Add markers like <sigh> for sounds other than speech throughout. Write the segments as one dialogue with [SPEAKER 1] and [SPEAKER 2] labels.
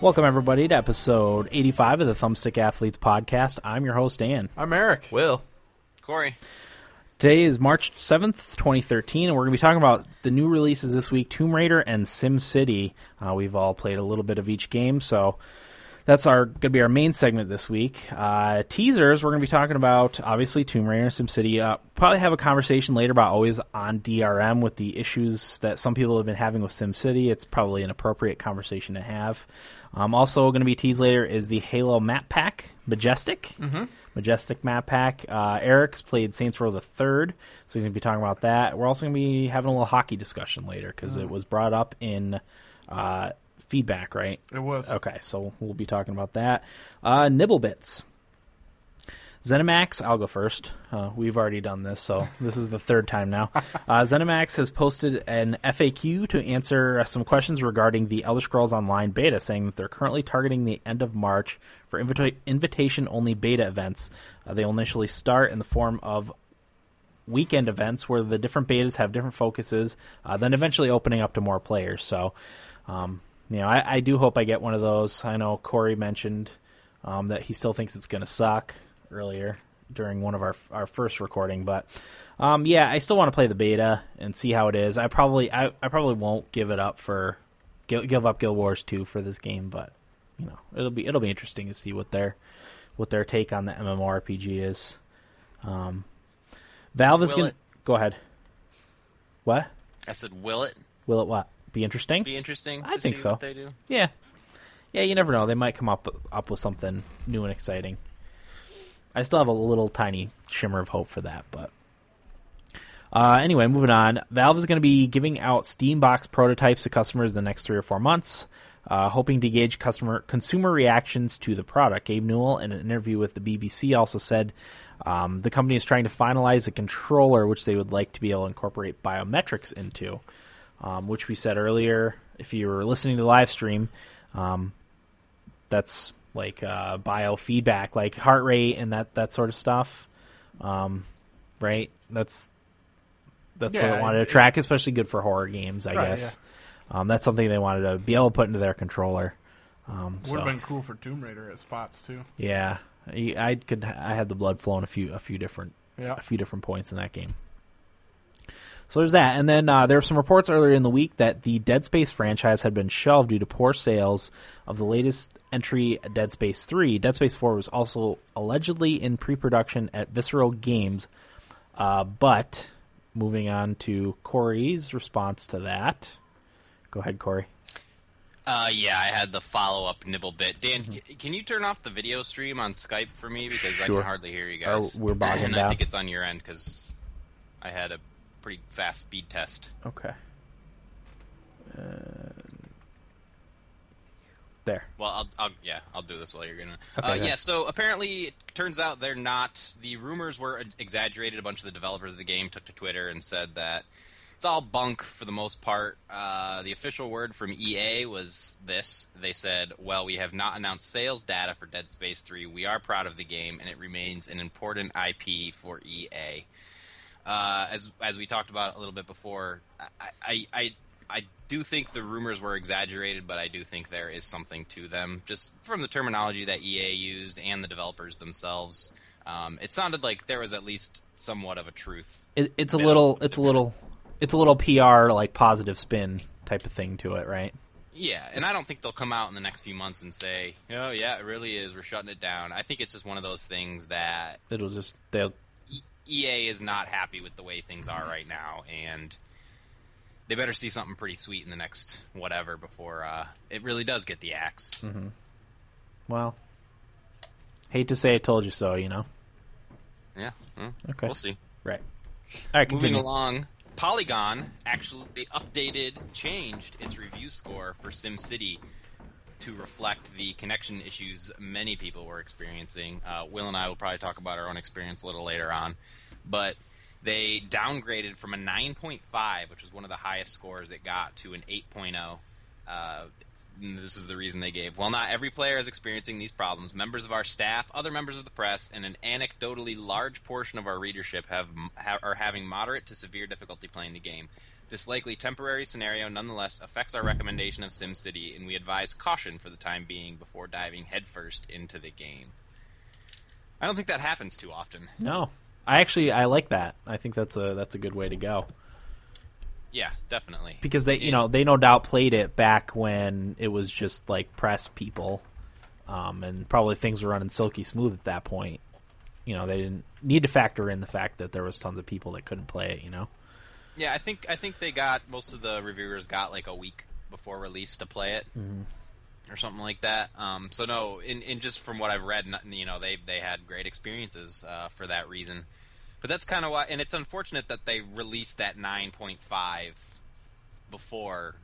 [SPEAKER 1] Welcome, everybody, to episode 85 of the Thumbstick Athletes Podcast. I'm your host, Dan.
[SPEAKER 2] I'm Eric.
[SPEAKER 3] Will.
[SPEAKER 4] Corey.
[SPEAKER 1] Today is March 7th, 2013, and we're going to be talking about the new releases this week Tomb Raider and Sim City. Uh, we've all played a little bit of each game, so that's our going to be our main segment this week. Uh, teasers, we're going to be talking about obviously Tomb Raider and SimCity. Uh, probably have a conversation later about always on DRM with the issues that some people have been having with SimCity. It's probably an appropriate conversation to have. Um, also, going to be teased later is the Halo map pack, Majestic. Mm-hmm. Majestic map pack. Uh, Eric's played Saints Row the Third, so he's going to be talking about that. We're also going to be having a little hockey discussion later because it was brought up in. Uh, feedback, right?
[SPEAKER 2] It was.
[SPEAKER 1] Okay, so we'll be talking about that. Uh, nibble bits. Zenimax, I'll go first. Uh, we've already done this, so this is the third time now. Uh, Zenimax has posted an FAQ to answer uh, some questions regarding the Elder Scrolls Online beta, saying that they're currently targeting the end of March for invita- invitation only beta events. Uh, they will initially start in the form of weekend events where the different betas have different focuses, uh, then eventually opening up to more players. So, um, you know, I, I do hope I get one of those. I know Corey mentioned um, that he still thinks it's going to suck earlier during one of our our first recording, but um, yeah, I still want to play the beta and see how it is. I probably I, I probably won't give it up for give, give up Guild Wars two for this game, but you know it'll be it'll be interesting to see what their what their take on the MMORPG is. Um, Valve is
[SPEAKER 4] Will
[SPEAKER 1] going to
[SPEAKER 4] it?
[SPEAKER 1] go ahead. What
[SPEAKER 4] I said, will it
[SPEAKER 1] will it what be interesting?
[SPEAKER 4] be interesting?
[SPEAKER 1] I
[SPEAKER 4] to
[SPEAKER 1] think
[SPEAKER 4] see
[SPEAKER 1] so.
[SPEAKER 4] What they do.
[SPEAKER 1] Yeah. Yeah, you never know. They might come up up with something new and exciting. I still have a little tiny shimmer of hope for that, but uh, anyway, moving on. Valve is going to be giving out Steambox prototypes to customers in the next three or four months, uh, hoping to gauge customer consumer reactions to the product. Gabe Newell, in an interview with the BBC, also said um, the company is trying to finalize a controller which they would like to be able to incorporate biometrics into, um, which we said earlier. If you were listening to the live stream, um, that's like uh, biofeedback, like heart rate and that that sort of stuff, um, right? That's that's what
[SPEAKER 2] Yeah,
[SPEAKER 1] I wanted to
[SPEAKER 2] it-
[SPEAKER 1] track, especially good for horror games, I
[SPEAKER 2] Right,
[SPEAKER 1] guess. Um, that's something they wanted to be able to put into their controller. Um,
[SPEAKER 2] Would have
[SPEAKER 1] so-
[SPEAKER 2] been cool for Tomb Raider at spots too.
[SPEAKER 1] yeah, I I could I had the blood flowing a few a few different
[SPEAKER 2] Yeah.
[SPEAKER 1] a few different points in that game. So there's that, and then uh, there were some reports earlier in the week that the Dead Space franchise had been shelved due to poor sales of the latest entry, Dead Space Three. Dead Space Four was also allegedly in pre-production at Visceral Games, uh, but moving on to Corey's response to that. Go ahead, Corey.
[SPEAKER 4] Uh, yeah, I had the follow up nibble bit. Dan,
[SPEAKER 1] Mm-hmm.
[SPEAKER 4] c- can you turn off the video stream on Skype for me because I
[SPEAKER 1] Sure.
[SPEAKER 4] can hardly hear you guys.
[SPEAKER 1] Oh, we're bogging
[SPEAKER 4] and
[SPEAKER 1] down.
[SPEAKER 4] <clears throat> I think it's on your end because I had a pretty fast speed test.
[SPEAKER 1] Okay. there.
[SPEAKER 4] Well, I'll, I'll yeah, I'll do this while you're gonna. uh,
[SPEAKER 1] Okay, yeah.
[SPEAKER 4] yeah. So apparently, it turns out they're not. The rumors were exaggerated. A bunch of the developers of the game took to Twitter and said that it's all bunk for the most part. Uh, the official word from EA was this: they said, "Well, we have not announced sales data for Dead Space 3. We are proud of the game, and it remains an important IP for E EA." uh, as as we talked about a little bit before, I, I I I do think the rumors were exaggerated, but I do think there is something to them, just from the terminology that EA used and the developers themselves. Um, it sounded like there was at least somewhat of a truth.
[SPEAKER 1] It, it's a
[SPEAKER 4] Yeah.
[SPEAKER 1] little. It's a little. It's a little PR like positive spin type of thing to it, right?
[SPEAKER 4] Yeah, and I don't think they'll come out in the next few months and say, "Oh yeah, it really is. We're shutting it down." I think it's just one of those things that
[SPEAKER 1] It'll just they'll
[SPEAKER 4] E- EA is not happy with the way things are right now, and they better see something pretty sweet in the next whatever before uh, it really does get the axe.
[SPEAKER 1] well. Hate to say I told you so, you know.
[SPEAKER 4] Yeah, mm,
[SPEAKER 1] Okay.
[SPEAKER 4] we'll see.
[SPEAKER 1] Right. All right,
[SPEAKER 4] Moving
[SPEAKER 1] continue.
[SPEAKER 4] along, Polygon actually updated, changed its review score for SimCity to reflect the connection issues many people were experiencing. Uh, Will and I will probably talk about our own experience a little later on, but they downgraded from a oh. 9.5, which was one of the highest scores it got, to an 8.0. Uh, and this is the reason they gave. While not every player is experiencing these problems, members of our staff, other members of the press, and an anecdotally large portion of our readership have ha- are having moderate to severe difficulty playing the game. This likely temporary scenario nonetheless affects our recommendation of SimCity, and we advise caution for the time being before diving headfirst into the game. I don't think that happens too often.
[SPEAKER 1] No, I actually I like that. I think that's a that's a good way to go
[SPEAKER 4] Yeah, definitely.
[SPEAKER 1] because they you
[SPEAKER 4] It-
[SPEAKER 1] know they no doubt played it back when it was just like press people, um, and probably things were running silky smooth at that point. You know they didn't need to factor in the fact that there was tons of people that couldn't play it. You know,
[SPEAKER 4] Yeah, I think I think they got most of the reviewers got like a week before release to play it, or something like that. Um, so no, in, in just from what I've read, not- you know, they they had great experiences uh, for that reason. But that's kind of why, and it's unfortunate that they released that nine point five before,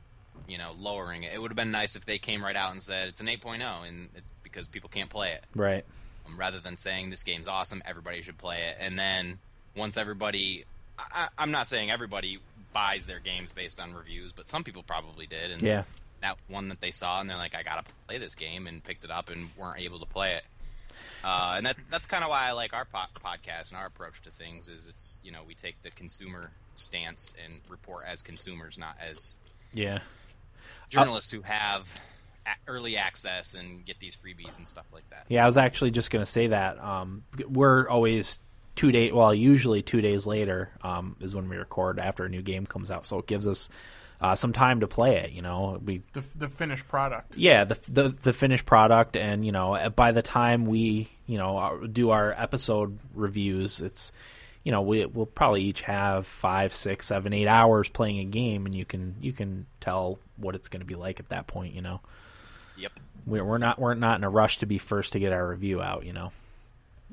[SPEAKER 4] you know, lowering it. It would have been nice if they came right out and said it's an 8.0 and it's because people can't play it
[SPEAKER 1] right?
[SPEAKER 4] um, rather than saying this game's awesome, everybody should play it. And then once everybody, I, I- I'm not saying everybody buys their games based on reviews, but some people probably did. And
[SPEAKER 1] Yeah.
[SPEAKER 4] that one that they saw, and they're like, I gotta play this game, and picked it up and weren't able to play it. Uh, and that that's kind of why I like our po- podcast and our approach to things is it's you know we take the consumer stance and report as consumers, not as
[SPEAKER 1] Yeah, Uh,
[SPEAKER 4] journalists who have a- early access and get these freebies and stuff like that.
[SPEAKER 1] yeah. I was actually just gonna say that um, we're always two day well usually two days later um, is when we record after a new game comes out, so it gives us uh, some time to play it. You know, we
[SPEAKER 2] The, the finished product.
[SPEAKER 1] yeah the, the the finished product and you know by the time we you know our- do our episode reviews it's you know we, we'll probably each have five six seven eight hours playing a game and you can you can tell what it's going to be like at that point you know
[SPEAKER 4] Yep.
[SPEAKER 1] we're, we're not we're not in a rush to be first to get our review out you know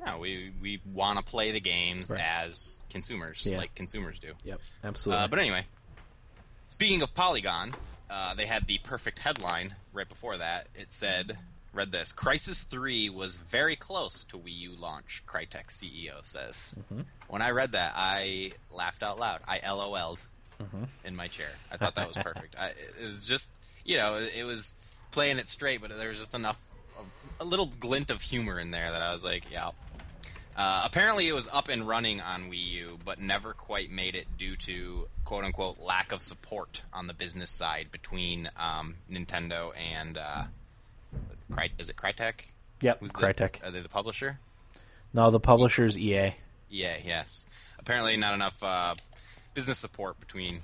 [SPEAKER 4] No, we we want to play the games
[SPEAKER 1] Right.
[SPEAKER 4] as consumers,
[SPEAKER 1] Yeah.
[SPEAKER 4] like consumers do.
[SPEAKER 1] yep absolutely
[SPEAKER 4] Uh, but anyway, speaking of Polygon, uh, they had the perfect headline right before that. It said, "Read this: Crisis Three was very close to Wii U launch." Crytek CEO says.
[SPEAKER 1] Mm-hmm.
[SPEAKER 4] When I read that, I laughed out loud. I LOL'd
[SPEAKER 1] Mm-hmm.
[SPEAKER 4] in my chair. I thought that was perfect. I, it was just, you know, it was playing it straight, but there was just enough, a, a little glint of humor in there that I was like, yeah. Uh, apparently, it was up and running on Wii U, but never quite made it due to "quote unquote" lack of support on the business side between um, Nintendo and uh, Cry- is it Crytek?
[SPEAKER 1] yep
[SPEAKER 4] Who's
[SPEAKER 1] Crytek
[SPEAKER 4] The, are they the publisher?
[SPEAKER 1] no the publisher's E EA
[SPEAKER 4] EA, yes. Apparently, not enough uh, business support between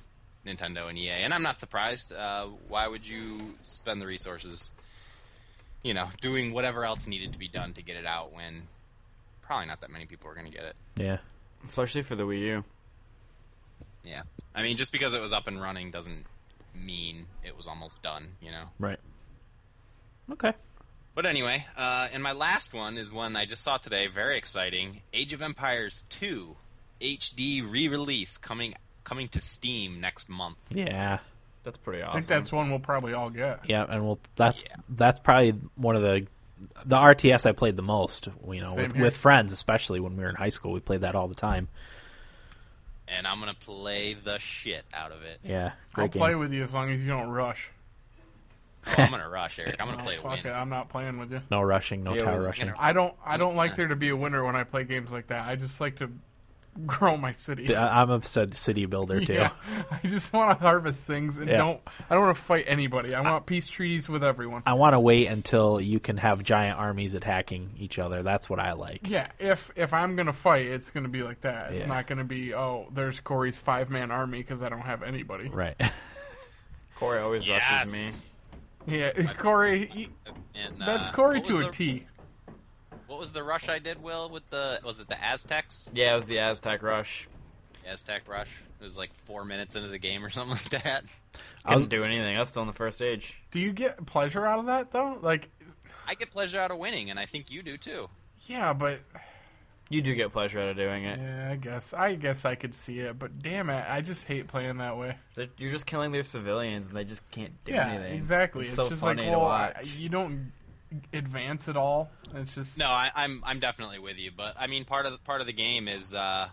[SPEAKER 4] Nintendo and EA, and I'm not surprised. Uh, why would you spend the resources, you know, doing whatever else needed to be done to get it out when probably not that many people are going to get it?
[SPEAKER 1] yeah
[SPEAKER 3] especially for the Wii U.
[SPEAKER 4] Yeah, I mean, just because it was up and running doesn't mean it was almost done, you know.
[SPEAKER 1] right okay
[SPEAKER 4] But anyway, uh, and my last one is one I just saw today. Very exciting. Age of Empires 2 HD re-release coming coming to Steam next month.
[SPEAKER 1] yeah
[SPEAKER 3] That's pretty
[SPEAKER 2] I
[SPEAKER 3] awesome.
[SPEAKER 2] think that's one we'll probably all get.
[SPEAKER 1] Yeah, and well, that's
[SPEAKER 4] Yeah.
[SPEAKER 1] that's probably one of the the RTS I played the most. You know,
[SPEAKER 2] Same
[SPEAKER 1] with,
[SPEAKER 2] here.
[SPEAKER 1] with friends, especially when we were in high school, we played that all the time.
[SPEAKER 4] And I'm gonna play the shit out of it.
[SPEAKER 1] Yeah,
[SPEAKER 2] I'll
[SPEAKER 1] great game.
[SPEAKER 2] play with you as long as you don't rush.
[SPEAKER 4] Oh, I'm gonna rush, Eric. I'm gonna
[SPEAKER 2] Oh,
[SPEAKER 4] play to win.
[SPEAKER 2] <laughs> fuck it, I'm not playing with you.
[SPEAKER 1] no rushing, no
[SPEAKER 3] Yeah, it
[SPEAKER 1] tower
[SPEAKER 3] was-
[SPEAKER 1] rushing.
[SPEAKER 4] you know,
[SPEAKER 2] I don't. I don't like there to be a winner when I play games like that. I just like to <laughs> grow my cities. <laughs>
[SPEAKER 1] I- I'm a said city builder too.
[SPEAKER 2] Yeah, I just want to harvest things and
[SPEAKER 1] Yeah.
[SPEAKER 2] don't. I don't want to fight anybody. I want peace treaties with everyone.
[SPEAKER 1] I want to wait until you can have giant armies attacking each other. That's what I like.
[SPEAKER 2] Yeah, if if I'm gonna fight, it's gonna be like that. It's
[SPEAKER 1] Yeah.
[SPEAKER 2] not gonna be oh, there's Corey's five man army because I don't have anybody.
[SPEAKER 1] Right. <laughs>
[SPEAKER 3] Corey always
[SPEAKER 4] Yes.
[SPEAKER 3] rushes me.
[SPEAKER 2] Yeah, <laughs> Corey, he-
[SPEAKER 4] And, uh,
[SPEAKER 2] that's Corey
[SPEAKER 4] what was
[SPEAKER 2] to a
[SPEAKER 4] the-
[SPEAKER 2] T.
[SPEAKER 4] What was the rush I did, Will? With the was it the Aztecs?
[SPEAKER 3] Yeah, it was the Aztec rush.
[SPEAKER 4] Aztec rush. It was like four minutes into the game or something like that.
[SPEAKER 1] I
[SPEAKER 3] Couldn't
[SPEAKER 1] was-
[SPEAKER 3] do anything. I was still in the first age.
[SPEAKER 2] Do you get pleasure out of that though? Like,
[SPEAKER 4] I get pleasure out of winning, and I think you do too.
[SPEAKER 2] yeah, but
[SPEAKER 3] You do get pleasure out of doing it.
[SPEAKER 2] yeah, I guess I guess I could see it, but damn it, I just hate playing that way.
[SPEAKER 3] They're- You're just killing their civilians, and they just can't do
[SPEAKER 2] yeah,
[SPEAKER 3] anything.
[SPEAKER 2] exactly.
[SPEAKER 3] It's,
[SPEAKER 2] It's,
[SPEAKER 3] so
[SPEAKER 2] just
[SPEAKER 3] funny
[SPEAKER 2] like well,
[SPEAKER 3] to
[SPEAKER 2] I-
[SPEAKER 3] watch.
[SPEAKER 2] you don't advance at all. It's just
[SPEAKER 4] No, I, I'm I'm definitely with you, but I mean part of the, part of the game is, uh,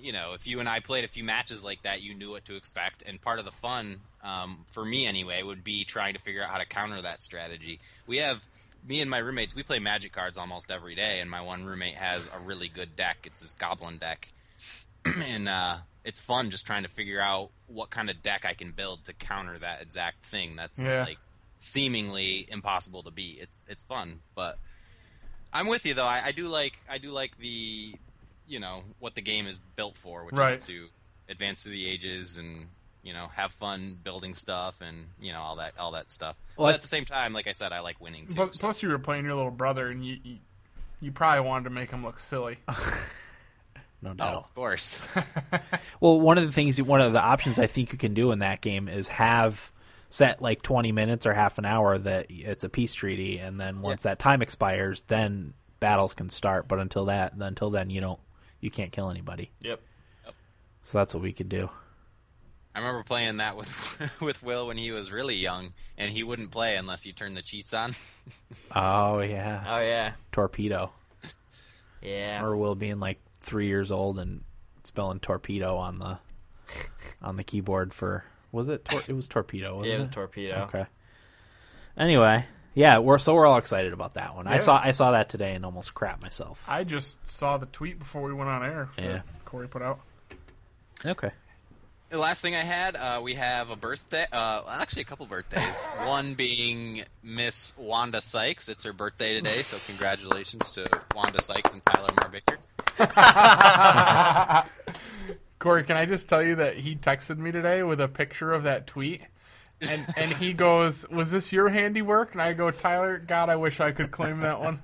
[SPEAKER 4] you know, if you and I played a few matches like that, you knew what to expect, and part of the fun um, for me anyway, would be trying to figure out how to counter that strategy. We have me and my roommates. We play Magic cards almost every day, and my one roommate has a really good deck. It's this Goblin deck, <clears throat> and uh, it's fun just trying to figure out what kind of deck I can build to counter that exact thing. That's
[SPEAKER 2] Yeah.
[SPEAKER 4] like seemingly impossible to beat. It's it's fun, but I'm with you though. I, I do like I do like the you know what the game is built for, which
[SPEAKER 2] Right.
[SPEAKER 4] is to advance through the ages and you know have fun building stuff and you know all that all that stuff.
[SPEAKER 1] Well,
[SPEAKER 4] but
[SPEAKER 1] I-
[SPEAKER 4] at the same time, like I said, I like winning too.
[SPEAKER 2] But
[SPEAKER 4] so-
[SPEAKER 2] plus, you were playing your little brother, and you you, you probably wanted to make him look silly.
[SPEAKER 1] No
[SPEAKER 4] Oh,
[SPEAKER 1] doubt. <laughs>
[SPEAKER 4] of course.
[SPEAKER 1] Well, one of the things, one of the options I think you can do in that game is have set like 20 minutes or half an hour that it's a peace treaty, and then once that time expires, then battles can start. But until that, until then, you don't, you can't kill anybody.
[SPEAKER 3] Yep.
[SPEAKER 1] So that's what we could do.
[SPEAKER 4] I remember playing that with <laughs> with Will when he was really young, and he wouldn't play unless you turned the cheats on. <laughs>
[SPEAKER 1] Oh yeah,
[SPEAKER 3] Oh yeah.
[SPEAKER 1] torpedo.
[SPEAKER 3] Yeah.
[SPEAKER 1] Or Will being like three years old and spelling torpedo on the on the keyboard for was it? Tor- it was torpedo. Wasn't
[SPEAKER 3] yeah, it was
[SPEAKER 1] it?
[SPEAKER 3] torpedo.
[SPEAKER 1] Okay. Anyway, yeah, we're so we're all excited about that one. I
[SPEAKER 2] Yeah.
[SPEAKER 1] saw I saw that today and almost crap myself.
[SPEAKER 2] I just saw the tweet before we went on air. that
[SPEAKER 1] Yeah.
[SPEAKER 2] Corey put out.
[SPEAKER 1] Okay.
[SPEAKER 4] The last thing I had, uh, we have a birthday. Uh, well, actually, a couple birthdays. One being Miss Wanda Sykes. It's her birthday today, so congratulations to Wanda Sykes and Tyler Marbaker.
[SPEAKER 2] <laughs> Corey, can I just tell you that he texted me today with a picture of that tweet? And and he goes, "Was this your handiwork?" And I go, "Tyler, God, I wish I could claim that one."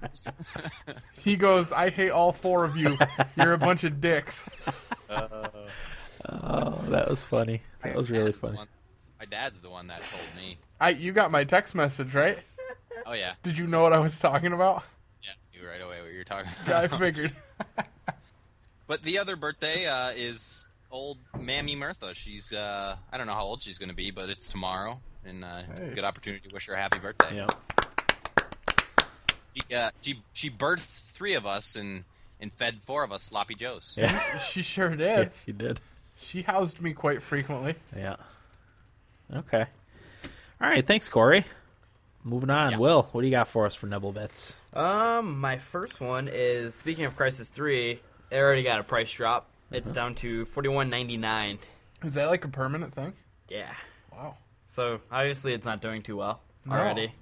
[SPEAKER 2] He goes, "I hate all four of you. You're a bunch of dicks."
[SPEAKER 1] Oh, that was funny. That was really
[SPEAKER 4] That's the
[SPEAKER 1] funny.
[SPEAKER 4] one- My dad's the one that told me.
[SPEAKER 2] I you got my text message, right?
[SPEAKER 4] Oh yeah,
[SPEAKER 2] Did you know what I was talking about?
[SPEAKER 4] yeah, knew right away what you were talking
[SPEAKER 2] I
[SPEAKER 4] about.
[SPEAKER 2] figured.
[SPEAKER 4] <laughs> But the other birthday uh, is old Mammy Mirtha. She's uh, I don't know how old she's going to be, but it's tomorrow, and uh,
[SPEAKER 2] Hey.
[SPEAKER 4] good opportunity to wish her a happy birthday.
[SPEAKER 1] Yeah.
[SPEAKER 4] She, uh, she she birthed three of us and and fed four of us sloppy joes.
[SPEAKER 1] Yeah. <laughs>
[SPEAKER 2] She sure did.
[SPEAKER 1] you did.
[SPEAKER 2] She housed me quite frequently.
[SPEAKER 1] Yeah. Okay. All right, thanks Corey. Moving on,
[SPEAKER 4] Yeah.
[SPEAKER 1] Will, what do you got for us for Nibble Bits?
[SPEAKER 3] Um, my first one is speaking of Crisis Three. It already got a price drop. It's down to forty one ninety nine.
[SPEAKER 2] Is that like a permanent thing?
[SPEAKER 3] Yeah.
[SPEAKER 2] Wow.
[SPEAKER 3] So obviously it's not doing too well
[SPEAKER 2] No.
[SPEAKER 3] already.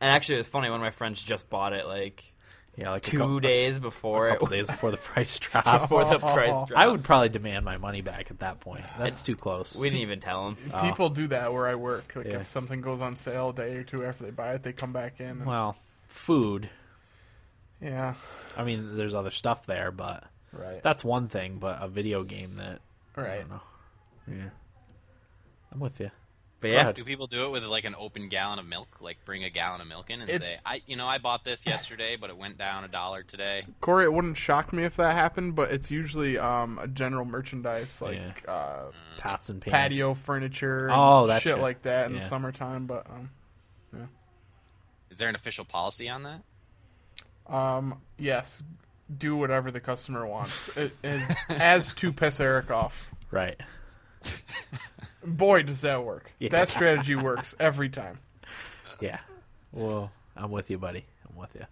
[SPEAKER 3] And actually, it was funny. One of my friends just bought it like
[SPEAKER 1] Yeah, like a
[SPEAKER 3] two
[SPEAKER 1] cou-
[SPEAKER 3] days before
[SPEAKER 1] a
[SPEAKER 3] it
[SPEAKER 1] couple days before the
[SPEAKER 3] <laughs>
[SPEAKER 1] price drop. <laughs>
[SPEAKER 3] before the price drop.
[SPEAKER 1] I would probably demand my money back at that point. That's too close.
[SPEAKER 3] We didn't even tell him. Uh,
[SPEAKER 2] People do that where I work. Like
[SPEAKER 1] Yeah.
[SPEAKER 2] if something goes on sale a day or two after they buy it, they come back in. and-
[SPEAKER 1] well, food.
[SPEAKER 2] yeah.
[SPEAKER 1] I mean, there's other stuff there, but
[SPEAKER 2] Right.
[SPEAKER 1] that's one thing. But a video game that I
[SPEAKER 2] right.
[SPEAKER 1] don't know. Yeah, I'm with you.
[SPEAKER 3] But yeah,
[SPEAKER 1] ahead.
[SPEAKER 4] Do people do it with like an open gallon of milk? Like bring a gallon of milk in and
[SPEAKER 2] It's-
[SPEAKER 4] say, "I, you know, I bought this yesterday, but it went down a dollar today."
[SPEAKER 2] Corey, it wouldn't shock me if that happened, but it's usually um, a general merchandise like uh,
[SPEAKER 1] Pots and pans.
[SPEAKER 2] patio furniture, and
[SPEAKER 1] Oh, that's
[SPEAKER 2] shit
[SPEAKER 1] it.
[SPEAKER 2] like that in
[SPEAKER 1] Yeah.
[SPEAKER 2] the summertime. But um,
[SPEAKER 4] Is there an official policy on that?
[SPEAKER 2] um, yes, do whatever the customer wants, <laughs> it, it- as to piss Eric off.
[SPEAKER 1] Right.
[SPEAKER 2] Boy, does that work!
[SPEAKER 1] Yeah.
[SPEAKER 2] That strategy works every time.
[SPEAKER 1] Yeah. Well, I'm with you, buddy. I'm with you.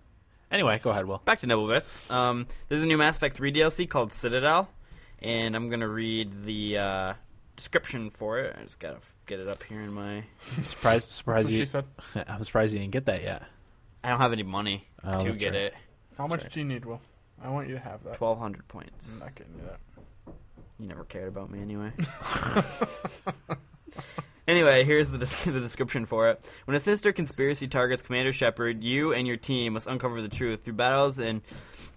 [SPEAKER 1] Anyway, go ahead, Will.
[SPEAKER 3] back to Noble Bits. Um, there's a new Mass Effect 3 DLC called Citadel, and I'm gonna read the uh, description for it. I just gotta f- get it up here in my.
[SPEAKER 1] I'm
[SPEAKER 2] <laughs>
[SPEAKER 1] surprised.
[SPEAKER 2] That's
[SPEAKER 1] Surprised
[SPEAKER 2] what she
[SPEAKER 1] you.
[SPEAKER 2] said.
[SPEAKER 1] <laughs> I'm surprised you didn't get that yet.
[SPEAKER 3] I don't have any money
[SPEAKER 1] Oh,
[SPEAKER 3] to
[SPEAKER 1] that's
[SPEAKER 3] get
[SPEAKER 1] right.
[SPEAKER 3] it.
[SPEAKER 2] How much do you need, Will? I want you to have that.
[SPEAKER 3] 1,200 points.
[SPEAKER 2] I'm not getting you that.
[SPEAKER 3] You never cared about me anyway.
[SPEAKER 1] <laughs>
[SPEAKER 3] anyway, here's the, des- <laughs> the description for it. When a sinister conspiracy targets Commander Shepard, you and your team must uncover the truth through battles and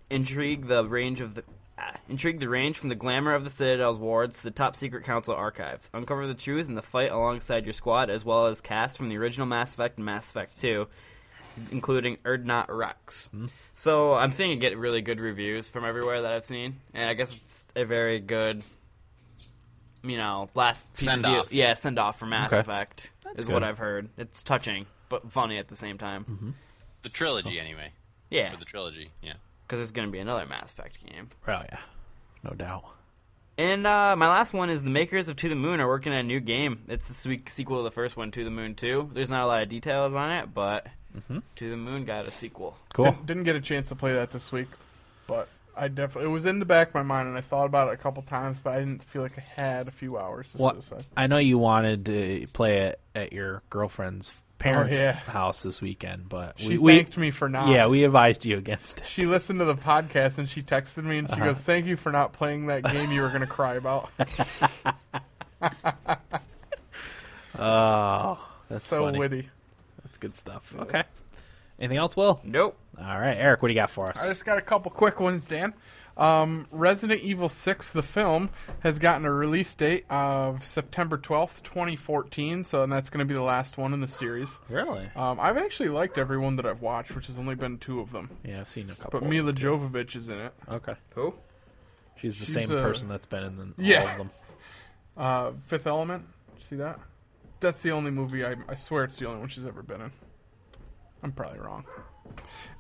[SPEAKER 3] intrigue the range of the. ah, Intrigue the range from the glamour of the Citadel's wards to the top secret council archives. Uncover the truth in the fight alongside your squad, as well as cast from the original Mass Effect and Mass Effect 2, including Erdnot Rex. So I'm seeing it get really good reviews from everywhere that I've seen, and I guess it's a very good, you know, last piece of
[SPEAKER 4] Send
[SPEAKER 3] gear-
[SPEAKER 4] off.
[SPEAKER 3] Yeah, send off for Mass
[SPEAKER 1] Okay.
[SPEAKER 3] Effect is
[SPEAKER 1] good.
[SPEAKER 3] what I've heard. It's touching but funny at the same time.
[SPEAKER 4] The trilogy, anyway.
[SPEAKER 3] Yeah,
[SPEAKER 4] For the
[SPEAKER 3] because
[SPEAKER 4] trilogy, yeah.
[SPEAKER 3] there's going to be another Mass Effect game,
[SPEAKER 1] Oh yeah, no doubt.
[SPEAKER 3] And uh, my last one is the makers of To the Moon are working on a new game. It's the se- sequel to the first one, To the Moon 2. There's not a lot of details on it, but To the Moon got a sequel.
[SPEAKER 1] Cool.
[SPEAKER 2] Didn't, didn't get a chance to play that this week, but I definitely it was in the back of my mind, and I thought about it a couple times, but I didn't feel like I had a few hours to
[SPEAKER 1] Well,
[SPEAKER 2] set aside.
[SPEAKER 1] I know you wanted to play it at your girlfriend's parents'
[SPEAKER 2] Oh, yeah.
[SPEAKER 1] house this weekend, but
[SPEAKER 2] She
[SPEAKER 1] we,
[SPEAKER 2] thanked me for not.
[SPEAKER 1] we yeah we advised you against it.
[SPEAKER 2] She listened to the podcast and she texted me and
[SPEAKER 1] Uh-huh.
[SPEAKER 2] she goes, "Thank you for not playing that game you were going to cry about."
[SPEAKER 1] Oh, <laughs> that's
[SPEAKER 2] <laughs> so
[SPEAKER 1] funny.
[SPEAKER 2] witty.
[SPEAKER 1] That's good stuff. Okay. Anything else, Will?
[SPEAKER 3] Nope.
[SPEAKER 1] All right, Eric, what do you got for us?
[SPEAKER 2] I just got a couple quick ones, Dan. Um, Resident Evil 6, the film, has gotten a release date of September 12th, 2014, so and that's going to be the last one in the series.
[SPEAKER 1] Really?
[SPEAKER 2] Um, I've actually liked every one that I've watched, which has only been two of them.
[SPEAKER 1] Yeah, I've seen a couple.
[SPEAKER 2] But Mila Jovovich is in it.
[SPEAKER 1] Okay.
[SPEAKER 3] Who?
[SPEAKER 1] She's the
[SPEAKER 2] She's,
[SPEAKER 1] same
[SPEAKER 2] uh,
[SPEAKER 1] person that's been in the, all
[SPEAKER 2] Yeah.
[SPEAKER 1] of them.
[SPEAKER 2] Uh, Fifth Element, see that? That's the only movie I, I swear it's the only one she's ever been in. I'm probably wrong.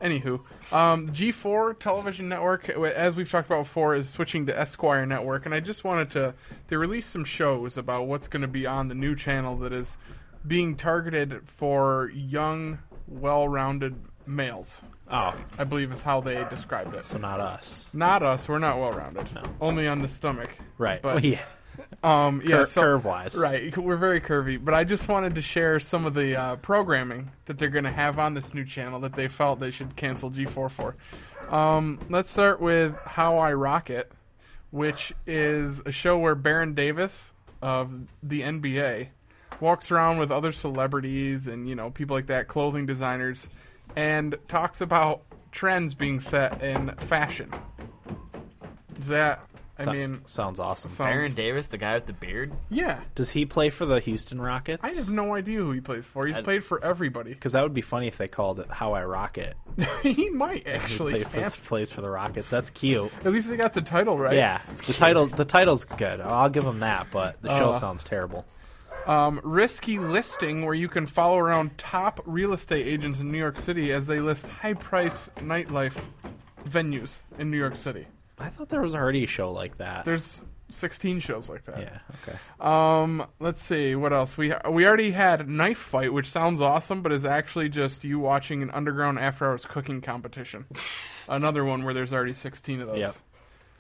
[SPEAKER 2] Anywho, um, G4 Television Network, uh, as we've talked about before, is switching to Esquire Network, and I just wanted to they released some shows about what's going to be on the new channel that is being targeted for young, well-rounded males.
[SPEAKER 1] Oh,
[SPEAKER 2] I believe is how they described it.
[SPEAKER 1] so not us.
[SPEAKER 2] Not us. We're not well rounded. Only on the stomach.
[SPEAKER 1] Right.
[SPEAKER 2] But
[SPEAKER 1] Well,
[SPEAKER 2] <laughs>
[SPEAKER 1] yeah.
[SPEAKER 2] um, yeah,
[SPEAKER 1] Cur-
[SPEAKER 2] so-
[SPEAKER 1] curve-wise.
[SPEAKER 2] Right. We're very curvy. But I just wanted to share some of the uh, programming that they're going to have on this new channel that they felt they should cancel G4 for. Um, let's start with How I Rock It, which is a show where Baron Davis of the NBA walks around with other celebrities and you know people like that, clothing designers, and talks about trends being set in fashion. Is that? I
[SPEAKER 1] So-
[SPEAKER 2] mean,
[SPEAKER 1] sounds awesome.
[SPEAKER 2] sounds-
[SPEAKER 3] Baron Davis, the guy with the beard?
[SPEAKER 2] yeah.
[SPEAKER 1] Does he play for the Houston Rockets?
[SPEAKER 2] I have no idea who he plays for. He's
[SPEAKER 3] I-
[SPEAKER 2] played for everybody.
[SPEAKER 1] Because that would be funny if they called it "How I Rock It."
[SPEAKER 2] he
[SPEAKER 1] <laughs>
[SPEAKER 2] might
[SPEAKER 1] He
[SPEAKER 2] actually.
[SPEAKER 1] play for,
[SPEAKER 2] have-
[SPEAKER 1] plays for the Rockets. That's
[SPEAKER 2] <laughs>
[SPEAKER 1] cute.
[SPEAKER 2] At least they got the title right.
[SPEAKER 1] Yeah, the title the title's good. I'll give him that, but the
[SPEAKER 2] Uh,
[SPEAKER 1] show sounds terrible.
[SPEAKER 2] Um, risky listing, where you can follow around top real estate agents in New York City as they list high price nightlife venues in New York City.
[SPEAKER 1] I thought there was already a show like that.
[SPEAKER 2] There's 16 shows like that.
[SPEAKER 1] yeah. Okay.
[SPEAKER 2] Um, let's see what else. We we already had knife fight, which sounds awesome, but is actually just you watching an underground after hours cooking
[SPEAKER 1] <laughs>
[SPEAKER 2] competition. Another one where there's already 16 of those.
[SPEAKER 1] Yep.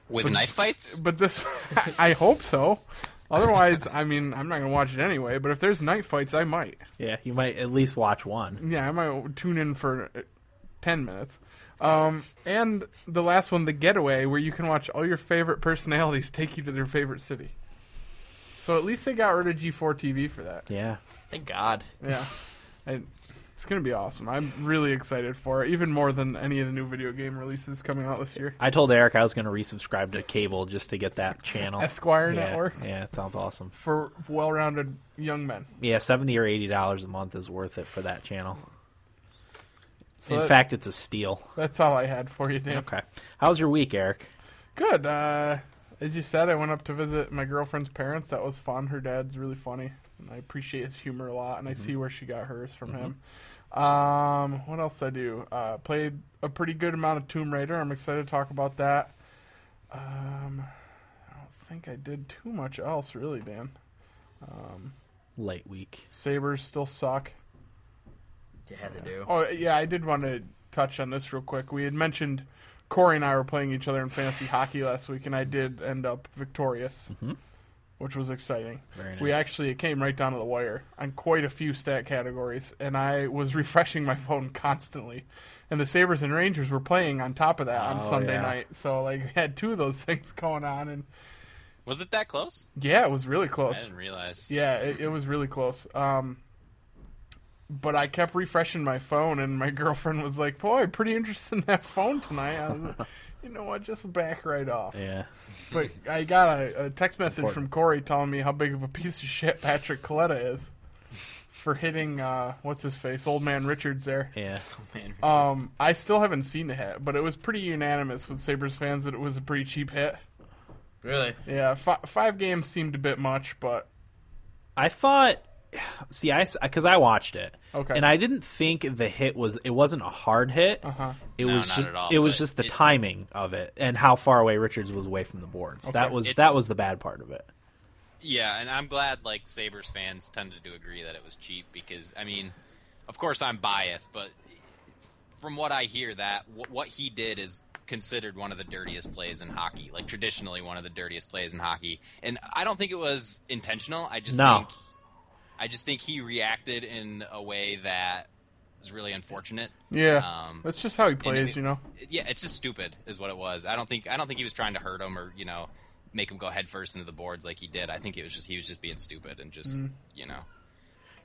[SPEAKER 4] With knife fights?
[SPEAKER 2] But this, <laughs> I hope so. Otherwise, I mean, I'm not gonna watch it anyway. But if there's night fights, I might.
[SPEAKER 1] Yeah, you might at least watch one.
[SPEAKER 2] Yeah, I might tune in for uh, ten minutes. Um, and the last one, the getaway, where you can watch all your favorite personalities <laughs> take you to their favorite city. So at least they got rid of G4 TV for that.
[SPEAKER 1] Yeah.
[SPEAKER 3] Thank God.
[SPEAKER 2] Yeah, <laughs> and it's gonna be awesome. I'm really excited for it, even more than any of the new video game releases coming out this year.
[SPEAKER 1] I told Eric I was going to resubscribe to cable just to get that channel.
[SPEAKER 2] Esquire
[SPEAKER 1] yeah,
[SPEAKER 2] Network
[SPEAKER 1] Yeah, it sounds awesome.
[SPEAKER 2] for well-rounded young men.
[SPEAKER 1] Yeah, seventy or eighty dollars a month is worth it for that channel.
[SPEAKER 2] So
[SPEAKER 1] In
[SPEAKER 2] that-
[SPEAKER 1] fact, it's a steal.
[SPEAKER 2] that's all I had for you, Dan.
[SPEAKER 1] Okay. How's your week, Eric?
[SPEAKER 2] Good. Uh, as you said, I went up to visit my girlfriend's parents. That was fun. Her dad's really funny, and I appreciate his humor a lot. And I see where she got hers from him. Um, what else I do? Uh, played a pretty good amount of Tomb Raider. I'm excited to talk about that. Um, I don't think I did too much else, really, Dan.
[SPEAKER 1] Late week.
[SPEAKER 2] Sabers still suck.
[SPEAKER 3] You had to do.
[SPEAKER 2] Oh yeah, I did want to touch on this real quick. We had mentioned Corey and I were playing each other in fantasy hockey last week, and I did end up victorious, which was exciting.
[SPEAKER 1] Mm-hmm. Very nice.
[SPEAKER 2] We actually it came right down to the wire on quite a few stat categories, and I was <laughs> refreshing my phone constantly. And the Sabres and Rangers were playing on top of that on
[SPEAKER 1] Oh,
[SPEAKER 2] Sunday
[SPEAKER 1] yeah.
[SPEAKER 2] night, so like <laughs> we had two of those things going on, and
[SPEAKER 4] Was it that close?
[SPEAKER 2] yeah, it was really
[SPEAKER 4] I
[SPEAKER 2] close.
[SPEAKER 4] didn't realize.
[SPEAKER 2] Yeah, it, it was really close. Um, but I kept refreshing my phone, and my <laughs> girlfriend was like, "Boy, pretty interested in that phone tonight." I was like, you know what? Just back right off.
[SPEAKER 1] Yeah.
[SPEAKER 2] But I got a, a text message
[SPEAKER 1] important.
[SPEAKER 2] from Corey telling me how big of a piece of shit Patrick Coletta is for hitting uh, what's his face, old man Richards there.
[SPEAKER 1] Yeah.
[SPEAKER 3] Oh, Man.
[SPEAKER 2] Um, I still haven't seen the hit, but it was pretty unanimous with Sabres fans that it was a pretty cheap hit.
[SPEAKER 3] <laughs> really?
[SPEAKER 2] Yeah, fi- five games seemed a bit much, but
[SPEAKER 1] I thought see, I because I watched it,
[SPEAKER 2] Okay.
[SPEAKER 1] and I didn't think the hit was it wasn't a hard hit.
[SPEAKER 2] Uh-huh.
[SPEAKER 1] It
[SPEAKER 4] No,
[SPEAKER 1] was
[SPEAKER 4] not
[SPEAKER 1] just
[SPEAKER 4] at all,
[SPEAKER 1] it was
[SPEAKER 4] but
[SPEAKER 1] just the
[SPEAKER 4] it-
[SPEAKER 1] timing of it and how far away Richards was away from the boards. That
[SPEAKER 2] Okay.
[SPEAKER 1] was
[SPEAKER 4] It's-
[SPEAKER 1] that was the bad part of it.
[SPEAKER 4] Yeah, and I'm glad like Sabres fans tended to agree that it was cheap because I mean, of course I'm biased, but from what I hear that wh- what he did is considered one of the dirtiest plays in hockey, like traditionally one of the dirtiest plays in hockey. And I don't think it was intentional. I just
[SPEAKER 1] No.
[SPEAKER 4] think I just think he reacted in a way that was really unfortunate.
[SPEAKER 2] Yeah,
[SPEAKER 4] Um,
[SPEAKER 2] that's just how he
[SPEAKER 4] and
[SPEAKER 2] plays,
[SPEAKER 4] it-
[SPEAKER 2] you know.
[SPEAKER 4] Yeah, it's just stupid, is what it was. I don't think I don't think he was trying to hurt him or you know make him go headfirst into the boards like he did. I think it was just he was just being stupid and just
[SPEAKER 2] Mm-hmm.
[SPEAKER 4] you know.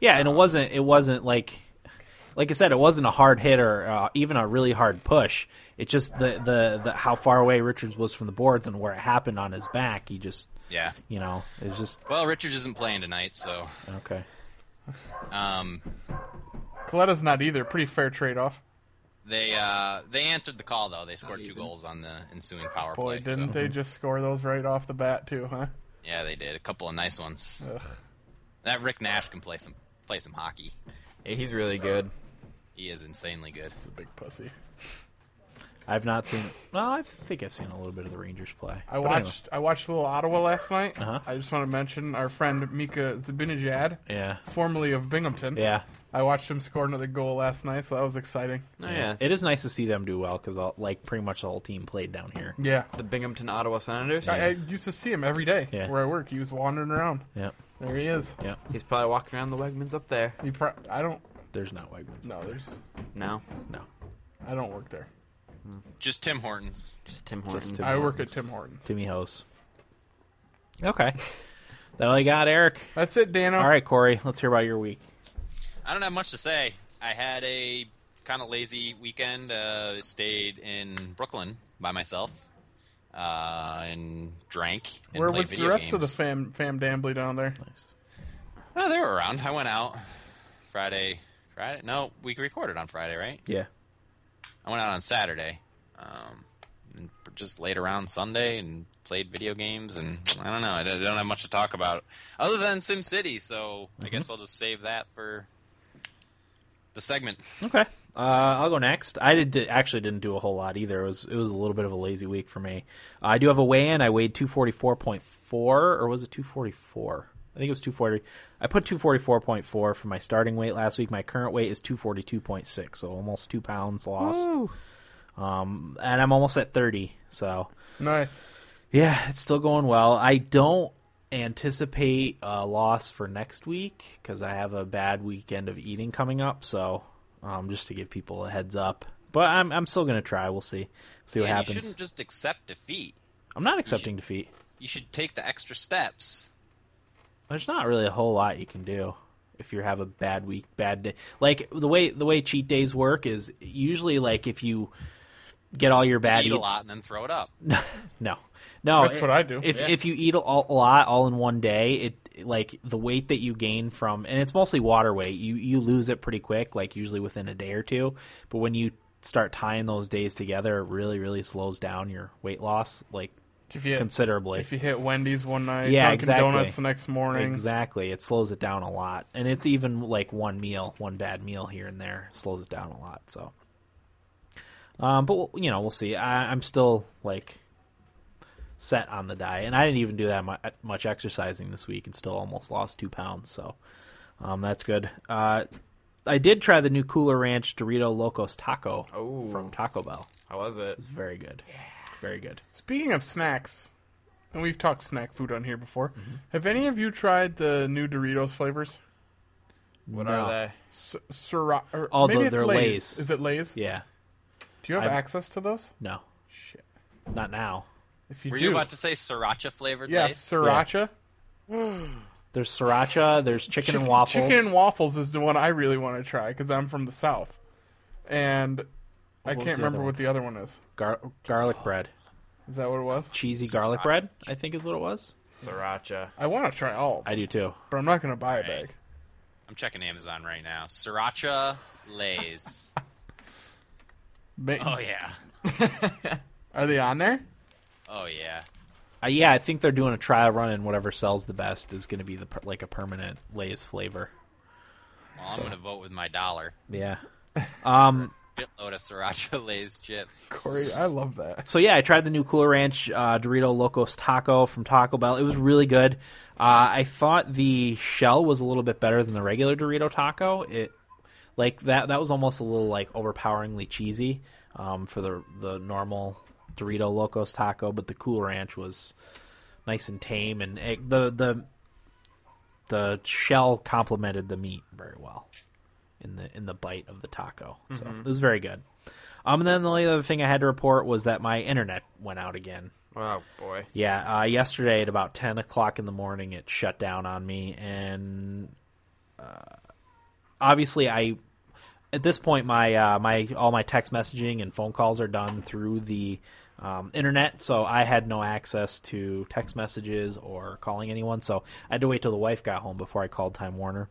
[SPEAKER 1] Yeah,
[SPEAKER 2] Um,
[SPEAKER 1] and it wasn't it wasn't like like I said, it wasn't a hard hit or uh, even a really hard push. It just the, the the how far away Richards was from the boards and where it happened on his back. He just
[SPEAKER 4] Yeah.
[SPEAKER 1] you know it was just
[SPEAKER 4] Well, Richards isn't playing tonight, so
[SPEAKER 1] okay.
[SPEAKER 4] um,
[SPEAKER 2] Coletta's not either. Pretty fair trade off.
[SPEAKER 4] they uh, they answered the call though. They scored two goals on the ensuing power play.
[SPEAKER 2] Boy, didn't
[SPEAKER 4] so.
[SPEAKER 2] they
[SPEAKER 1] Mm-hmm.
[SPEAKER 2] just score those right off the bat too, huh?
[SPEAKER 4] Yeah, they did a couple of nice ones.
[SPEAKER 2] Ugh.
[SPEAKER 4] That Rick Nash can play some play some hockey.
[SPEAKER 3] Yeah, he's really good.
[SPEAKER 4] He is insanely good.
[SPEAKER 2] It's a big pussy.
[SPEAKER 1] I've not seen. Well, I think I've seen a little bit of the Rangers play.
[SPEAKER 2] I watched I watched a little Ottawa last night.
[SPEAKER 1] Uh-huh.
[SPEAKER 2] I just want to mention our friend Mika Zibinejad,
[SPEAKER 1] yeah,
[SPEAKER 2] formerly of Binghamton.
[SPEAKER 1] yeah,
[SPEAKER 2] I watched him score another goal last night, so that was exciting.
[SPEAKER 3] Oh yeah,
[SPEAKER 1] It is nice to see them do well because like pretty much the whole team played down here.
[SPEAKER 2] Yeah.
[SPEAKER 3] the Binghamton Ottawa Senators.
[SPEAKER 2] I, I used to see him every day
[SPEAKER 1] Yeah.
[SPEAKER 2] where I work. He was wandering around.
[SPEAKER 1] Yeah,
[SPEAKER 2] There he is.
[SPEAKER 1] yeah.
[SPEAKER 3] He's probably walking around the Wegmans up there
[SPEAKER 2] He pro- I don't.
[SPEAKER 1] There's not Wegmans.
[SPEAKER 2] No, there's.
[SPEAKER 3] now.
[SPEAKER 1] no.
[SPEAKER 2] I don't work there.
[SPEAKER 4] Just Tim Hortons.
[SPEAKER 3] Just Tim Hortons.
[SPEAKER 1] Tim
[SPEAKER 2] I work at Tim Hortons.
[SPEAKER 1] Timmy Hose. Okay, that all you got, Eric.
[SPEAKER 2] That's it, Dano.
[SPEAKER 1] All right, Corey. Let's hear about your week.
[SPEAKER 4] I don't have much to say. I had a kind of lazy weekend. Uh, stayed in Brooklyn by myself uh, and drank. And
[SPEAKER 2] Where
[SPEAKER 4] played
[SPEAKER 2] was the
[SPEAKER 4] video
[SPEAKER 2] rest of the
[SPEAKER 4] games.
[SPEAKER 2] fam fam Dambly down there?
[SPEAKER 4] Oh, they were around. I went out Friday. Friday? No, we recorded on Friday, right?
[SPEAKER 1] Yeah.
[SPEAKER 4] I went out on Saturday. Um, and just laid around Sunday and played video games, and I don't know. I don't I don't have much to talk about other than SimCity. So I
[SPEAKER 2] Mm-hmm.
[SPEAKER 4] guess I'll just save that for the segment.
[SPEAKER 1] Okay. Uh, I'll go next. I did, did actually didn't do a whole lot either. It was it was a little bit of a lazy week for me. I do have a weigh in. I weighed two forty four point four, or was it two forty four? I think it was two forty. I put two forty four point four for my starting weight last week. My current weight is two forty two point six, so almost two pounds lost. Um, and I'm almost at thirty. So
[SPEAKER 2] Nice.
[SPEAKER 1] yeah, it's still going well. I don't anticipate a loss for next week because I have a bad weekend of eating coming up. So, um, just to give people a heads up, but I'm I'm still gonna try. We'll see, see what
[SPEAKER 4] And You
[SPEAKER 1] happens.
[SPEAKER 4] shouldn't just accept defeat.
[SPEAKER 1] I'm not accepting defeat.
[SPEAKER 4] you should take the extra steps.
[SPEAKER 1] There's not really a whole lot you can do if you have a bad week, bad day. Like the way the way cheat days work is usually like if you get all your bad
[SPEAKER 4] eat
[SPEAKER 1] eat-
[SPEAKER 4] a lot and then throw it up.
[SPEAKER 1] No, no.
[SPEAKER 2] That's what I do.
[SPEAKER 1] If
[SPEAKER 3] Yeah.
[SPEAKER 1] if you eat a, a lot all in one day, it like the weight that you gain from, and it's mostly water weight. You you lose it pretty quick, like usually within a day or two. But when you start tying those days together, it really really slows down your weight loss like
[SPEAKER 2] If you
[SPEAKER 1] considerably.
[SPEAKER 2] if you hit Wendy's one night,
[SPEAKER 1] Yeah,
[SPEAKER 2] Dunkin'
[SPEAKER 1] exactly.
[SPEAKER 2] Donuts the next morning.
[SPEAKER 1] Exactly, it slows it down a lot, and it's even like one meal, one bad meal here and there slows it down a lot. So, um, but we'll- you know, we'll see. I, I'm still like set on the diet, and I didn't even do that mu- much exercising this week, and still almost lost two pounds. So, um, that's good. Uh, I did try the new Cooler Ranch Dorito Locos Taco
[SPEAKER 3] Ooh.
[SPEAKER 1] from Taco Bell.
[SPEAKER 3] How was it?
[SPEAKER 1] It's very good. Very good.
[SPEAKER 2] Speaking of snacks, and we've talked snack food on here before.
[SPEAKER 1] Mm-hmm.
[SPEAKER 2] Have any of you tried the new Doritos flavors?
[SPEAKER 3] What
[SPEAKER 1] No.
[SPEAKER 3] are they?
[SPEAKER 2] S- Syrah, or
[SPEAKER 1] Oh,
[SPEAKER 2] maybe
[SPEAKER 1] the-
[SPEAKER 2] it's
[SPEAKER 1] they're
[SPEAKER 2] Lay's.
[SPEAKER 1] Lay's.
[SPEAKER 2] Is it Lay's?
[SPEAKER 1] Yeah.
[SPEAKER 2] Do you have
[SPEAKER 1] I've-
[SPEAKER 2] access to those?
[SPEAKER 1] No.
[SPEAKER 2] Shit.
[SPEAKER 1] Not now.
[SPEAKER 2] If you
[SPEAKER 4] Were
[SPEAKER 2] do,
[SPEAKER 4] you about to say sriracha flavored?
[SPEAKER 2] yeah,
[SPEAKER 4] lace?
[SPEAKER 2] sriracha.
[SPEAKER 1] There's sriracha. There's chicken and
[SPEAKER 2] Chick-
[SPEAKER 1] waffles.
[SPEAKER 2] Chicken and waffles is the one I really want to try because I'm from the south, and I
[SPEAKER 1] was the
[SPEAKER 2] can't remember
[SPEAKER 1] other
[SPEAKER 2] what the other one is.
[SPEAKER 1] Gar- garlic bread,
[SPEAKER 2] Is that what it was?
[SPEAKER 1] cheesy garlic bread. I think is what it was.
[SPEAKER 3] Sriracha.
[SPEAKER 2] I want to try all, of them,
[SPEAKER 1] I do too.
[SPEAKER 2] but I'm not going to buy a
[SPEAKER 4] Right.
[SPEAKER 2] bag.
[SPEAKER 4] I'm checking Amazon right now. Sriracha lays.
[SPEAKER 2] Ma-
[SPEAKER 4] oh yeah.
[SPEAKER 2] Are they on there?
[SPEAKER 4] Oh yeah.
[SPEAKER 1] uh, yeah, I think they're doing a trial run, and whatever sells the best is going to be the per- like a permanent Lay's flavor.
[SPEAKER 4] Well, I'm going to vote with my dollar.
[SPEAKER 1] Yeah. Um.
[SPEAKER 4] Shitload of sriracha <laughs> Lay's chips.
[SPEAKER 2] Corey, I love that.
[SPEAKER 1] So yeah, I tried the new Cooler Ranch uh, Dorito Locos Taco from Taco Bell. It was really good. Uh, I thought the shell was a little bit better than the regular Dorito taco. It like that that was almost a little like overpoweringly cheesy um, for the the normal Dorito Locos Taco, but the Cooler Ranch was nice and tame, and it, the the the shell complemented the meat very well in the in the bite of the taco. So it was very good. Um, and then the only other thing I had to report was that my internet went out again.
[SPEAKER 3] Oh boy.
[SPEAKER 1] Yeah, uh, yesterday at about ten o'clock in the morning, it shut down on me, and uh, obviously, I at this point my uh, my all my text messaging and phone calls are done through the um, internet, so I had no access to text messages or calling anyone. So I had to wait till the wife got home before I called Time Warner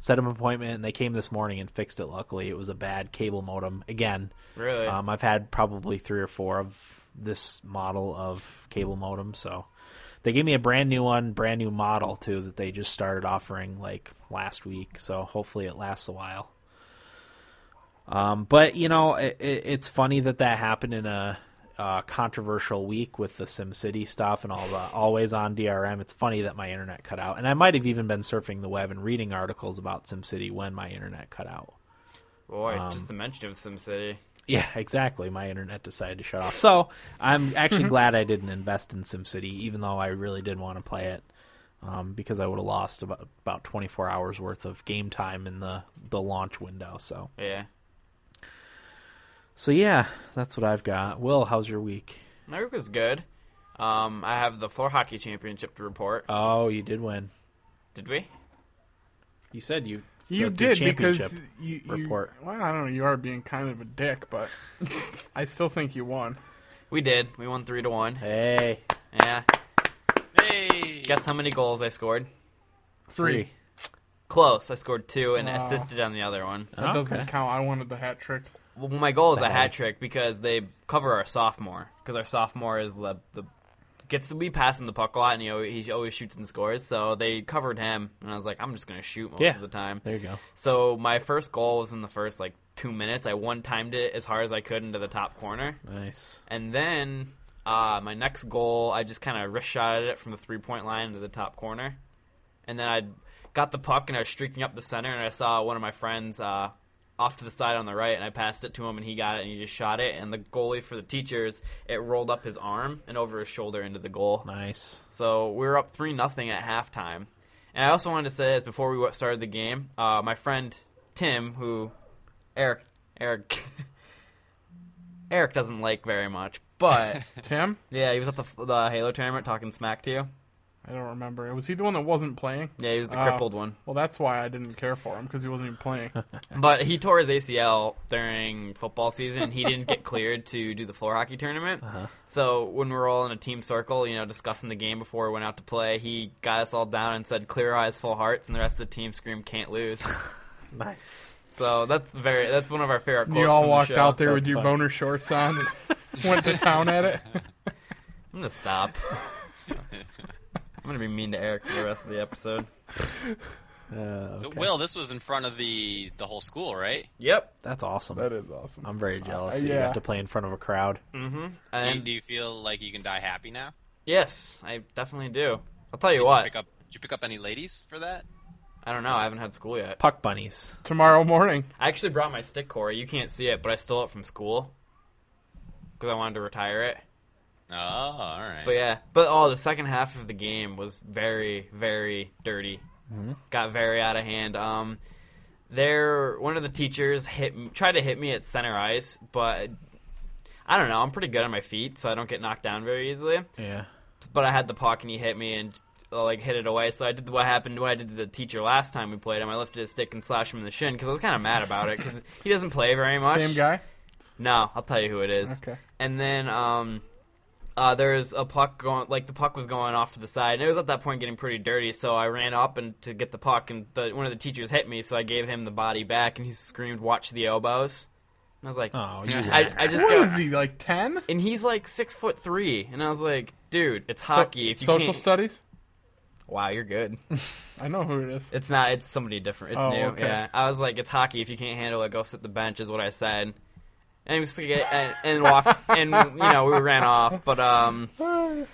[SPEAKER 1] set up an appointment and they came this morning and fixed it luckily it was a bad cable modem again
[SPEAKER 3] Really?
[SPEAKER 1] um, i've had probably three or four of this model of cable modem so they gave me a brand new one brand new model too that they just started offering like last week so hopefully it lasts a while um, but you know it, it, it's funny that that happened in a uh, controversial week with the SimCity stuff and all the always on DRM. It's funny that my internet cut out, and I might have even been surfing the web and reading articles about SimCity when my internet cut out.
[SPEAKER 3] Boy, just the mention of SimCity.
[SPEAKER 1] Yeah, <laughs> exactly. My internet decided to shut off, so I'm actually glad I didn't invest in SimCity, even though I really did want to play it, um, because I would have lost about about 24 hours worth of game time in the the launch window. So,
[SPEAKER 3] Yeah.
[SPEAKER 1] so yeah, that's what I've got. Will, how's your week?
[SPEAKER 3] My week was good. Um, I have the floor hockey championship to report.
[SPEAKER 1] Oh, you did win.
[SPEAKER 3] Did we?
[SPEAKER 1] You said you
[SPEAKER 2] You
[SPEAKER 1] the- the
[SPEAKER 2] did because
[SPEAKER 1] championship.
[SPEAKER 2] you, you
[SPEAKER 1] report.
[SPEAKER 2] Well, I don't know. You are being kind of a dick,
[SPEAKER 1] <laughs>
[SPEAKER 2] but I still think you won.
[SPEAKER 3] We did. We won three to one.
[SPEAKER 1] Hey,
[SPEAKER 3] Yeah.
[SPEAKER 4] Hey!
[SPEAKER 3] Guess how many goals I scored?
[SPEAKER 2] Three.
[SPEAKER 1] three.
[SPEAKER 3] Close. I scored two and
[SPEAKER 2] Wow.
[SPEAKER 3] assisted on the other one.
[SPEAKER 2] That
[SPEAKER 1] Okay.
[SPEAKER 2] doesn't count. I wanted the hat trick.
[SPEAKER 3] Well, my goal is a
[SPEAKER 1] Bad.
[SPEAKER 3] hat trick because they cover our sophomore because our sophomore is the, the gets to be passing the puck a lot and he always, he always shoots and scores. So they covered him and I was like, I'm just gonna shoot most
[SPEAKER 1] Yeah.
[SPEAKER 3] of the time.
[SPEAKER 1] There you go.
[SPEAKER 3] So my first goal was in the first like two minutes. I one timed it as hard as I could into the top corner.
[SPEAKER 1] Nice.
[SPEAKER 3] And then uh, my next goal, I just kind of wrist shotted it from the three point line into the top corner. And then I got the puck and I was streaking up the center, and I saw one of my friends uh, off to the side on the right, and I passed it to him, and he got it, and he just shot it. And the goalie for the teachers, it rolled up his arm and over his shoulder into the goal.
[SPEAKER 1] Nice.
[SPEAKER 3] So we were up three nothing at halftime. And I also wanted to say this before we wa- started the game, uh, my friend Tim, who Eric Eric <laughs> Eric doesn't like very much, but
[SPEAKER 2] Tim,
[SPEAKER 3] yeah, he was at the, the Halo tournament talking smack to you.
[SPEAKER 2] I don't remember. Was he the one that wasn't playing?
[SPEAKER 3] Yeah, he was the
[SPEAKER 2] Oh.
[SPEAKER 3] crippled one,
[SPEAKER 2] Well, that's why I didn't care for him because he wasn't
[SPEAKER 1] <laughs>
[SPEAKER 2] even playing.
[SPEAKER 3] but he tore his ACL during football season. and He didn't get cleared to do the floor hockey tournament. So when we were all in a team circle, you know, discussing the game before we went out to play, he got us all down and said, "Clear eyes, full hearts," and the rest of the team screamed, "Can't lose." <laughs>
[SPEAKER 1] Nice.
[SPEAKER 3] So that's very that's one of our favorite quotes.
[SPEAKER 2] you all
[SPEAKER 3] from the
[SPEAKER 2] walked
[SPEAKER 3] show.
[SPEAKER 2] out there with
[SPEAKER 1] That's
[SPEAKER 2] your
[SPEAKER 1] fine.
[SPEAKER 2] boner shorts on
[SPEAKER 1] <laughs>
[SPEAKER 2] and went to town at it.
[SPEAKER 3] I'm gonna
[SPEAKER 4] <laughs>
[SPEAKER 3] stop. I'm gonna be mean to Eric for the rest of the episode.
[SPEAKER 1] Uh,
[SPEAKER 4] So, Will, this was in front of the the whole school, right?
[SPEAKER 3] Yep.
[SPEAKER 1] That's awesome.
[SPEAKER 2] That is awesome.
[SPEAKER 1] I'm very jealous.
[SPEAKER 2] Uh,
[SPEAKER 1] that You
[SPEAKER 2] yeah.
[SPEAKER 1] got to play in front of a crowd.
[SPEAKER 4] Do you,
[SPEAKER 3] And
[SPEAKER 4] do you feel like you can die happy now?
[SPEAKER 3] yes, I definitely do. I'll tell you
[SPEAKER 4] Did you
[SPEAKER 3] what.
[SPEAKER 4] pick up? Did you pick up any ladies for that?
[SPEAKER 3] I don't know. I haven't had school yet.
[SPEAKER 1] Puck bunnies.
[SPEAKER 2] Tomorrow morning.
[SPEAKER 3] I actually brought my stick, Corey. You can't see it, but I stole it from school because I wanted to retire it.
[SPEAKER 4] Oh, all right.
[SPEAKER 3] But yeah, but oh, the second half of the game was very, very dirty.
[SPEAKER 2] Mm-hmm.
[SPEAKER 3] Got very out of hand. Um, there, one of the teachers hit, m- tried to hit me at center ice, but I don't know. I'm pretty good on my feet, so I don't get knocked down very easily.
[SPEAKER 1] Yeah.
[SPEAKER 3] But I had the puck, and he hit me and uh, like hit it away. So I did what happened what I did to the teacher last time we played him. I lifted his stick and slashed him in the shin because I was kind of mad about it because he doesn't play very much.
[SPEAKER 2] Same guy.
[SPEAKER 3] No, I'll tell you who it is.
[SPEAKER 2] Okay.
[SPEAKER 3] And then um, uh, there's a puck going, like the puck was going off to the side, and it was at that point getting pretty dirty. So I ran up and to get the puck, and the, one of the teachers hit me, so I gave him the body back, and he screamed, "Watch the elbows." And I was like,
[SPEAKER 1] Oh, you
[SPEAKER 3] I, I just
[SPEAKER 2] What
[SPEAKER 3] got,
[SPEAKER 2] is he like ten?
[SPEAKER 3] and he's like six foot three, and I was like, dude, it's hockey. if you
[SPEAKER 2] social
[SPEAKER 3] can't,
[SPEAKER 2] studies.
[SPEAKER 3] wow, you're good.
[SPEAKER 2] I know who it is.
[SPEAKER 3] It's not. It's somebody different. It's
[SPEAKER 2] Oh,
[SPEAKER 3] new.
[SPEAKER 2] okay.
[SPEAKER 3] Yeah. I was like, it's hockey. If you can't handle it, go sit the bench. Is what I said. And it was and, and walk and you know we ran off. But um, the,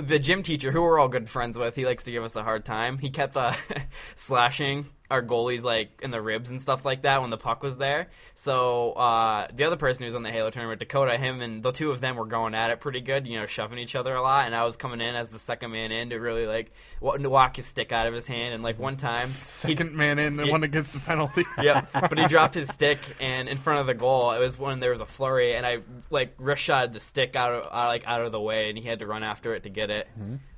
[SPEAKER 3] <laughs> the gym teacher, who we're all good friends with, he likes to give us a hard time. He kept uh, <laughs> slashing our goalies like in the ribs and stuff like that when the puck was there. So uh, the other person who was on the Halo tournament, Dakota, him and the two of them were going at it pretty good, you know, shoving each other a lot. And I was coming in as the second man in to really like wa- to walk his stick out of his hand. And like one time, he
[SPEAKER 2] Second man in, the
[SPEAKER 3] he-
[SPEAKER 2] one that gets the penalty.
[SPEAKER 3] yep. But he dropped his stick, and in front of the goal, it was when there was a flurry, and I like wrist shot the stick out of out, like out of the way, and he had to run after it to get it.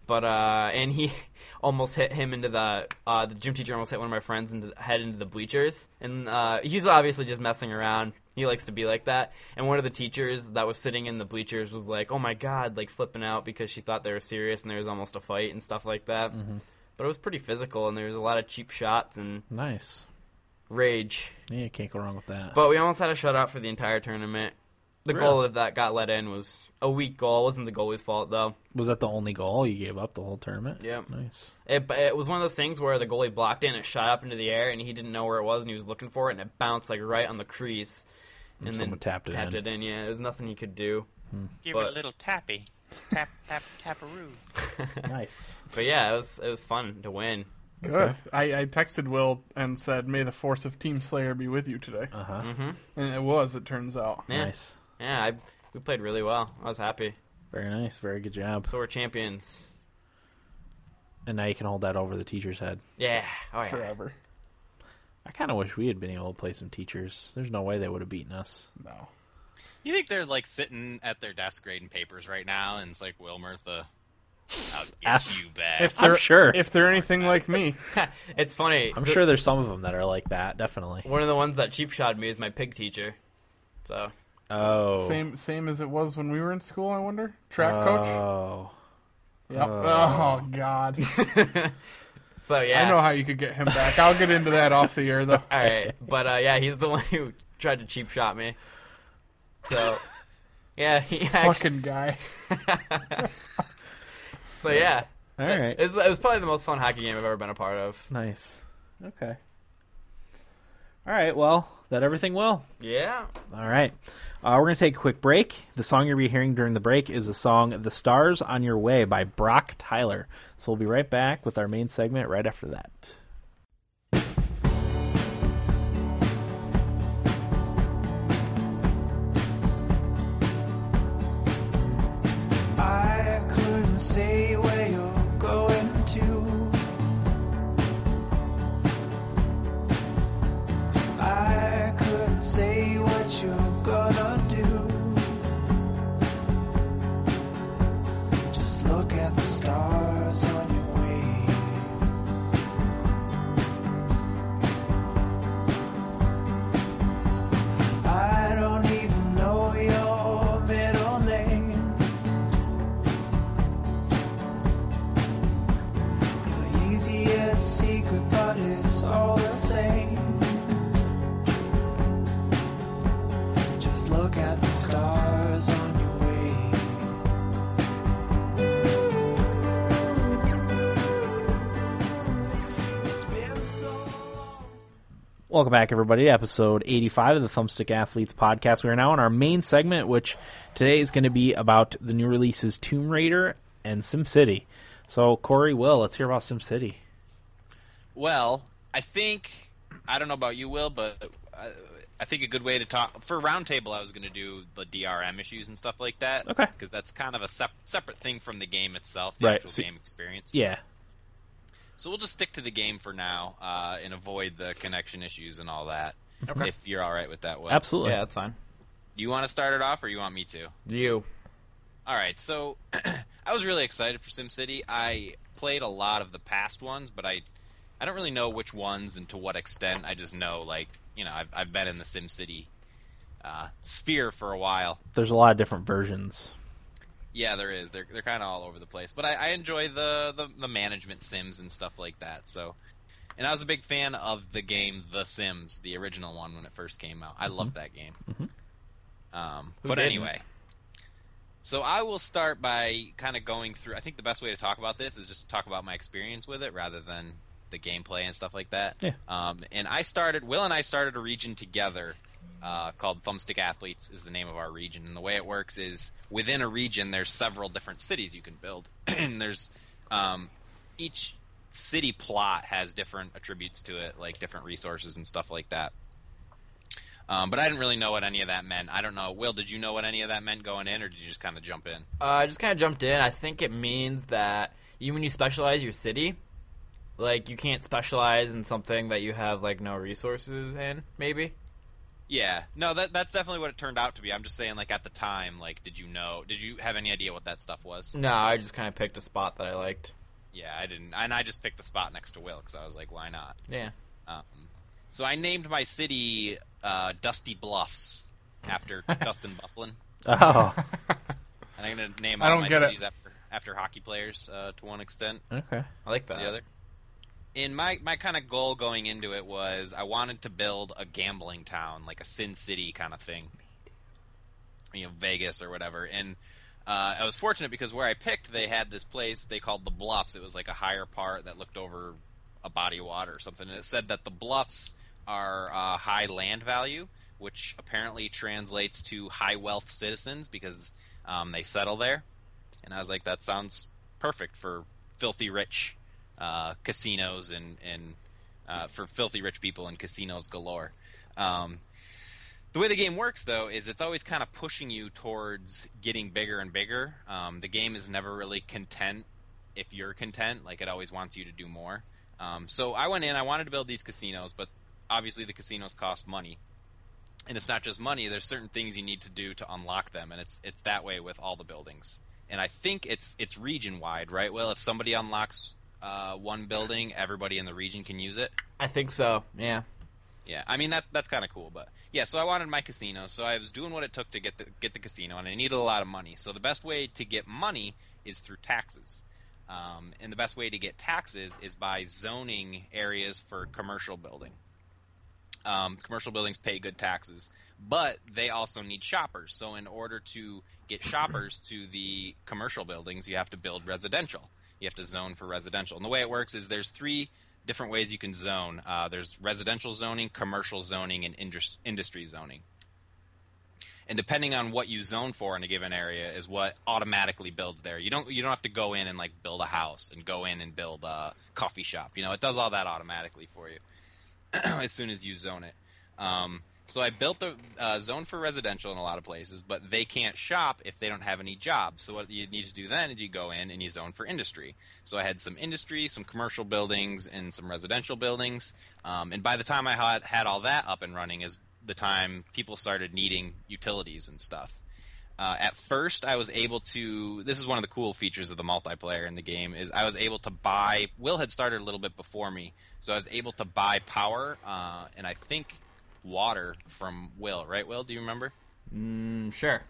[SPEAKER 3] But uh, and he <laughs> almost hit him into the uh, the gym teacher almost hit one of my friends into the head into the bleachers, and uh, he's obviously just messing around. He likes to be like that. And one of the teachers that was sitting in the bleachers was like, "Oh my god!" Like flipping out because she thought they were serious and there was almost a fight and stuff like that. But it was pretty physical, and there was a lot of cheap shots and
[SPEAKER 1] Nice.
[SPEAKER 3] rage.
[SPEAKER 1] Yeah, you can't go wrong with that.
[SPEAKER 3] But we almost had a shutout for the entire tournament. The
[SPEAKER 1] Really?
[SPEAKER 3] goal that got let in was a weak goal. It wasn't the goalie's fault though.
[SPEAKER 1] was that the only goal you gave up the whole tournament?
[SPEAKER 2] <laughs>
[SPEAKER 3] Yep.
[SPEAKER 1] Nice.
[SPEAKER 3] It, but it was one of those things where the goalie blocked it and it shot up into the air and he didn't know where it was and he was looking for it and it bounced like right on the crease. And
[SPEAKER 1] someone
[SPEAKER 3] then
[SPEAKER 1] tapped it
[SPEAKER 3] tapped
[SPEAKER 1] in.
[SPEAKER 3] it in. Yeah, there's nothing he could do.
[SPEAKER 5] Give
[SPEAKER 3] But-
[SPEAKER 5] it a little tappy. Tap, tap, taparoo.
[SPEAKER 1] Nice.
[SPEAKER 3] But yeah, it was it was fun to win.
[SPEAKER 2] Good. I, I texted Will and said, "May the force of Team Slayer be with you today."
[SPEAKER 1] Uh huh.
[SPEAKER 2] And it was. It turns out.
[SPEAKER 3] Yeah.
[SPEAKER 1] Nice.
[SPEAKER 3] Yeah, I, we played really well. I was happy.
[SPEAKER 1] Very nice. Very good job.
[SPEAKER 3] So we're champions.
[SPEAKER 1] And now you can hold that over the teacher's head.
[SPEAKER 3] Yeah. Oh yeah.
[SPEAKER 2] Forever.
[SPEAKER 1] I kind of wish we had been able to play some teachers. There's no way they would have beaten us.
[SPEAKER 2] No.
[SPEAKER 4] You think they're like sitting at their desk grading papers right now, and it's like, Will Murtha, I'll get
[SPEAKER 1] F.
[SPEAKER 4] you back.
[SPEAKER 2] If
[SPEAKER 1] I'm
[SPEAKER 2] they're-
[SPEAKER 1] sure.
[SPEAKER 2] If they're anything like me,
[SPEAKER 3] it's funny.
[SPEAKER 1] I'm
[SPEAKER 3] The-
[SPEAKER 1] sure there's some of them that are like that. Definitely.
[SPEAKER 3] one of the ones that cheap shot me is my pig teacher. So
[SPEAKER 1] Oh.
[SPEAKER 2] <laughs> same same as it was when we were in school. I wonder. Track coach.
[SPEAKER 1] Oh.
[SPEAKER 2] Yep. Oh <laughs> God.
[SPEAKER 3] so yeah.
[SPEAKER 2] I know how you could get him back. I'll get into that off the air <laughs> though.
[SPEAKER 3] All right, but uh, yeah, he's the one who tried to cheap shot me. So yeah, he actually.
[SPEAKER 2] Fucking guy.
[SPEAKER 3] So yeah,
[SPEAKER 1] All right.
[SPEAKER 3] it was, it was probably the most fun hockey game I've ever been a part of.
[SPEAKER 1] Nice. Okay. All right. Well, that everything will.
[SPEAKER 3] Yeah,
[SPEAKER 1] All right. Uh, we're going to take a quick break. The song you'll be hearing during the break is the song The Stars on Your Way by Brock Tyler. So we'll be right back with our main segment right after that.
[SPEAKER 6] I couldn't say where you're going to. I couldn't say what you're gonna do. Just look at the stars on your way. I don't even know your middle name. The easiest secret, but it's all the same. Just look at the stars on your way. It's been so long.
[SPEAKER 1] Welcome back, everybody, to episode 85 of the Thumbstick Athletes podcast. We are now in our main segment, which today is going to be about the new releases Tomb Raider and SimCity. So, Corey, Will, let's hear about SimCity.
[SPEAKER 4] Well, I think I don't know about you, Will, but I, I think a good way to talk for roundtable, I was going to do the DRM issues and stuff like that.
[SPEAKER 1] Okay.
[SPEAKER 4] because that's kind of a sep- separate thing from the game itself, the
[SPEAKER 1] Right,
[SPEAKER 4] actual
[SPEAKER 1] so-
[SPEAKER 4] game experience.
[SPEAKER 1] Yeah.
[SPEAKER 4] So we'll just stick to the game for now uh, and avoid the connection issues and all that.
[SPEAKER 3] Okay.
[SPEAKER 4] If you're all right with that, Will.
[SPEAKER 1] Absolutely.
[SPEAKER 3] yeah, that's fine.
[SPEAKER 4] Do you want to start it off, or you want me to?
[SPEAKER 3] You,
[SPEAKER 4] All right, so <clears throat> I was really excited for SimCity. I played a lot of the past ones, but I I don't really know which ones and to what extent. I just know like you know I've I've been in the SimCity uh, sphere for a while.
[SPEAKER 1] There's a lot of different versions.
[SPEAKER 4] Yeah, there is. They're they're kind of all over the place, but I, I enjoy the, the the management sims and stuff like that. So, and I was a big fan of the game The Sims, the original one when it first came out. I loved that game. Um, but
[SPEAKER 3] didn't?
[SPEAKER 4] anyway, so I will start by kind of going through. I think the best way to talk about this is just to talk about my experience with it rather than the gameplay and stuff like that.
[SPEAKER 1] Yeah.
[SPEAKER 4] Um, and I started. Will and I started a region together uh, called Thumbstick Athletes. Is the name of our region. And the way it works is within a region, there's several different cities you can build, <clears throat> and there's um, each city plot has different attributes to it, like different resources and stuff like that. Um, but I didn't really know what any of that meant. I don't know. Will, did you know what any of that meant going in, or did you just kind of jump in?
[SPEAKER 3] Uh, I just kind of jumped in. I think it means that you, when you specialize your city, like you can't specialize in something that you have like no resources in. Maybe.
[SPEAKER 4] Yeah, no, that that's definitely what it turned out to be. I'm just saying, like at the time, like did you know? Did you have any idea what that stuff was?
[SPEAKER 3] No, I just kind of picked a spot that I liked.
[SPEAKER 4] Yeah, I didn't, and I just picked the spot next to Will because I was like, why not?
[SPEAKER 3] Yeah.
[SPEAKER 4] Um, so I named my city uh, Dusty Bluffs after Dustin Bufflin,
[SPEAKER 1] Oh,
[SPEAKER 4] and I'm gonna name
[SPEAKER 2] I
[SPEAKER 4] all
[SPEAKER 2] don't
[SPEAKER 4] my
[SPEAKER 2] get it.
[SPEAKER 4] cities after after hockey players uh, to one extent.
[SPEAKER 1] okay.
[SPEAKER 3] I like that.
[SPEAKER 4] the other. And my, my kind of goal going into it was I wanted to build a gambling town, like a Sin City kind of thing, you know, Vegas or whatever. And uh, I was fortunate because where I picked, they had this place they called the Bluffs. It was like a higher part that looked over a body of water or something, and it said that the Bluffs are uh, high land value, which apparently translates to high wealth citizens because um, they settle there. And I was like, that sounds perfect for filthy rich uh, casinos and and uh, for filthy rich people and casinos galore. Um, the way the game works, though, is it's always kind of pushing you towards getting bigger and bigger. Um, the game is never really content if you're content; like it always wants you to do more. Um, so I went in. I wanted to build these casinos, but obviously the casinos cost money, and it's not just money. There's certain things you need to do to unlock them, and it's it's that way with all the buildings. And I think it's it's region wide, right? Well, if somebody unlocks uh, one building, everybody in the region can use it.
[SPEAKER 3] I think so. Yeah.
[SPEAKER 4] Yeah, I mean that's that's kind of cool, but yeah. So I wanted my casino, so I was doing what it took to get the get the casino, and I needed a lot of money. So the best way to get money is through taxes, um, and the best way to get taxes is by zoning areas for commercial building. Um, commercial buildings pay good taxes, but they also need shoppers. So in order to get shoppers to the commercial buildings, you have to build residential. You have to zone for residential, and the way it works is there's three different ways you can zone. Uh, there's residential zoning, commercial zoning, and indus- industry zoning. And depending on what you zone for in a given area is what automatically builds there. You don't you don't have to go in and like build a house and go in and build a coffee shop. You know, it does all that automatically for you <clears throat> as soon as you zone it. Um, so I built the uh, zone for residential in a lot of places, but they can't shop if they don't have any jobs. So what you need to do then is you go in and you zone for industry. So I had some industry, some commercial buildings, and some residential buildings. Um, and by the time I had, had all that up and running, is the time people started needing utilities and stuff. Uh, at first, I was able to. This is one of the cool features of the multiplayer in the game is I was able to buy. Will had started a little bit before me, so I was able to buy power uh, and I think water from Will. Right, Will? Do you remember?
[SPEAKER 3] Mm, sure.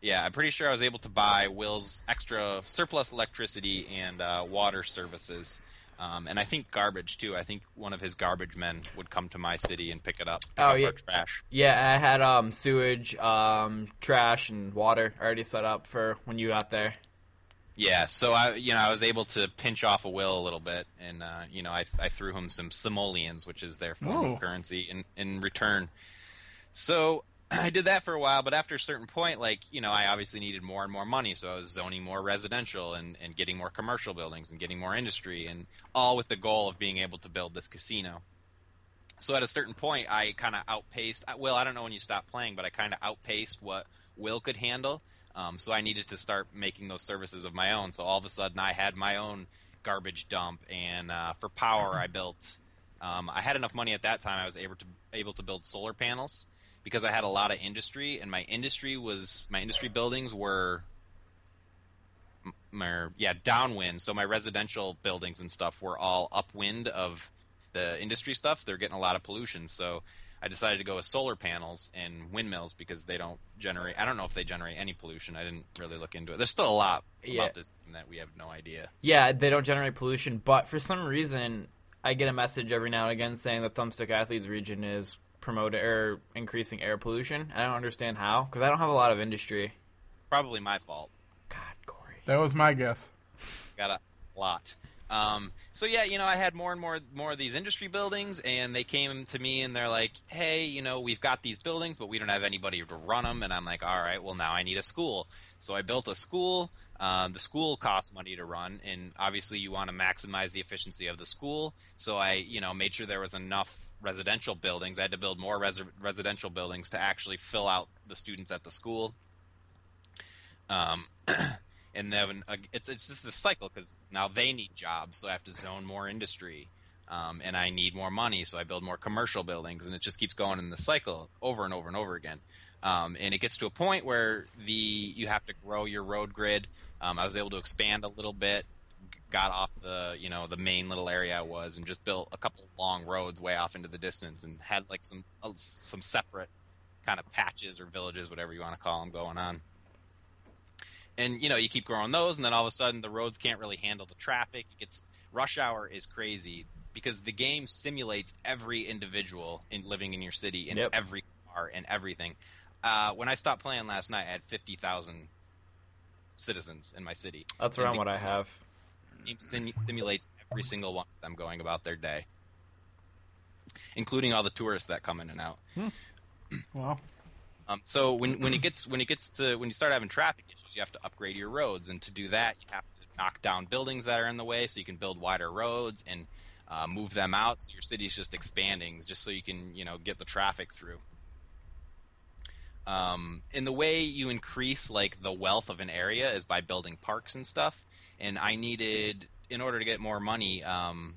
[SPEAKER 4] Yeah, I'm pretty sure I was able to buy Will's extra surplus electricity and uh, water services, um, and I think garbage too. I think one of his garbage men would come to my city and pick it up. pick
[SPEAKER 3] Oh,
[SPEAKER 4] up our
[SPEAKER 3] yeah.
[SPEAKER 4] trash.
[SPEAKER 3] Yeah, I had um sewage, um trash, and water already set up for when you got there.
[SPEAKER 4] Yeah, so I, you know, I was able to pinch off a will a little bit, and uh, you know, I, I threw him some simoleons, which is their form
[SPEAKER 2] Ooh.
[SPEAKER 4] of currency, in in return. So <clears throat> I did that for a while, but after a certain point, like you know, I obviously needed more and more money, so I was zoning more residential and and getting more commercial buildings and getting more industry, and all with the goal of being able to build this casino. So at a certain point, I kind of outpaced. I- Will, I don't know when you stopped playing, but I kind of outpaced what Will could handle. Um, so I needed to start making those services of my own. So all of a sudden, I had my own garbage dump, and uh, for power, I built. Um, I had enough money at that time. I was able to able to build solar panels because I had a lot of industry, and my industry was my industry buildings were or yeah, downwind. So my residential buildings and stuff were all upwind of the industry stuff. So they're getting a lot of pollution. So I decided to go with solar panels and windmills because they don't generate. I don't know if they generate any pollution. I didn't really look into it. There's still a lot
[SPEAKER 3] Yeah.
[SPEAKER 4] about this game that we have no idea.
[SPEAKER 3] Yeah, they don't generate pollution, but for some reason, I get a message every now and again saying the Thumbstick Athletes region is promoting or increasing air pollution. I don't understand how because I don't have a lot of industry.
[SPEAKER 4] Probably my fault.
[SPEAKER 3] God, Corey.
[SPEAKER 2] That was my guess.
[SPEAKER 4] got a lot. Um, so yeah, you know, I had more and more more of these industry buildings, and they came to me and they're like, "Hey, you know, we've got these buildings, but we don't have anybody to run them." And I'm like, "All right, well now I need a school." So I built a school. Um, the school costs money to run, and obviously you want to maximize the efficiency of the school. So I, you know, made sure there was enough residential buildings. I had to build more res- residential buildings to actually fill out the students at the school. Um, and then uh, it's it's just the cycle because now they need jobs, so I have to zone more industry, um, and I need more money, so I build more commercial buildings, and it just keeps going in the cycle over and over and over again. Um, and it gets to a point where the you have to grow your road grid. Um, I was able to expand a little bit, g- got off the you know the main little area I was, and just built a couple long roads way off into the distance, and had like some uh, some separate kind of patches or villages, whatever you want to call them, going on and you know you keep growing those and then all of a sudden the roads can't really handle the traffic it gets rush hour is crazy because the game simulates every individual in living in your city and
[SPEAKER 3] Yep.
[SPEAKER 4] every car and everything uh, when i stopped playing last night i had 50000 citizens in my city
[SPEAKER 3] That's around what I have.
[SPEAKER 4] The game sim- simulates every single one of them going about their day including all the tourists that come in and out
[SPEAKER 2] Well,
[SPEAKER 4] um, so when when it gets when it gets to when you start having traffic issues, you have to upgrade your roads, and to do that, you have to knock down buildings that are in the way, so you can build wider roads and uh, move them out. So your city's just expanding, just so you can you know get the traffic through. Um, and the way you increase like the wealth of an area is by building parks and stuff. And I needed, in order to get more money, um,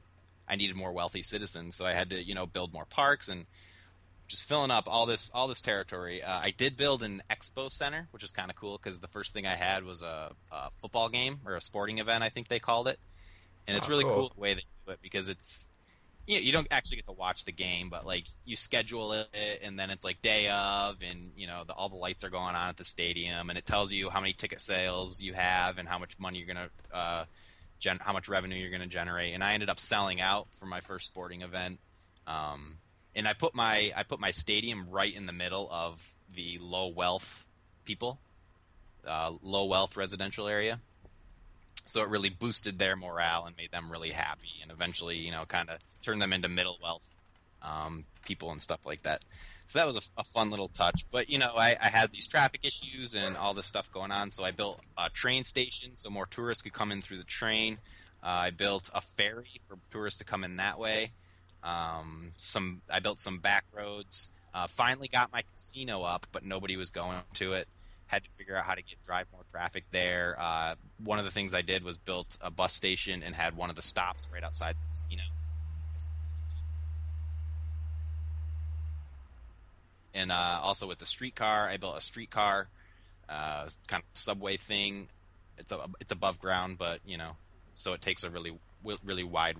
[SPEAKER 4] I needed more wealthy citizens, so I had to you know build more parks and just filling up all this all this territory. Uh, I did build an expo center, which is kind of cool because the first thing I had was a, a football game or a sporting event, I think they called it, and it's
[SPEAKER 3] Oh,
[SPEAKER 4] really
[SPEAKER 3] cool.
[SPEAKER 4] cool. the way they do it because it's you know, you don't actually get to watch the game, but like you schedule it, and then it's like day of, and you know the, all the lights are going on at the stadium, and it tells you how many ticket sales you have and how much money you're gonna. Uh, gen- how much revenue you're going to generate. And I ended up selling out for my first sporting event, um, and I put my I put my stadium right in the middle of the low wealth people, uh, low wealth residential area. So it really boosted their morale and made them really happy, and eventually, you know, kind of turned them into middle wealth um, people and stuff like that. So that was a, a fun little touch. But you know, I, I had these traffic issues and all this stuff going on, so I built a train station so more tourists could come in through the train. Uh, I built a ferry for tourists to come in that way. Um, some I built some back roads. Uh, finally got my casino up, but nobody was going to it. Had to figure out how to get drive more traffic there. Uh, one of the things I did was built a bus station and had one of the stops right outside the casino. and uh, also with the streetcar, I built a streetcar uh, kind of subway thing. It's a, it's above ground, but you know, so it takes a really really wide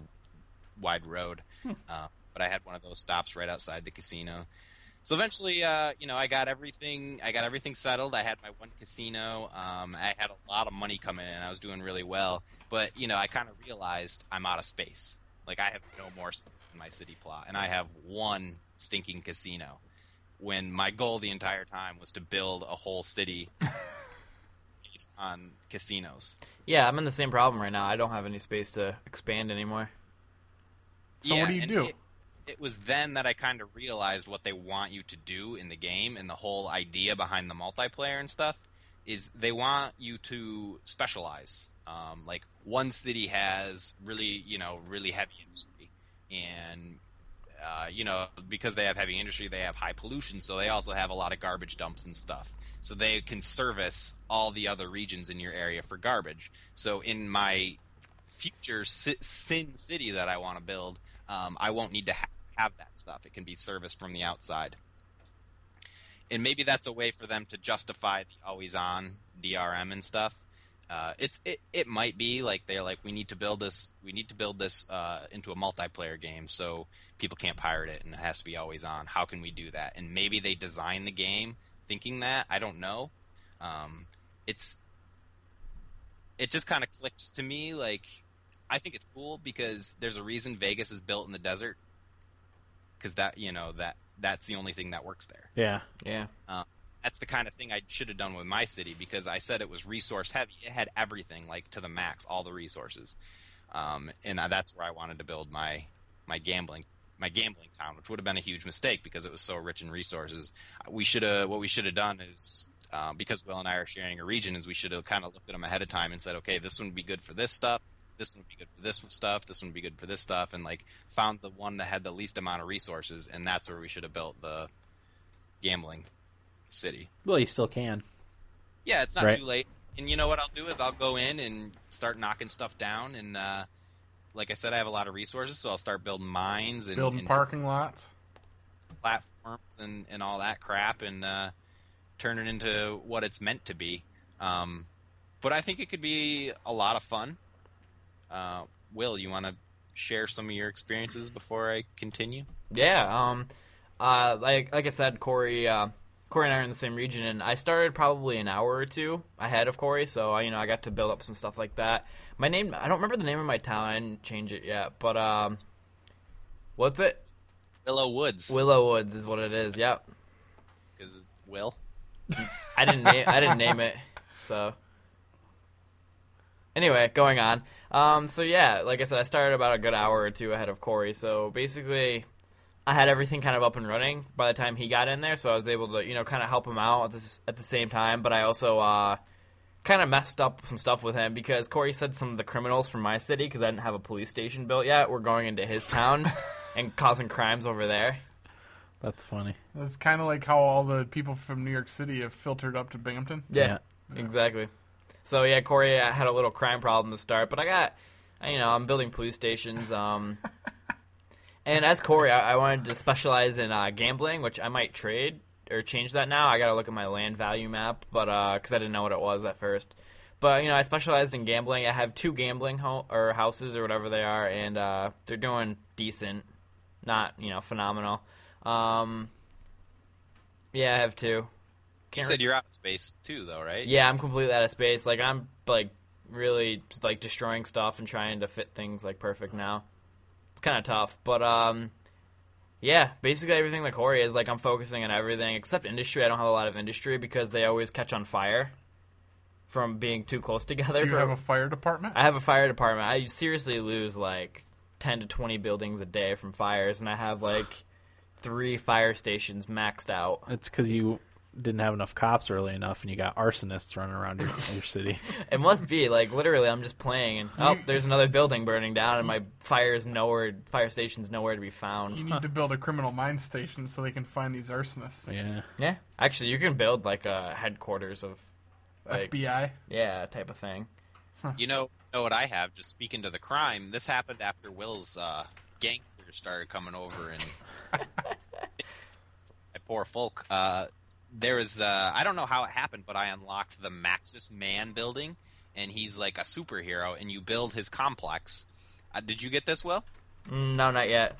[SPEAKER 4] wide road. Uh, but I had one of those stops right outside the casino. So eventually, uh, you know, I got everything. I got everything settled. I had my one casino. Um, I had a lot of money coming in. I was doing really well. But you know, I kind of realized I'm out of space. Like I have no more space in my city plot, and I have one stinking casino. When my goal the entire time was to build a whole city based on casinos.
[SPEAKER 3] Yeah, I'm in the same problem right now. I don't have any space to expand anymore.
[SPEAKER 2] So what do you
[SPEAKER 4] and
[SPEAKER 2] do?
[SPEAKER 4] It, it was then that I kind of realized what they want you to do in the game and the whole idea behind the multiplayer and stuff is they want you to specialize. Um, like one city has really, you know, really heavy industry, and uh, you know, because they have heavy industry, they have high pollution, so they also have a lot of garbage dumps and stuff. So they can service all the other regions in your area for garbage. So in my future si- Sin City that I want to build, um, I won't need to ha- have that stuff. It can be serviced from the outside. And maybe that's a way for them to justify the always on DRM and stuff. Uh, it's it, it might be like they're like we need to build this we need to build this uh, into a multiplayer game so people can't pirate it and it has to be always on. How can we do that? And maybe they design the game thinking that I don't know. Um, it's it just kind of clicked to me like i think it's cool because there's a reason vegas is built in the desert because that you know that that's the only thing that works there.
[SPEAKER 1] Yeah.
[SPEAKER 3] Yeah.
[SPEAKER 4] Uh, that's the kind of thing I should have done with my city because I said it was resource heavy. It had everything, like to the max, all the resources, um, and I, that's where I wanted to build my my gambling my gambling town, which would have been a huge mistake because it was so rich in resources. We should have what we should have done is. Uh, because Will and I are sharing a region, is we should have kind of looked at them ahead of time and said, okay, this one would be good for this stuff, this one would be good for this stuff, this one would be good for this stuff, and like found the one that had the least amount of resources, and that's where we should have built the gambling city.
[SPEAKER 1] Well, you still can.
[SPEAKER 4] Yeah, it's not
[SPEAKER 1] Right.
[SPEAKER 4] too late. And you know what I'll do is I'll go in and start knocking stuff down. And uh, like I said, I have a lot of resources, so I'll start building mines and,
[SPEAKER 2] Building
[SPEAKER 4] and
[SPEAKER 2] parking lots.
[SPEAKER 4] platforms and, and all that crap, and uh, turn it into what it's meant to be. Um, but I think it could be a lot of fun. Uh, Will, you want to share some of your experiences before I continue?
[SPEAKER 3] Yeah. Um. Uh. Like like I said, Corey. Uh, Corey and I are in the same region, and I started probably an hour or two ahead of Corey, so I, you know I got to build up some stuff like that. My name. I don't remember the name of my town. I didn't change it yet, but um. What's it?
[SPEAKER 4] Willow Woods.
[SPEAKER 3] Willow Woods is what it is. Yep.
[SPEAKER 4] 'cause Will?
[SPEAKER 3] I didn't name I didn't name it. So anyway, going on. Um, so yeah, like I said, I started about a good hour or two ahead of Corey. So basically, I had everything kind of up and running by the time he got in there. So I was able to you know kind of help him out at the, at the same time. But I also uh, kind of messed up some stuff with him because Corey said some of the criminals from my city because I didn't have a police station built yet were going into his town and causing crimes over there.
[SPEAKER 1] That's funny.
[SPEAKER 2] That's kind of like how all the people from New York City have filtered up to Binghamton.
[SPEAKER 3] Yeah, exactly. So yeah, Corey I had a little crime problem to start, but I got, I- you know, I'm building police stations. Um, and as Corey, I, I wanted to specialize in uh, gambling, which I might trade or change that now. I got to look at my land value map, but because I didn't know what it was at first. But you know, I specialized in gambling. I have two gambling ho- or houses or whatever they are, and uh, they're doing decent, not you know phenomenal. Um, yeah, I have
[SPEAKER 4] You
[SPEAKER 3] two. Can't re-
[SPEAKER 4] said you're out of space too, though, right?
[SPEAKER 3] yeah, I'm completely out of space. Like I'm like really just, like destroying stuff and trying to fit things like perfect now. It's kind of tough, but um, yeah. Basically, everything like Corey is like I'm focusing on everything except industry. I don't have a lot of industry because they always catch on fire from being too close
[SPEAKER 2] Do
[SPEAKER 3] together.
[SPEAKER 2] you
[SPEAKER 3] for- I
[SPEAKER 2] have a fire department?
[SPEAKER 3] have a fire department. I seriously lose like ten to twenty buildings a day from fires, and I have like three fire stations maxed out.
[SPEAKER 1] It's because you didn't have enough cops early enough, and you got arsonists running around your, your city.
[SPEAKER 3] It must be like literally. I'm just playing, and oh, there's another building burning down, and my fire is nowhere. Fire station's nowhere to be
[SPEAKER 2] You
[SPEAKER 3] found.
[SPEAKER 2] need to build a criminal mine station so they can find these
[SPEAKER 1] <laughs>
[SPEAKER 2] arsonists.
[SPEAKER 1] Yeah.
[SPEAKER 3] Yeah, actually, you can build like a headquarters of, like,
[SPEAKER 2] FBI.
[SPEAKER 3] yeah, type of thing.
[SPEAKER 4] You know, you know what I have? Just speaking to the crime, this happened after Will's uh, gangsters started coming over and <laughs> my poor folk. Uh, there was the I don't know how it happened, but I unlocked the Maxis Man building, and he's like a superhero, and you build his complex. Uh, did you get this, Will?
[SPEAKER 3] Mm, No, not yet.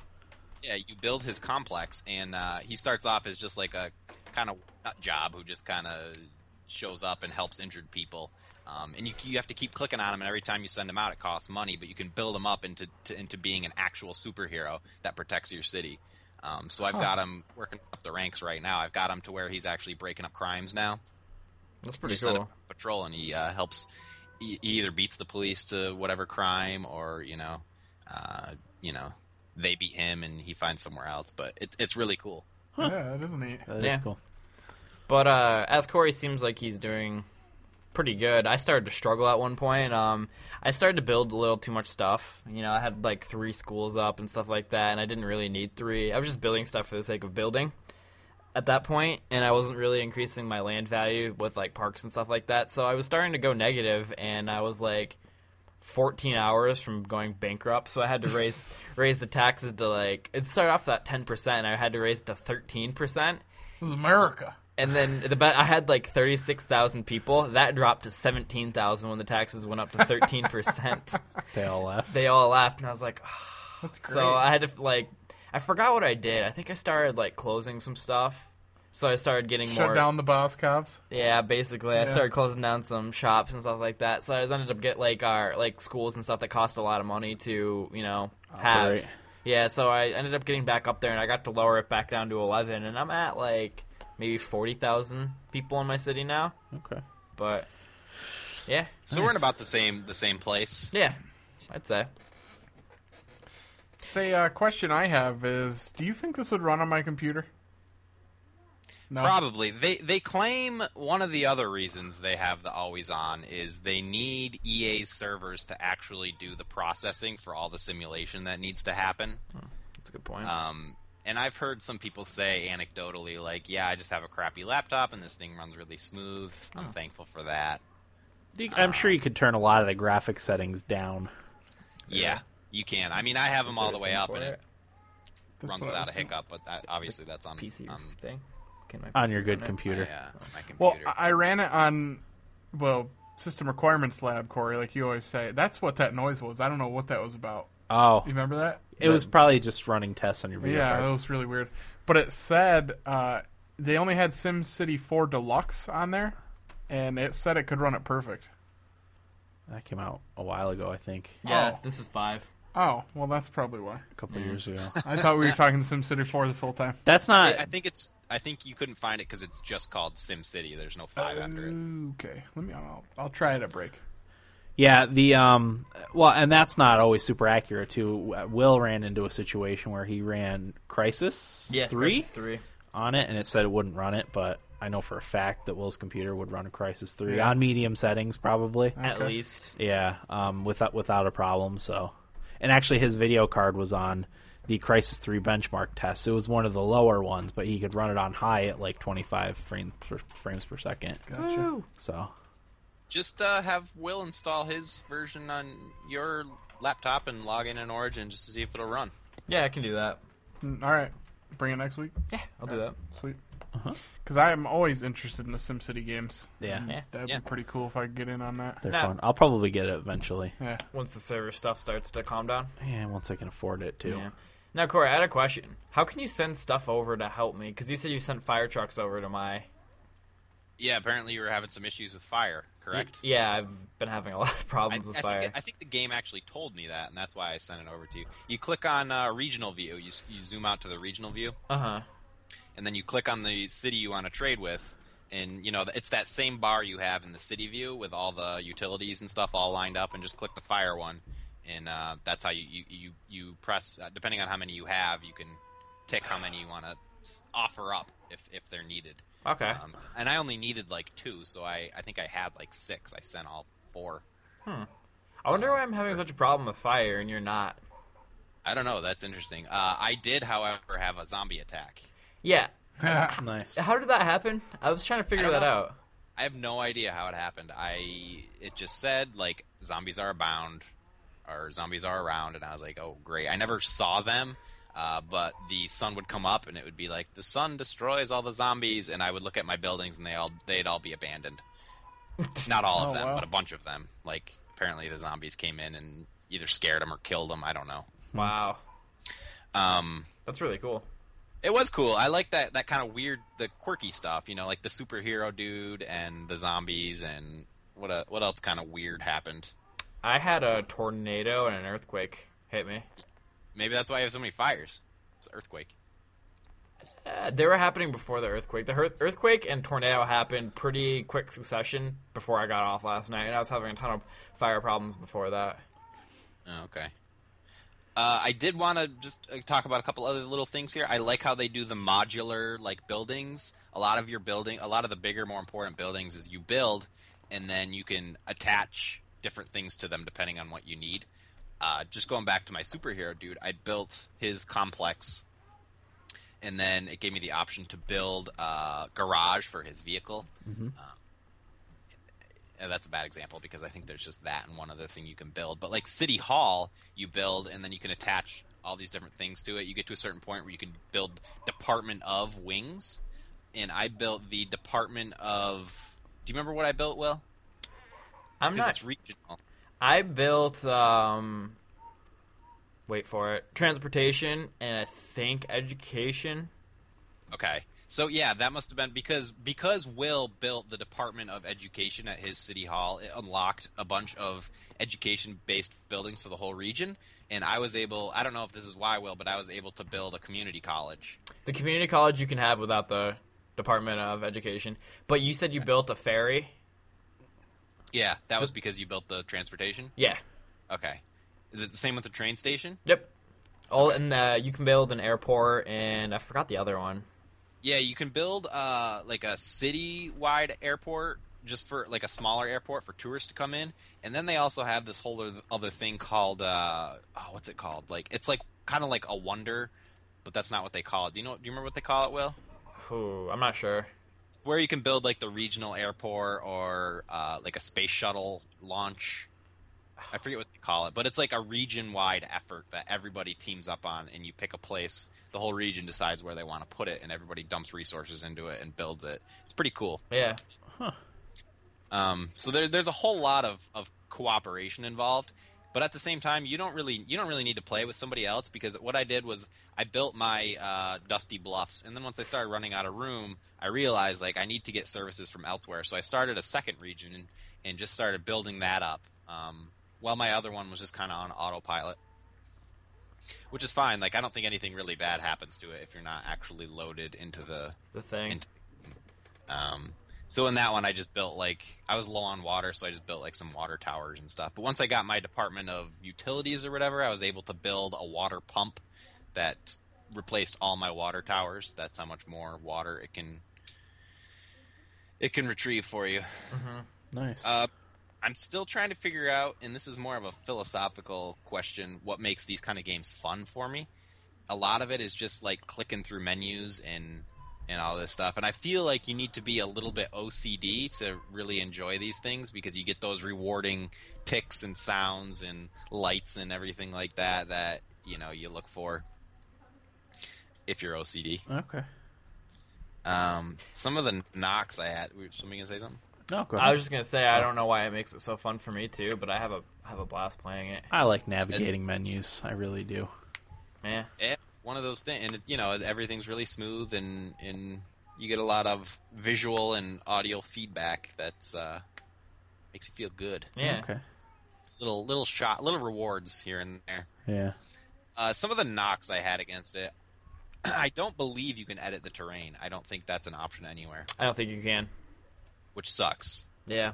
[SPEAKER 4] Yeah, you build his complex, and uh, he starts off as just like a kind of nut job who just kind of shows up and helps injured people. Um, and you, you have to keep clicking on him, and every time you send him out, it costs money, but you can build him up into to, into being an actual superhero that protects your city. Um, so I've got him working up the ranks right now. I've got him to where he's actually breaking up crimes now.
[SPEAKER 3] That's
[SPEAKER 4] You
[SPEAKER 3] pretty
[SPEAKER 4] send him
[SPEAKER 3] cool.
[SPEAKER 4] on a patrol, and he uh, helps. He, he either beats the police to whatever crime, or you know, uh, you know, they beat him, and he finds somewhere else. But it, it's really cool.
[SPEAKER 2] Yeah, that is neat.
[SPEAKER 1] That is
[SPEAKER 3] Yeah.
[SPEAKER 1] cool.
[SPEAKER 3] But uh, as Corey seems like he's doing pretty good, I started to struggle at one point. Um, I started to build a little too much stuff. You know, I had like three schools up and stuff like that, and I didn't really need three. I was just building stuff for the sake of building at that point, and I wasn't really increasing my land value with like parks and stuff like that. So I was starting to go negative, and I was like. 14 hours from going bankrupt so i had to raise raise the taxes to like it started off that 10% and i had to raise it to 13%
[SPEAKER 2] This is America.
[SPEAKER 3] and then the be- I had like thirty six thousand people. That dropped to seventeen thousand when the taxes went up to thirteen percent.
[SPEAKER 2] <laughs>
[SPEAKER 1] They all left.
[SPEAKER 3] They all laughed, and I was like,
[SPEAKER 2] That's great.
[SPEAKER 3] so I had to like, I forgot what I did. I think I started like closing some stuff. So I started getting
[SPEAKER 2] Shut
[SPEAKER 3] more.
[SPEAKER 2] down the Boscovs.
[SPEAKER 3] Yeah, basically, I
[SPEAKER 2] Yeah.
[SPEAKER 3] started closing down some shops and stuff like that. So I was ended up get like our like schools and stuff that cost a lot of money to you know have.
[SPEAKER 1] Operate.
[SPEAKER 3] Yeah, so I ended up getting back up there, and I got to lower it back down to 11, and I'm at like maybe 40,000 people in my city now.
[SPEAKER 1] Okay.
[SPEAKER 3] But yeah,
[SPEAKER 4] So we're in about the same the same place.
[SPEAKER 3] yeah, I'd say.
[SPEAKER 2] Say, a uh, question I have is, do you think this would run on my computer? No.
[SPEAKER 4] Probably. They they claim one of the other reasons they have the always on is they need EA servers to actually do the processing for all the simulation that needs to happen.
[SPEAKER 3] That's a good point.
[SPEAKER 4] Um, and I've heard some people say anecdotally, like, "Yeah, I just have a crappy laptop, and this thing runs really smooth. I'm thankful for that."
[SPEAKER 1] I'm sure you could turn a lot of the graphic settings down.
[SPEAKER 4] Yeah, you can. I mean, I have them all the way up,
[SPEAKER 3] For
[SPEAKER 4] and it
[SPEAKER 2] That's
[SPEAKER 4] runs
[SPEAKER 2] what I
[SPEAKER 4] without a
[SPEAKER 2] was thinking.
[SPEAKER 4] hiccup. But that, obviously, that's on um,
[SPEAKER 3] PC
[SPEAKER 4] on,
[SPEAKER 3] thing. Can my
[SPEAKER 1] on
[SPEAKER 3] PC
[SPEAKER 1] your good
[SPEAKER 3] run it?
[SPEAKER 4] my,
[SPEAKER 1] computer.
[SPEAKER 4] uh, my computer.
[SPEAKER 2] Well, I I ran it on, well, System Requirements Lab, Corey, like you always say. That's what that noise was. I don't know what that was about.
[SPEAKER 1] Oh,
[SPEAKER 2] You remember that?
[SPEAKER 1] it was probably just running tests on your video
[SPEAKER 2] Yeah, oh. that
[SPEAKER 1] card.
[SPEAKER 2] was really weird. But it said uh, they only had SimCity 4 Deluxe on there, and it said it could run it perfect.
[SPEAKER 1] That came out a while ago, I think,
[SPEAKER 3] Yeah,
[SPEAKER 2] Oh.
[SPEAKER 3] this is five.
[SPEAKER 2] Oh, well, that's probably why.
[SPEAKER 1] a couple years ago. <laughs>
[SPEAKER 2] I thought we were talking SimCity 4 this whole time.
[SPEAKER 1] That's
[SPEAKER 4] I,
[SPEAKER 1] not.
[SPEAKER 4] I think it's. I think you couldn't find it because it's just called SimCity. There's no five after it.
[SPEAKER 2] Okay, let me. I'll, I'll try it at break.
[SPEAKER 1] Yeah, the um, well, and that's not always super accurate too. Will ran into a situation where he ran Crisis
[SPEAKER 3] Yeah,
[SPEAKER 1] Three
[SPEAKER 3] versus three.
[SPEAKER 1] on it, and it said it wouldn't run it, but I know for a fact that Will's computer would run Crisis Three on medium settings, probably.
[SPEAKER 3] At least.
[SPEAKER 1] Yeah, um, without without a problem. So, and actually, his video card was on the Crisis Three benchmark test. It was one of the lower ones, but he could run it on high at like twenty five frames per, frames per second.
[SPEAKER 2] Gotcha.
[SPEAKER 1] So,
[SPEAKER 4] Just uh, have Will install his version on your laptop and log in in Origin just to see if it'll run.
[SPEAKER 3] Yeah, I can do that.
[SPEAKER 2] Mm, All right, bring it next week.
[SPEAKER 3] Yeah, I'll do that.
[SPEAKER 2] Sweet. Because I am always interested in the SimCity games.
[SPEAKER 1] yeah,
[SPEAKER 3] Yeah.
[SPEAKER 2] That'd
[SPEAKER 4] Yeah.
[SPEAKER 2] be pretty cool if I could get in on that.
[SPEAKER 1] they're
[SPEAKER 3] Now-
[SPEAKER 1] fun. I'll probably get it eventually.
[SPEAKER 2] Yeah.
[SPEAKER 3] Once the server stuff starts to calm down.
[SPEAKER 1] Yeah, once I can afford it too.
[SPEAKER 3] Yeah. Now, Corey, I had a question. How can you send stuff over to help me? Because you said you sent fire trucks over to my.
[SPEAKER 4] Yeah, apparently you were having some issues with fire, correct?
[SPEAKER 3] Yeah, I've been having a lot of <laughs>
[SPEAKER 4] I, I,
[SPEAKER 3] problems
[SPEAKER 4] think,
[SPEAKER 3] with fire.
[SPEAKER 4] I think the game actually told me that, and that's why I sent it over to you. You click on uh, regional view. You, s- you zoom out to the regional view,
[SPEAKER 3] Uh huh.
[SPEAKER 4] and then you click on the city you want to trade with. And you know it's that same bar you have in the city view with all the utilities and stuff all lined up, and just click the fire one, and uh, that's how you you you, you press. Uh, depending on how many you have, you can tick how many you want to offer up if if they're needed.
[SPEAKER 3] Okay.
[SPEAKER 4] Um, and I only needed like two, so I I think I had like six. I sent all four.
[SPEAKER 3] I wonder why I'm having such a problem with fire and you're not.
[SPEAKER 4] I don't know. That's interesting. Uh, I did, however, have a zombie attack. <laughs>
[SPEAKER 3] Yeah.
[SPEAKER 1] Nice.
[SPEAKER 3] How did that happen? I was trying to figure
[SPEAKER 4] don't
[SPEAKER 3] that
[SPEAKER 4] know.
[SPEAKER 3] out.
[SPEAKER 4] I have no idea how it happened. I it just said like zombies are abound, or zombies are around, and I was like, oh great. I never saw them, uh, but the sun would come up and it would be like the sun destroys all the zombies, and I would look at my buildings and they all they'd all be abandoned.
[SPEAKER 2] <laughs>
[SPEAKER 4] Not all
[SPEAKER 2] Oh,
[SPEAKER 4] of them,
[SPEAKER 2] wow.
[SPEAKER 4] but a bunch of them. Like apparently the zombies came in and either scared them or killed them. I don't know.
[SPEAKER 3] Wow.
[SPEAKER 4] Um,
[SPEAKER 3] That's really cool.
[SPEAKER 4] It was cool. I like that that kind of weird, the quirky stuff. You know, like the superhero dude and the zombies and what uh what else kind of weird happened.
[SPEAKER 3] I had a tornado and an earthquake hit me.
[SPEAKER 4] Maybe that's why I have so many fires. It's an earthquake.
[SPEAKER 3] Uh, they were happening before the earthquake. The earth- earthquake and tornado happened pretty quick succession before I got off last night, and I was having a ton of fire problems before that.
[SPEAKER 4] Oh, okay. Uh, I did want to just uh, talk about a couple other little things here. I like how they do the modular like buildings. A lot of your building, a lot of the bigger, more important buildings is you build, and then you can attach different things to them depending on what you need. Uh, just going back to my superhero dude, I built his complex, and then it gave me the option to build a garage for his vehicle. Uh, that's a bad example because I think there's just that and one other thing you can build. But like City Hall, you build and then you can attach all these different things to it. You get to a certain point where you can build Department of Wings. And I built the Department of. Do you remember what I built, Will?
[SPEAKER 3] I'm
[SPEAKER 4] Because
[SPEAKER 3] not.
[SPEAKER 4] it's regional.
[SPEAKER 3] I built. Um, wait for it. Transportation and I think education.
[SPEAKER 4] Okay. So yeah, that must have been because because Will built the Department of Education at his city hall. It unlocked a bunch of education-based buildings for the whole region, and I was able. I don't know if this is why Will, but I was able to build a community college.
[SPEAKER 3] The community college you can have without the Department of Education. But you said you built a ferry.
[SPEAKER 4] Yeah, that was because you built the transportation.
[SPEAKER 3] Yeah.
[SPEAKER 4] Okay, is it the same with the train station?
[SPEAKER 3] Yep. All and uh, you can build an airport, and I forgot the other one.
[SPEAKER 4] Yeah, you can build uh, like a city-wide airport just for like a smaller airport for tourists to come in, and then they also have this whole oth- other thing called uh, oh, what's it called? Like it's like kind of like a wonder, but that's not what they call it. Do you know? Do you remember what they call it, Will?
[SPEAKER 3] Ooh, I'm not sure.
[SPEAKER 4] Where you can build like the regional airport or uh, like a space shuttle launch. I forget what they call it, but it's like a region-wide effort that everybody teams up on, and you pick a place. The whole region decides where they want to put it, and everybody dumps resources into it and builds it. It's pretty cool.
[SPEAKER 3] Yeah.
[SPEAKER 4] Um, so there, there's a whole lot of, of cooperation involved, but at the same time, you don't really you don't really need to play with somebody else because what I did was I built my uh, dusty bluffs, and then once I started running out of room, I realized like I need to get services from elsewhere. So I started a second region and, and just started building that up. Um, while my other one was just kind of on autopilot, which is fine. Like I don't think anything really bad happens to it if you're not actually loaded into the
[SPEAKER 3] The thing.
[SPEAKER 4] and- um, so in that one, I just built like I was low on water, so I just built like some water towers and stuff. But once I got my Department of Utilities or whatever, I was able to build a water pump that replaced all my water towers. That's how much more water it can it can retrieve for you.
[SPEAKER 1] Nice.
[SPEAKER 4] Uh, I'm still trying to figure out, and this is more of a philosophical question, what makes these kind of games fun for me. A lot of it is just like clicking through menus and and all this stuff, and I feel like you need to be a little bit OCD to really enjoy these things because you get those rewarding ticks and sounds and lights and everything like that that you know you look for if you're OCD.
[SPEAKER 1] okay.
[SPEAKER 4] Um, some of the knocks I had. were- Somebody gonna say something?
[SPEAKER 1] No, go ahead.
[SPEAKER 3] I was just gonna say I don't know why it makes it so fun for me too, but I have a have a blast playing it.
[SPEAKER 1] I like navigating menus. I really do.
[SPEAKER 3] Yeah.
[SPEAKER 4] Yeah, Eh, one of those things, and you know everything's really smooth, and and you get a lot of visual and audio feedback that's uh, makes you feel good.
[SPEAKER 3] Yeah.
[SPEAKER 1] Okay.
[SPEAKER 4] It's little little shot, little rewards here and there.
[SPEAKER 1] Yeah.
[SPEAKER 4] Uh, some of the knocks I had against it, <clears throat> I don't believe you can edit the terrain. I don't think that's an option anywhere,
[SPEAKER 3] I don't think you can.
[SPEAKER 4] which sucks.
[SPEAKER 3] Yeah.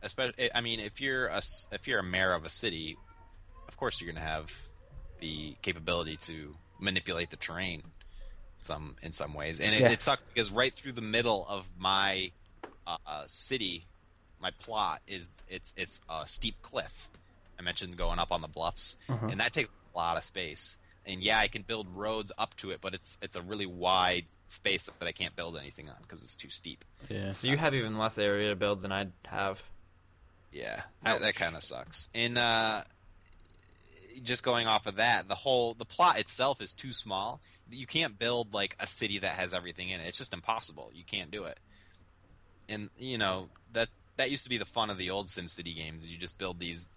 [SPEAKER 4] Especially, eh, I mean, if you're a s- if you're a mayor of a city, of course you're going to have the capability to manipulate the terrain some in some ways, and it,
[SPEAKER 1] Yeah.
[SPEAKER 4] it sucks because right through the middle of my uh, uh, city, my plot is it's it's a steep cliff. I mentioned going up on the bluffs, and that takes a lot of space. And yeah, I can build roads up to it, but it's it's a really wide space that I can't build anything on because it's too steep.
[SPEAKER 1] Yeah.
[SPEAKER 3] <laughs> So you have even less area to build than I'd have.
[SPEAKER 4] Yeah, that, that kind of sucks. And uh, just going off of that, the whole the plot itself is too small. You can't build like a city that has everything in it. It's just impossible. You can't do it. And you know that that used to be the fun of the old SimCity games. You just build these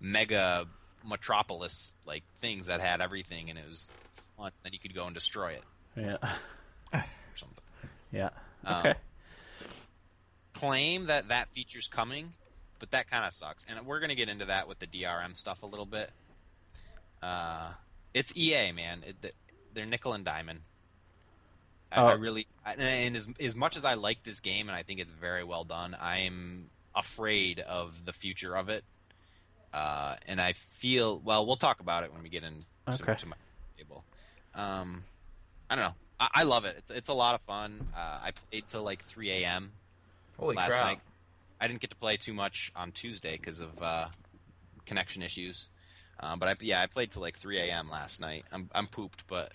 [SPEAKER 4] mega metropolis like things that had everything, and it was fun. Then you could go and destroy it
[SPEAKER 1] Yeah.
[SPEAKER 4] or something.
[SPEAKER 1] Yeah.
[SPEAKER 4] Um,
[SPEAKER 1] Okay.
[SPEAKER 4] claim that that feature's coming, but that kind of sucks. And we're going to get into that with the DRM stuff a little bit. Uh, it's EA, man. It, they're nickel and diamond. I, I
[SPEAKER 1] Oh.
[SPEAKER 4] really, I- and as, as much as I like this game and I think it's very well done, I'm afraid of the future of it. Uh, and I feel, well, we'll talk about it when we get into
[SPEAKER 1] Okay.
[SPEAKER 4] to my table. Um, I don't know. I, I love it. It's, it's a lot of fun. Uh, I played till like 3 a.m
[SPEAKER 3] Holy
[SPEAKER 4] last
[SPEAKER 3] crap!
[SPEAKER 4] night. I didn't get to play too much on Tuesday because of uh, connection issues. Um, but I, yeah, I played till like 3 a.m. last night. I'm I'm pooped, but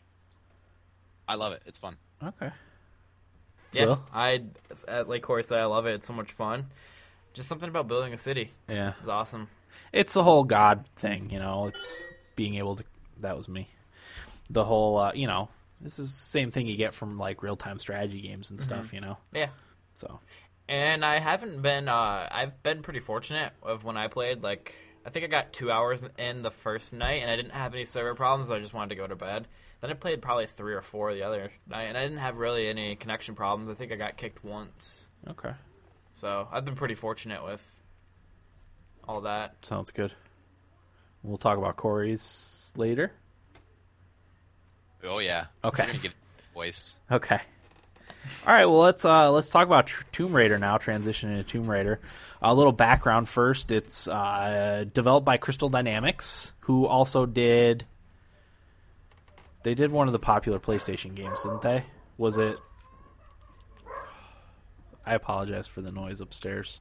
[SPEAKER 4] I love it. It's fun.
[SPEAKER 1] Okay.
[SPEAKER 3] Yeah,
[SPEAKER 1] Will?
[SPEAKER 3] I at like Corey said, I love it. It's so much fun. Just something about building a city
[SPEAKER 1] Yeah.
[SPEAKER 3] is awesome.
[SPEAKER 1] It's the whole God thing, you know. It's being able to. That was me. The whole, uh, you know, this is the same thing you get from like real time strategy games and stuff, you know.
[SPEAKER 3] Yeah,
[SPEAKER 1] So
[SPEAKER 3] and I haven't been. Uh, I've been pretty fortunate of when I played. Like I think I got two hours in the first night, and I didn't have any server problems. I just wanted to go to bed. Then I played probably three or four the other night, and I didn't have really any connection problems. I think I got kicked once,
[SPEAKER 1] Okay,
[SPEAKER 3] so I've been pretty fortunate with all that.
[SPEAKER 1] sounds good. We'll talk about Corey's later.
[SPEAKER 4] Oh yeah.
[SPEAKER 1] Okay.
[SPEAKER 4] We're gonna get voice.
[SPEAKER 1] Okay. All right. Well, let's uh, let's talk about tr- Tomb Raider now. Transition into Tomb Raider. A little background first. It's uh, developed by Crystal Dynamics, who also did. They did one of the popular PlayStation games, didn't they? Was it? I apologize for the noise upstairs.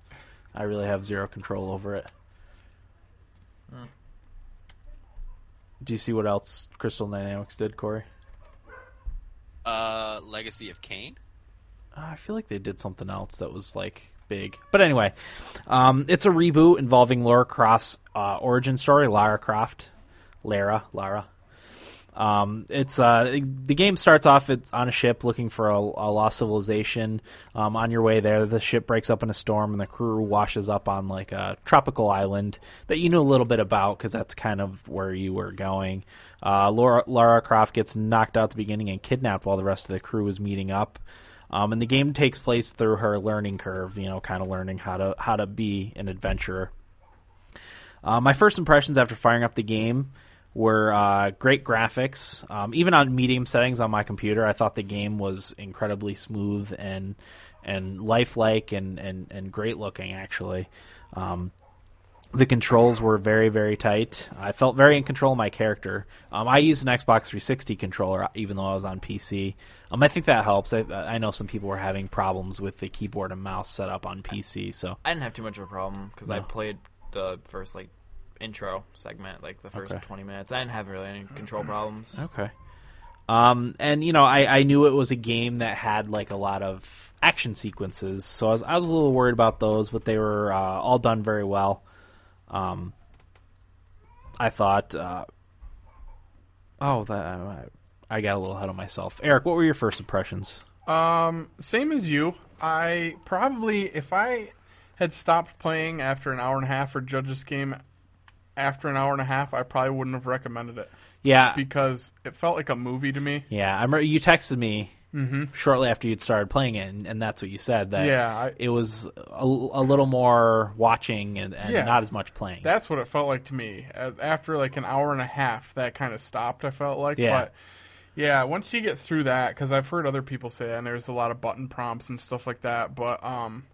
[SPEAKER 1] I really have zero control over it. Do you see what else Crystal Dynamics did, Corey?
[SPEAKER 4] Uh, Legacy of Kane.
[SPEAKER 1] Uh, I feel like they did something else that was like big. But anyway, um, it's a reboot involving Lara Croft's uh, origin story. Lara Croft, Lara, Lara. Um, it's uh, the game starts off it's on a ship looking for a, a lost civilization. Um, on your way there, the ship breaks up in a storm, and the crew washes up on like a tropical island that you know a little bit about because that's kind of where you were going. Uh, Laura, Lara Croft gets knocked out at the beginning and kidnapped while the rest of the crew is meeting up. Um, and the game takes place through her learning curve, you know, kind of learning how to how to be an adventurer. Uh, my first impressions after firing up the game were uh, great graphics. Um, even on medium settings on my computer, I thought the game was incredibly smooth and and lifelike and and, and great looking. Actually, um, the controls were very very tight. I felt very in control of my character. Um, I used an Xbox 360 controller even though I was on PC. Um, I think that helps. I, I know some people were having problems with the keyboard and mouse setup on PC, so
[SPEAKER 3] I didn't have too much of a problem because I
[SPEAKER 1] No.
[SPEAKER 3] played the first like intro segment, like the first
[SPEAKER 1] Okay.
[SPEAKER 3] twenty minutes. I didn't have really any control problems.
[SPEAKER 1] Okay. Um, and you know, I, I knew it was a game that had like a lot of action sequences, so I was I was a little worried about those, but they were uh, all done very well. Um, I thought. Uh, oh, that I, I got a little ahead of myself. Eric, what were your first impressions?
[SPEAKER 2] Um, same as you. I probably if I had stopped playing after an hour and a half or Judge's game after an hour and a half, I probably wouldn't have recommended it
[SPEAKER 1] Yeah,
[SPEAKER 2] because it felt like a movie to me.
[SPEAKER 1] yeah. I remember you texted me shortly after you'd started playing it, and, and that's what you said that
[SPEAKER 2] Mm-hmm. Yeah, I-
[SPEAKER 1] it was a, a little more watching and, and
[SPEAKER 2] Yeah.
[SPEAKER 1] not as much playing.
[SPEAKER 2] That's what it felt like to me. A- After like an hour and a half, that kind of stopped. I felt like,
[SPEAKER 1] Yeah.
[SPEAKER 2] but yeah, once you get through that, because I've heard other people say that, and there's a lot of button prompts and stuff like that. But um,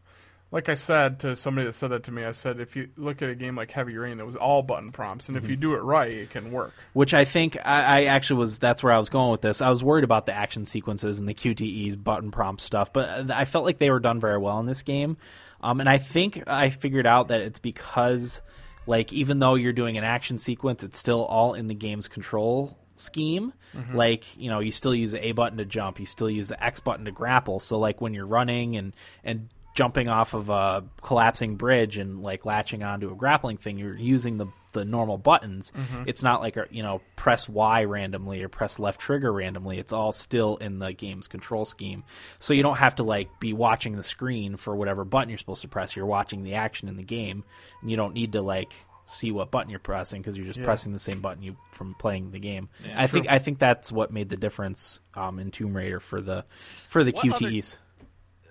[SPEAKER 2] like I said to somebody that said that to me, I said if you look at a game like Heavy Rain, it was all button prompts, and if
[SPEAKER 1] Mm-hmm.
[SPEAKER 2] you do it right, it can work.
[SPEAKER 1] which I think I, I actually was. That's where I was going with this. I was worried about the action sequences and the QTEs, button prompt stuff, but I felt like they were done very well in this game. Um, and I think I figured out that it's because, like, even though you're doing an action sequence, it's still all in the game's control scheme. Like, you know, you still use the A button to jump, you still use the X button to grapple. So, like, when you're running and and jumping off of a collapsing bridge and like latching onto a grappling thing you're using the the normal buttons
[SPEAKER 4] Mm-hmm.
[SPEAKER 1] it's not like a, you know press y randomly or press left trigger randomly it's all still in the game's control scheme so you don't have to like be watching the screen for whatever button you're supposed to press you're watching the action in the game and you don't need to like see what button you're pressing because you're just pressing the same button you from playing the game i think i think that's what made the difference um, in tomb raider for the for the
[SPEAKER 4] What other-
[SPEAKER 1] qtes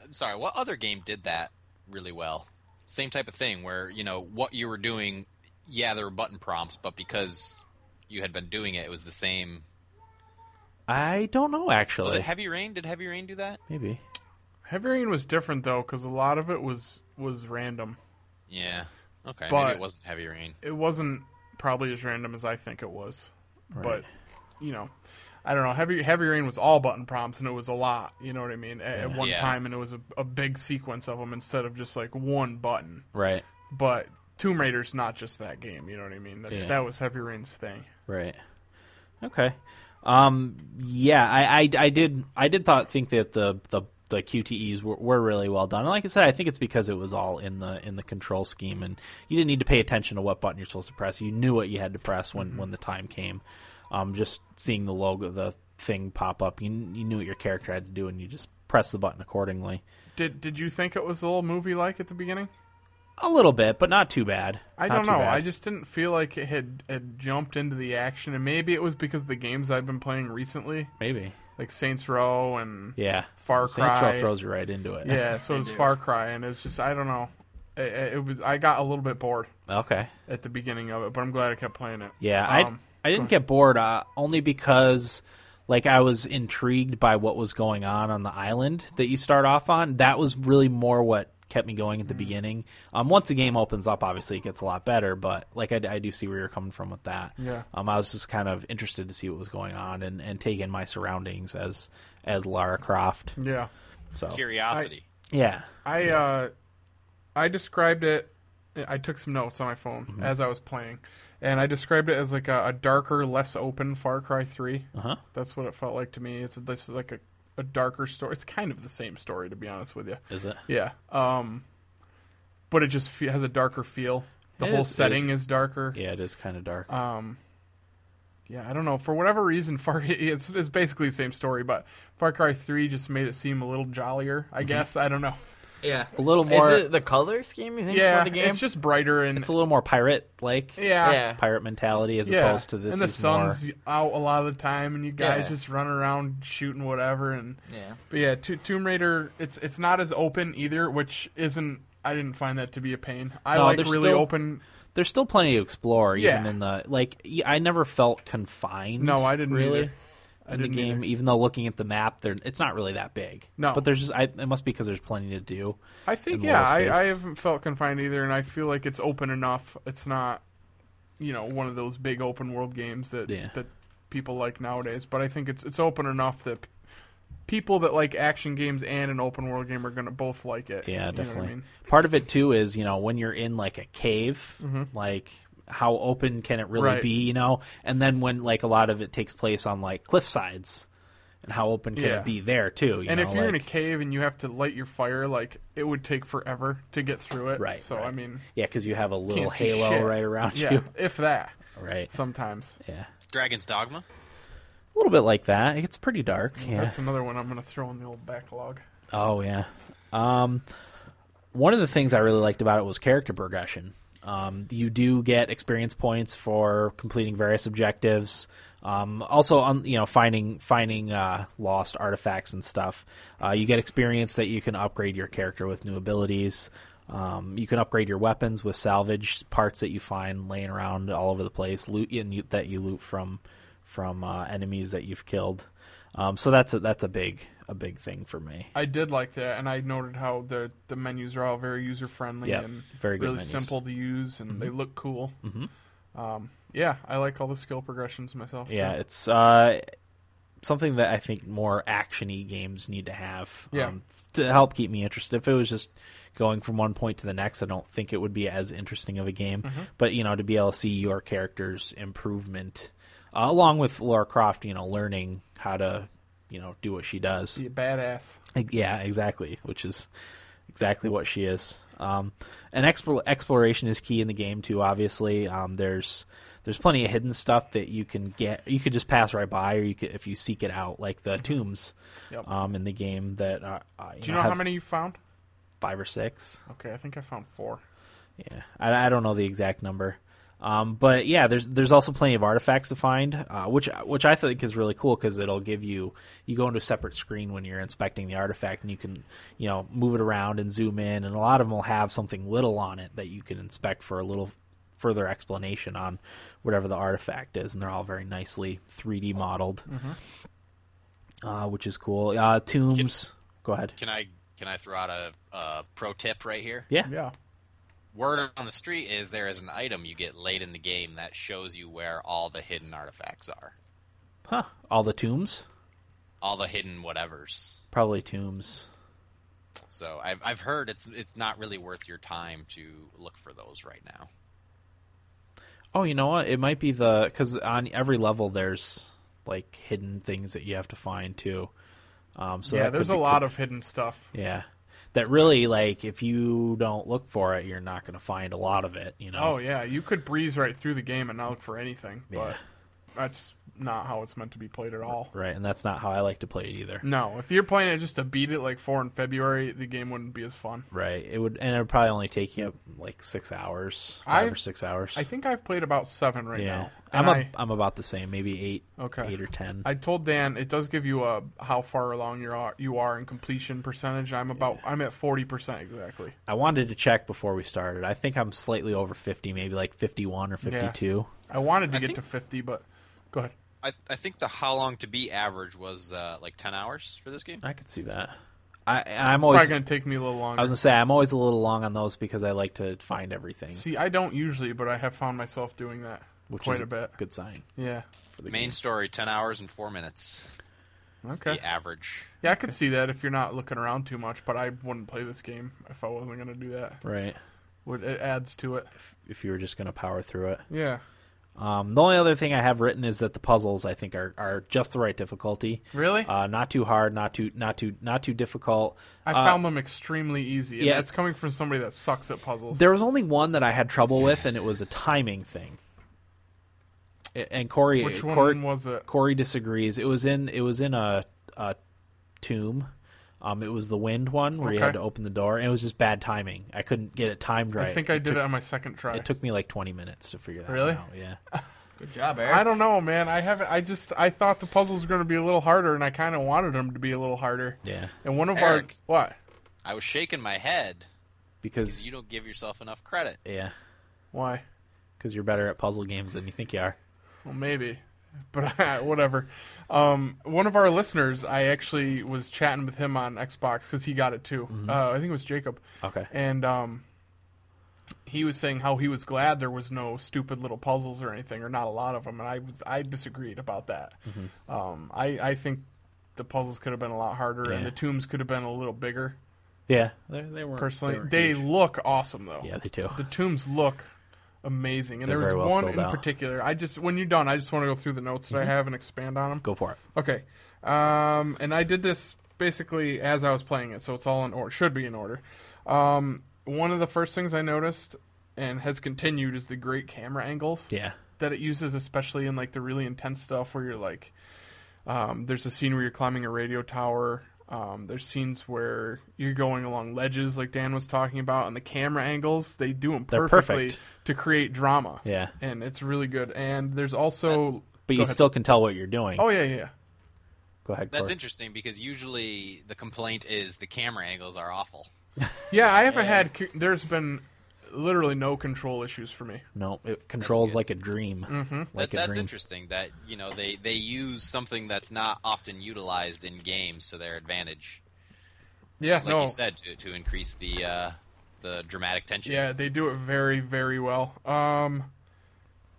[SPEAKER 4] I'm sorry, what other game did that really well? Same type of thing where, you know, what you were doing, yeah, there were button prompts, but because you had been doing it, it was the same.
[SPEAKER 1] i don't know actually
[SPEAKER 4] Was it Heavy Rain? Did Heavy Rain do that?
[SPEAKER 1] Maybe.
[SPEAKER 2] Heavy Rain was different though, because a lot of it was was random.
[SPEAKER 4] Yeah. Okay, maybe
[SPEAKER 2] But-
[SPEAKER 4] it wasn't Heavy Rain.
[SPEAKER 2] It wasn't probably as random as I think it was,
[SPEAKER 1] Right.
[SPEAKER 2] but you know, I don't know. Heavy Heavy Rain was all button prompts, and it was a lot. You know what I mean? At, at one
[SPEAKER 4] Yeah.
[SPEAKER 2] time, and it was a, a big sequence of them instead of just like one button.
[SPEAKER 1] Right.
[SPEAKER 2] But Tomb Raider's not just that game. You know what I mean? That,
[SPEAKER 1] Yeah.
[SPEAKER 2] that was Heavy Rain's thing.
[SPEAKER 1] Right. Okay. Um. Yeah. I. I, I did. I did thought think that the the the QTEs were, were really well done. And like I said, I think it's because it was all in the in the control scheme, and you didn't need to pay attention to what button you're supposed to press. You knew what you had to press when
[SPEAKER 2] Mm-hmm.
[SPEAKER 1] when the time came. Um. Just seeing the logo, the thing pop up, you you knew what your character had to do, and you just press the button accordingly.
[SPEAKER 2] Did Did you think it was a little movie like at the beginning?
[SPEAKER 1] A little bit, but not too bad.
[SPEAKER 2] I
[SPEAKER 1] Not
[SPEAKER 2] don't
[SPEAKER 1] too
[SPEAKER 2] know.
[SPEAKER 1] bad.
[SPEAKER 2] I just didn't feel like it had, had jumped into the action, and maybe it was because the games I've been playing recently,
[SPEAKER 1] maybe.
[SPEAKER 2] like Saints Row and
[SPEAKER 1] Yeah.
[SPEAKER 2] Far
[SPEAKER 1] Saints Row
[SPEAKER 2] Cry.
[SPEAKER 1] throws you right into it.
[SPEAKER 2] yeah, so it's Far Cry, and it's just I don't know. It, it it was I got a little bit bored
[SPEAKER 1] <laughs> Okay.
[SPEAKER 2] at the beginning of it, but I'm glad I kept playing it.
[SPEAKER 1] Yeah,
[SPEAKER 2] Um,
[SPEAKER 1] I I didn't get bored uh, only because like I was intrigued by what was going on on the island that you start off on. That was really more what kept me going
[SPEAKER 2] Mm.
[SPEAKER 1] at the beginning. Um, once the game opens up, obviously it gets a lot better, but like I, I do see where you're coming from with that.
[SPEAKER 2] Yeah.
[SPEAKER 1] Um, I was just kind of interested to see what was going on and and take in my surroundings as as Lara Croft.
[SPEAKER 2] yeah.
[SPEAKER 1] So
[SPEAKER 4] Curiosity.
[SPEAKER 1] yeah,
[SPEAKER 2] I uh, I described it. I took some notes on my phone
[SPEAKER 1] Mm-hmm.
[SPEAKER 2] as I was playing, and I described it as like a, a darker, less open Far Cry 3
[SPEAKER 1] Uh-huh.
[SPEAKER 2] That's what it felt like to me. It's this is like a, a darker story. It's kind of the same story, to be honest with you.
[SPEAKER 1] is it?
[SPEAKER 2] Yeah. Um, but it just fe- has a darker feel. The
[SPEAKER 1] It
[SPEAKER 2] whole
[SPEAKER 1] is- it
[SPEAKER 2] setting is, darker.
[SPEAKER 1] Yeah, it is kind of dark.
[SPEAKER 2] Uh, Yeah, I don't know. For whatever reason, <laughs> Far it's, it's basically the same story, but Far Cry Three just made it seem a little jollier. I guess I don't know.
[SPEAKER 3] Yeah.
[SPEAKER 1] a little more.
[SPEAKER 3] Is it the color scheme you think
[SPEAKER 2] Yeah,
[SPEAKER 3] for the game?
[SPEAKER 2] it's just brighter and
[SPEAKER 1] it's a little more pirate like.
[SPEAKER 2] yeah,
[SPEAKER 3] yeah.
[SPEAKER 1] pirate mentality as opposed to this
[SPEAKER 2] And the
[SPEAKER 1] is
[SPEAKER 2] sun's
[SPEAKER 1] more
[SPEAKER 2] out a lot of the time, and you guys
[SPEAKER 3] Yeah.
[SPEAKER 2] just run around shooting whatever. And
[SPEAKER 3] Yeah.
[SPEAKER 2] but yeah, to- Tomb Raider, it's it's not as open either, which isn't. I didn't find that to be a pain. I
[SPEAKER 1] No,
[SPEAKER 2] like
[SPEAKER 1] there's
[SPEAKER 2] really
[SPEAKER 1] still-
[SPEAKER 2] open.
[SPEAKER 1] there's still plenty to explore even
[SPEAKER 2] Yeah.
[SPEAKER 1] in the like y- i never felt confined
[SPEAKER 2] No, I didn't
[SPEAKER 1] really
[SPEAKER 2] either. I
[SPEAKER 1] in the
[SPEAKER 2] didn't
[SPEAKER 1] game
[SPEAKER 2] either.
[SPEAKER 1] even though looking at the map there it's not really that big
[SPEAKER 2] No.
[SPEAKER 1] but there's just I, it must be because there's plenty to do
[SPEAKER 2] I think
[SPEAKER 1] in
[SPEAKER 2] yeah,
[SPEAKER 1] little
[SPEAKER 2] I, I
[SPEAKER 1] space.
[SPEAKER 2] haven't felt confined either, and I feel like it's open enough. It's not, you know, one of those big open world games that
[SPEAKER 1] Yeah.
[SPEAKER 2] that people like nowadays. But I think it's it's open enough that p- people that like action games and an open world game are gonna both like it. You know
[SPEAKER 1] yeah
[SPEAKER 2] what I
[SPEAKER 1] definitely
[SPEAKER 2] mean?
[SPEAKER 1] part of it too is you know when you're in like a cave like how open can it really
[SPEAKER 2] Mm-hmm. Right.
[SPEAKER 1] be you know and then when like a lot of it takes place on like cliff sides and how open can
[SPEAKER 2] Yeah.
[SPEAKER 1] it be there too you
[SPEAKER 2] And
[SPEAKER 1] know,
[SPEAKER 2] if you're in a
[SPEAKER 1] like-
[SPEAKER 2] cave and you have to light your fire, like it would take forever to get through it.
[SPEAKER 1] Right,
[SPEAKER 2] So
[SPEAKER 1] right.
[SPEAKER 2] I mean,
[SPEAKER 1] yeah because you have a little
[SPEAKER 2] can't see
[SPEAKER 1] halo
[SPEAKER 2] shit.
[SPEAKER 1] right around
[SPEAKER 2] yeah,
[SPEAKER 1] you <laughs>
[SPEAKER 2] if that.
[SPEAKER 1] right
[SPEAKER 2] Sometimes
[SPEAKER 1] yeah
[SPEAKER 4] Dragon's Dogma.
[SPEAKER 1] a little bit like that. It's pretty dark. Yeah.
[SPEAKER 2] that's another one I'm gonna throw in the old backlog.
[SPEAKER 1] Oh yeah. Um, one of the things I really liked about it was character progression. Um, you do get experience points for completing various objectives. Um, also, on you know finding finding uh, lost artifacts and stuff. Uh, you get experience that you can upgrade your character with new abilities. Um, you can upgrade your weapons with salvage parts that you find laying around all over the place, loot and you, that you loot from from uh, enemies that you've killed. Um, so that's a, that's a big a big thing for me.
[SPEAKER 2] I did like that, and I noted how the the menus are all very user friendly
[SPEAKER 1] Yeah,
[SPEAKER 2] and
[SPEAKER 1] very good
[SPEAKER 2] really
[SPEAKER 1] menus.
[SPEAKER 2] simple to use, and they look cool. Mm-hmm. Um, yeah, I like all the skill progressions myself.
[SPEAKER 1] Yeah,
[SPEAKER 2] too.
[SPEAKER 1] it's uh, something that I think more actiony games need to have um,
[SPEAKER 2] Yeah.
[SPEAKER 1] to help keep me interested. If it was just going from one point to the next, I don't think it would be as interesting of a game.
[SPEAKER 2] Mm-hmm.
[SPEAKER 1] But you know, to be able to see your character's improvement, uh, along with Laura Croft, you know, learning how to you know do what she does.
[SPEAKER 2] Be a badass.
[SPEAKER 1] Like, Yeah, exactly. Which is exactly what she is. Um, and expo- exploration is key in the game too. Obviously, um, there's there's plenty of hidden stuff that you can get. You could just pass right by, or you could if you seek it out, like the tombs
[SPEAKER 2] Mm-hmm. Yep.
[SPEAKER 1] um, in the game that are. Uh,
[SPEAKER 2] Do you know
[SPEAKER 1] have
[SPEAKER 2] how many you found?
[SPEAKER 1] Five or six.
[SPEAKER 2] Okay, I think I found four.
[SPEAKER 1] Yeah, I, I don't know the exact number, um, but yeah, there's there's also plenty of artifacts to find, uh, which which I think is really cool because it'll give you you go into a separate screen when you're inspecting the artifact and you can you know move it around and zoom in, and a lot of them will have something little on it that you can inspect for a little further explanation on whatever the artifact is, and they're all very nicely 3D modeled, uh, which is cool. Uh, tombs, go ahead.
[SPEAKER 4] Can I can I throw out a, a pro tip right here?
[SPEAKER 1] Yeah.
[SPEAKER 2] Yeah.
[SPEAKER 4] Word on the street is there is an item you get late in the game that shows you where all the hidden artifacts are,
[SPEAKER 1] Huh. All the tombs,
[SPEAKER 4] all the hidden whatevers.
[SPEAKER 1] probably tombs.
[SPEAKER 4] So I've I've heard it's it's not really worth your time to look for those right now.
[SPEAKER 1] Oh, you know what? It might be the because on every level there's like hidden things that you have to find too. Um, so
[SPEAKER 2] yeah,
[SPEAKER 1] that
[SPEAKER 2] there's
[SPEAKER 1] could
[SPEAKER 2] a
[SPEAKER 1] be
[SPEAKER 2] lot
[SPEAKER 1] cool.
[SPEAKER 2] of hidden stuff.
[SPEAKER 1] yeah that really like if you don't look for it, you're not going to find a lot of it. You know?
[SPEAKER 2] Oh yeah, you could breeze right through the game and not look for anything.
[SPEAKER 1] Yeah.
[SPEAKER 2] But that's not how it's meant to be played at all.
[SPEAKER 1] right? And that's not how I like to play it either.
[SPEAKER 2] No, if you're playing it just to beat it like four in February, the game wouldn't be as fun.
[SPEAKER 1] Right. It would, and it would probably only take you like six hours, 5 or
[SPEAKER 2] I've-
[SPEAKER 1] six hours.
[SPEAKER 2] I think I've played about seven right
[SPEAKER 1] yeah,
[SPEAKER 2] now.
[SPEAKER 1] I'm
[SPEAKER 2] And
[SPEAKER 1] a,
[SPEAKER 2] I,
[SPEAKER 1] I'm about the same, maybe eight,
[SPEAKER 2] Okay.
[SPEAKER 1] eight or ten.
[SPEAKER 2] I told Dan it does give you a how far along you are you are in completion percentage. I'm about I'm at forty percent exactly.
[SPEAKER 1] I wanted to check before we started. I think I'm slightly over fifty, maybe like fifty-one or fifty-two.
[SPEAKER 2] I wanted to
[SPEAKER 4] I
[SPEAKER 2] get
[SPEAKER 4] think-
[SPEAKER 2] to fifty, but go ahead.
[SPEAKER 4] I, I think the how long to be average was uh, like 10 hours for this game.
[SPEAKER 1] I could see that. I, I'm
[SPEAKER 2] Probably
[SPEAKER 1] always.
[SPEAKER 2] gonna take me a little
[SPEAKER 1] Oh, I
[SPEAKER 2] longer.
[SPEAKER 1] was gonna say I'm always a little long on those because I like to find everything,
[SPEAKER 2] See, I don't usually, but I have found myself doing that
[SPEAKER 1] which
[SPEAKER 2] quite
[SPEAKER 1] is
[SPEAKER 2] a bit.
[SPEAKER 1] good sign.
[SPEAKER 2] Yeah.
[SPEAKER 4] Main story, 10 hours and 4 minutes.
[SPEAKER 2] Okay.
[SPEAKER 4] The average.
[SPEAKER 2] Yeah, I could see that if you're not looking around too much, but I wouldn't play this game if I wasn't gonna do that.
[SPEAKER 1] Right.
[SPEAKER 2] Would it adds to it?
[SPEAKER 1] If you were just gonna power through it.
[SPEAKER 2] Yeah.
[SPEAKER 1] Um, the only other thing I have written is that the puzzles I think are, are just the right difficulty.
[SPEAKER 2] Really?
[SPEAKER 1] Uh, not too hard, not too not too not too difficult.
[SPEAKER 2] I
[SPEAKER 1] Uh,
[SPEAKER 2] found them extremely easy. And
[SPEAKER 1] yeah.
[SPEAKER 2] that's coming from somebody that sucks at puzzles.
[SPEAKER 1] There was only one that I had trouble with, and it was a timing thing. A- And Corey,
[SPEAKER 2] Which one
[SPEAKER 1] Corey,
[SPEAKER 2] was it?
[SPEAKER 1] Corey disagrees. It was in it was in a, a tomb. Um, it was the wind one where you
[SPEAKER 2] Okay.
[SPEAKER 1] had to open the door, and it was just bad timing. I couldn't get it timed right.
[SPEAKER 2] I think I did
[SPEAKER 1] took,
[SPEAKER 2] it on my second try.
[SPEAKER 1] It took me like twenty minutes to figure that
[SPEAKER 2] Really?
[SPEAKER 1] out.
[SPEAKER 2] <laughs>
[SPEAKER 1] Yeah,
[SPEAKER 3] Good job, Eric.
[SPEAKER 2] I don't know, man. I haven't. I just I thought the puzzles were going to be a little harder, and I kind of wanted them to be a little harder.
[SPEAKER 1] yeah.
[SPEAKER 2] And one of
[SPEAKER 4] Eric.
[SPEAKER 2] our what?
[SPEAKER 4] I was shaking my head.
[SPEAKER 1] Because
[SPEAKER 4] You don't give yourself enough credit.
[SPEAKER 1] yeah,
[SPEAKER 2] Why?
[SPEAKER 1] because you're better at puzzle games than you think you are.
[SPEAKER 2] Well, maybe, but <laughs> uh, whatever. Um, one of our listeners, I actually was chatting with him on Xbox because he got it too.
[SPEAKER 1] Mm-hmm.
[SPEAKER 2] Uh, I think it was Jacob,
[SPEAKER 1] Okay.
[SPEAKER 2] and um, he was saying how he was glad there was no stupid little puzzles or anything, or not a lot of them. And I was I disagreed about that.
[SPEAKER 1] Mm-hmm.
[SPEAKER 2] Um, I I think the puzzles could have been a lot harder, and
[SPEAKER 1] Yeah.
[SPEAKER 2] the tombs could have been a little bigger.
[SPEAKER 1] Yeah, they, they weren't
[SPEAKER 2] personally.
[SPEAKER 1] weren't
[SPEAKER 2] They
[SPEAKER 1] huge.
[SPEAKER 2] look awesome though.
[SPEAKER 1] yeah, they do.
[SPEAKER 2] The tombs look amazing, and
[SPEAKER 1] They're
[SPEAKER 2] there was
[SPEAKER 1] very well
[SPEAKER 2] one
[SPEAKER 1] filled
[SPEAKER 2] in
[SPEAKER 1] out. Mm-hmm.
[SPEAKER 2] particular. I just when you're done, I just want to go through the notes that I have and expand on them.
[SPEAKER 1] Go for it.
[SPEAKER 2] Okay, um, and I did this basically as I was playing it, so it's all in order. Should be in order. Um, one of the first things I noticed and has continued is the great camera angles
[SPEAKER 1] Yeah.
[SPEAKER 2] that it uses, especially in like the really intense stuff where you're like, um, there's a scene where you're climbing a radio tower. Um, there's scenes where you're going along ledges, like Dan was talking about, and the camera angles they do them
[SPEAKER 1] They're
[SPEAKER 2] perfectly
[SPEAKER 1] perfect.
[SPEAKER 2] to create drama.
[SPEAKER 1] Yeah.
[SPEAKER 2] and it's really good. And there's also,
[SPEAKER 4] That's-
[SPEAKER 1] But you
[SPEAKER 2] ahead.
[SPEAKER 1] still can tell what you're doing.
[SPEAKER 2] oh yeah, yeah, yeah.
[SPEAKER 1] Go ahead.
[SPEAKER 4] That's
[SPEAKER 1] Corey.
[SPEAKER 4] interesting because usually the complaint is the camera angles are awful.
[SPEAKER 2] yeah. I haven't
[SPEAKER 4] Yes.
[SPEAKER 2] had. c- There's been literally no control issues for me.
[SPEAKER 1] No, it controls
[SPEAKER 4] good.
[SPEAKER 1] like a dream. Mm-hmm. Like
[SPEAKER 4] That, that's
[SPEAKER 1] a dream.
[SPEAKER 4] interesting that, you know, they, they use something that's not often utilized in games to their advantage.
[SPEAKER 2] Yeah,
[SPEAKER 4] Like
[SPEAKER 2] no.
[SPEAKER 4] you said, to, to increase the uh, the dramatic tension.
[SPEAKER 2] Yeah, they do it very, very well. Um,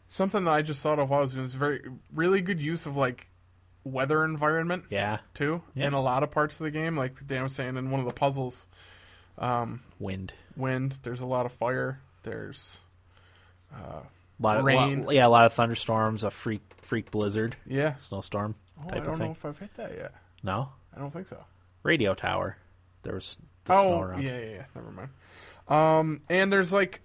[SPEAKER 2] something that I just thought of while I was doing this very, really good use of like weather environment
[SPEAKER 1] Yeah,
[SPEAKER 2] too
[SPEAKER 1] Yeah.
[SPEAKER 2] in a lot of parts of the game. Like Dan was saying, in one of the puzzles,
[SPEAKER 1] wind,
[SPEAKER 2] wind. There's a lot of fire. There's
[SPEAKER 1] a lot of,
[SPEAKER 2] Rain.
[SPEAKER 1] lot- yeah, a lot of thunderstorms, a freak freak blizzard,
[SPEAKER 2] yeah.
[SPEAKER 1] snowstorm
[SPEAKER 2] Oh, I
[SPEAKER 1] type
[SPEAKER 2] don't
[SPEAKER 1] of
[SPEAKER 2] know
[SPEAKER 1] thing.
[SPEAKER 2] if I've hit that yet.
[SPEAKER 1] No,
[SPEAKER 2] I don't think so.
[SPEAKER 1] radio tower. There was the snow
[SPEAKER 2] oh,
[SPEAKER 1] around.
[SPEAKER 2] yeah, yeah, yeah. Never mind. Um, and there's like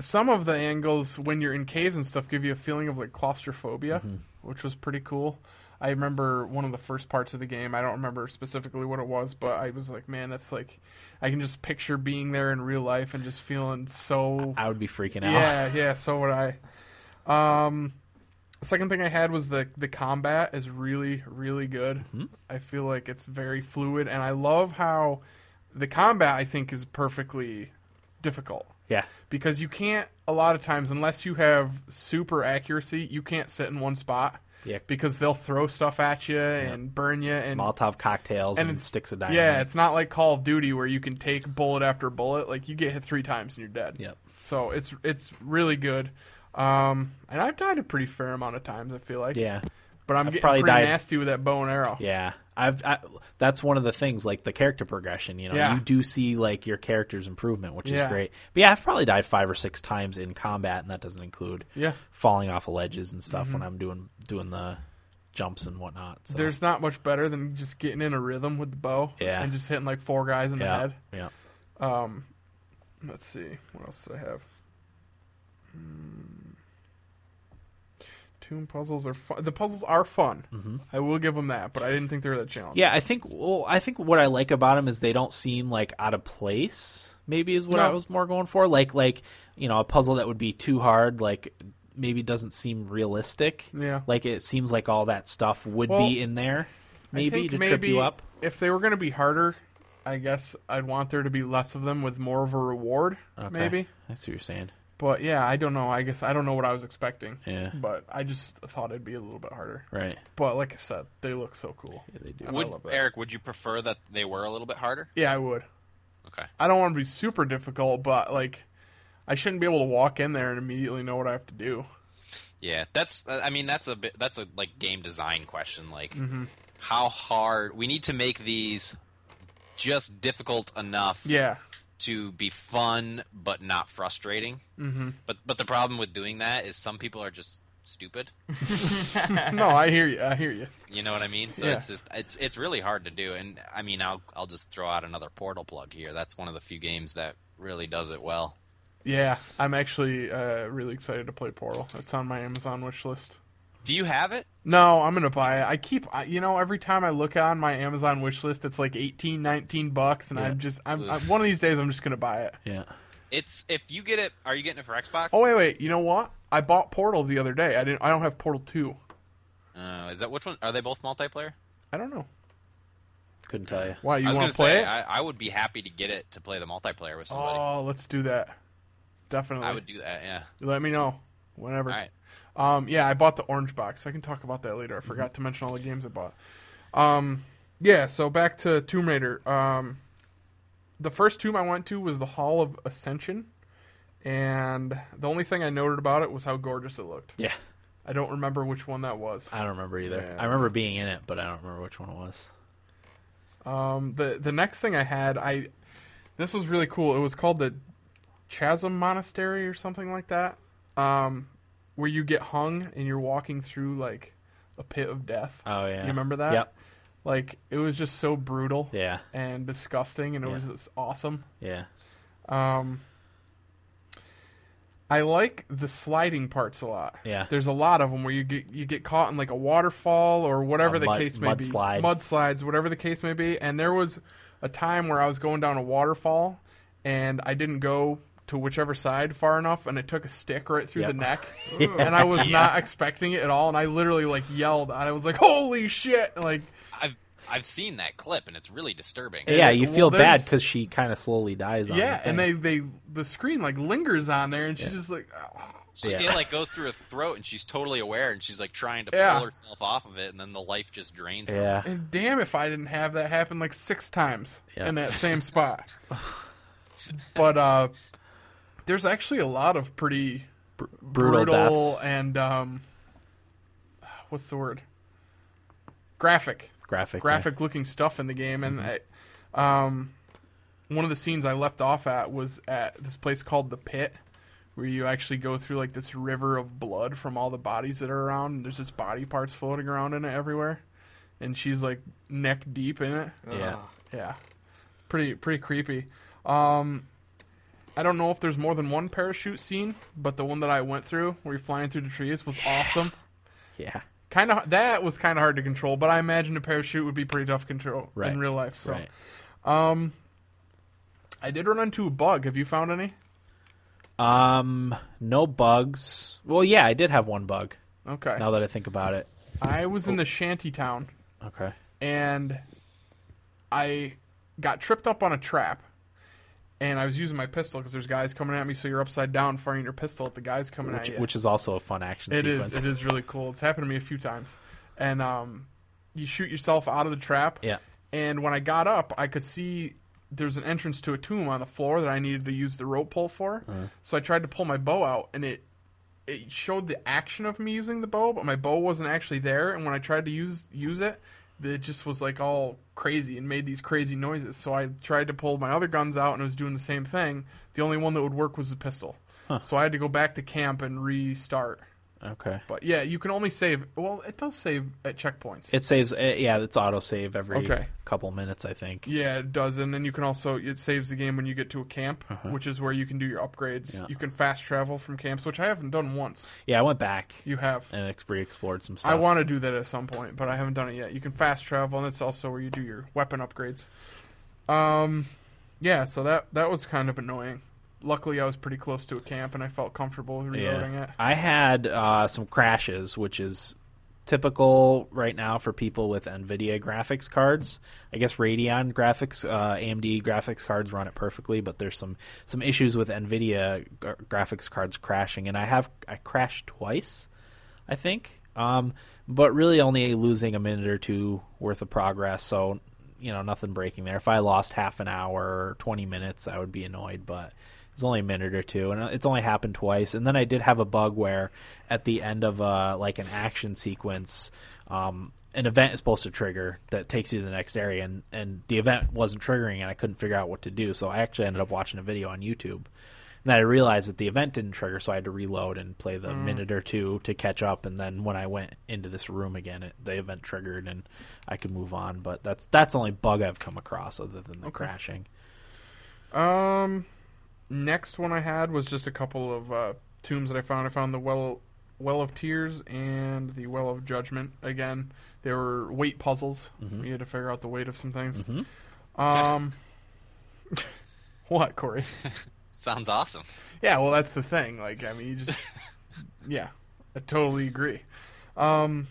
[SPEAKER 2] some of the angles when you're in caves and stuff give you a feeling of like claustrophobia,
[SPEAKER 1] Mm-hmm.
[SPEAKER 2] which was pretty cool. I remember one of the first parts of the game. I don't remember specifically what it was, but I was like, man, that's like, I can just picture being there in real life and just feeling so
[SPEAKER 1] I would be freaking out. <laughs>
[SPEAKER 2] Yeah, yeah, so would I. Um second thing I had was the the combat is really really good. I feel like it's very fluid and I love how the combat I think is perfectly difficult
[SPEAKER 1] yeah,
[SPEAKER 2] because you can't a lot of times unless you have super accuracy, you can't sit in one spot.
[SPEAKER 1] Yeah.
[SPEAKER 2] Because they'll throw stuff at you and burn you and
[SPEAKER 1] Molotov cocktails and,
[SPEAKER 2] it's-
[SPEAKER 1] sticks of dynamite.
[SPEAKER 2] Yeah, it's not like Call of Duty where you can take bullet after bullet. Like you get hit three times and you're dead.
[SPEAKER 1] Yep.
[SPEAKER 2] So it's it's really good. Um, and I've died a pretty fair amount of times. I feel like.
[SPEAKER 1] yeah,
[SPEAKER 2] But I'm
[SPEAKER 1] I've
[SPEAKER 2] getting
[SPEAKER 1] probably
[SPEAKER 2] pretty
[SPEAKER 1] died-
[SPEAKER 2] nasty with that bow and arrow.
[SPEAKER 1] yeah. I've I, that's one of the things, like the character progression. You know,
[SPEAKER 2] Yeah.
[SPEAKER 1] you do see like your character's improvement, which
[SPEAKER 2] Yeah.
[SPEAKER 1] is great. But yeah, I've probably died five or six times in combat, and that doesn't include
[SPEAKER 2] Yeah.
[SPEAKER 1] falling off of ledges and stuff when I'm doing doing the jumps and whatnot. So.
[SPEAKER 2] Mm-hmm. There's not much better than just getting in a rhythm with the bow.
[SPEAKER 1] Yeah.
[SPEAKER 2] And just hitting like four guys in the
[SPEAKER 1] yeah,
[SPEAKER 2] head. Um,
[SPEAKER 1] yeah.
[SPEAKER 2] Let's see. What else did I have? Hmm. Tomb puzzles are fun. The puzzles are fun. I will give them that, but I didn't think they were that challenging.
[SPEAKER 1] Mm-hmm. Yeah, I think. Well, I think what I like about them is they don't seem like out of place. Maybe is what I
[SPEAKER 2] No.
[SPEAKER 1] was more going for. Like, like you know, a puzzle that would be too hard. Like, maybe doesn't seem realistic.
[SPEAKER 2] Yeah.
[SPEAKER 1] Like it seems like all that stuff would
[SPEAKER 2] Well,
[SPEAKER 1] be in there.
[SPEAKER 2] I
[SPEAKER 1] Maybe
[SPEAKER 2] think
[SPEAKER 1] to trip you up.
[SPEAKER 2] If they were going to be harder, I guess I'd want there to be less of them with more of a reward,
[SPEAKER 1] Okay.
[SPEAKER 2] maybe.
[SPEAKER 1] I see what you're saying.
[SPEAKER 2] But yeah, I don't know. I guess I don't know what I was expecting.
[SPEAKER 1] Yeah.
[SPEAKER 2] But I just thought it'd be a little bit harder.
[SPEAKER 1] Right.
[SPEAKER 2] But like I said, they look so cool.
[SPEAKER 1] Yeah, they do.
[SPEAKER 2] I
[SPEAKER 4] Would
[SPEAKER 2] love that.
[SPEAKER 4] Eric? Would you prefer that they were a little bit harder?
[SPEAKER 2] Yeah, I would.
[SPEAKER 4] Okay.
[SPEAKER 2] I don't want to be super difficult, but like I shouldn't be able to walk in there and immediately know what I have to do.
[SPEAKER 4] Yeah, that's. I mean, that's a bit. That's a like game design question. Like,
[SPEAKER 2] Mm-hmm.
[SPEAKER 4] how hard we need to make these just difficult enough
[SPEAKER 2] Yeah.
[SPEAKER 4] to be fun but not frustrating. Mm-hmm. But but the problem with doing that is some people are just stupid.
[SPEAKER 2] No, I hear you. I hear you.
[SPEAKER 4] You know what I mean? So
[SPEAKER 2] Yeah.
[SPEAKER 4] it's just it's it's really hard to do. And I mean, I'll I'll just throw out another Portal plug here. That's one of the few games that really does it well.
[SPEAKER 2] Yeah, I'm actually uh, really excited to play Portal. It's on my Amazon wish list.
[SPEAKER 4] Do you have it?
[SPEAKER 2] No, I'm gonna buy it. I keep, I, you know, every time I look on my Amazon wish list, it's like 18, 19 bucks, and I'm just, I'm, I'm one of these days, I'm just gonna buy it.
[SPEAKER 1] Yeah.
[SPEAKER 4] It's if you get it. Are you getting it for Xbox?
[SPEAKER 2] Oh wait, wait, you know what? I bought Portal the other day. I didn't, I don't have Portal two.
[SPEAKER 4] Uh, is that which one? Are they both multiplayer?
[SPEAKER 2] I don't know
[SPEAKER 1] Couldn't tell you.
[SPEAKER 2] why
[SPEAKER 4] I
[SPEAKER 2] you
[SPEAKER 4] was
[SPEAKER 2] want
[SPEAKER 4] gonna
[SPEAKER 2] to play
[SPEAKER 4] say
[SPEAKER 2] it.
[SPEAKER 4] I, I would be happy to get it to play the multiplayer with somebody.
[SPEAKER 2] oh, let's do that. Definitely.
[SPEAKER 4] I would do that. Yeah.
[SPEAKER 2] Let me know whenever.
[SPEAKER 4] All right.
[SPEAKER 2] Um, yeah, I bought the orange box. I can talk about that later. I forgot
[SPEAKER 4] Mm-hmm.
[SPEAKER 2] to mention all the games I bought. Um, yeah, so back to Tomb Raider. Um, the first tomb I went to was the Hall of Ascension, and the only thing I noted about it was how gorgeous it looked.
[SPEAKER 1] Yeah.
[SPEAKER 2] I don't remember which one that was.
[SPEAKER 1] I don't remember either.
[SPEAKER 2] Yeah.
[SPEAKER 1] I remember being in it, but I don't remember which one it was.
[SPEAKER 2] Um, the the next thing I had, I this was really cool. It was called the Chasm Monastery or something like that, um, where you get hung and you're walking through like a pit of death.
[SPEAKER 1] Oh yeah.
[SPEAKER 2] You remember that?
[SPEAKER 1] Yep.
[SPEAKER 2] Like it was just so brutal
[SPEAKER 1] Yeah.
[SPEAKER 2] and disgusting, and it
[SPEAKER 1] Yeah.
[SPEAKER 2] was just awesome.
[SPEAKER 1] Yeah.
[SPEAKER 2] Um, I like the sliding parts a lot.
[SPEAKER 1] Yeah.
[SPEAKER 2] there's a lot of them where you get you get caught in like a waterfall or whatever
[SPEAKER 1] A
[SPEAKER 2] the
[SPEAKER 1] mud-
[SPEAKER 2] case may be,
[SPEAKER 1] mudslide.
[SPEAKER 2] mudslides, whatever the case may be. And there was a time where I was going down a waterfall, and I didn't go to whichever side far enough, and it took a stick right through the
[SPEAKER 1] Yep. <laughs>
[SPEAKER 2] neck, and I was not expecting it at all, and I literally like yelled, and I was like, "Holy shit!" Like.
[SPEAKER 4] I've I've seen that clip and it's really disturbing.
[SPEAKER 1] Yeah,
[SPEAKER 2] like,
[SPEAKER 1] you
[SPEAKER 2] well,
[SPEAKER 1] feel bad
[SPEAKER 2] there's-
[SPEAKER 1] because she kind of slowly dies. On
[SPEAKER 2] Yeah,
[SPEAKER 1] the
[SPEAKER 2] and
[SPEAKER 1] thing.
[SPEAKER 2] they, they the screen like lingers on there, and she's just like, "Oh."
[SPEAKER 4] She,
[SPEAKER 1] Yeah.
[SPEAKER 4] It like goes through her throat, and she's totally aware, and she's like trying to
[SPEAKER 2] Yeah.
[SPEAKER 4] pull herself off of it, and then the life just drains. Her.
[SPEAKER 1] Yeah.
[SPEAKER 2] and damn if I didn't have that happen like six times
[SPEAKER 1] Yeah.
[SPEAKER 2] in
[SPEAKER 1] <laughs>
[SPEAKER 2] that same spot. but uh, there's actually a lot of pretty
[SPEAKER 1] brutal,
[SPEAKER 2] brutal
[SPEAKER 1] deaths,
[SPEAKER 2] and um, what's the word? Graphic
[SPEAKER 1] graphic,
[SPEAKER 2] graphic looking stuff in the game and I, um, one of the scenes i left off at was at this place called the pit where you actually go through like this river of blood from all the bodies that are around and there's just body parts floating around in it everywhere and she's like neck deep in it
[SPEAKER 1] Yeah. yeah.
[SPEAKER 2] yeah pretty pretty creepy um I don't know if there's more than one parachute scene, but the one that I went through, where you're flying through the trees, was awesome.
[SPEAKER 1] Yeah.
[SPEAKER 2] Kind of that was kind of hard to control, but I imagine a parachute would be pretty tough to control
[SPEAKER 1] Right.
[SPEAKER 2] in real life. So
[SPEAKER 1] Right.
[SPEAKER 2] I did run into a bug. Have you found any?
[SPEAKER 1] Um, no bugs. Well, yeah, I did have one bug.
[SPEAKER 2] Okay.
[SPEAKER 1] Now that Oh. I think about it.
[SPEAKER 2] I was in the shanty town
[SPEAKER 1] Okay.
[SPEAKER 2] and I got tripped up on a trap. And I was using my pistol because there's guys coming at me, so you're upside down firing your pistol at the guys coming
[SPEAKER 1] Which,
[SPEAKER 2] at you.
[SPEAKER 1] which is also a fun action
[SPEAKER 2] It
[SPEAKER 1] sequence.
[SPEAKER 2] is. It is really cool. It's happened to me a few times. And um, you shoot yourself out of the trap.
[SPEAKER 1] Yeah.
[SPEAKER 2] And when I got up, I could see there's an entrance to a tomb on the floor that I needed to use the rope pull for.
[SPEAKER 1] Uh-huh.
[SPEAKER 2] So I tried to pull my bow out, and it it showed the action of me using the bow, but my bow wasn't actually there. And when I tried to use use it, it just was like all crazy and made these crazy noises. So I tried to pull my other guns out, and it was doing the same thing. The only one that would work was the pistol. So I had to go back to camp and restart
[SPEAKER 1] Okay.
[SPEAKER 2] But yeah, you can only save. Well, it does save at checkpoints.
[SPEAKER 1] It saves. eh, Yeah, it's auto save every
[SPEAKER 2] Okay.
[SPEAKER 1] couple minutes, I think.
[SPEAKER 2] yeah, it does, and then you can also it saves the game when you get to a camp, which is where you can do your upgrades.
[SPEAKER 1] Uh-huh. Yeah.
[SPEAKER 2] You can fast travel from camps, which I haven't done once.
[SPEAKER 1] Yeah, I went back
[SPEAKER 2] You have.
[SPEAKER 1] and ex- re-explored some stuff.
[SPEAKER 2] I want to do that at some point, but I haven't done it yet. You can fast travel, and it's also where you do your weapon upgrades. Um, yeah, so that that was kind of annoying. Luckily, I was pretty close to a camp, and I felt comfortable reloading it.
[SPEAKER 1] I had uh, some crashes, which is typical right now for people with NVIDIA graphics cards. I guess Radeon graphics, uh, AMD graphics cards run it perfectly, but there's some some issues with NVIDIA gra- graphics cards crashing, and I have I crashed twice, I think. Um, but really only losing a minute or two worth of progress, so you know nothing breaking there. If I lost half an hour or 20 minutes, I would be annoyed, but it's only a minute or two, and it's only happened twice. And then I did have a bug where at the end of uh, like an action sequence, um, an event is supposed to trigger that takes you to the next area, and and the event wasn't triggering, and I couldn't figure out what to do. So I actually ended up watching a video on YouTube. And then I realized that the event didn't trigger, so I had to reload and play the
[SPEAKER 2] Mm.
[SPEAKER 1] minute or two to catch up. And then when I went into this room again, it, the event triggered, and I could move on. But that's that's the only bug I've come across other than the crashing.
[SPEAKER 2] Um, next one I had was just a couple of uh, tombs that I found. I found the well, well of tears and the well of judgment. Again, they were weight puzzles. We had to figure out the weight of some things. Um, <laughs> what, Corey?
[SPEAKER 4] Sounds awesome.
[SPEAKER 2] Yeah, well, that's the thing. Like, I mean,
[SPEAKER 1] <laughs>
[SPEAKER 2] you just, yeah, I totally agree. Um,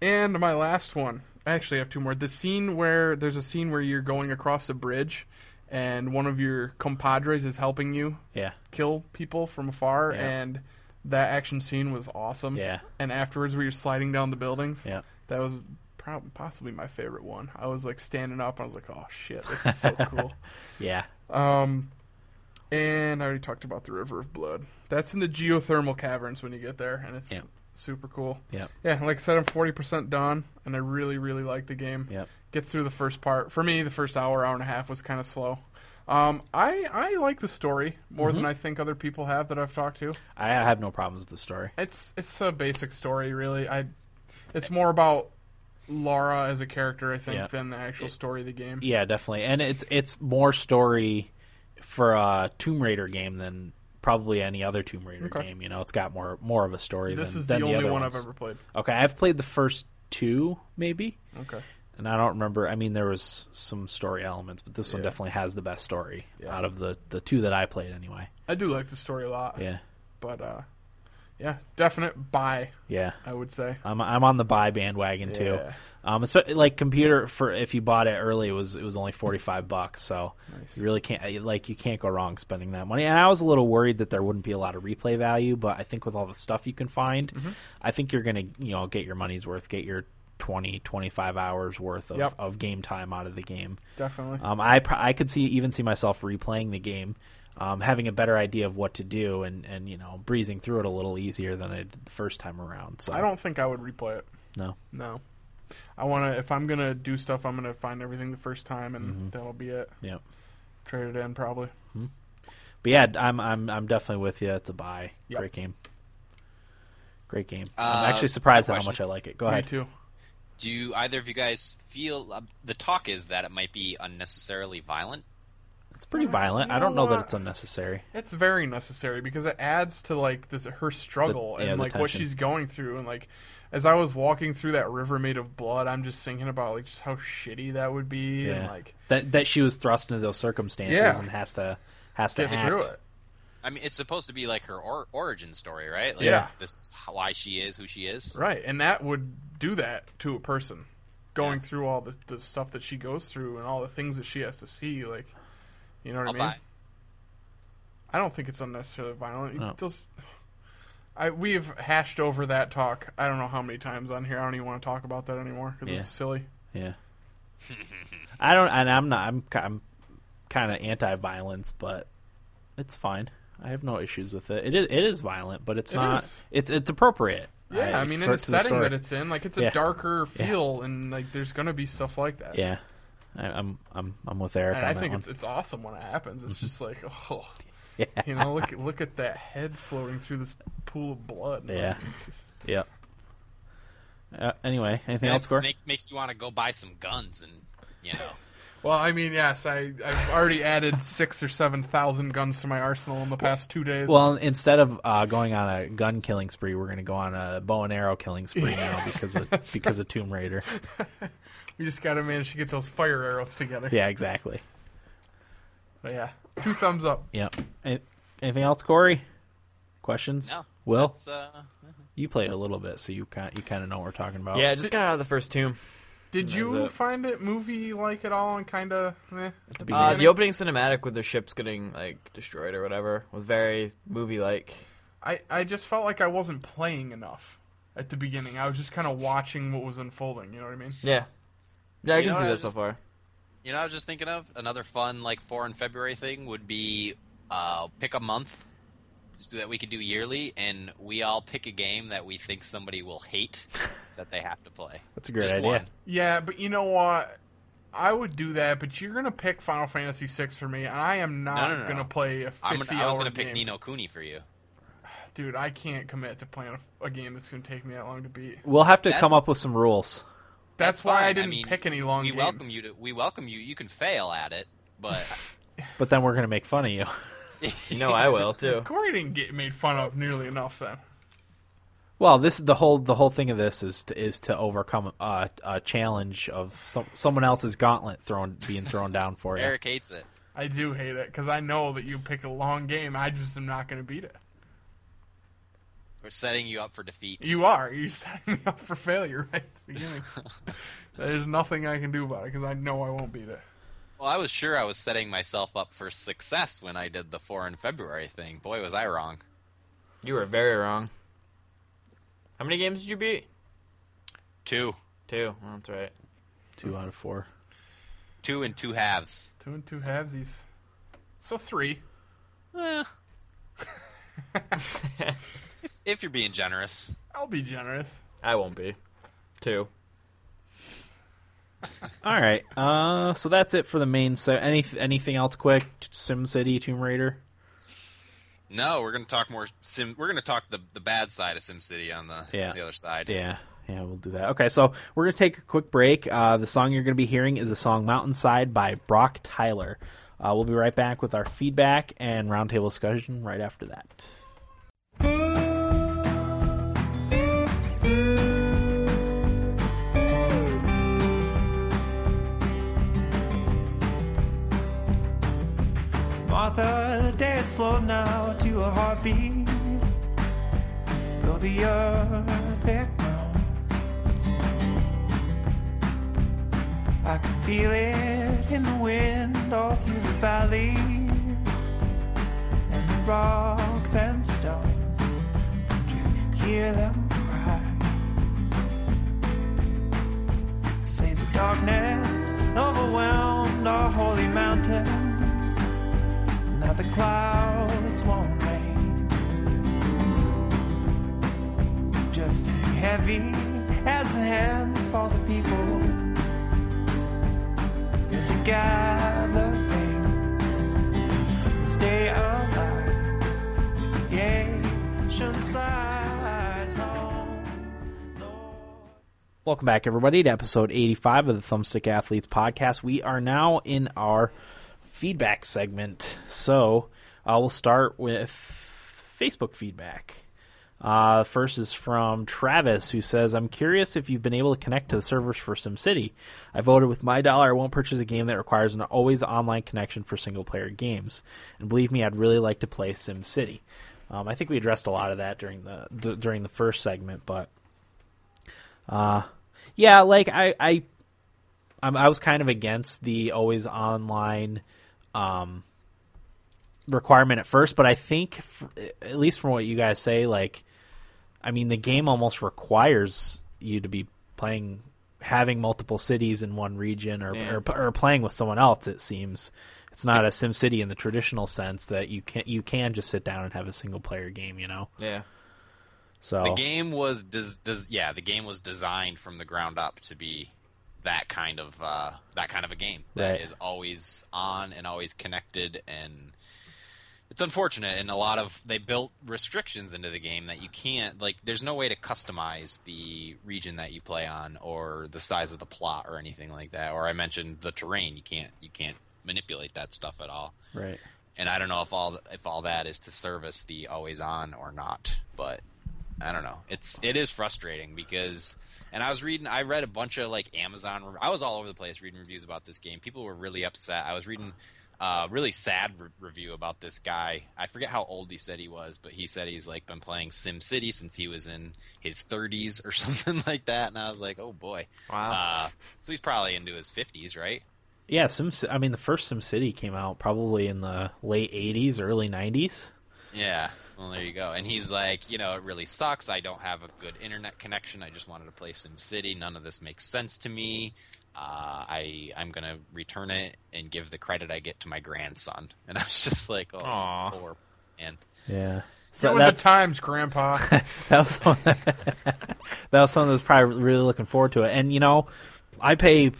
[SPEAKER 2] and my last one, I actually have two more. The scene where there's a scene where you're going across a bridge, and one of your compadres is helping you
[SPEAKER 1] Yeah,
[SPEAKER 2] kill people from afar,
[SPEAKER 1] Yeah.
[SPEAKER 2] and that action scene was awesome.
[SPEAKER 1] Yeah.
[SPEAKER 2] And afterwards, where you're sliding down the buildings,
[SPEAKER 1] yeah.
[SPEAKER 2] that was probably possibly my favorite one. I was like standing up, and I was like, oh shit, this is
[SPEAKER 1] <laughs>
[SPEAKER 2] so cool.
[SPEAKER 1] Yeah.
[SPEAKER 2] Um, and I already talked about the River of Blood. That's in the geothermal caverns when you get there, and it's
[SPEAKER 1] Yeah.
[SPEAKER 2] super cool.
[SPEAKER 1] Yeah.
[SPEAKER 2] Yeah, like I said, I'm 40% done, and I really, really like the game.
[SPEAKER 1] Yep.
[SPEAKER 2] Get through the first part. For me, the first hour, hour and a half was kind of slow. Um, I, I like the story more
[SPEAKER 1] Mm-hmm.
[SPEAKER 2] than I think other people have that I've talked to.
[SPEAKER 1] I have no problems with the story.
[SPEAKER 2] It's it's a basic story, really. I, it's more about Laura as a character, I think,
[SPEAKER 1] Yeah. E-
[SPEAKER 2] than the actual story of the game.
[SPEAKER 1] Yeah, definitely. And it's it's more story for a Tomb Raider game than probably any other Tomb Raider
[SPEAKER 2] Okay.
[SPEAKER 1] game. You know, it's got more more of a story.
[SPEAKER 2] This
[SPEAKER 1] than,
[SPEAKER 2] is the
[SPEAKER 1] than
[SPEAKER 2] only
[SPEAKER 1] other
[SPEAKER 2] one
[SPEAKER 1] ones.
[SPEAKER 2] I've ever played.
[SPEAKER 1] Okay, I've played the first two, maybe.
[SPEAKER 2] Okay.
[SPEAKER 1] and I don't remember. I mean, there was some story elements, but this one definitely has the best story
[SPEAKER 2] Yeah.
[SPEAKER 1] out of the the two that I played, anyway.
[SPEAKER 2] I do like the story a lot.
[SPEAKER 1] Yeah,
[SPEAKER 2] but uh yeah definite buy
[SPEAKER 1] yeah.
[SPEAKER 2] i would say
[SPEAKER 1] I'm I'm on the buy bandwagon too.
[SPEAKER 2] Yeah.
[SPEAKER 1] Um, espe- like computer for if you bought it early, it was it was only forty five bucks. So you really can't like you can't go wrong spending that money. And I was a little worried that there wouldn't be a lot of replay value, but I think with all the stuff you can find,
[SPEAKER 2] Mm-hmm.
[SPEAKER 1] I think you're gonna you know get your money's worth, get your 20, 25 hours worth of,
[SPEAKER 2] Yep.
[SPEAKER 1] of game time out of the game.
[SPEAKER 2] definitely
[SPEAKER 1] Um, I pr- I could see even see myself replaying the game, um, having a better idea of what to do, and, and you know breezing through it a little easier than I did the first time around. So
[SPEAKER 2] i don't think i would replay it
[SPEAKER 1] know.
[SPEAKER 2] no i want to if i'm gonna do stuff i'm gonna find everything the first time and
[SPEAKER 1] Mm-hmm.
[SPEAKER 2] that'll be it
[SPEAKER 1] Yeah,
[SPEAKER 2] trade it in probably
[SPEAKER 1] but yeah, I'm I'm I'm definitely with you. It's a buy.
[SPEAKER 2] Yep.
[SPEAKER 1] Great game. Great game.
[SPEAKER 4] Uh,
[SPEAKER 1] I'm actually surprised at how
[SPEAKER 4] question.
[SPEAKER 1] much I like it. Go
[SPEAKER 2] me
[SPEAKER 1] ahead.
[SPEAKER 2] too
[SPEAKER 4] Do you, either of you guys feel uh, the talk is that it might be unnecessarily violent?
[SPEAKER 1] It's pretty violent.
[SPEAKER 2] You
[SPEAKER 1] I don't
[SPEAKER 2] know
[SPEAKER 1] know that
[SPEAKER 2] what?
[SPEAKER 1] it's unnecessary.
[SPEAKER 2] it's very necessary because it adds to like this her struggle
[SPEAKER 1] The- yeah,
[SPEAKER 2] and
[SPEAKER 1] the
[SPEAKER 2] like what
[SPEAKER 1] tension.
[SPEAKER 2] she's going through and like as i was walking through that river made of blood i'm just thinking about like just how shitty that would be and
[SPEAKER 1] Yeah.
[SPEAKER 2] like
[SPEAKER 1] that that she was thrust into those circumstances
[SPEAKER 2] Yeah.
[SPEAKER 1] and has to has to
[SPEAKER 2] get
[SPEAKER 1] act.
[SPEAKER 2] through it
[SPEAKER 4] I mean, it's supposed to be like her or- origin story, right? Like,
[SPEAKER 2] Yeah.
[SPEAKER 4] This is how- why she is who she is.
[SPEAKER 2] Right, and that would do that to a person, going through all the, the stuff that she goes through and all the things that she has to see. Like, you know what
[SPEAKER 4] I'll
[SPEAKER 2] I mean?
[SPEAKER 4] buy.
[SPEAKER 2] I don't think it's unnecessarily violent. It
[SPEAKER 1] No.
[SPEAKER 2] does- I we've hashed over that talk. I don't know how many times on here. I don't even want to talk about that anymore because
[SPEAKER 1] Yeah.
[SPEAKER 2] it's silly.
[SPEAKER 1] <laughs> Yeah. I don't, and I'm not. I'm ki- I'm kind of anti-violence, but it's fine. I have no issues with it. It is, it is violent, but it's
[SPEAKER 2] It
[SPEAKER 1] not.
[SPEAKER 2] is.
[SPEAKER 1] It's it's appropriate.
[SPEAKER 2] Yeah, I, mean, in
[SPEAKER 1] for-
[SPEAKER 2] the
[SPEAKER 1] to
[SPEAKER 2] setting
[SPEAKER 1] story.
[SPEAKER 2] that it's in, like it's a
[SPEAKER 1] Yeah.
[SPEAKER 2] darker feel, and like there's gonna be stuff like that.
[SPEAKER 1] Yeah, I, I'm I'm I'm with Eric.
[SPEAKER 2] and
[SPEAKER 1] on
[SPEAKER 2] I
[SPEAKER 1] that
[SPEAKER 2] think
[SPEAKER 1] one. Mm-hmm. <laughs>
[SPEAKER 2] it's it's awesome when it happens. It's just like, oh, You know, look at look at that head floating through this pool of blood. man.
[SPEAKER 1] Yeah.
[SPEAKER 2] It's just-
[SPEAKER 1] Yep. Uh, anyway, anything
[SPEAKER 4] And
[SPEAKER 1] else,
[SPEAKER 4] it
[SPEAKER 1] Gore?
[SPEAKER 4] make- makes you want to go buy some guns and you know.
[SPEAKER 2] Well, I mean, yes, I I've already added <laughs> six or seven thousand guns to my arsenal in the past two days.
[SPEAKER 1] Well, instead of uh, going on a gun killing spree, we're going to go on a bow and arrow killing spree
[SPEAKER 2] <laughs>
[SPEAKER 1] now because of, because of Tomb Raider.
[SPEAKER 2] we just gotta manage to get those fire arrows together.
[SPEAKER 1] Yeah, exactly.
[SPEAKER 2] But yeah, two thumbs up.
[SPEAKER 1] Yep. An- Anything else, Corey? Questions?
[SPEAKER 4] No,
[SPEAKER 1] Will
[SPEAKER 4] It's, uh,
[SPEAKER 1] you played a little bit, so you kind you kind of know what we're talking
[SPEAKER 4] Oh.
[SPEAKER 1] about.
[SPEAKER 3] Yeah, I just got out of the first tomb.
[SPEAKER 2] Did you
[SPEAKER 3] it.
[SPEAKER 2] find it movie like at all and kind of eh, at the
[SPEAKER 3] Uh,
[SPEAKER 2] beginning?
[SPEAKER 3] the opening cinematic with the ships getting like destroyed or whatever was very movie like.
[SPEAKER 2] I I just felt like I wasn't playing enough at the beginning. I was just kind of watching what was unfolding. You know what I mean?
[SPEAKER 3] Yeah, yeah, I
[SPEAKER 4] You
[SPEAKER 3] can
[SPEAKER 4] know,
[SPEAKER 3] see
[SPEAKER 4] I
[SPEAKER 3] that
[SPEAKER 4] was
[SPEAKER 3] so
[SPEAKER 4] just-
[SPEAKER 3] <laughs> far.
[SPEAKER 4] you know, I was just thinking of another fun like foreign February thing would be uh, pick a month that we could do yearly, and we all pick a game that we think somebody
[SPEAKER 1] <laughs>
[SPEAKER 4] will hate that they have to play.
[SPEAKER 1] that's a great
[SPEAKER 4] Just
[SPEAKER 1] idea.
[SPEAKER 4] one.
[SPEAKER 2] Yeah, but you know what? I would do that, but you're gonna pick Final Fantasy VI for me, and I am not
[SPEAKER 4] no, no.
[SPEAKER 2] gonna play a 50
[SPEAKER 4] I'm gonna, I was
[SPEAKER 2] hour
[SPEAKER 4] gonna pick
[SPEAKER 2] game.
[SPEAKER 4] Nino Cooney for you.
[SPEAKER 2] Dude, I can't commit to playing a, a game that's gonna take me that long to beat.
[SPEAKER 1] We'll have to come
[SPEAKER 4] That's-
[SPEAKER 1] up with some rules.
[SPEAKER 2] That's, why I
[SPEAKER 4] fine.
[SPEAKER 2] didn't
[SPEAKER 4] mean,
[SPEAKER 2] pick any long
[SPEAKER 4] We
[SPEAKER 2] games.
[SPEAKER 4] welcome you to. We welcome you. You can fail at it,
[SPEAKER 1] <laughs>
[SPEAKER 4] but
[SPEAKER 1] But then we're gonna make fun of you. <laughs>
[SPEAKER 3] You know, I
[SPEAKER 4] <laughs>
[SPEAKER 3] will too.
[SPEAKER 2] Corey didn't get made fun of nearly enough then.
[SPEAKER 1] Well, this the whole the whole thing of this is to, is to overcome uh, a challenge of some, someone else's gauntlet thrown being thrown down for you.
[SPEAKER 4] Eric hates it.
[SPEAKER 2] I do hate it because I know that you pick a long game. I just am not gonna beat it.
[SPEAKER 4] We're setting you up for defeat.
[SPEAKER 2] You <laughs> are. You're setting me up for failure right at the
[SPEAKER 4] <laughs>
[SPEAKER 2] beginning. There's nothing I can do about it because I know I won't beat it.
[SPEAKER 4] Well, I was sure I was setting myself up for success when I did the foreign February thing. Boy, was I wrong.
[SPEAKER 3] You were very wrong. How many games did you beat?
[SPEAKER 4] Two,
[SPEAKER 3] Two. Well, that's right.
[SPEAKER 1] Two out of four.
[SPEAKER 4] two and two halves.
[SPEAKER 2] Two and two halvesies. So three.
[SPEAKER 4] Eh. if, if you're being generous,
[SPEAKER 2] I'll be generous.
[SPEAKER 3] I won't be. Two.
[SPEAKER 1] All right. Uh, so that's it for the main. So any anything else? Quick, Sim City, Tomb Raider.
[SPEAKER 4] no, we're gonna talk more sim. We're gonna talk the the bad side of SimCity on the
[SPEAKER 1] Yeah.
[SPEAKER 4] the other side.
[SPEAKER 1] Yeah, yeah, we'll do that. Okay, so we're gonna take a quick break. Uh, the song you're gonna be hearing is the song "Mountainside" by Brock Tyler. Uh, we'll be right back with our feedback and roundtable discussion right after that.
[SPEAKER 6] Martha, the day is slow now to a heartbeat. Though the earth it groans, I can feel it in the wind all through the valley, and the rocks and stones. Don't you hear them cry? Say the darkness overwhelmed our holy mountain. Now the clouds won't rain. Just heavy as a hand for the people. As they gather things, and stay alive. Yeah, shouldn't slice home. Lord.
[SPEAKER 1] Welcome back, everybody, to episode 85 of the Thumbstick Athletes podcast. We are now in our feedback segment. So uh, we'll start with Facebook feedback. Uh, first is from Travis, who says, I'm curious if you've been able to connect to the servers for SimCity. I voted with my dollar I won't purchase a game that requires an always online connection for single player games. And believe me, I'd really like to play SimCity. Um, I think we addressed a lot of that during the d- during the first segment, but yeah, like I, I, I'm, I was kind of against the always online um, requirement at first, but I think, f- at least from what you guys say, like, I mean, the game almost requires you to be playing, having multiple cities in one region, or
[SPEAKER 3] Yeah.
[SPEAKER 1] or, or playing with someone else. It seems it's not a Sim City in the traditional sense that you can you can just sit down and have a single player game, you know.
[SPEAKER 3] Yeah.
[SPEAKER 1] So
[SPEAKER 4] The game was does does yeah the game was designed from the ground up to be that kind of uh, that kind of a game that
[SPEAKER 1] Right.
[SPEAKER 4] is always on and always connected and it's unfortunate, and a lot of they built restrictions into the game that you can't like. There's no way to customize the region that you play on, or the size of the plot, or anything like that. Or I mentioned the terrain; you can't you can't manipulate that stuff at all.
[SPEAKER 1] Right.
[SPEAKER 4] And I don't know if all if all that is to service the always on or not, but I don't know. It's it is frustrating because and I was reading I read a bunch of like Amazon re- I was all over the place reading reviews about this game. People were really upset. I was reading a really sad re- review about this guy. I forget how old he said he was, but he said he's like been playing Sim City since he was in his 30s or <laughs> something like that and I was like, "Oh boy."
[SPEAKER 3] Wow.
[SPEAKER 4] Uh, so he's probably into his 50s, right?
[SPEAKER 1] Yeah, Sim. I mean, the first Sim City came out probably in the late '80s, early '90s.
[SPEAKER 4] Yeah. Well, there you go. And he's like, you know, it really sucks. I don't have a good internet connection. I just wanted to play SimCity. None of this makes sense to me. Uh, I I'm gonna return it and give the credit I get to my grandson. <laughs> And I was just like, oh,
[SPEAKER 3] Aw.
[SPEAKER 4] poor man.
[SPEAKER 1] Yeah.
[SPEAKER 2] Get
[SPEAKER 1] So
[SPEAKER 2] with the
[SPEAKER 1] that's,
[SPEAKER 2] times, Grandpa.
[SPEAKER 1] <laughs> that was one that, <laughs> was someone that was probably really looking forward to it. And you know, I pay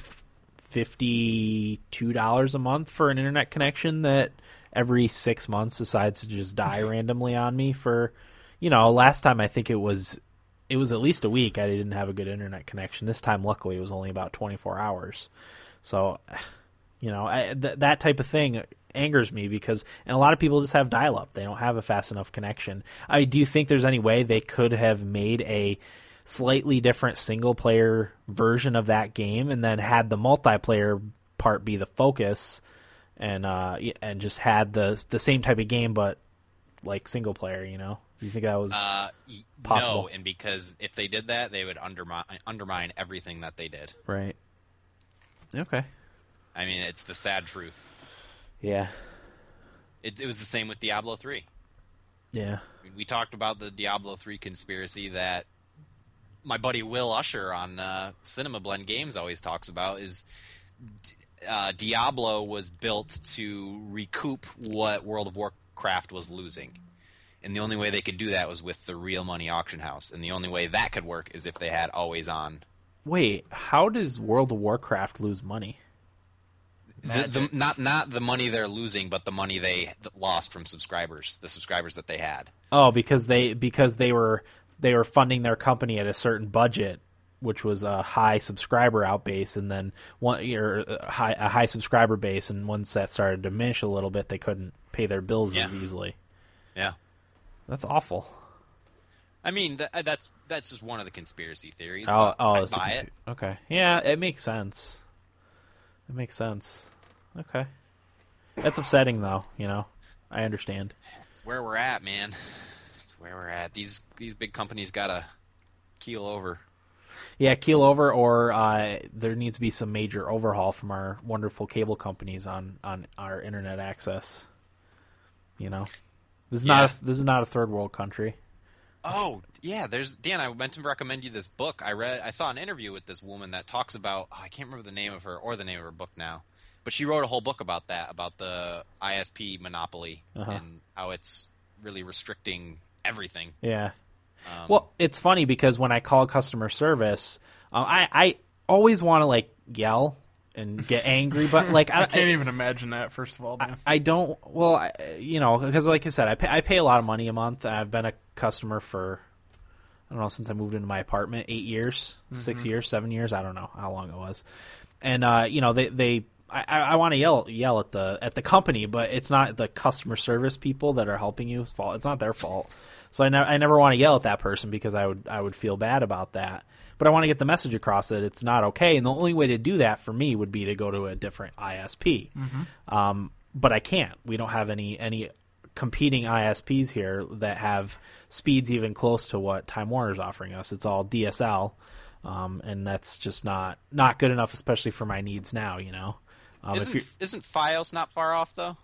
[SPEAKER 1] fifty two dollars a month for an internet connection that every six months decides to just die randomly on me for you know, last time I think it was it was at least a week I didn't have a good internet connection. This time luckily it was only about twenty four hours. So <sighs> you know, I, th- that type of thing angers me because, and a lot of people just have dial up. They don't have a fast enough connection. I do think there's any way they could have made a slightly different single player version of that game and then had the multiplayer part be the focus and, uh, y- and just had the, the same type of game, but like single player, you know? You think that was
[SPEAKER 4] Uh, y-
[SPEAKER 1] Possible.
[SPEAKER 4] No, and because if they did that, they would undermine undermine everything that they did.
[SPEAKER 1] right? Okay.
[SPEAKER 4] I mean, it's the sad truth.
[SPEAKER 1] Yeah.
[SPEAKER 4] It, it was the same with Diablo three.
[SPEAKER 1] Yeah.
[SPEAKER 4] I mean, we talked about the Diablo 3 conspiracy that my buddy Will Usher on uh, Cinema Blend Games always talks about is D- uh, Diablo was built to recoup what World of Warcraft was losing. And the only way they could do that was with the real money auction house. And the only way that could work is if they had always on.
[SPEAKER 1] Wait, how does World of Warcraft lose money?
[SPEAKER 4] The, the, not not the money they're losing, but the money they lost from subscribers, the subscribers that they had.
[SPEAKER 1] Oh, because they because they were they were funding their company at a certain budget, which was a high subscriber out base, and then one or a high a high subscriber base, and once that started to diminish a little bit, they couldn't pay their bills as
[SPEAKER 4] Yeah.
[SPEAKER 1] easily.
[SPEAKER 4] Yeah.
[SPEAKER 1] That's awful.
[SPEAKER 4] I mean, th- that's that's just one of the conspiracy theories.
[SPEAKER 1] Oh,
[SPEAKER 4] but
[SPEAKER 1] oh,
[SPEAKER 4] I'd
[SPEAKER 1] it's a
[SPEAKER 4] buy
[SPEAKER 1] compu-
[SPEAKER 4] it.
[SPEAKER 1] Okay, yeah, it makes sense. It makes sense. Okay, that's upsetting though. You know, I understand.
[SPEAKER 4] It's where we're at, man. It's where we're at. These these big companies gotta keel over.
[SPEAKER 1] Yeah, keel over, or uh, there needs to be some major overhaul from our wonderful cable companies on on our internet access. You know, this is not
[SPEAKER 4] Yeah.
[SPEAKER 1] a, this is not a third world country.
[SPEAKER 4] Oh yeah, there's Dan. I meant to recommend you this book. I read. I saw an interview with this woman that talks about. Oh, I can't remember the name of her or the name of her book now, but she wrote a whole book about that about the ISP monopoly
[SPEAKER 1] Uh-huh.
[SPEAKER 4] and how it's really restricting everything.
[SPEAKER 1] Yeah.
[SPEAKER 4] Um,
[SPEAKER 1] Well, it's funny because when I call customer service, uh, I I always want to like yell and get angry, but like I,
[SPEAKER 2] I can't even imagine that. First of all, man.
[SPEAKER 1] I don't. Well, I, you know, because like I said, I pay, I pay a lot of money a month. I've been a customer for I don't know since I moved into my apartment eight years, six years, seven years. I don't know how long it was. And uh, you know, they they I, I I want to yell yell at the at the company, but it's not the customer service people that are helping you. It's fault. It's not their fault. So I, ne- I never want to yell at that person because I would I would feel bad about that. But I want to get the message across that it's not okay, and the only way to do that for me would be to go to a different ISP um, but I can't. We don't have any any competing ISPs here that have speeds even close to what Time Warner's offering us. It's all DSL, um, and that's just not not good enough, especially for my needs now. You know, um, if
[SPEAKER 4] isn't
[SPEAKER 1] you're,
[SPEAKER 4] isn't Fios not far off though?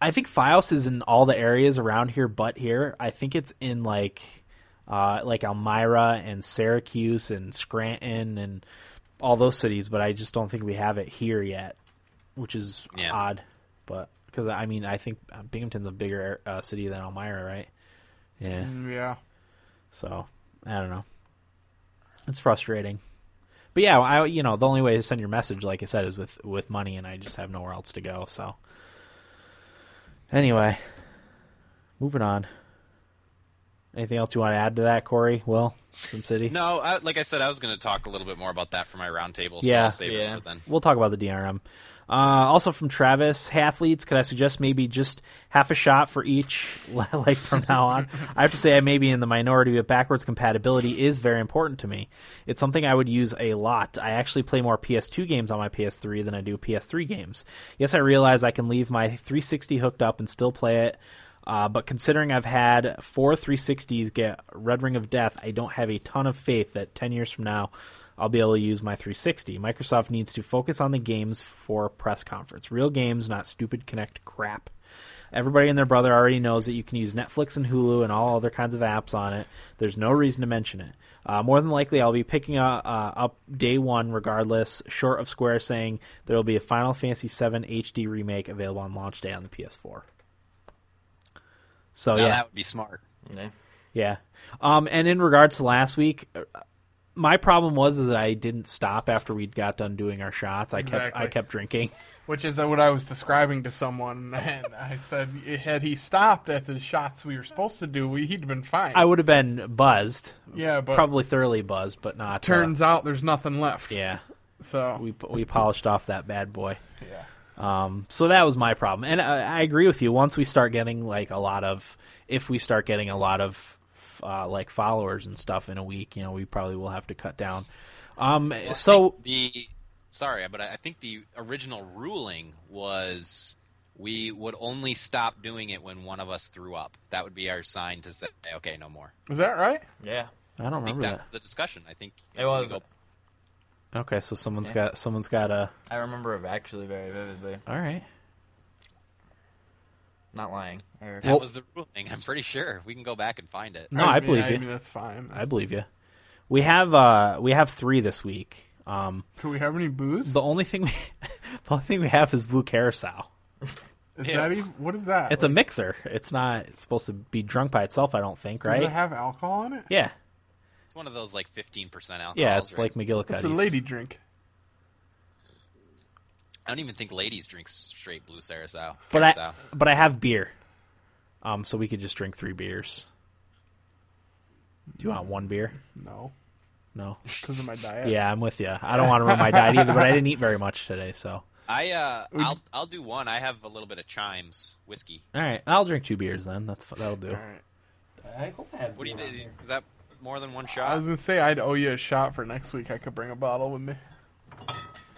[SPEAKER 1] I think FiOS is in all the areas around here, but here I think it's in like uh, like Elmira and Syracuse and Scranton and all those cities, but I just don't think we have it here yet, which is
[SPEAKER 4] Yeah.
[SPEAKER 1] odd. But because I mean, I think Binghamton's a bigger uh, city than Elmira, right? Yeah.
[SPEAKER 2] Yeah.
[SPEAKER 1] So I don't know. It's frustrating. But yeah, I you know the only way to send your message, like I said, is with with money, and I just have nowhere else to go. So anyway, Moving on. Anything else you want to add to that, Corey? Will from City?
[SPEAKER 4] No, I, like I said, I was going to talk a little bit more about that for my roundtable. So
[SPEAKER 1] Yeah.
[SPEAKER 4] I'll save
[SPEAKER 3] Yeah.
[SPEAKER 4] it for then.
[SPEAKER 1] We'll talk about the DRM. Uh, also from Travis, athletes. Could I suggest maybe just half a shot for each, <laughs> like from now on? I have to say I may be in the minority, but backwards compatibility is very important to me. It's something I would use a lot. I actually play more PS2 games on my PS3 than I do PS3 games. Yes, I realize I can leave my 360 hooked up and still play it. Uh, but considering I've had four 360s get Red Ring of Death, I don't have a ton of faith that 10 years from now I'll be able to use my 360. Microsoft needs to focus on the games for a press conference. Real games, not stupid Connect crap. Everybody and their brother already knows that you can use Netflix and Hulu and all other kinds of apps on it. There's no reason to mention it. Uh, more than likely, I'll be picking uh, uh, up day one regardless, short of Square saying there will be a Final Fantasy VII HD remake available on launch day on the PS4. So,
[SPEAKER 4] Now
[SPEAKER 1] Oh, yeah.
[SPEAKER 4] that would be smart.
[SPEAKER 3] Yeah.
[SPEAKER 1] Yeah. Um, and in regards to last week, uh, my problem was is that I didn't stop after we got done doing our shots. I kept I
[SPEAKER 2] Exactly.
[SPEAKER 1] kept drinking.
[SPEAKER 2] Which is what I was describing to someone, <laughs> and I said, had he stopped at the shots we were supposed to do, we, he'd been fine.
[SPEAKER 1] I would have been buzzed,
[SPEAKER 2] yeah, but
[SPEAKER 1] probably thoroughly buzzed, but not. uh,
[SPEAKER 2] turns out there's nothing left.
[SPEAKER 1] yeah,
[SPEAKER 2] So
[SPEAKER 1] we we polished off that bad boy.
[SPEAKER 2] yeah.
[SPEAKER 1] Um, so that was my problem, and I, I agree with you. Once we start getting like a lot of, if we start getting a lot of uh, like followers and stuff in a week, you know, we probably will have to cut down. Um, so
[SPEAKER 4] the sorry, but I I think the original ruling was we would only stop doing it when one of us threw up. That would be our sign to say, okay, no more.
[SPEAKER 2] Is that right?
[SPEAKER 3] Yeah.
[SPEAKER 1] I don't
[SPEAKER 4] I think
[SPEAKER 1] remember
[SPEAKER 4] that
[SPEAKER 1] that.
[SPEAKER 4] was the discussion. I think
[SPEAKER 3] It was.
[SPEAKER 1] Okay, so someone's got someone's got a.
[SPEAKER 3] I remember it actually very vividly.
[SPEAKER 1] All right.
[SPEAKER 3] Not lying. Or-
[SPEAKER 4] That was the ruling. I'm pretty sure we can go back and find it.
[SPEAKER 1] No, I
[SPEAKER 2] mean,
[SPEAKER 1] believe
[SPEAKER 2] I
[SPEAKER 1] you.
[SPEAKER 2] mean, that's fine.
[SPEAKER 1] I believe you. We have uh we have three this week. Um,
[SPEAKER 2] Do we have any booze?
[SPEAKER 1] the only thing we <laughs> the only thing we have is blue carousel.
[SPEAKER 2] Is
[SPEAKER 4] Yeah.
[SPEAKER 2] that even, what is that?
[SPEAKER 1] It's a mixer. It's not it's supposed to be drunk by itself. I don't think.
[SPEAKER 2] Does
[SPEAKER 1] Right?
[SPEAKER 2] it have alcohol in it?
[SPEAKER 1] yeah.
[SPEAKER 4] It's one of those like 15% alcohol.
[SPEAKER 1] Yeah. It's
[SPEAKER 4] right?
[SPEAKER 1] like McGillicuddy's.
[SPEAKER 2] Oh, It's a lady drink.
[SPEAKER 4] I don't even think ladies drink straight blue sarasau.
[SPEAKER 1] But I
[SPEAKER 4] Curacao.
[SPEAKER 1] but I have beer. Um, so we could just drink three beers. Do you want one beer?
[SPEAKER 2] No,
[SPEAKER 1] No.
[SPEAKER 2] <laughs> because of my diet.
[SPEAKER 1] Yeah, I'm with you. I don't want to ruin my diet either, but I didn't eat very much today, so.
[SPEAKER 4] I uh, I'll I'll do one. I have a little bit of chimes whiskey.
[SPEAKER 1] All right, I'll drink two beers then. That's fu- that'll do.
[SPEAKER 2] All right.
[SPEAKER 1] I hope I have
[SPEAKER 4] What do you think? Is that more than one
[SPEAKER 2] I
[SPEAKER 4] shot?
[SPEAKER 2] was gonna say I'd owe you a shot for next week. I could bring a bottle with me.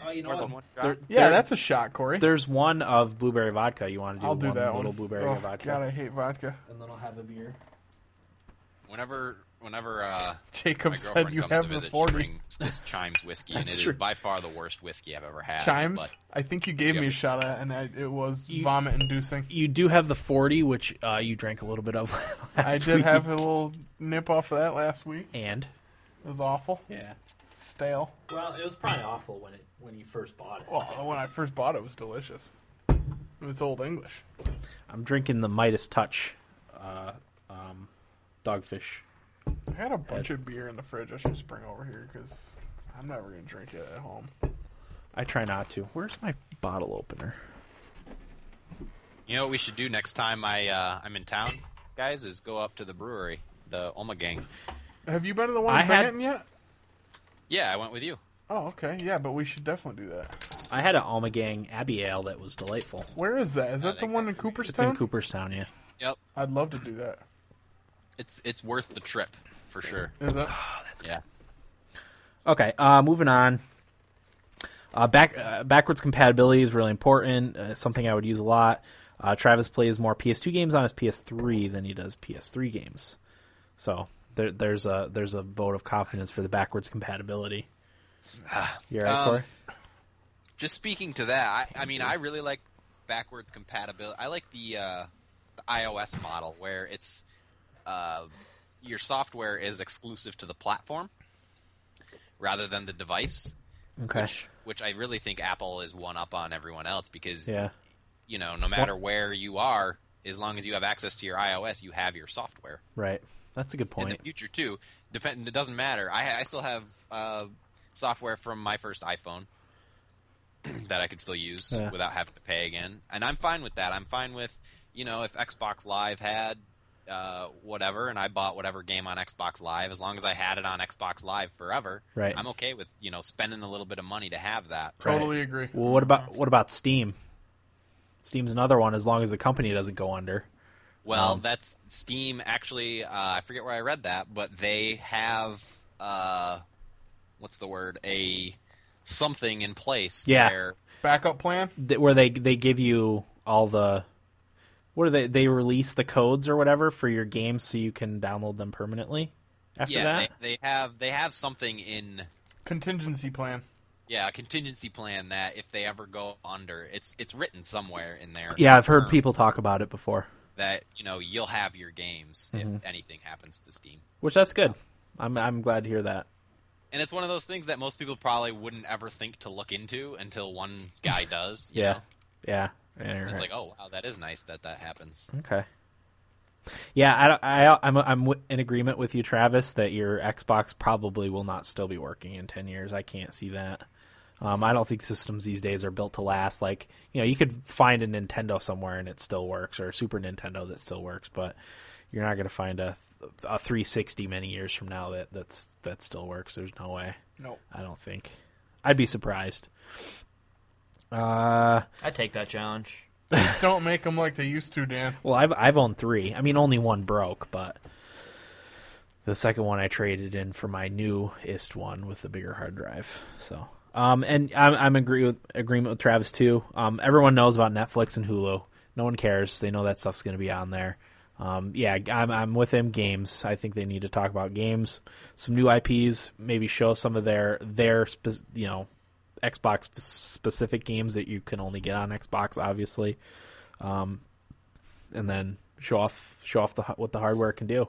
[SPEAKER 1] Oh, you know
[SPEAKER 4] More
[SPEAKER 1] what?
[SPEAKER 4] than one shot.
[SPEAKER 2] Yeah, that's a shot, Corey.
[SPEAKER 1] There's one of blueberry vodka. You want to do
[SPEAKER 2] I'll do
[SPEAKER 1] one
[SPEAKER 2] that
[SPEAKER 1] little
[SPEAKER 2] one.
[SPEAKER 1] blueberry
[SPEAKER 2] oh,
[SPEAKER 1] vodka,
[SPEAKER 2] God, I hate vodka.
[SPEAKER 1] and then I'll have a beer.
[SPEAKER 4] Whenever whenever uh,
[SPEAKER 2] <laughs> Jacob
[SPEAKER 4] my
[SPEAKER 2] said
[SPEAKER 4] girlfriend
[SPEAKER 2] <laughs> you
[SPEAKER 4] comes to
[SPEAKER 2] have the
[SPEAKER 4] visit, she
[SPEAKER 2] forty
[SPEAKER 4] brings
[SPEAKER 2] <laughs>
[SPEAKER 4] this Chimes whiskey, and it
[SPEAKER 2] That's
[SPEAKER 4] is
[SPEAKER 2] true.
[SPEAKER 4] by far the worst whiskey I've ever had.
[SPEAKER 2] chimes.
[SPEAKER 4] but
[SPEAKER 2] I think you gave me a
[SPEAKER 4] Yeah.
[SPEAKER 2] shot at, it, and I, it was
[SPEAKER 1] You-
[SPEAKER 2] vomit inducing.
[SPEAKER 1] You do have the 40, which uh, you drank a little bit of <laughs> last
[SPEAKER 2] I did
[SPEAKER 1] week.
[SPEAKER 2] have a little nip off of that last week.
[SPEAKER 1] And
[SPEAKER 2] It was awful,
[SPEAKER 1] yeah,
[SPEAKER 2] stale.
[SPEAKER 1] well, it was probably awful when it when you first bought it.
[SPEAKER 2] Well, when I first bought it, it was delicious. It's old English.
[SPEAKER 1] I'm drinking the Midas Touch, uh, um, dogfish.
[SPEAKER 2] I had a bunch of beer in the fridge. I should just bring over here because I'm never gonna drink it at home.
[SPEAKER 1] I try not to. Where's my bottle opener?
[SPEAKER 4] you know what we should do next time I uh, I'm in town, guys, is go up to the brewery, the Oma Gang.
[SPEAKER 2] Have you been to the one
[SPEAKER 1] I
[SPEAKER 2] in
[SPEAKER 1] had-
[SPEAKER 2] Benton yet?
[SPEAKER 4] Yeah, I went with you.
[SPEAKER 2] Oh, okay. Yeah, but we should definitely do that.
[SPEAKER 1] I had an Almagang Abbey Ale that was delightful.
[SPEAKER 2] Where is that? Is that the
[SPEAKER 4] think
[SPEAKER 2] one
[SPEAKER 4] that
[SPEAKER 2] in
[SPEAKER 4] would be-
[SPEAKER 1] It's
[SPEAKER 2] Cooperstown?
[SPEAKER 1] in Cooperstown, yeah.
[SPEAKER 4] Yep,
[SPEAKER 2] I'd love to do that.
[SPEAKER 4] it's it's worth the trip for sure.
[SPEAKER 2] Is it?
[SPEAKER 4] Yeah.
[SPEAKER 1] Okay, uh, moving on. Uh, back uh, backwards compatibility is really important. Uh, it's something I would use a lot. Uh, Travis plays more PS2 games on his PS3 than he does PS3 games, so there, there's a there's a vote of confidence for the backwards compatibility. You're right,
[SPEAKER 4] Um,
[SPEAKER 1] Corey.
[SPEAKER 4] Just speaking to that, I, I mean, I really like backwards compatibility. I like the, uh, the iOS model where it's uh, your software is exclusive to the platform rather than the device.
[SPEAKER 1] Okay.
[SPEAKER 4] um, which, which I really think Apple is one up on everyone else because
[SPEAKER 1] Yeah.
[SPEAKER 4] you know no matter where you are, as long as you have access to your iOS, you have your software.
[SPEAKER 1] Right. That's a good
[SPEAKER 4] In
[SPEAKER 1] point.
[SPEAKER 4] the future too, depend it doesn't matter. I ha- I still have uh, software from my first iPhone <clears throat> that I could still use
[SPEAKER 1] Yeah.
[SPEAKER 4] without having to pay again, and I'm fine with that. I'm fine with you know if Xbox Live had uh, whatever, and I bought whatever game on Xbox Live. As long as I had it on Xbox Live forever,
[SPEAKER 1] Right.
[SPEAKER 4] I'm okay with you know spending a little bit of money to have that.
[SPEAKER 2] Totally agree.
[SPEAKER 1] Well, what about what about Steam? Steam's another one. As long as the company doesn't go under,
[SPEAKER 4] Well,
[SPEAKER 1] Um,
[SPEAKER 4] that's Steam. Actually, uh, I forget where I read that, but they have uh, what's the word? A something in place.
[SPEAKER 1] Yeah.
[SPEAKER 4] Where,
[SPEAKER 2] Backup plan?
[SPEAKER 1] Th- where they they give you all the what are they? They release the codes or whatever for your game, so you can download them permanently. After
[SPEAKER 4] yeah,
[SPEAKER 1] that,
[SPEAKER 4] they, they have they have something in
[SPEAKER 2] Contingency plan.
[SPEAKER 4] yeah a contingency plan that if they ever go under, it's it's written somewhere in there.
[SPEAKER 1] yeah, I've heard
[SPEAKER 4] Um,
[SPEAKER 1] people talk about it before,
[SPEAKER 4] that you know you'll have your games
[SPEAKER 1] Mm-hmm.
[SPEAKER 4] if anything happens to Steam.
[SPEAKER 1] which that's good. I'm I'm glad to hear that.
[SPEAKER 4] And it's one of those things that most people probably wouldn't ever think to look into until one
[SPEAKER 1] <laughs>
[SPEAKER 4] guy does. you
[SPEAKER 1] Yeah,
[SPEAKER 4] know?
[SPEAKER 1] yeah. yeah you're
[SPEAKER 4] it's
[SPEAKER 1] right.
[SPEAKER 4] like oh wow that is nice that that happens.
[SPEAKER 1] Okay. Yeah, I, don't- I, I'm, I'm w- in agreement with you, Travis, that your Xbox probably will not still be working in 10 years. I can't see that. Um, I don't think systems these days are built to last. Like, you know, you could find a Nintendo somewhere and it still works, or a Super Nintendo that still works, but you're not going to find a, a 360 many years from now that that's that still works. There's no way.
[SPEAKER 2] No.
[SPEAKER 1] I don't think. I'd be surprised. Uh,
[SPEAKER 3] I take that challenge.
[SPEAKER 2] Just don't make them like they used to, Dan.
[SPEAKER 1] Well, I've I've owned three. I mean, only one broke, but the second one I traded in for my newest one with the bigger hard drive. So, um, and I'm I'm agree with agreement with Travis too. Um, everyone knows about Netflix and Hulu. No one cares. They know that stuff's going to be on there. Um, yeah, I'm I'm with them. Games. I think they need to talk about games, some new IPs, maybe show some of their their spe- you know Xbox sp- specific games that you can only get on Xbox, obviously and then show off show off the hu- what the hardware can do.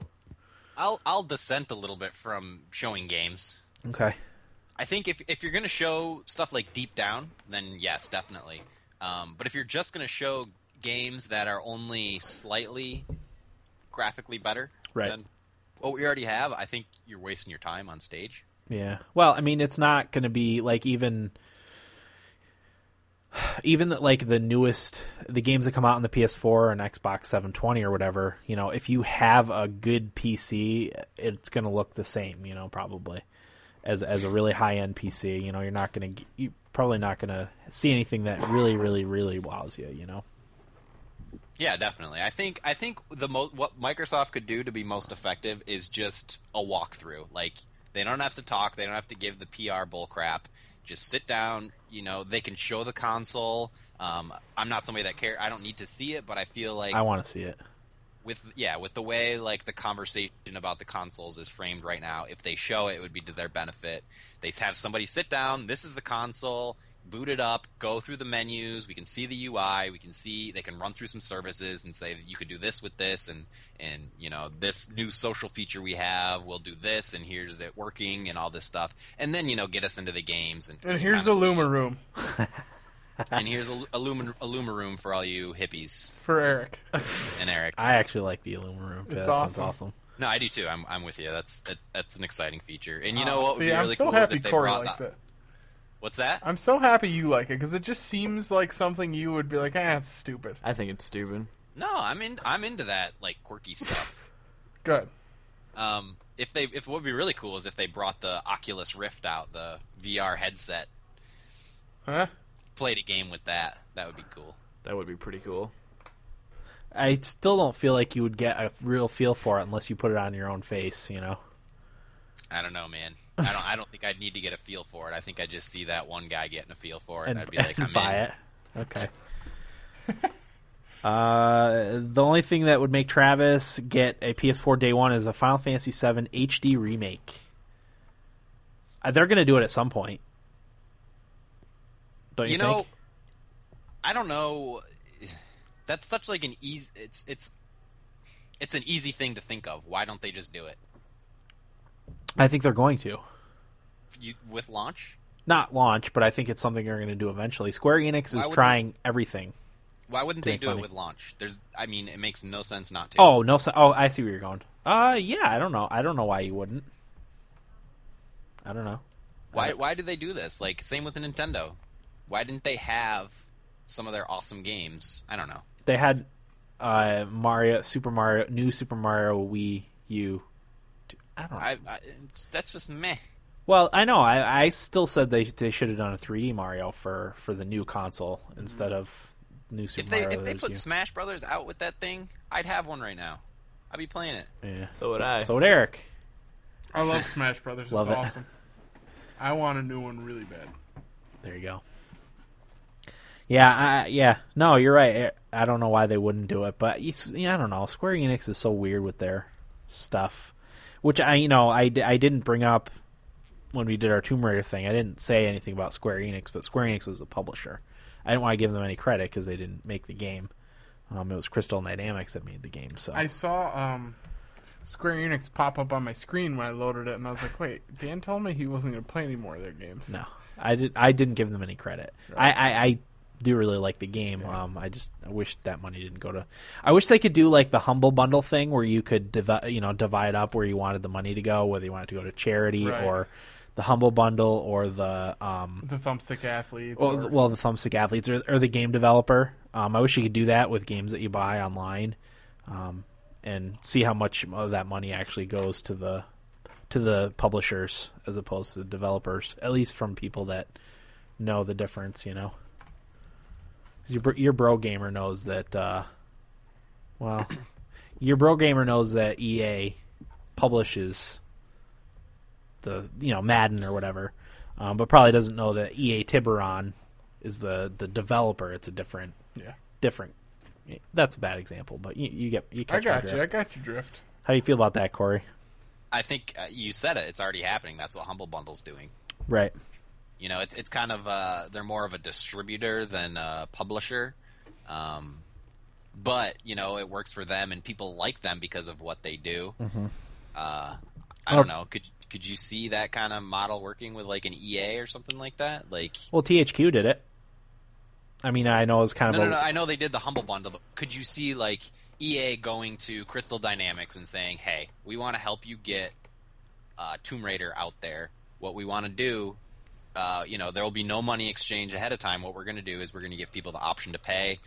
[SPEAKER 4] I'll I'll dissent a little bit from showing games.
[SPEAKER 1] Okay.
[SPEAKER 4] I think if if you're gonna show stuff like Deep Down, then yes, definitely. Um, but if you're just gonna show games that are only slightly graphically better
[SPEAKER 1] Right.
[SPEAKER 4] than what we already have, I think you're wasting your time on stage.
[SPEAKER 1] Yeah. Well, I mean, it's not going to be like even <sighs> even the, like the newest the games that come out on the PS4 and Xbox 720 or whatever, you know, if you have a good PC, it's going to look the same, you know, probably as as a really high-end PC, you know, you're not going to you probably not going to see anything that really really really wows you, you know.
[SPEAKER 4] Yeah, definitely. I think I think the mo- what Microsoft could do to be most effective is just a walkthrough. Like they don't have to talk, they don't have to give the PR bull crap. Just sit down. You know, they can show the console. Um, I'm not somebody that care. I don't need to see it, but I feel like
[SPEAKER 1] I want to see it.
[SPEAKER 4] with yeah, with the way like the conversation about the consoles is framed right now, if they show it, it would be to their benefit. They have somebody sit down. This is the console. Boot it up. Go through the menus. We can see the UI. We can see they can run through some services and say you could do this with this, and and you know this new social feature we have. We'll do this, and here's it working, and all this stuff. And then you know get us into the games. And,
[SPEAKER 2] And here's
[SPEAKER 4] kinda see-
[SPEAKER 2] the Luma room
[SPEAKER 4] And here's a, a, Luma, a Luma room for all you hippies
[SPEAKER 2] for Eric.
[SPEAKER 4] and Eric.
[SPEAKER 1] I actually like the aluminum room. too.
[SPEAKER 2] It's
[SPEAKER 1] that sounds
[SPEAKER 2] awesome.
[SPEAKER 1] awesome.
[SPEAKER 4] No, I do too. I'm, I'm with you. That's that's that's an exciting feature. And you know what would
[SPEAKER 2] Oh, See,
[SPEAKER 4] be
[SPEAKER 2] I'm
[SPEAKER 4] really
[SPEAKER 2] so
[SPEAKER 4] cool is
[SPEAKER 2] happy
[SPEAKER 4] if they
[SPEAKER 2] Corey
[SPEAKER 4] brought
[SPEAKER 2] likes
[SPEAKER 4] the-
[SPEAKER 2] it.
[SPEAKER 4] What's that?
[SPEAKER 2] I'm so happy you like it because it just seems like something you would be like, ah, it's stupid.
[SPEAKER 3] I think it's stupid.
[SPEAKER 4] No, I'm in. I'm into that like quirky stuff.
[SPEAKER 2] Good.
[SPEAKER 4] um, if they if what would be really cool is if they brought the Oculus Rift out, the VR headset,
[SPEAKER 2] Huh?
[SPEAKER 4] played a game with that. That would be cool.
[SPEAKER 3] That would be pretty cool.
[SPEAKER 1] I still don't feel like you would get a real feel for it unless you put it on your own face, you know.
[SPEAKER 4] I don't know, man. I don't. I don't think I'd need to get a feel for it. I think I just see that one guy getting a feel for it, and, I'd be
[SPEAKER 1] <laughs>
[SPEAKER 4] like,
[SPEAKER 1] and
[SPEAKER 4] I'm
[SPEAKER 1] buy
[SPEAKER 4] in.
[SPEAKER 1] it. Okay. uh, the only thing that would make Travis get a PS4 day one is a Final Fantasy VII HD remake. Uh, they're going to do it at some point. Don't you,
[SPEAKER 4] you know
[SPEAKER 1] think?
[SPEAKER 4] i don't know that's such like an easy it's it's it's an easy thing to think of why don't they just do it
[SPEAKER 1] I think they're going to.
[SPEAKER 4] you, with launch
[SPEAKER 1] Not launch, but I think it's something they're going to do eventually. Square Enix
[SPEAKER 4] Why
[SPEAKER 1] is
[SPEAKER 4] would
[SPEAKER 1] trying everything.
[SPEAKER 4] why wouldn't they
[SPEAKER 1] Make
[SPEAKER 4] do
[SPEAKER 1] money.
[SPEAKER 4] it with launch there's i mean it makes no sense not to
[SPEAKER 1] Oh no! So, oh, I see where you're going. Uh, yeah, I don't know. I don't know why you wouldn't. I don't know.
[SPEAKER 4] why why do they do this like same with nintendo why didn't they have some of their awesome games i don't know
[SPEAKER 1] They had uh, Mario, Super Mario, New Super Mario Wii U. I don't know.
[SPEAKER 4] I, I, that's just meh.
[SPEAKER 1] Well, I know. I, I still said they they should have done a 3D Mario for, for the new console instead of new Super
[SPEAKER 4] Mm-hmm. If they
[SPEAKER 1] Mario.
[SPEAKER 4] if they
[SPEAKER 1] Bros.
[SPEAKER 4] put
[SPEAKER 1] U.
[SPEAKER 4] Smash Brothers out with that thing, I'd have one right now. I'd be playing it.
[SPEAKER 1] yeah.
[SPEAKER 3] So would I.
[SPEAKER 1] So would Eric.
[SPEAKER 2] I love Smash Brothers. It's
[SPEAKER 1] Love it.
[SPEAKER 2] awesome. I want a new one really bad.
[SPEAKER 1] There you go. Yeah, I, yeah. No, you're right. Eh, I I don't know why they wouldn't do it, but it's- yeah, I don't know. Square Enix is so weird with their stuff, which I, you know, I, di- I didn't bring up when we did our Tomb Raider thing. I didn't say anything about Square Enix, but Square Enix was the publisher. I didn't want to give them any credit because they didn't make the game. Um, it was Crystal Dynamics that made the game. So
[SPEAKER 2] I saw um, Square Enix pop up on my screen when I loaded it, and I was like, "Wait, Dan told me he wasn't going to play any more of their games."
[SPEAKER 1] No, I did. I didn't give them any credit. I, I, I do really like the game. Um, I just I wish that money didn't go to. I wish they could do like the humble bundle thing where you could divide, you know, divide up where you wanted the money to go, whether you wanted to go to charity
[SPEAKER 2] Right.
[SPEAKER 1] or the humble bundle or the um,
[SPEAKER 2] The thumbstick athletes.
[SPEAKER 1] well,
[SPEAKER 2] or-
[SPEAKER 1] well, the thumbstick athletes or, or the game developer. Um, I wish you could do that with games that you buy online, um, and see how much of that money actually goes to the to the publishers as opposed to the developers. At least from people that know the difference, you know. 'Cause Your bro- your bro gamer knows that. Uh, well, your bro gamer knows that EA publishes the you know Madden or whatever, um, but probably doesn't know that EA Tiburon is the the developer. It's a different
[SPEAKER 2] yeah,
[SPEAKER 1] different. That's a bad example, but you, you get you
[SPEAKER 2] I
[SPEAKER 1] catch my
[SPEAKER 2] got
[SPEAKER 1] drift.
[SPEAKER 2] you. I got you, Drift.
[SPEAKER 1] How do you feel about that, Corey?
[SPEAKER 4] I think uh, you said it. It's already happening. That's what Humble Bundle's doing.
[SPEAKER 1] Right.
[SPEAKER 4] You know, it's it's kind of uh, they're more of a distributor than a publisher, um, but you know it works for them and people like them because of what they do. Uh, I don't know. Could could you see that kind of model working with like an EA or something like that? Like
[SPEAKER 1] Well, THQ did it. I mean, I know it was kind
[SPEAKER 4] no,
[SPEAKER 1] of
[SPEAKER 4] no,
[SPEAKER 1] a,
[SPEAKER 4] no. I know they did the humble bundle, but could you see like EA going to Crystal Dynamics and saying, "Hey, we want to help you get uh, Tomb Raider out there. What we want to do, uh, you know, there will be no money exchange ahead of time. What we're going to do is we're going to give people the option to pay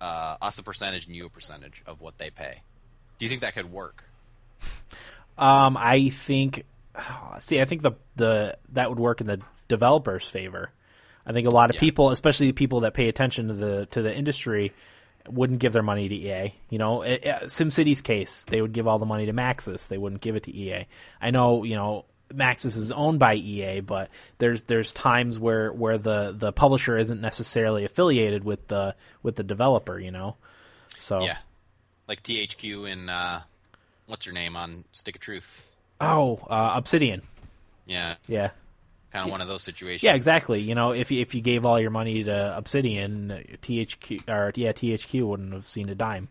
[SPEAKER 4] uh, us a percentage and you a percentage of what they pay. Do you think that could work?
[SPEAKER 1] Um, I think. See, I think the the that would work in the developers' favor. I think a lot of
[SPEAKER 4] Yeah.
[SPEAKER 1] people, especially the people that pay attention to the to the industry, wouldn't give their money to EA. You know, i- i- SimCity's case, they would give all the money to Maxis. They wouldn't give it to EA. I know, you know, Maxis is owned by EA, but there's there's times where where the the publisher isn't necessarily affiliated with the with the developer. You know, so
[SPEAKER 4] Yeah, like THQ and uh, what's your name on Stick of Truth?
[SPEAKER 1] oh, uh, Obsidian,
[SPEAKER 4] Yeah,
[SPEAKER 1] yeah.
[SPEAKER 4] kind of one of those situations.
[SPEAKER 1] Yeah, exactly. You know, if you- if you gave all your money to Obsidian, uh, THQ or yeah, THQ wouldn't have seen a dime.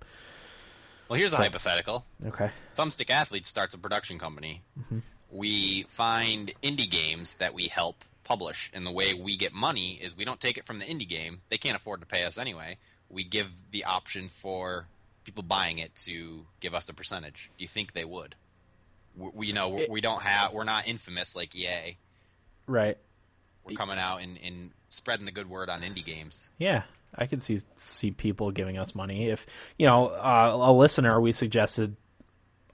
[SPEAKER 4] Well, here's a hypothetical.
[SPEAKER 1] Okay.
[SPEAKER 4] Thumbstick Athlete starts a production company.
[SPEAKER 1] Mm-hmm.
[SPEAKER 4] We find indie games that we help publish, and the way we get money is we don't take it from the indie game. They can't afford to pay us anyway. We give the option for people buying it to give us a percentage. Do you think they would? We, we you know we, we don't have we're not infamous like EA.
[SPEAKER 1] Right.
[SPEAKER 4] We're coming out and, and spreading the good word on indie games.
[SPEAKER 1] Yeah, I could see see people giving us money if you know uh, a listener we suggested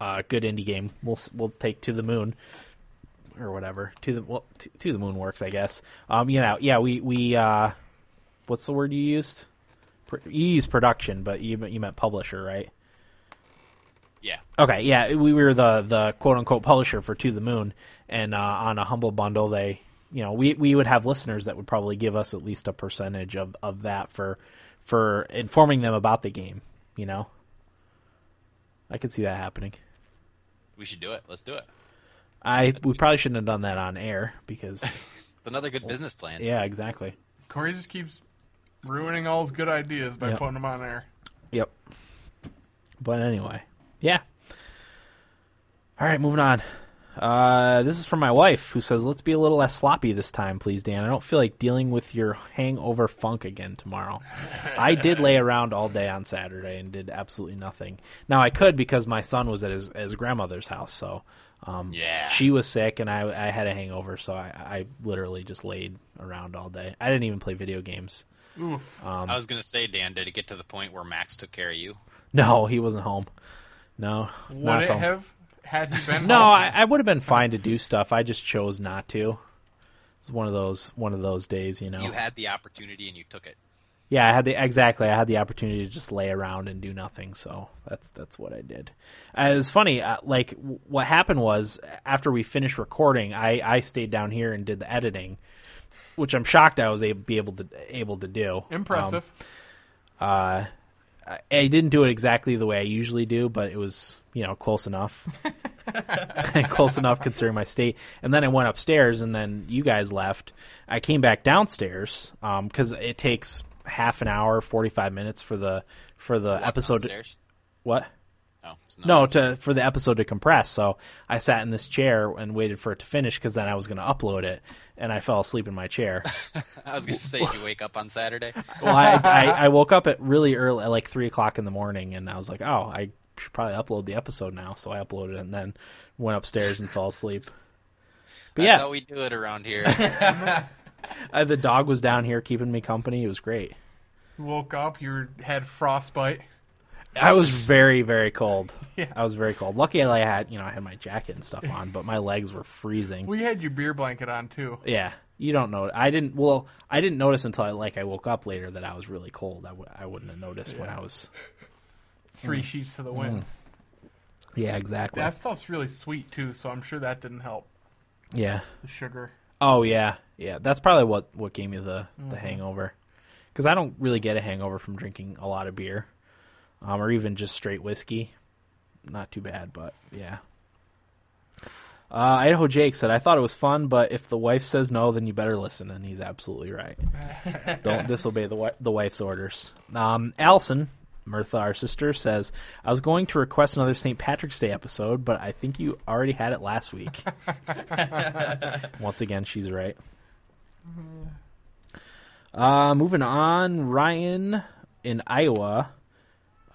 [SPEAKER 1] uh, good indie game. We'll s- we'll take to the moon or whatever to the well, to, to the moon works I guess. Um, you know, yeah, we we uh, what's the word you used? Pr- You used production, but you meant- you meant publisher, right?
[SPEAKER 4] Yeah,
[SPEAKER 1] Okay, yeah, we were the the quote unquote publisher for To the Moon, and uh, on a humble bundle, they, you know, we we would have listeners that would probably give us at least a percentage of of that for for informing them about the game. You know, I could see that happening.
[SPEAKER 4] we should do it. Let's do it.
[SPEAKER 1] I we probably shouldn't have done that on air because <laughs>
[SPEAKER 4] It's another good business plan.
[SPEAKER 1] yeah, exactly.
[SPEAKER 2] Corey just keeps ruining all his good ideas by
[SPEAKER 1] Yep.
[SPEAKER 2] putting them on air.
[SPEAKER 1] Yep. But anyway, yeah. All right, moving on. Uh, this is from my wife who says, "Let's be a little less sloppy this time, please, Dan. I don't feel like dealing with your hangover funk again tomorrow. I did lay around all day on Saturday and did absolutely nothing. Now I could because my son was at his, his grandmother's house, so um,
[SPEAKER 4] Yeah.
[SPEAKER 1] she was sick and I, I had a hangover, so I, I literally just laid around all day. I didn't even play video games.
[SPEAKER 2] Oof.
[SPEAKER 4] I was gonna say, Dan, did it get to the point where Max took care of you?
[SPEAKER 1] No, he wasn't home. No,
[SPEAKER 2] Would
[SPEAKER 1] not
[SPEAKER 2] it
[SPEAKER 1] home.
[SPEAKER 2] have had he
[SPEAKER 1] <laughs>
[SPEAKER 2] been?
[SPEAKER 1] No,
[SPEAKER 2] home?
[SPEAKER 1] I, I would have been fine to do stuff. I just chose not to. It's one of those one of those days, you know.
[SPEAKER 4] You had the opportunity and you took it.
[SPEAKER 1] yeah, I had the exactly. I had the opportunity to just lay around and do nothing, so that's that's what I did. Uh, it was funny. Uh, like w- what happened was after we finished recording, I I stayed down here and did the editing, which I'm shocked I was able be able to able to do. Um,
[SPEAKER 2] Impressive.
[SPEAKER 1] Uh, I I didn't do it exactly the way I usually do, but it was you know close enough, <laughs> close enough considering my state. And then I went upstairs, and then you guys left. I came back downstairs because it takes half an hour, forty five minutes for the for the
[SPEAKER 4] Walked
[SPEAKER 1] episode. To,
[SPEAKER 4] downstairs.
[SPEAKER 1] what?
[SPEAKER 4] Oh, it's not-
[SPEAKER 1] No, to for the episode to compress. So I sat in this chair and waited for it to finish because then I was going to upload it, and I fell asleep in my chair.
[SPEAKER 4] I was gonna say, did you wake up
[SPEAKER 1] <laughs>
[SPEAKER 4] on Saturday?
[SPEAKER 1] well, I, I, I woke up at really early, at like three o'clock in the morning, and I was like, oh, I should probably upload the episode now. So I uploaded it and then went upstairs and fell asleep. But
[SPEAKER 4] That's
[SPEAKER 1] yeah,
[SPEAKER 4] how we do it
[SPEAKER 1] <laughs>
[SPEAKER 4] around here.
[SPEAKER 1] uh, the dog was down here keeping me company. It was great.
[SPEAKER 2] You woke up. You had frostbite.
[SPEAKER 1] I was very very cold.
[SPEAKER 2] Yeah.
[SPEAKER 1] I was very cold. Luckily, I had you know I had my jacket and stuff on, but my legs were freezing.
[SPEAKER 2] We had your beer blanket on too.
[SPEAKER 1] yeah, you don't know. I didn't. Well, I didn't notice until I like I woke up later that I was really cold. I w- I wouldn't have noticed when I was. Mm.
[SPEAKER 2] Three sheets to the wind.
[SPEAKER 1] Yeah, exactly.
[SPEAKER 2] That stuff's really sweet too, so I'm sure that didn't help.
[SPEAKER 1] yeah.
[SPEAKER 2] The sugar.
[SPEAKER 1] Oh yeah, yeah. That's probably what what gave me the the hangover, because I don't really get a hangover from drinking a lot of beer, um, or even just straight whiskey. Not too bad, but yeah. Uh, Idaho Jake said, "I thought it was fun, but if the wife says no, then you better listen." And he's absolutely right. don't disobey the wi- the wife's orders. Um, Allison. Mirtha, our sister, says, I was going to request another St. Patrick's Day episode, but I think you already had it last week. <laughs> Once again, she's right. Uh, moving on, Ryan in Iowa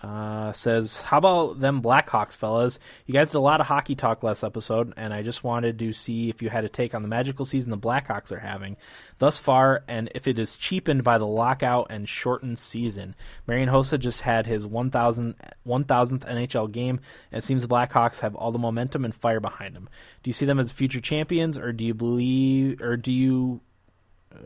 [SPEAKER 1] uh, says, "How about them Blackhawks fellas? You guys did a lot of hockey talk last episode, and I just wanted to see if you had a take on the magical season the Blackhawks are having thus far, and if it is cheapened by the lockout and shortened season. Marian Hossa just had his 1,000 1000th NHL game, and it seems the Blackhawks have all the momentum and fire behind them. Do you see them as future champions, or do you believe, or do you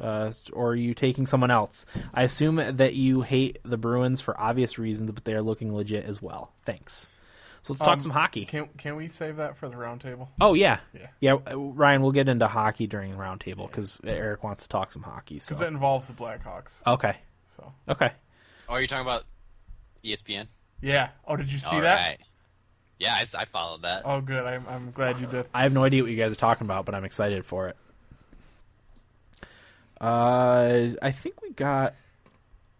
[SPEAKER 1] uh, or are you taking someone else? I assume that you hate the Bruins for obvious reasons, but they are looking legit as well. Thanks. So let's talk some hockey.
[SPEAKER 2] Um, Can can we save that for the round table?
[SPEAKER 1] oh yeah.
[SPEAKER 2] Yeah.
[SPEAKER 1] yeah, uh, Ryan, we'll get into hockey during the roundtable because Eric wants to talk some hockey. So
[SPEAKER 2] Because it involves the Blackhawks.
[SPEAKER 1] okay,
[SPEAKER 2] So
[SPEAKER 1] okay,
[SPEAKER 4] oh, are you talking about E ESPN?
[SPEAKER 2] yeah. Oh, did you see
[SPEAKER 4] All
[SPEAKER 2] that?
[SPEAKER 4] right. Yeah, I, s- I followed that.
[SPEAKER 2] Oh, good. I'm I'm glad you did.
[SPEAKER 1] I have no idea what you guys are talking about, but I'm excited for it. Uh, I think we got,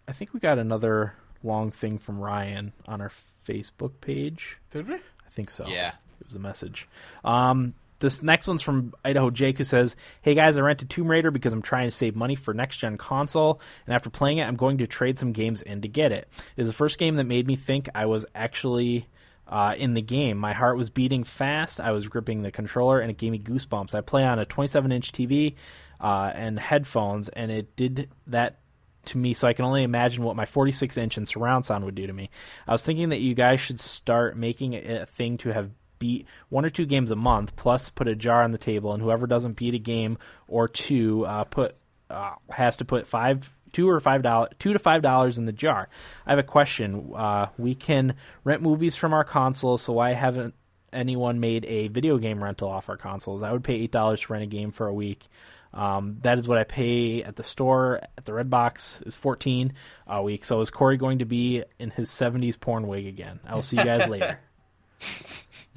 [SPEAKER 1] I think we got another long thing from Ryan on our Facebook page.
[SPEAKER 2] Did we?
[SPEAKER 1] I think
[SPEAKER 2] Oh.
[SPEAKER 1] so.
[SPEAKER 4] Yeah.
[SPEAKER 1] It was a message. Um, this next one's from Idaho Jake, who says, Hey guys, I rented Tomb Raider because I'm trying to save money for next gen console, and after playing it, I'm going to trade some games in to get it. It is the first game that made me think I was actually. Uh, in the game, my heart was beating fast. I was gripping the controller, and it gave me goosebumps. I play on a 27-inch TV uh, and headphones, and it did that to me, so I can only imagine what my 46 inch and surround sound would do to me. I was thinking that you guys should start making it a thing to have beat one or two games a month, plus put a jar on the table, and whoever doesn't beat a game or two uh, put uh, has to put five. Two or five dollars, two to five dollars in the jar. I have a question. Uh, we can rent movies from our console, so why haven't anyone made a video game rental off our consoles. I would pay eight dollars to rent a game for a week. Um, that is what I pay at the store at the Red Box is fourteen a week. So is Corey going to be in his seventies porn wig again? I will see you guys later.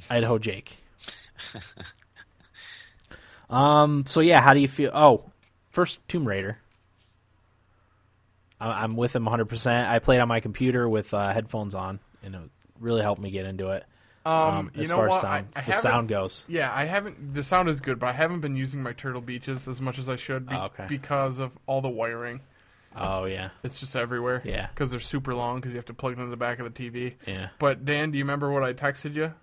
[SPEAKER 1] Idaho Jake. <laughs> um. So yeah, how do you feel? Oh, first Tomb Raider. I- I'm with him 100. percent I played on my computer with uh, headphones on, and it really helped me get into it
[SPEAKER 2] Um,
[SPEAKER 1] um,
[SPEAKER 2] you
[SPEAKER 1] as
[SPEAKER 2] know
[SPEAKER 1] far
[SPEAKER 2] what?
[SPEAKER 1] as sound,
[SPEAKER 2] I, I
[SPEAKER 1] the
[SPEAKER 2] haven't-
[SPEAKER 1] sound goes.
[SPEAKER 2] Yeah, I haven't. The sound is good, but I haven't been using my Turtle Beaches as much as I should be-
[SPEAKER 1] Oh, okay.
[SPEAKER 2] because of all the wiring.
[SPEAKER 1] Oh yeah,
[SPEAKER 2] It's just everywhere.
[SPEAKER 1] Yeah.
[SPEAKER 2] Because they're super long because you have to plug them to the back of the TV.
[SPEAKER 1] yeah.
[SPEAKER 2] But Dan, do you remember what I texted you?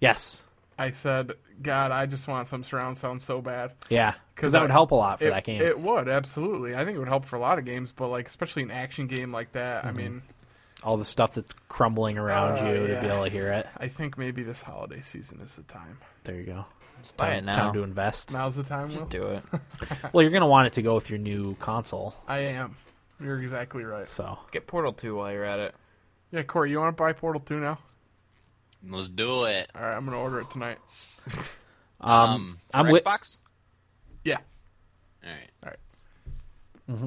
[SPEAKER 1] Yes,
[SPEAKER 2] I said, God, I just want some surround sound so bad.
[SPEAKER 1] yeah, because that
[SPEAKER 2] I-
[SPEAKER 1] would help a lot for
[SPEAKER 2] it,
[SPEAKER 1] that game. Mm-hmm.
[SPEAKER 2] It would absolutely. I think it would help for a lot of games, but like especially an action game like that. I mean,
[SPEAKER 1] all the stuff that's crumbling around
[SPEAKER 2] Oh,
[SPEAKER 1] you to
[SPEAKER 2] yeah.
[SPEAKER 1] be able to hear it.
[SPEAKER 2] I think maybe this holiday season is the time.
[SPEAKER 1] There you go.
[SPEAKER 3] Just buy it
[SPEAKER 1] Time-
[SPEAKER 3] now.
[SPEAKER 1] Time to invest.
[SPEAKER 2] Now's the time. Will?
[SPEAKER 3] Just do
[SPEAKER 4] <laughs>
[SPEAKER 3] it.
[SPEAKER 1] Well, you're gonna want it to go with your new console.
[SPEAKER 2] I am. You're exactly right.
[SPEAKER 1] So
[SPEAKER 3] Get Portal 2 while you're at it.
[SPEAKER 2] Yeah, Corey, you want to buy Portal Two now?
[SPEAKER 4] Let's do it.
[SPEAKER 2] All right, I'm gonna order it tonight.
[SPEAKER 1] um,
[SPEAKER 4] for
[SPEAKER 1] I'm with.
[SPEAKER 4] Xbox.
[SPEAKER 2] Yeah.
[SPEAKER 4] All right.
[SPEAKER 2] All right.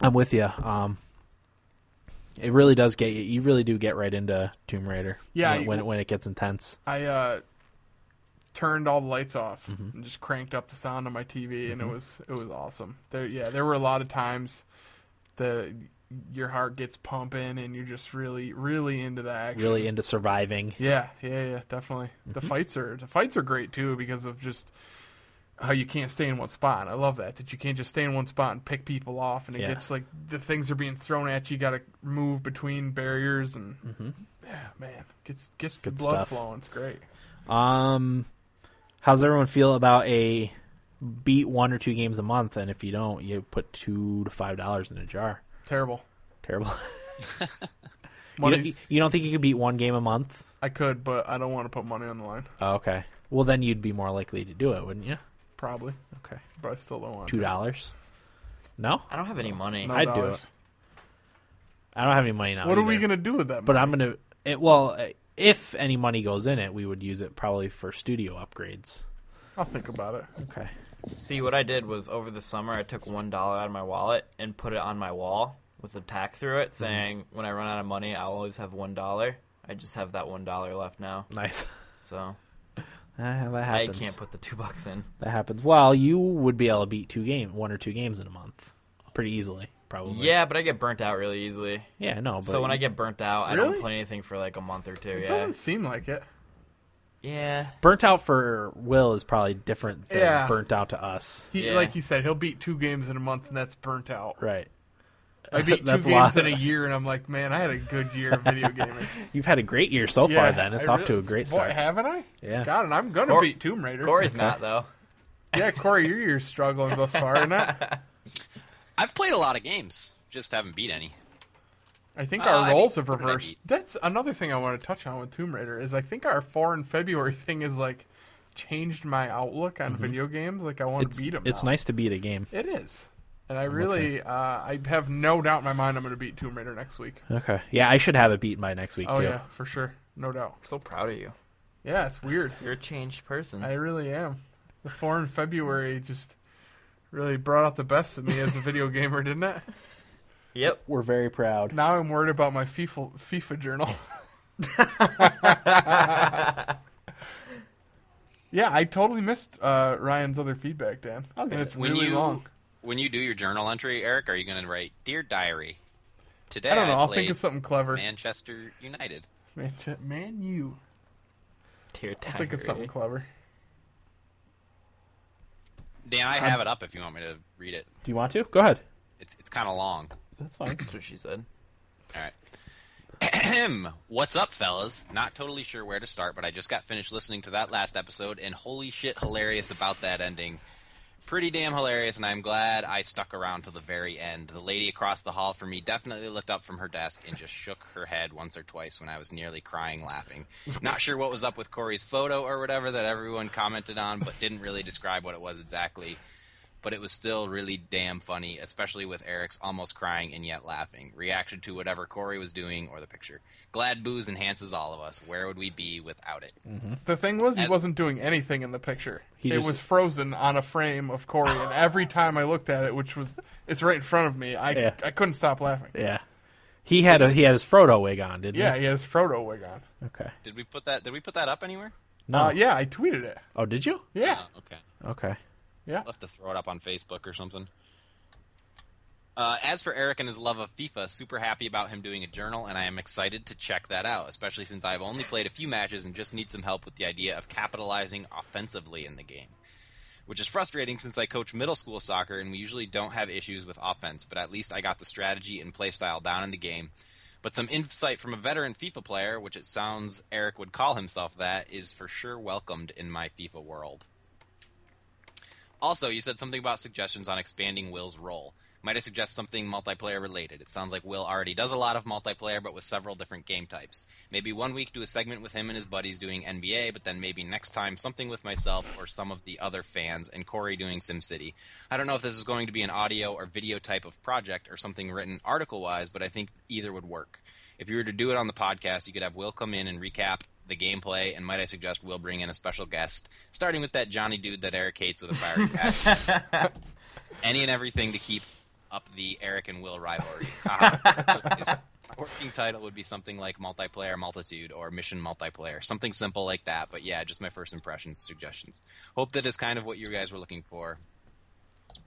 [SPEAKER 1] I'm with you. Um, it really does get you. You really do get right into Tomb Raider.
[SPEAKER 2] Yeah,
[SPEAKER 1] when
[SPEAKER 2] you-
[SPEAKER 1] when, it, when it gets intense.
[SPEAKER 2] I uh, turned all the lights off and just cranked up the sound on my TV, and it was it was awesome. There, yeah, there were a lot of times the your heart gets pumping, and you're just really really into the action.
[SPEAKER 1] Really into surviving.
[SPEAKER 2] Yeah, yeah, yeah, definitely. The
[SPEAKER 1] Mm-hmm.
[SPEAKER 2] fights are the fights are great too because of just how you can't stay in one spot. And I love that that you can't just stay in one spot and pick people off, and it
[SPEAKER 1] Yeah.
[SPEAKER 2] gets like the things are being thrown at you. you Got to move between barriers, and yeah, man, gets gets
[SPEAKER 1] Mm-hmm.
[SPEAKER 2] the
[SPEAKER 1] good
[SPEAKER 2] blood
[SPEAKER 1] stuff.
[SPEAKER 2] flowing. It's great.
[SPEAKER 1] Um, how's everyone feel about a beat one or two games a month? And if you don't, you put two to five dollars in a jar.
[SPEAKER 2] Terrible.
[SPEAKER 1] Terrible. <laughs> you,
[SPEAKER 2] Money,
[SPEAKER 1] don't, you don't think you could beat one game a month?
[SPEAKER 2] I could, but I don't want to put money on the line.
[SPEAKER 1] Oh, okay. Well, then you'd be more likely to do it, wouldn't you?
[SPEAKER 2] Probably,
[SPEAKER 1] Okay.
[SPEAKER 2] but I still don't want
[SPEAKER 1] Two dollars. No,
[SPEAKER 3] I don't have any money.
[SPEAKER 2] No
[SPEAKER 1] I'd do
[SPEAKER 2] dollars.
[SPEAKER 1] I don't have any money now.
[SPEAKER 2] What are we
[SPEAKER 1] either.
[SPEAKER 2] gonna do with that?
[SPEAKER 1] But
[SPEAKER 2] money?
[SPEAKER 1] I'm gonna. It, well, if any money goes in it, we would use it probably for studio upgrades.
[SPEAKER 2] I'll think about it.
[SPEAKER 1] Okay.
[SPEAKER 3] See, what I did was over the summer, I took $1 out of my wallet and put it on my wall with a tack through
[SPEAKER 2] Mm-hmm.
[SPEAKER 3] it saying, when I run out of money, I'll always have $1. I just have that $1 left now.
[SPEAKER 1] Nice. <laughs>
[SPEAKER 3] So
[SPEAKER 1] Ah, that
[SPEAKER 3] I
[SPEAKER 1] happens.
[SPEAKER 3] can't put the 2 bucks in.
[SPEAKER 1] that happens. Well, you would be able to beat two game, one or two games in a month, pretty easily, probably.
[SPEAKER 3] Yeah, but I get burnt out really easily.
[SPEAKER 1] Yeah. No. But
[SPEAKER 3] So when I get burnt out, I
[SPEAKER 2] Really?
[SPEAKER 3] don't play anything for like a month or two.
[SPEAKER 2] It
[SPEAKER 3] yeah.
[SPEAKER 2] doesn't seem like it.
[SPEAKER 3] Yeah.
[SPEAKER 1] burnt out for Will is probably different than
[SPEAKER 2] Yeah.
[SPEAKER 1] burnt out to us.
[SPEAKER 2] He,
[SPEAKER 3] Yeah.
[SPEAKER 2] Like you said, he'll beat two games in a month, and that's burnt out.
[SPEAKER 1] Right.
[SPEAKER 2] I beat
[SPEAKER 1] <laughs>
[SPEAKER 2] two
[SPEAKER 1] That's
[SPEAKER 2] games
[SPEAKER 1] a lot.
[SPEAKER 2] in a year, and I'm like, man, I had a good year of video
[SPEAKER 1] <laughs>
[SPEAKER 2] gaming.
[SPEAKER 1] You've had a great year so far. Then it's
[SPEAKER 2] I
[SPEAKER 1] off to
[SPEAKER 2] really-
[SPEAKER 1] a great
[SPEAKER 2] Boy,
[SPEAKER 1] start.
[SPEAKER 2] haven't I?
[SPEAKER 1] Yeah.
[SPEAKER 2] God, and I'm gonna
[SPEAKER 3] Cor-
[SPEAKER 2] beat Tomb Raider.
[SPEAKER 3] Corey's not, though.
[SPEAKER 2] Yeah, Corey, your year's struggling thus far, isn't it?
[SPEAKER 4] I've played a lot of games, just haven't beat any.
[SPEAKER 2] I think
[SPEAKER 4] Uh, I
[SPEAKER 2] our
[SPEAKER 4] mean,
[SPEAKER 2] roles have
[SPEAKER 4] what did I
[SPEAKER 2] reversed.
[SPEAKER 4] beat?
[SPEAKER 2] That's another thing I want to touch on with Tomb Raider is I think our four in February <laughs> thing is like changed my outlook on video games. Like I want
[SPEAKER 1] Mm-hmm. It's,
[SPEAKER 2] to beat them.
[SPEAKER 1] it's nice to beat a game.
[SPEAKER 2] It is, and I really, uh, I have no doubt in my mind I'm going to beat Tomb Raider next week.
[SPEAKER 1] Okay. Yeah, I should have it beaten by next week
[SPEAKER 2] Oh
[SPEAKER 1] too.
[SPEAKER 2] yeah, for sure, no doubt.
[SPEAKER 3] I'm so proud of you.
[SPEAKER 2] Yeah, it's weird.
[SPEAKER 3] You're a changed person.
[SPEAKER 2] I really am. The four in February just really brought out the best of me as a video gamer, didn't it?
[SPEAKER 3] Yep.
[SPEAKER 1] We're very proud.
[SPEAKER 2] Now I'm worried about my FIFA FIFA journal. <laughs> yeah, I totally missed uh, Ryan's other feedback, Dan.
[SPEAKER 1] get
[SPEAKER 2] and it's
[SPEAKER 4] When
[SPEAKER 2] really
[SPEAKER 4] you
[SPEAKER 2] long.
[SPEAKER 4] when you do your journal entry, Eric, are you going to write "Dear Diary"? Today
[SPEAKER 2] I don't know. I'll
[SPEAKER 4] played
[SPEAKER 2] think of something clever. Man,
[SPEAKER 4] Manchester United.
[SPEAKER 2] man, man you
[SPEAKER 3] Tear
[SPEAKER 2] I'll think of something
[SPEAKER 3] diary.
[SPEAKER 2] clever.
[SPEAKER 4] Dan, I have it up if you want me to read it.
[SPEAKER 1] Do you want to? Go ahead.
[SPEAKER 4] It's it's kind of long.
[SPEAKER 1] That's fine.
[SPEAKER 3] That's what she said.
[SPEAKER 4] All right. Ahem. <clears throat> What's up, fellas? Not totally sure where to start, but I just got finished listening to that last episode, and holy shit, hilarious about that ending. Pretty damn hilarious, and I'm glad I stuck around till the very end. The lady across the hall from me definitely looked up from her desk and just shook her head once or twice when I was nearly crying laughing. Not sure what was up with Corey's photo or whatever that everyone commented on, but didn't really describe what it was exactly but it was still really damn funny, especially with Eric's almost crying and yet laughing reaction to whatever Corey was doing or the picture. Glad booze enhances all of us. Where would we be without it?
[SPEAKER 2] The thing was, he
[SPEAKER 4] As-
[SPEAKER 2] wasn't doing anything in the picture.
[SPEAKER 1] He
[SPEAKER 2] it
[SPEAKER 1] just-
[SPEAKER 2] was frozen on a frame of Corey, and every time I looked at it, which was it's right in front of me, I
[SPEAKER 1] Yeah.
[SPEAKER 2] I couldn't stop laughing.
[SPEAKER 1] <clears throat> Yeah. He had a he had his Frodo wig on, didn't
[SPEAKER 2] Yeah,
[SPEAKER 1] he?
[SPEAKER 2] he has Frodo wig on.
[SPEAKER 1] Okay.
[SPEAKER 4] Did we put that? Did we put that up anywhere?
[SPEAKER 1] No.
[SPEAKER 2] Uh, yeah, I tweeted it.
[SPEAKER 1] Oh, did you?
[SPEAKER 2] Yeah,
[SPEAKER 4] Oh, okay.
[SPEAKER 1] Okay.
[SPEAKER 2] yeah.
[SPEAKER 4] I'll have to throw it up on Facebook or something. Uh, as for Eric and his love of FIFA, super happy about him doing a journal, and I am excited to check that out, especially since I've only played a few matches and just need some help with the idea of capitalizing offensively in the game. Which is frustrating since I coach middle school soccer and we usually don't have issues with offense, but at least I got the strategy and playstyle down in the game. But some insight from a veteran FIFA player, which it sounds Eric would call himself that, is for sure welcomed in my FIFA world. Also, you said something about suggestions on expanding Will's role. Might I suggest something multiplayer related? It sounds like Will already does a lot of multiplayer, but with several different game types. Maybe one week do a segment with him and his buddies doing NBA, but then maybe next time something with myself or some of the other fans and Corey doing SimCity. I don't know if this is going to be an audio or video type of project or something written article wise, but I think either would work. If you were to do it on the podcast, you could have Will come in and recap the gameplay, and might I suggest Will bring in a special guest, starting with that Johnny dude that Eric hates with a fiery passion. Any and everything to keep up the Eric and Will rivalry. Uh, his working title would be something like multiplayer multitude or mission multiplayer, something simple like that. But yeah, just my first impressions, suggestions. Hope that is kind of what you guys were looking for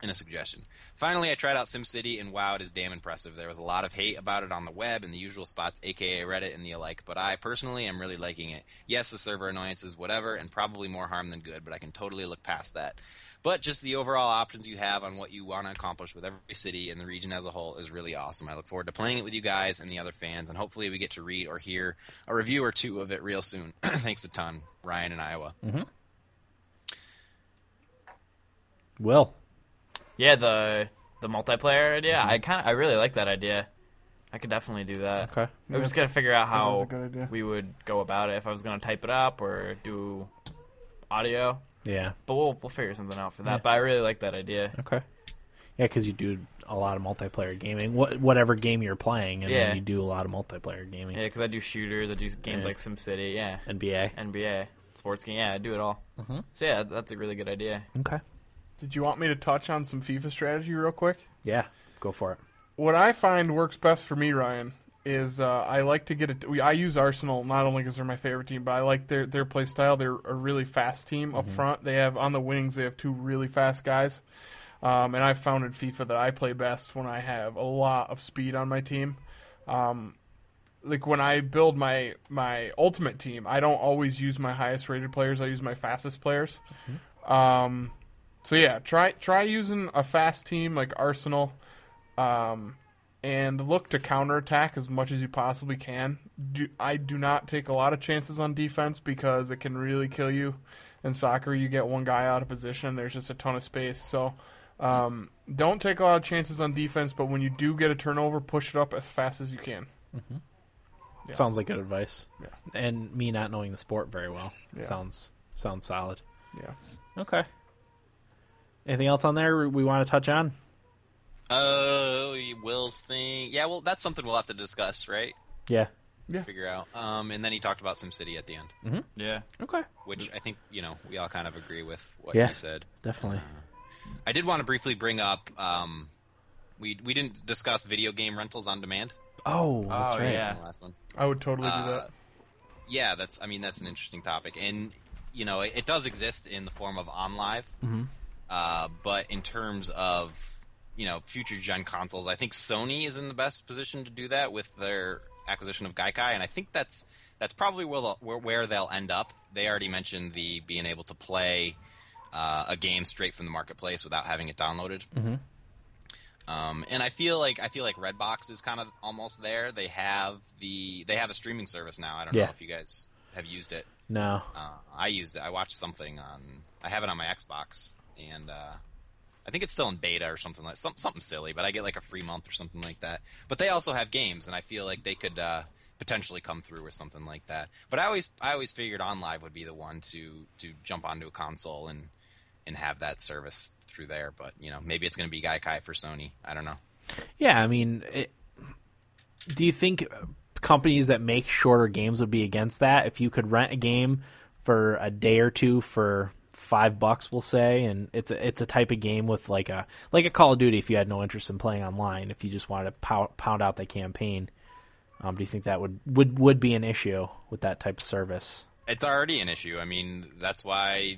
[SPEAKER 4] in a suggestion. Finally, I tried out SimCity, and wow, it is damn impressive. There was a lot of hate about it on the web and the usual spots, aka Reddit and the alike, but I personally am really liking it. Yes, the server annoyances, whatever, and probably more harm than good, but I can totally look past that. But just the overall options you have on what you want to accomplish with every city and the region as a whole is really awesome. I look forward to playing it with you guys and the other fans, and hopefully we get to read or hear a review or two of it real soon. <clears throat> Thanks a ton, Ryan in Iowa.
[SPEAKER 1] Will.
[SPEAKER 3] Yeah, the the multiplayer idea. I
[SPEAKER 1] Mm-hmm.
[SPEAKER 3] kind of I really like that idea. I could definitely do that.
[SPEAKER 2] Okay.
[SPEAKER 3] I was
[SPEAKER 2] That's-
[SPEAKER 3] just gotta figure out
[SPEAKER 2] that is a
[SPEAKER 3] how
[SPEAKER 2] good idea.
[SPEAKER 3] we would go about it. If I was gonna type it up or do audio,
[SPEAKER 1] Yeah.
[SPEAKER 3] but we'll we'll figure something out for that. But I really like that idea.
[SPEAKER 1] Okay. Yeah, because you do a lot of multiplayer gaming, what, whatever game you're playing, and
[SPEAKER 3] Yeah.
[SPEAKER 1] then you do a lot of multiplayer gaming.
[SPEAKER 3] Yeah, because I do shooters. I do games
[SPEAKER 1] Yeah.
[SPEAKER 3] like SimCity. Yeah,
[SPEAKER 1] NBA.
[SPEAKER 3] NBA, sports game. Yeah, I do it all.
[SPEAKER 1] Mm-hmm.
[SPEAKER 3] So yeah, that's a really good idea.
[SPEAKER 1] Okay.
[SPEAKER 2] Did you want me to touch on some FIFA strategy real quick?
[SPEAKER 1] Yeah, go for it.
[SPEAKER 2] what I find works best for me, Ryan, is uh, I like to get it. I use Arsenal not only because they're my favorite team, but I like their their play style. They're a really fast team up front. They have on the wings. They have two really fast guys. Um, and I found in FIFA that I play best when I have a lot of speed on my team. Um, like when I build my my ultimate team, I don't always use my highest rated players. I use my fastest players. Um, so yeah, try try using a fast team like Arsenal um, and look to counterattack as much as you possibly can. Do, I do not take a lot of chances on defense because it can really kill you. In soccer, you get one guy out of position, there's just a ton of space. So um, don't take a lot of chances on defense, but when you do get a turnover, push it up as fast as you can.
[SPEAKER 1] Sounds like good advice. And me not knowing the sport very well
[SPEAKER 2] Yeah.
[SPEAKER 1] sounds sounds solid.
[SPEAKER 2] Yeah.
[SPEAKER 1] Okay. Anything else on there we want to touch on?
[SPEAKER 4] Oh, Will's thing. Yeah, well, that's something we'll have to discuss, right?
[SPEAKER 1] Yeah.
[SPEAKER 4] Figure out. Um, and then he talked about SimCity at the end,
[SPEAKER 3] Yeah,
[SPEAKER 1] Okay.
[SPEAKER 4] which I think you know we all kind of agree with what
[SPEAKER 1] Yeah.
[SPEAKER 4] he said.
[SPEAKER 1] Definitely.
[SPEAKER 4] I did want to briefly bring up. Um, we we didn't discuss video game rentals on demand.
[SPEAKER 1] Oh, that's
[SPEAKER 3] Oh,
[SPEAKER 1] right.
[SPEAKER 3] yeah.
[SPEAKER 4] in the last one.
[SPEAKER 2] I would totally do
[SPEAKER 4] Uh,
[SPEAKER 2] that.
[SPEAKER 4] yeah, that's. I mean, that's an interesting topic, and you know, it, it does exist in the form of OnLive.
[SPEAKER 1] Mm-hmm.
[SPEAKER 4] Uh, but in terms of you know future gen consoles, I think Sony is in the best position to do that with their acquisition of Gaikai, and I think that's that's probably where they'll, where, where they'll end up. They already mentioned the being able to play uh, a game straight from the marketplace without having it downloaded. Um, and I feel like I feel like Redbox is kind of almost there. They have the they have a streaming service now. I don't
[SPEAKER 1] Yeah.
[SPEAKER 4] know if you guys have used it.
[SPEAKER 1] No.
[SPEAKER 4] Uh, I used it. I watched something on. I have it on my Xbox, and uh, I think it's still in beta or something like some, something silly. But I get like a free month or something like that. But they also have games, and I feel like they could uh, potentially come through with something like that. But I always I always figured OnLive would be the one to to jump onto a console and and have that service through there. But you know, maybe it's going to be Gaikai for Sony. I don't know.
[SPEAKER 1] Yeah, I mean, it, do you think companies that make shorter games would be against that? If you could rent a game for a day or two for five bucks, we'll say, and it's a, it's a type of game with like a like a Call of Duty. If you had no interest in playing online, if you just wanted to pound, pound out the campaign, um, do you think that would, would would be an issue with that type of service?
[SPEAKER 4] It's already an issue. I mean, that's why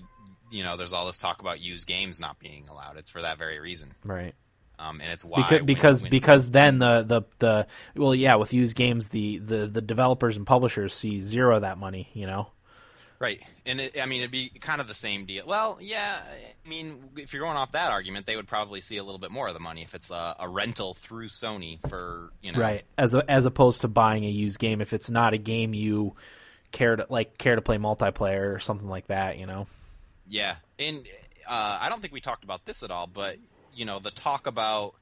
[SPEAKER 4] you know there's all this talk about used games not being allowed. It's for that very reason.
[SPEAKER 1] Right.
[SPEAKER 4] um, and it's why
[SPEAKER 1] because
[SPEAKER 4] when-
[SPEAKER 1] because,
[SPEAKER 4] when-
[SPEAKER 1] because then the, the the well yeah with used games the, the the developers and publishers see zero of that money you know
[SPEAKER 4] right and it, I mean it'd be kind of the same deal. Well, yeah, I mean if you're going off that argument, they would probably see a little bit more of the money if it's a, a rental through Sony for you know
[SPEAKER 1] right as a, as opposed to buying a used game if it's not a game you care to like care to play multiplayer or something like that you know
[SPEAKER 4] Yeah, and uh, I don't think we talked about this at all, but you know the talk about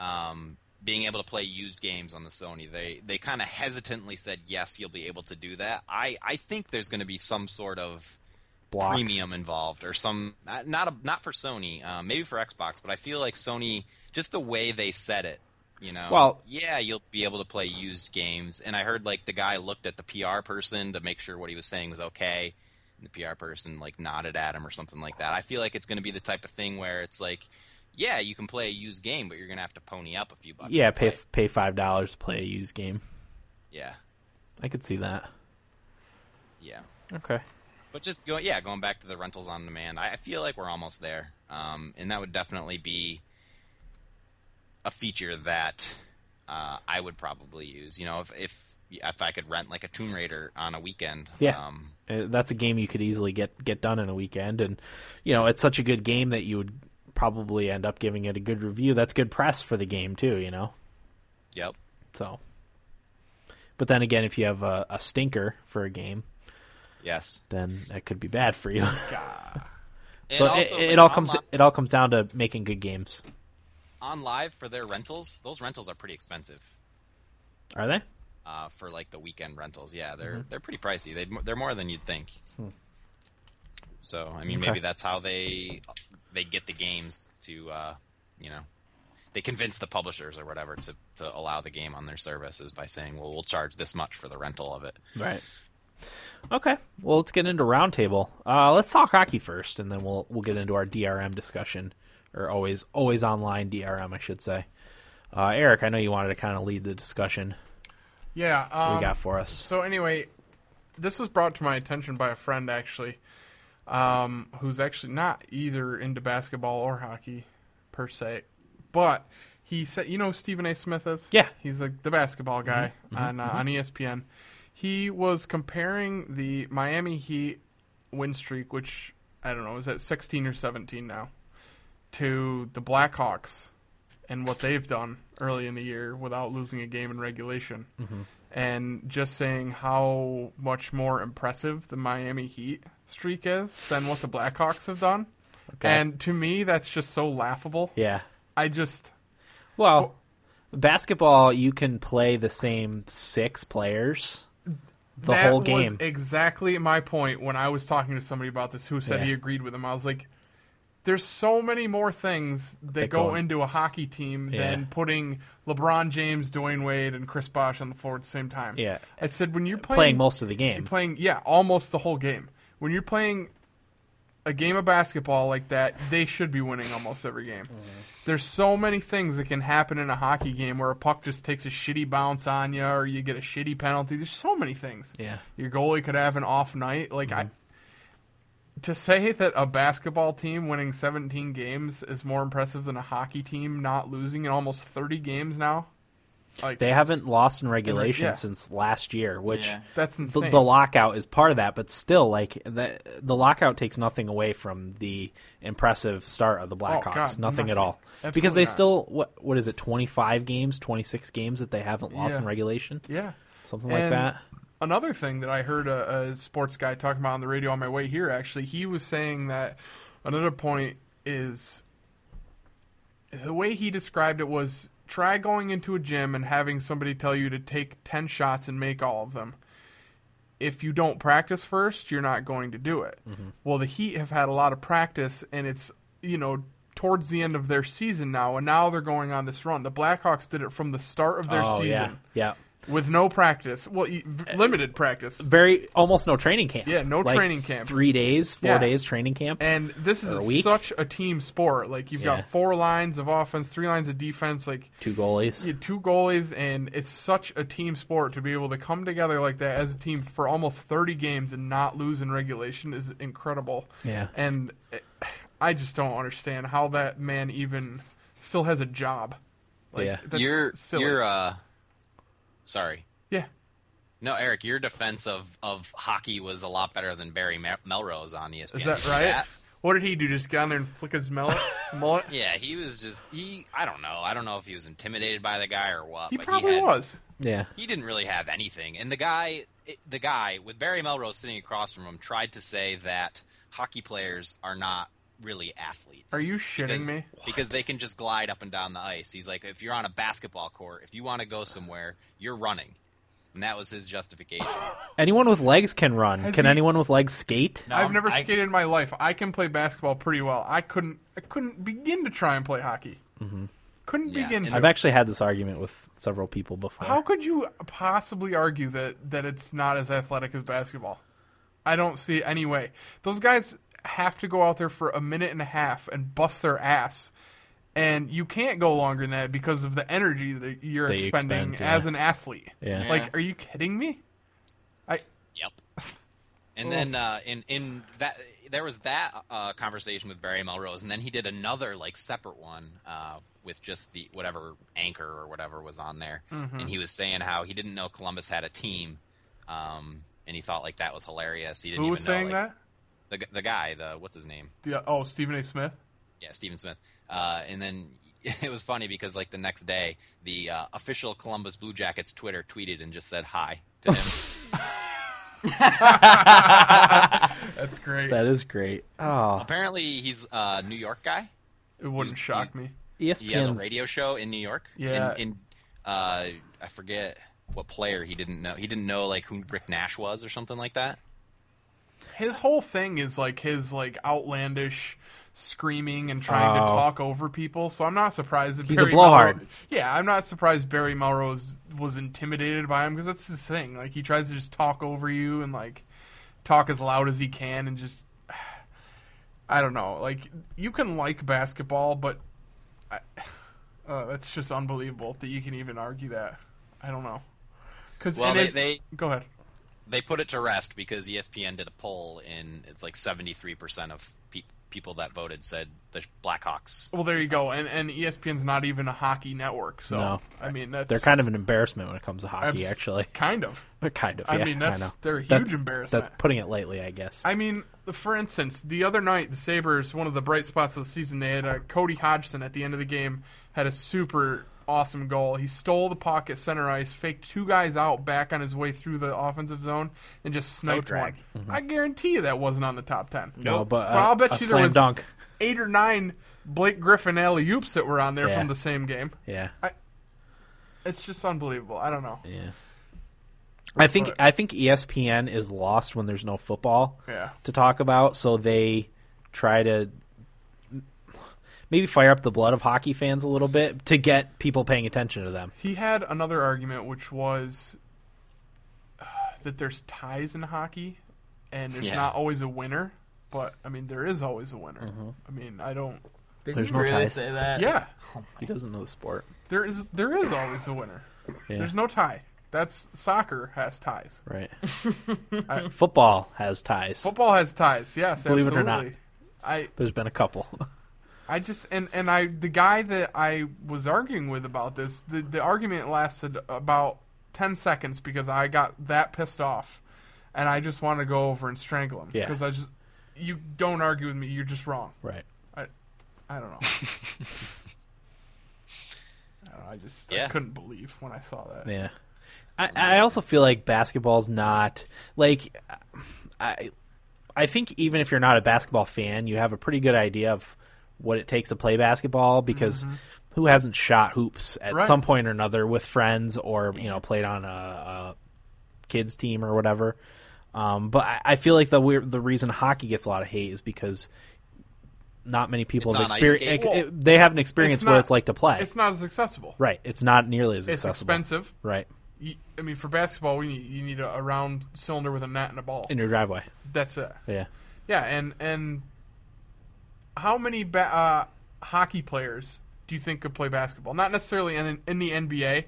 [SPEAKER 4] um, being able to play used games on the Sony. They they kind of hesitantly said yes, you'll be able to do that. I I think there's going to be some sort of
[SPEAKER 1] Block.
[SPEAKER 4] premium involved or some not not, a, not for Sony, uh, maybe for Xbox, but I feel like Sony just the way they said it, you know.
[SPEAKER 1] Well-
[SPEAKER 4] yeah, you'll be able to play used games, and I heard like the guy looked at the PR person to make sure what he was saying was okay. And the PR person like nodded at him or something like that. I feel like it's going to be the type of thing where it's like, yeah, you can play a used game, but you're going to have to pony up a few bucks.
[SPEAKER 1] Yeah,
[SPEAKER 4] to
[SPEAKER 1] pay
[SPEAKER 4] play it.
[SPEAKER 1] pay five dollars to play a used game.
[SPEAKER 4] yeah,
[SPEAKER 1] I could see that.
[SPEAKER 4] yeah.
[SPEAKER 1] Okay.
[SPEAKER 4] But just go, yeah, going back to the rentals on demand, I I feel like we're almost there, um, and that would definitely be a feature that uh, I would probably use. You know, if if if I could rent like a Tomb Raider on a weekend,
[SPEAKER 1] Yeah.
[SPEAKER 4] um,
[SPEAKER 1] Uh, that's a game you could easily get get done in a weekend and you know it's such a good game that you would probably end up giving it a good review that's good press for the game too you know
[SPEAKER 4] yep,
[SPEAKER 1] so but then again if you have a, a stinker for a game
[SPEAKER 4] yes.
[SPEAKER 1] then that could be bad for you
[SPEAKER 4] And
[SPEAKER 1] <laughs> so
[SPEAKER 4] also,
[SPEAKER 1] it, it
[SPEAKER 4] like,
[SPEAKER 1] all
[SPEAKER 4] on
[SPEAKER 1] comes
[SPEAKER 4] li-
[SPEAKER 1] it all comes down to making good games
[SPEAKER 4] on live for their rentals. Those rentals are pretty expensive
[SPEAKER 1] are they
[SPEAKER 4] uh, for like the weekend rentals. Yeah,
[SPEAKER 2] Mm-hmm.
[SPEAKER 4] they're they're pretty pricey. They they're more than you'd think.
[SPEAKER 2] Hmm.
[SPEAKER 4] So I mean,
[SPEAKER 1] Okay.
[SPEAKER 4] maybe that's how they they get the games to uh, you know they convince the publishers or whatever to to allow the game on their services by saying, well, we'll charge this much for the rental of it.
[SPEAKER 1] right okay well let's get into roundtable uh, let's talk hockey first and then we'll we'll get into our drm discussion or always always online drm i should say uh, eric i know you wanted to kind of lead the discussion
[SPEAKER 2] Yeah. Um,
[SPEAKER 1] we got for us
[SPEAKER 2] So anyway, this was brought to my attention by a friend actually, um, who's actually not either into basketball or hockey per se, but he said, you know, who Stephen A. Smith is.
[SPEAKER 1] Yeah. Mm-hmm.
[SPEAKER 2] he's like the basketball guy on uh, on ESPN. He was comparing the Miami Heat win streak, which I don't know, is at sixteen or seventeen now, to the Blackhawks and what they've done early in the year without losing a game in regulation
[SPEAKER 1] Mm-hmm.
[SPEAKER 2] and just saying how much more impressive the Miami Heat streak is than what the Blackhawks have done.
[SPEAKER 1] Okay.
[SPEAKER 2] And to me, that's just so laughable.
[SPEAKER 1] yeah
[SPEAKER 2] I just
[SPEAKER 1] well
[SPEAKER 2] Oh.
[SPEAKER 1] basketball you can play the same six players the
[SPEAKER 2] that
[SPEAKER 1] whole
[SPEAKER 2] was
[SPEAKER 1] game
[SPEAKER 2] exactly my point when I was talking to somebody about this who said
[SPEAKER 1] Yeah.
[SPEAKER 2] he agreed with him. I was like, there's so many more things that
[SPEAKER 1] That
[SPEAKER 2] go
[SPEAKER 1] go in-
[SPEAKER 2] into a hockey team
[SPEAKER 1] Yeah.
[SPEAKER 2] than putting LeBron James, Dwayne Wade, and Chris Bosh on the floor at the same time.
[SPEAKER 1] Yeah.
[SPEAKER 2] I said when you're
[SPEAKER 1] playing most of the game
[SPEAKER 2] You're playing, yeah, almost the whole game. When you're playing a game of basketball like that, they should be winning almost every game.
[SPEAKER 1] Mm-hmm.
[SPEAKER 2] There's so many things that can happen in a hockey game where a puck just takes a shitty bounce on you or you get a shitty penalty. There's so many things.
[SPEAKER 1] Yeah.
[SPEAKER 2] Your goalie could have an off night. Like, I.
[SPEAKER 1] Mm-hmm.
[SPEAKER 2] To say that a basketball team winning 17 games is more impressive than a hockey team not losing in almost 30 games now, like
[SPEAKER 1] they haven't lost in regulation
[SPEAKER 2] yeah.
[SPEAKER 1] since last year which
[SPEAKER 3] Yeah.
[SPEAKER 2] that's
[SPEAKER 1] the,
[SPEAKER 2] insane.
[SPEAKER 1] the lockout is part of that, but still, like the the lockout takes nothing away from the impressive start of the Blackhawks.
[SPEAKER 2] Oh, God,
[SPEAKER 1] nothing, at
[SPEAKER 2] nothing.
[SPEAKER 1] all,
[SPEAKER 2] Absolutely
[SPEAKER 1] because they
[SPEAKER 2] not.
[SPEAKER 1] still what what is it twenty five games, twenty six games that they haven't lost
[SPEAKER 2] Yeah.
[SPEAKER 1] in regulation,
[SPEAKER 2] yeah.
[SPEAKER 1] something like
[SPEAKER 2] And
[SPEAKER 1] that.
[SPEAKER 2] Another thing that I heard a, a sports guy talking about on the radio on my way here, actually, he was saying that another point is the way he described it was try going into a gym and having somebody tell you to take 10 shots and make all of them. If you don't practice first, you're not going to do it.
[SPEAKER 1] Mm-hmm.
[SPEAKER 2] Well, the Heat have had a lot of practice, and it's, you know, towards the end of their season now, and now they're going on this run. The Blackhawks did it from the start of their
[SPEAKER 1] oh
[SPEAKER 2] season
[SPEAKER 1] yeah, yeah.
[SPEAKER 2] with no practice. Well, you- v- limited practice.
[SPEAKER 1] Uh, Very almost no training camp.
[SPEAKER 2] Yeah, no
[SPEAKER 1] Like,
[SPEAKER 2] training camp.
[SPEAKER 1] Three days, four
[SPEAKER 2] Yeah.
[SPEAKER 1] days training camp.
[SPEAKER 2] And this is
[SPEAKER 1] Or a
[SPEAKER 2] a-
[SPEAKER 1] week.
[SPEAKER 2] such a team sport. Like you've
[SPEAKER 1] Yeah.
[SPEAKER 2] got four lines of offense, three lines of defense. Like
[SPEAKER 1] Two goalies.
[SPEAKER 2] you had two goalies, and it's such a team sport to be able to come together like that as a team for almost 30 games and not lose in regulation is incredible.
[SPEAKER 1] Yeah.
[SPEAKER 2] And eh, I just don't understand how that man even still has a job. Like,
[SPEAKER 1] Yeah.
[SPEAKER 2] that's
[SPEAKER 4] you're
[SPEAKER 2] silly.
[SPEAKER 4] you're uh, sorry.
[SPEAKER 2] yeah.
[SPEAKER 4] No, Eric, your defense of, of hockey was a lot better than Barry Mel- Melrose on E ESPN.
[SPEAKER 2] Is
[SPEAKER 4] You
[SPEAKER 2] that
[SPEAKER 4] see
[SPEAKER 2] right? What did he do? Just get on there and flick
[SPEAKER 4] <laughs>
[SPEAKER 2] his mullet? mullet?
[SPEAKER 4] Yeah, he was just he. I don't know. I don't know if he was intimidated by the guy or what.
[SPEAKER 2] He
[SPEAKER 4] but
[SPEAKER 2] probably
[SPEAKER 4] he had,
[SPEAKER 2] was.
[SPEAKER 1] yeah,
[SPEAKER 4] He didn't really have anything, and the guy, it- the guy with Barry Melrose sitting across from him, tried to say that hockey players are not really athletes.
[SPEAKER 2] Are you shitting
[SPEAKER 4] because,
[SPEAKER 2] me?
[SPEAKER 4] Because they can just glide up and down the ice. He's like, if you're on a basketball court, if you want to go somewhere, you're running. And that was his justification.
[SPEAKER 1] Anyone with legs can run. can
[SPEAKER 2] he-
[SPEAKER 1] anyone with legs skate?
[SPEAKER 2] I've never
[SPEAKER 7] I-
[SPEAKER 2] skated in my life. I can play basketball pretty well. I couldn't. I couldn't begin to try and play hockey. Mm-hmm. Couldn't
[SPEAKER 4] Yeah,
[SPEAKER 2] begin.
[SPEAKER 4] and
[SPEAKER 2] To.
[SPEAKER 1] I've actually had this argument with several people before.
[SPEAKER 2] How could you possibly argue that that it's not as athletic as basketball? I don't see any way. Those guys have to go out there for a minute and a half and bust their ass. And you can't go longer than that because of the energy that you're
[SPEAKER 1] That you
[SPEAKER 2] expending
[SPEAKER 1] expend, yeah.
[SPEAKER 2] as an athlete.
[SPEAKER 1] Yeah.
[SPEAKER 2] Like, are you kidding me? I
[SPEAKER 4] Yep. <laughs> And then uh, in in that there was that uh, conversation with Barry Melrose, and then he did another like separate one uh, with just the whatever anchor or whatever was on there,
[SPEAKER 2] Mm-hmm.
[SPEAKER 4] and he was saying how he didn't know Columbus had a team, um, and he thought like that was hilarious. He didn't
[SPEAKER 2] who
[SPEAKER 4] even
[SPEAKER 2] was saying
[SPEAKER 4] know, like,
[SPEAKER 2] that?
[SPEAKER 4] that the the guy the what's his name
[SPEAKER 2] The, oh, Stephen A. Smith.
[SPEAKER 4] yeah, Stephen Smith. Uh, and then <laughs> it was funny because like the next day, the uh, official Columbus Blue Jackets Twitter tweeted and just said hi to
[SPEAKER 2] <laughs>
[SPEAKER 4] him.
[SPEAKER 2] That's great.
[SPEAKER 1] That is great. Oh,
[SPEAKER 4] Apparently, he's a New York guy.
[SPEAKER 2] it wouldn't shock me.
[SPEAKER 4] He has a
[SPEAKER 1] ESPN's
[SPEAKER 4] radio show in New York.
[SPEAKER 2] Yeah.
[SPEAKER 4] And, and uh, I forget what player he didn't know. He didn't know like who Rick Nash was or something like that.
[SPEAKER 2] His whole thing is like his like outlandish screaming and trying to
[SPEAKER 1] Oh.
[SPEAKER 2] talk over people. So I'm not surprised that
[SPEAKER 1] He's a
[SPEAKER 2] Barry
[SPEAKER 1] blowhard.
[SPEAKER 2] Melrose- yeah, I'm not surprised Barry Melrose was intimidated by him because that's his thing. Like he tries to just talk over you and like talk as loud as he can and just <sighs> I don't know. Like you can like basketball, but I, <sighs> uh, that's just unbelievable that you can even argue that. I don't know. Cause,
[SPEAKER 4] Well,
[SPEAKER 2] and
[SPEAKER 4] they,
[SPEAKER 2] it's-
[SPEAKER 4] they
[SPEAKER 2] go ahead.
[SPEAKER 4] they put it to rest because E ESPN did a poll, and it's like seventy three percent of pe- people that voted said the Blackhawks
[SPEAKER 2] Well, there you go, and and E ESPN's not even a hockey network, so
[SPEAKER 1] No.
[SPEAKER 2] I mean that's
[SPEAKER 1] They're kind of an embarrassment when it comes to hockey,
[SPEAKER 2] Abs-
[SPEAKER 1] actually. <laughs>
[SPEAKER 2] kind of.
[SPEAKER 1] kind of.
[SPEAKER 2] I
[SPEAKER 1] yeah,
[SPEAKER 2] mean, that's-
[SPEAKER 1] know.
[SPEAKER 2] they're a huge
[SPEAKER 1] That's-
[SPEAKER 2] embarrassment.
[SPEAKER 1] That's putting it lightly, I guess.
[SPEAKER 2] I mean, for instance, the other night the Sabers, one of the bright spots of the season, they had uh, Cody Hodgson at the end of the game had a super awesome goal. He stole the puck at center ice, faked two guys out back on his way through the offensive zone, and just sniped
[SPEAKER 4] drag.
[SPEAKER 2] one. I guarantee you that wasn't on the top ten.
[SPEAKER 1] Mm-hmm. no, but,
[SPEAKER 2] But
[SPEAKER 1] uh,
[SPEAKER 2] I'll bet
[SPEAKER 1] a
[SPEAKER 2] you there
[SPEAKER 1] slam
[SPEAKER 2] was-
[SPEAKER 1] dunk.
[SPEAKER 2] Eight or nine Blake Griffin alley oops that were on there
[SPEAKER 1] Yeah.
[SPEAKER 2] from the same game.
[SPEAKER 1] Yeah.
[SPEAKER 2] It's just unbelievable. I don't know.
[SPEAKER 1] Yeah. I think I think E ESPN is lost when there's no football
[SPEAKER 2] Yeah.
[SPEAKER 1] to talk about, so they try to maybe fire up the blood of hockey fans a little bit to get people paying attention to them.
[SPEAKER 2] He had another argument, which was uh, that there's ties in hockey, and there's
[SPEAKER 4] Yeah.
[SPEAKER 2] not always a winner. But I mean, there is always a winner.
[SPEAKER 1] Mm-hmm.
[SPEAKER 2] I mean, I don't.
[SPEAKER 3] Did
[SPEAKER 1] There's
[SPEAKER 3] he
[SPEAKER 1] no
[SPEAKER 3] really
[SPEAKER 1] ties.
[SPEAKER 3] say that?
[SPEAKER 2] Yeah,
[SPEAKER 1] He doesn't know the sport.
[SPEAKER 2] there is. There is always a winner.
[SPEAKER 1] Yeah.
[SPEAKER 2] There's no tie. That's soccer has ties.
[SPEAKER 1] Right.
[SPEAKER 2] <laughs> I-
[SPEAKER 1] Football has ties.
[SPEAKER 2] Football has ties. Yes,
[SPEAKER 1] Believe it or
[SPEAKER 2] absolutely.
[SPEAKER 1] not.
[SPEAKER 2] I
[SPEAKER 1] There's been a couple. <laughs>
[SPEAKER 2] I just and and I the guy that I was arguing with about this the the argument lasted about ten seconds because I got that pissed off, and I just want to go over and strangle him
[SPEAKER 1] Yeah.
[SPEAKER 2] because I just you don't argue with me you're just wrong
[SPEAKER 1] right.
[SPEAKER 2] I
[SPEAKER 1] <laughs>
[SPEAKER 2] don't know. I, don't know, I just I
[SPEAKER 4] Yeah.
[SPEAKER 2] couldn't believe when I saw that
[SPEAKER 1] Yeah. I, I also feel like basketball's not like I I think even if you're not a basketball fan, you have a pretty good idea of what it takes to play basketball because who hasn't shot hoops at
[SPEAKER 2] Mm-hmm. Right.
[SPEAKER 1] some point or another with friends or you know played on a, a kids team or whatever. Um, but I, I feel like the weir- the reason hockey gets a lot of hate is because not many people
[SPEAKER 4] It's
[SPEAKER 1] have
[SPEAKER 4] on ice
[SPEAKER 1] experience.
[SPEAKER 4] skates.
[SPEAKER 1] Ex- they haven't experienced
[SPEAKER 2] not-
[SPEAKER 1] what it's like to play.
[SPEAKER 2] it's not as accessible
[SPEAKER 1] right, it's not nearly as
[SPEAKER 2] it's
[SPEAKER 1] accessible.
[SPEAKER 2] expensive
[SPEAKER 1] Right.
[SPEAKER 2] you, I mean for basketball we need, you need a, a round cylinder with a net and a ball
[SPEAKER 1] in your driveway.
[SPEAKER 2] that's it
[SPEAKER 1] Yeah,
[SPEAKER 2] Yeah, and and how many ba- uh, hockey players do you think could play basketball? Not necessarily in in the NBA,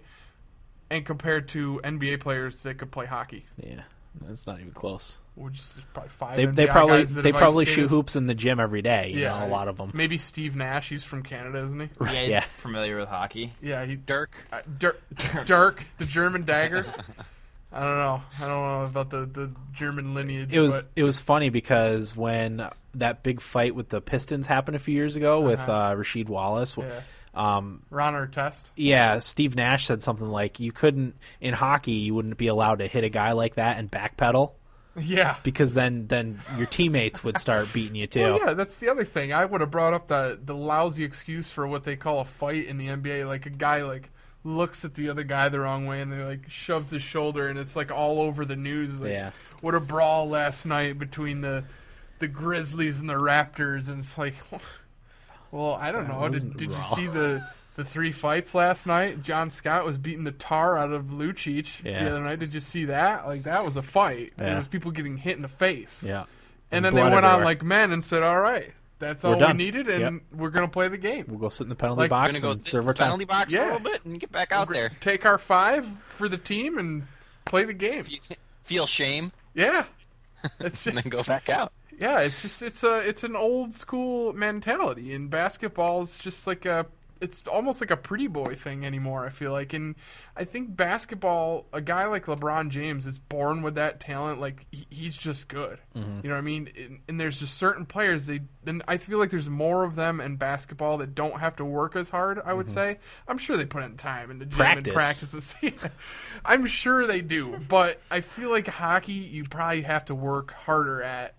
[SPEAKER 2] and compared to NBA players that could play hockey,
[SPEAKER 1] yeah. It's not even close.
[SPEAKER 2] which is probably five.
[SPEAKER 1] They
[SPEAKER 2] NBA
[SPEAKER 1] they probably
[SPEAKER 2] guys that
[SPEAKER 1] they
[SPEAKER 2] have ice
[SPEAKER 1] probably
[SPEAKER 2] skated.
[SPEAKER 1] shoot hoops in the gym every day. You
[SPEAKER 2] Yeah.
[SPEAKER 1] know, a lot of them.
[SPEAKER 2] Maybe Steve Nash. He's from Canada, isn't he?
[SPEAKER 3] Yeah, he's
[SPEAKER 1] Yeah.
[SPEAKER 3] familiar with hockey.
[SPEAKER 2] Yeah, he
[SPEAKER 4] Dirk.
[SPEAKER 2] uh, Dirk, Dirk, the German dagger. I don't know. I don't know about the, the German lineage.
[SPEAKER 1] It was
[SPEAKER 2] but
[SPEAKER 1] it was funny because when that big fight with the Pistons happened a few years ago with uh, Rasheed Wallace, w-
[SPEAKER 2] Uh-huh. Yeah.
[SPEAKER 1] um,
[SPEAKER 2] Ron Artest. <laughs>
[SPEAKER 1] yeah, Steve Nash said something like, "You couldn't in hockey, you wouldn't be allowed to hit a guy like that and backpedal."
[SPEAKER 2] Yeah.
[SPEAKER 1] because then then your teammates would start beating you too.
[SPEAKER 2] Well, yeah, that's the other thing. I would have brought up the the lousy excuse for what they call a fight in the NBA, like a guy like looks at the other guy the wrong way and they like shoves his shoulder and it's like all over the news. Like,
[SPEAKER 1] Yeah.
[SPEAKER 2] What a brawl last night between the the Grizzlies and the Raptors, and it's like, <laughs> well, I don't know. Did,
[SPEAKER 1] wasn't
[SPEAKER 2] did you
[SPEAKER 1] raw.
[SPEAKER 2] see the the three fights last night? John Scott was beating the tar out of Lucic
[SPEAKER 1] Yeah.
[SPEAKER 2] the other night. Did you see that? Like that was a fight. There
[SPEAKER 1] Yeah.
[SPEAKER 2] was people getting hit in the face.
[SPEAKER 1] Yeah.
[SPEAKER 2] And then they
[SPEAKER 1] blood
[SPEAKER 2] went on
[SPEAKER 1] everywhere.
[SPEAKER 2] like men and said, "All right, that's
[SPEAKER 1] We're
[SPEAKER 2] all we
[SPEAKER 1] done.
[SPEAKER 2] needed, and
[SPEAKER 1] Yep.
[SPEAKER 2] we're gonna play the game.
[SPEAKER 1] We'll go sit in the penalty
[SPEAKER 2] Like,
[SPEAKER 4] We're gonna
[SPEAKER 1] box
[SPEAKER 4] go
[SPEAKER 1] and
[SPEAKER 4] sit in
[SPEAKER 1] serve
[SPEAKER 4] the
[SPEAKER 1] our time.
[SPEAKER 4] penalty box
[SPEAKER 2] Yeah.
[SPEAKER 4] a little bit and get back out there. <laughs>
[SPEAKER 2] Take our five for the team and play the game."
[SPEAKER 4] Feel shame
[SPEAKER 2] Yeah, that's
[SPEAKER 4] and
[SPEAKER 2] just,
[SPEAKER 4] then go back out.
[SPEAKER 2] yeah. It's just it's a it's an old school mentality, and basketball is just like a it's almost like a pretty boy thing anymore. I feel like, and I think basketball, a guy like LeBron James is born with that talent. Like he, he's just good. You know what I mean? And, and there's just certain players they then I feel like there's more of them in basketball that don't have to work as hard. I would say I'm sure they put in time in the gym
[SPEAKER 1] Practice.
[SPEAKER 2] and practices. <laughs> I'm sure they do, but I feel like hockey you probably have to work harder at.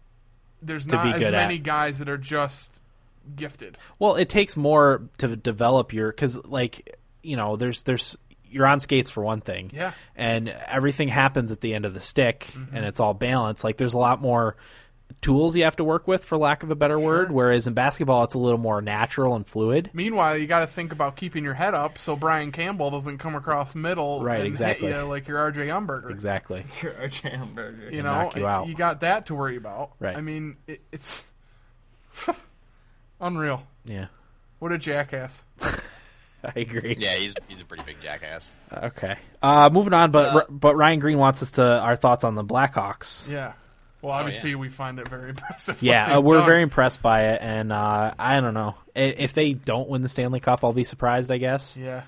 [SPEAKER 2] There's
[SPEAKER 1] be
[SPEAKER 2] not as
[SPEAKER 1] good at.
[SPEAKER 2] many guys that are just gifted.
[SPEAKER 1] Well, it takes more to develop your because, like, you know, there's there's you're on skates for one thing,
[SPEAKER 2] Yeah. Mm-hmm.
[SPEAKER 1] and everything happens at the end of the stick, and it's all balanced. Like, there's a lot more tools you have to work with, for lack of a better word. Whereas in basketball, it's a little more natural and fluid.
[SPEAKER 2] Meanwhile, you got to think about keeping your head up so Brian Campbell doesn't come across middle
[SPEAKER 1] Right,
[SPEAKER 2] and
[SPEAKER 1] exactly.
[SPEAKER 2] hit you like your RJ Umberger. <laughs>
[SPEAKER 1] Exactly.
[SPEAKER 3] Your RJ Hamburger.
[SPEAKER 2] You know,
[SPEAKER 1] knock you
[SPEAKER 2] it-
[SPEAKER 1] out.
[SPEAKER 2] got that to worry about.
[SPEAKER 1] Right.
[SPEAKER 2] I mean, it, it's <laughs> unreal.
[SPEAKER 1] Yeah,
[SPEAKER 2] What a jackass.
[SPEAKER 1] I agree.
[SPEAKER 4] Yeah, he's he's a pretty big jackass.
[SPEAKER 1] Okay. Uh, moving on, but
[SPEAKER 4] So-
[SPEAKER 1] but Ryan Green wants us to our thoughts on the Blackhawks.
[SPEAKER 2] Yeah. Well,
[SPEAKER 4] Oh,
[SPEAKER 2] obviously, we find it very <laughs> impressive. what
[SPEAKER 1] Yeah, uh,
[SPEAKER 2] they've
[SPEAKER 1] we're
[SPEAKER 2] done.
[SPEAKER 1] very impressed by it, and uh, I don't know I- if they don't win the Stanley Cup, I'll be surprised. I guess
[SPEAKER 2] Yeah.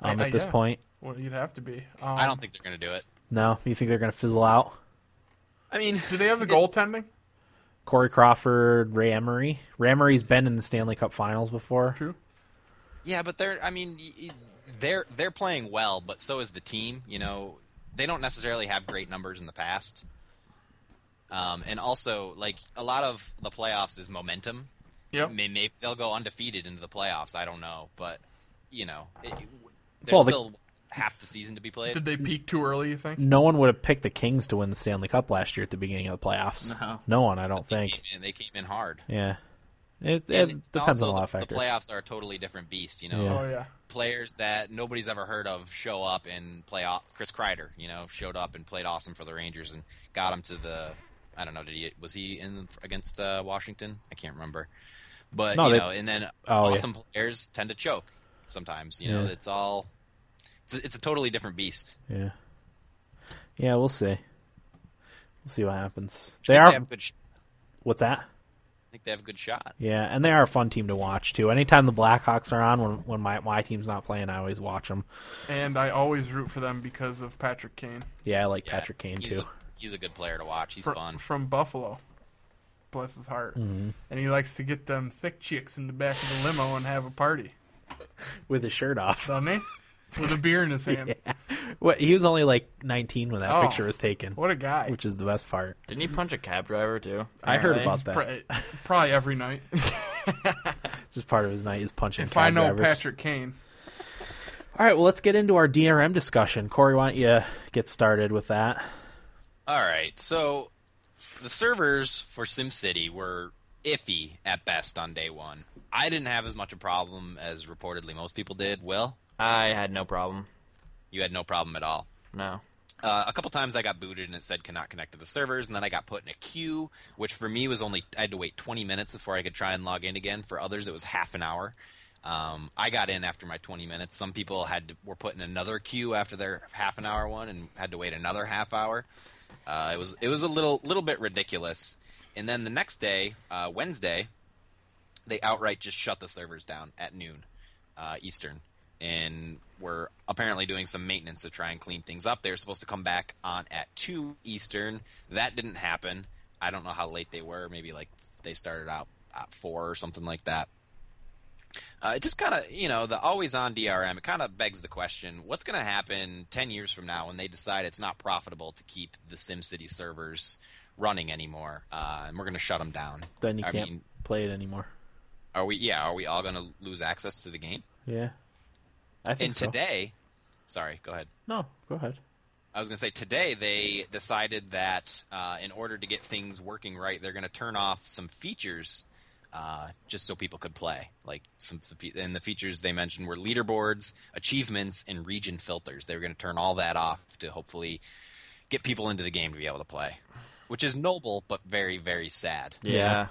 [SPEAKER 1] um,
[SPEAKER 2] I-
[SPEAKER 1] at this
[SPEAKER 2] yeah.
[SPEAKER 1] point,
[SPEAKER 2] Well, you'd have to be. Um,
[SPEAKER 4] I don't think they're gonna do it.
[SPEAKER 1] no. You think they're going to fizzle out?
[SPEAKER 4] I mean,
[SPEAKER 2] Do they have the
[SPEAKER 4] it's-
[SPEAKER 2] goaltending?
[SPEAKER 1] Corey Crawford, Ray Emery. Ray Emery's been in the Stanley Cup Finals before.
[SPEAKER 2] True.
[SPEAKER 4] Yeah, but they're. I mean, y- y- they're they're playing well, but so is the team. You know, they don't necessarily have great numbers in the past. Um, and also, like a lot of the playoffs is momentum.
[SPEAKER 2] Yep.
[SPEAKER 4] May- Maybe they'll go undefeated into the playoffs. I don't know, but you know, it, it- there's
[SPEAKER 1] Well, the-
[SPEAKER 4] still half the season to be played.
[SPEAKER 2] Did they peak too early, you think?
[SPEAKER 1] No one would have picked the Kings to win the Stanley Cup last year at the beginning of the playoffs.
[SPEAKER 3] No.
[SPEAKER 1] one, I don't
[SPEAKER 4] They
[SPEAKER 1] think.
[SPEAKER 4] came in, they came in hard.
[SPEAKER 1] Yeah, it, it
[SPEAKER 4] And
[SPEAKER 1] depends
[SPEAKER 4] also,
[SPEAKER 1] on a lot of
[SPEAKER 4] the, the
[SPEAKER 1] factors.
[SPEAKER 4] playoffs are a totally different beast. You know,
[SPEAKER 1] Yeah.
[SPEAKER 2] Oh, yeah.
[SPEAKER 4] players that nobody's ever heard of show up and play off. Chris Kreider, you know, showed up and played awesome for the Rangers and got him to the. I don't know. Did he was he in against uh, Washington? I can't remember. But
[SPEAKER 1] No,
[SPEAKER 4] you
[SPEAKER 1] they-
[SPEAKER 4] know, and then
[SPEAKER 1] Oh, yeah.
[SPEAKER 4] awesome players tend to choke sometimes. You know,
[SPEAKER 1] Yeah.
[SPEAKER 4] it's all. It's a, it's a totally different beast.
[SPEAKER 1] yeah, yeah, we'll see. We'll see what happens.
[SPEAKER 4] I
[SPEAKER 1] They
[SPEAKER 4] think
[SPEAKER 1] are.
[SPEAKER 4] have a good. sh-
[SPEAKER 1] What's that?
[SPEAKER 4] I think they have a good shot.
[SPEAKER 1] Yeah, and they are a fun team to watch too. Anytime the Blackhawks are on, when when my my team's not playing, I always watch them.
[SPEAKER 2] And I always root for them because of Patrick Kane
[SPEAKER 1] Yeah, I like
[SPEAKER 4] Yeah,
[SPEAKER 1] Patrick Kane
[SPEAKER 4] he's
[SPEAKER 1] too.
[SPEAKER 4] A, he's a good player to watch. He's
[SPEAKER 2] fr-
[SPEAKER 4] fun.
[SPEAKER 2] from Buffalo. Bless his heart.
[SPEAKER 1] Mm-hmm.
[SPEAKER 2] And he likes to get them thick chicks in the back of the limo and have a party,
[SPEAKER 1] <laughs> With his shirt off,
[SPEAKER 2] doesn't he? With a beer
[SPEAKER 1] <laughs>
[SPEAKER 2] in his hand.
[SPEAKER 1] what, he was only like 19 when that
[SPEAKER 2] Oh.
[SPEAKER 1] picture was taken,
[SPEAKER 2] What a guy.
[SPEAKER 1] which is the best part.
[SPEAKER 3] Didn't he punch a cab driver too?
[SPEAKER 1] I heard
[SPEAKER 3] Right?
[SPEAKER 1] about that.
[SPEAKER 2] Pro- Probably
[SPEAKER 1] <laughs>
[SPEAKER 2] every night.
[SPEAKER 1] Just part of his night is punching.
[SPEAKER 2] If
[SPEAKER 1] cab
[SPEAKER 2] I know
[SPEAKER 1] drivers.
[SPEAKER 2] Patrick Kane.
[SPEAKER 1] All right, well, let's get into our DRM discussion. Corey, why don't you get started with that?
[SPEAKER 4] All right, so the servers for SimCity were iffy at best on day one. I didn't have as much a problem as reportedly most people did. Will,
[SPEAKER 3] I had no problem.
[SPEAKER 4] you had no problem at all.
[SPEAKER 3] No.
[SPEAKER 4] Uh, a couple times I got booted and it said cannot connect to the servers, and then I got put in a queue, which for me was only I had to wait 20 minutes before I could try and log in again. For others, it was half an hour. Um, I got in after my 20 minutes. Some people had to, were put in another queue after their half an hour one and had to wait another half hour. Uh, it was it was a little little bit ridiculous. And then the next day, uh, Wednesday, they outright just shut the servers down at noon uh, Eastern, and were apparently doing some maintenance to try and clean things up. They were supposed to come back on at two Eastern. That didn't happen. I don't know how late they were. Maybe like they started out at four or something like that. Uh, it just kind of, you know, the always on DRM, it kind of begs the question what's going to happen 10 years from now when they decide it's not profitable to keep the SimCity servers running anymore, uh, and we're going to shut them down.
[SPEAKER 1] Then you
[SPEAKER 4] I
[SPEAKER 1] can't
[SPEAKER 4] mean,
[SPEAKER 1] play it anymore.
[SPEAKER 4] are we? Yeah, are we all going to lose access to the game?
[SPEAKER 1] Yeah. I think
[SPEAKER 4] And
[SPEAKER 1] so.
[SPEAKER 4] today, sorry, go ahead.
[SPEAKER 1] No, go ahead.
[SPEAKER 4] I was going to say today they decided that uh, in order to get things working right, they're going to turn off some features uh, just so people could play. Like some, some fe- and the features they mentioned were leaderboards, achievements, and region filters. They were going to turn all that off to hopefully get people into the game to be able to play, which is noble but very very sad.
[SPEAKER 1] Yeah.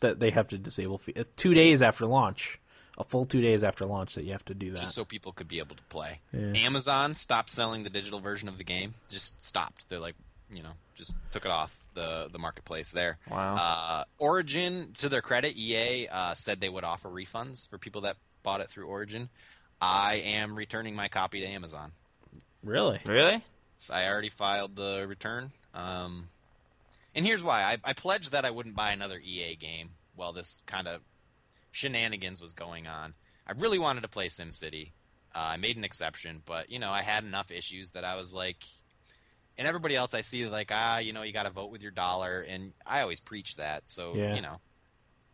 [SPEAKER 1] That they have to disable fe- uh, 2 days after launch. A full 2 days after launch that you have to do that.
[SPEAKER 4] Just so people could be able to play.
[SPEAKER 1] Yeah.
[SPEAKER 4] Amazon stopped selling the digital version of the game. Just stopped. They're like, you know, just took it off the the marketplace there.
[SPEAKER 3] Wow.
[SPEAKER 4] Uh, Origin, to their credit, EA uh, said they would offer refunds for people that bought it through Origin. I am returning my copy to Amazon.
[SPEAKER 1] really?
[SPEAKER 3] Really?
[SPEAKER 4] So I already filed the return. Um, and here's why: I, I pledged that I wouldn't buy another EA game while this kind of shenanigans was going on. I really wanted to play SimCity. Uh, I made an exception, but you know, I had enough issues that I was like, and everybody else I see like, ah, you know, you got to vote with your dollar, and I always preach that. So
[SPEAKER 1] Yeah.
[SPEAKER 4] you know,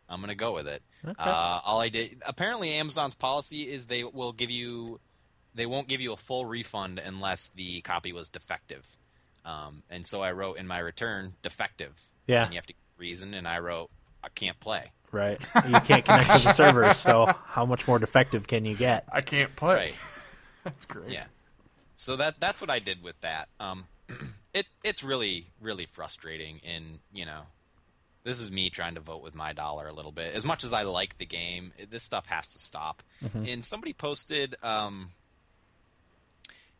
[SPEAKER 4] I'm gonna go with it.
[SPEAKER 1] Okay.
[SPEAKER 4] Uh, all I did apparently Amazon's policy is they will give you they won't give you a full refund unless the copy was defective. Um, and so I wrote in my return defective.
[SPEAKER 1] Yeah.
[SPEAKER 4] And you have to give a reason and I wrote I can't play.
[SPEAKER 1] Right. You can't connect to the server, so how much more defective can you get?
[SPEAKER 2] I can't play.
[SPEAKER 4] Right.
[SPEAKER 2] That's great.
[SPEAKER 4] Yeah. So that that's what I did with that. Um, <clears throat> it it's really really frustrating, and you know, this is me trying to vote with my dollar a little bit. As much as I like the game, it- this stuff has to stop. And somebody posted, um,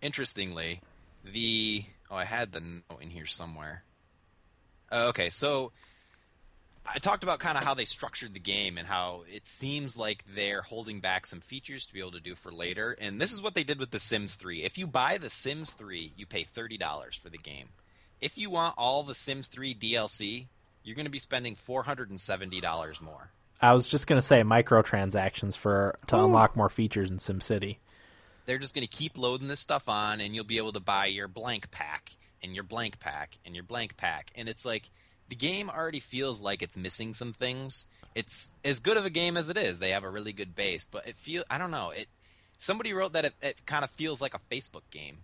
[SPEAKER 4] interestingly, the oh I had the note in here somewhere. Uh, okay, so I talked about kind of how they structured the game and how it seems like they're holding back some features to be able to do for later. And this is what they did with The Sims 3. If you buy The Sims 3, you pay $30 for the game. If you want all The Sims 3 DLC, you're going to be spending $470 more.
[SPEAKER 1] I was just going to say microtransactions for to unlock more features in SimCity.
[SPEAKER 4] They're just going to keep loading this stuff on, and you'll be able to buy your blank pack, and your blank pack, and your blank pack. And it's like the game already feels like it's missing some things. It's as good of a game as it is. They have a really good base, but it feel I don't know it. Somebody wrote that it, it kind of feels like a Facebook game,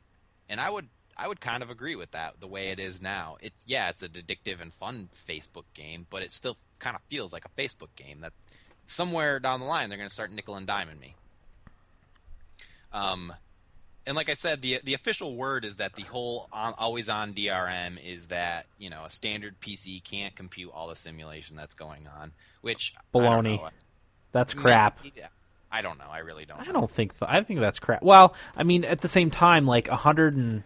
[SPEAKER 4] and I would I would kind of agree with that the way it is now. It's yeah, it's an addictive and fun Facebook game, but it still kind of feels like a Facebook game. That somewhere down the line they're going to start nickel and diming me. Um, and like I said, the the official word is that the whole on, always on DRM is that you know a standard PC can't compute all the simulation that's going on, which I don't
[SPEAKER 1] Baloney.
[SPEAKER 4] know.
[SPEAKER 1] That's crap.
[SPEAKER 4] Yeah. I don't know. I really don't.
[SPEAKER 1] I
[SPEAKER 4] know.
[SPEAKER 1] don't think th- I think that's crap. Well, I mean, at the same time, like a hundred and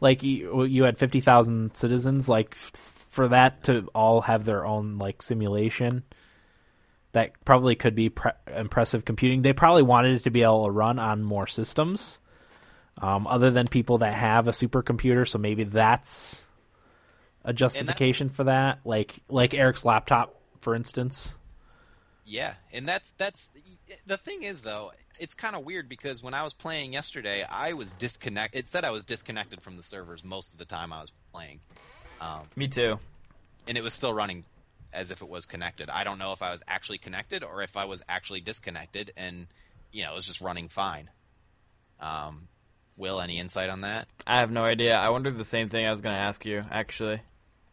[SPEAKER 1] like you, you had fifty thousand citizens, like f- for that to all have their own like simulation, that probably could be pre- impressive computing. They probably wanted it to be able to run on more systems, um, other than people that have a supercomputer. So maybe that's a justification for that. Like like Eric's laptop, for instance.
[SPEAKER 4] Yeah, and that's that's the thing is though, it's kind of weird because when I was playing yesterday, I was disconnect. It said I was disconnected from the servers most of the time I was playing,
[SPEAKER 3] Me too.
[SPEAKER 4] and it was still running as if it was connected. I don't know if I was actually connected or if I was actually disconnected, and you know, it was just running fine. Um, Will, any insight on that?
[SPEAKER 3] I have no idea. I wondered the same thing I was going to ask you, actually.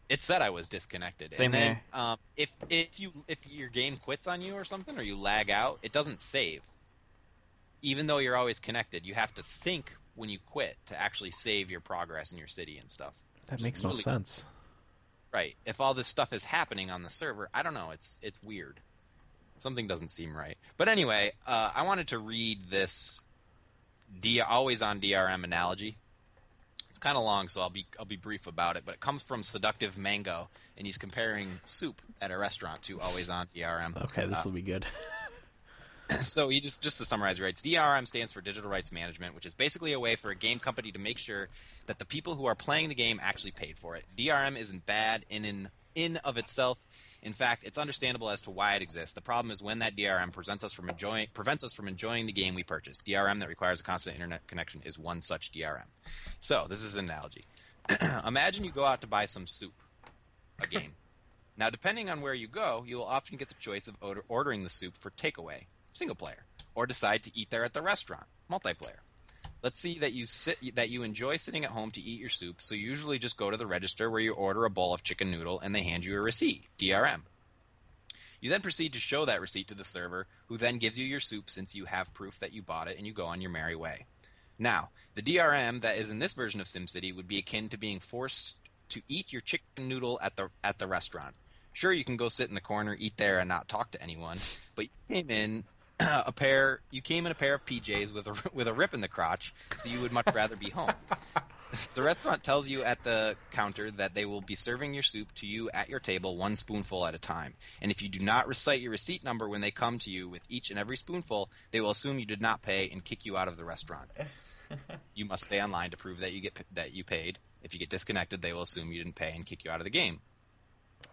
[SPEAKER 4] It said I was disconnected.
[SPEAKER 3] Same
[SPEAKER 4] and then,
[SPEAKER 3] here.
[SPEAKER 4] Um, if if you if your game quits on you or something, or you lag out, it doesn't save. Even though you're always connected, you have to sync when you quit to actually save your progress in your city and stuff.
[SPEAKER 1] That
[SPEAKER 4] Which
[SPEAKER 1] makes
[SPEAKER 4] is
[SPEAKER 1] no
[SPEAKER 4] really-
[SPEAKER 1] sense.
[SPEAKER 4] Right. If all this stuff is happening on the server, I don't know. It's it's weird. Something doesn't seem right. But anyway, uh, I wanted to read this D- always on DRM analogy. It's kind of long, so I'll be I'll be brief about it. But it comes from Seductive Mango, and he's comparing soup at a restaurant to always on DRM.
[SPEAKER 1] Okay,
[SPEAKER 4] Uh,
[SPEAKER 1] this will be good. <laughs>
[SPEAKER 4] <laughs> so he just just to summarize, he writes DRM stands for Digital Rights Management, which is basically a way for a game company to make sure that the people who are playing the game actually paid for it. DRM isn't bad in in in of itself. In fact, it's understandable as to why it exists. The problem is when that DRM presents us from enjoying prevents us from enjoying the game we purchase. DRM that requires a constant internet connection is one <clears throat> such DRM. So this is an analogy. Imagine you go out to buy some soup. a game. Now, depending on where you go, you will often get the choice of order- ordering the soup for takeaway, single player, or decide to eat there at the restaurant, multiplayer. Let's see that you sit that you enjoy sitting at home to eat your soup, so you usually just go to the register where you order a bowl of chicken noodle and they hand you a receipt, DRM. You then proceed to show that receipt to the server, who then gives you your soup since you have proof that you bought it and you go on your merry way. Now, the DRM that is in this version of SimCity would be akin to being forced to eat your chicken noodle at the at the restaurant. Sure, you can go sit in the corner, eat there, and not talk to anyone, but you came in <clears throat> a pair you came in a pair of PJs with a <laughs> with a rip in the crotch, so you would much rather be home. The restaurant tells you at the counter that they will be serving your soup to you at your table one spoonful at a time. And if you do not recite your receipt number when they come to you with each and every spoonful, they will assume you did not pay and kick you out of the restaurant. You must stay online to prove that you get that you paid. If you get disconnected, they will assume you didn't pay and kick you out of the game.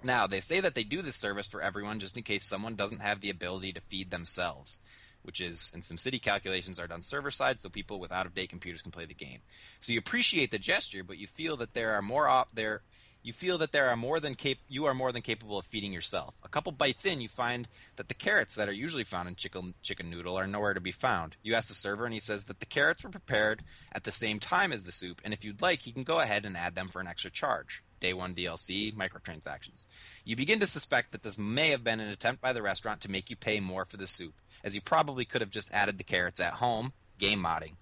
[SPEAKER 4] Now, they say that they do this service for everyone just in case someone doesn't have the ability to feed themselves, which is, in SimCity, calculations are done server side so people with out of date computers can play the game. So you appreciate the gesture, but you feel that there are more op- there. You feel that there are more than cap- you are more than capable of feeding yourself. A couple bites in, you find that the carrots that are usually found in chicken chicken noodle are nowhere to be found. You ask the server, and he says that the carrots were prepared at the same time as the soup, and if you'd like, he can go ahead and add them for an extra charge day one DLC, microtransactions. You begin to suspect that this may have been an attempt by the restaurant to make you pay more for the soup, as you probably could have just added the carrots at home, game modding.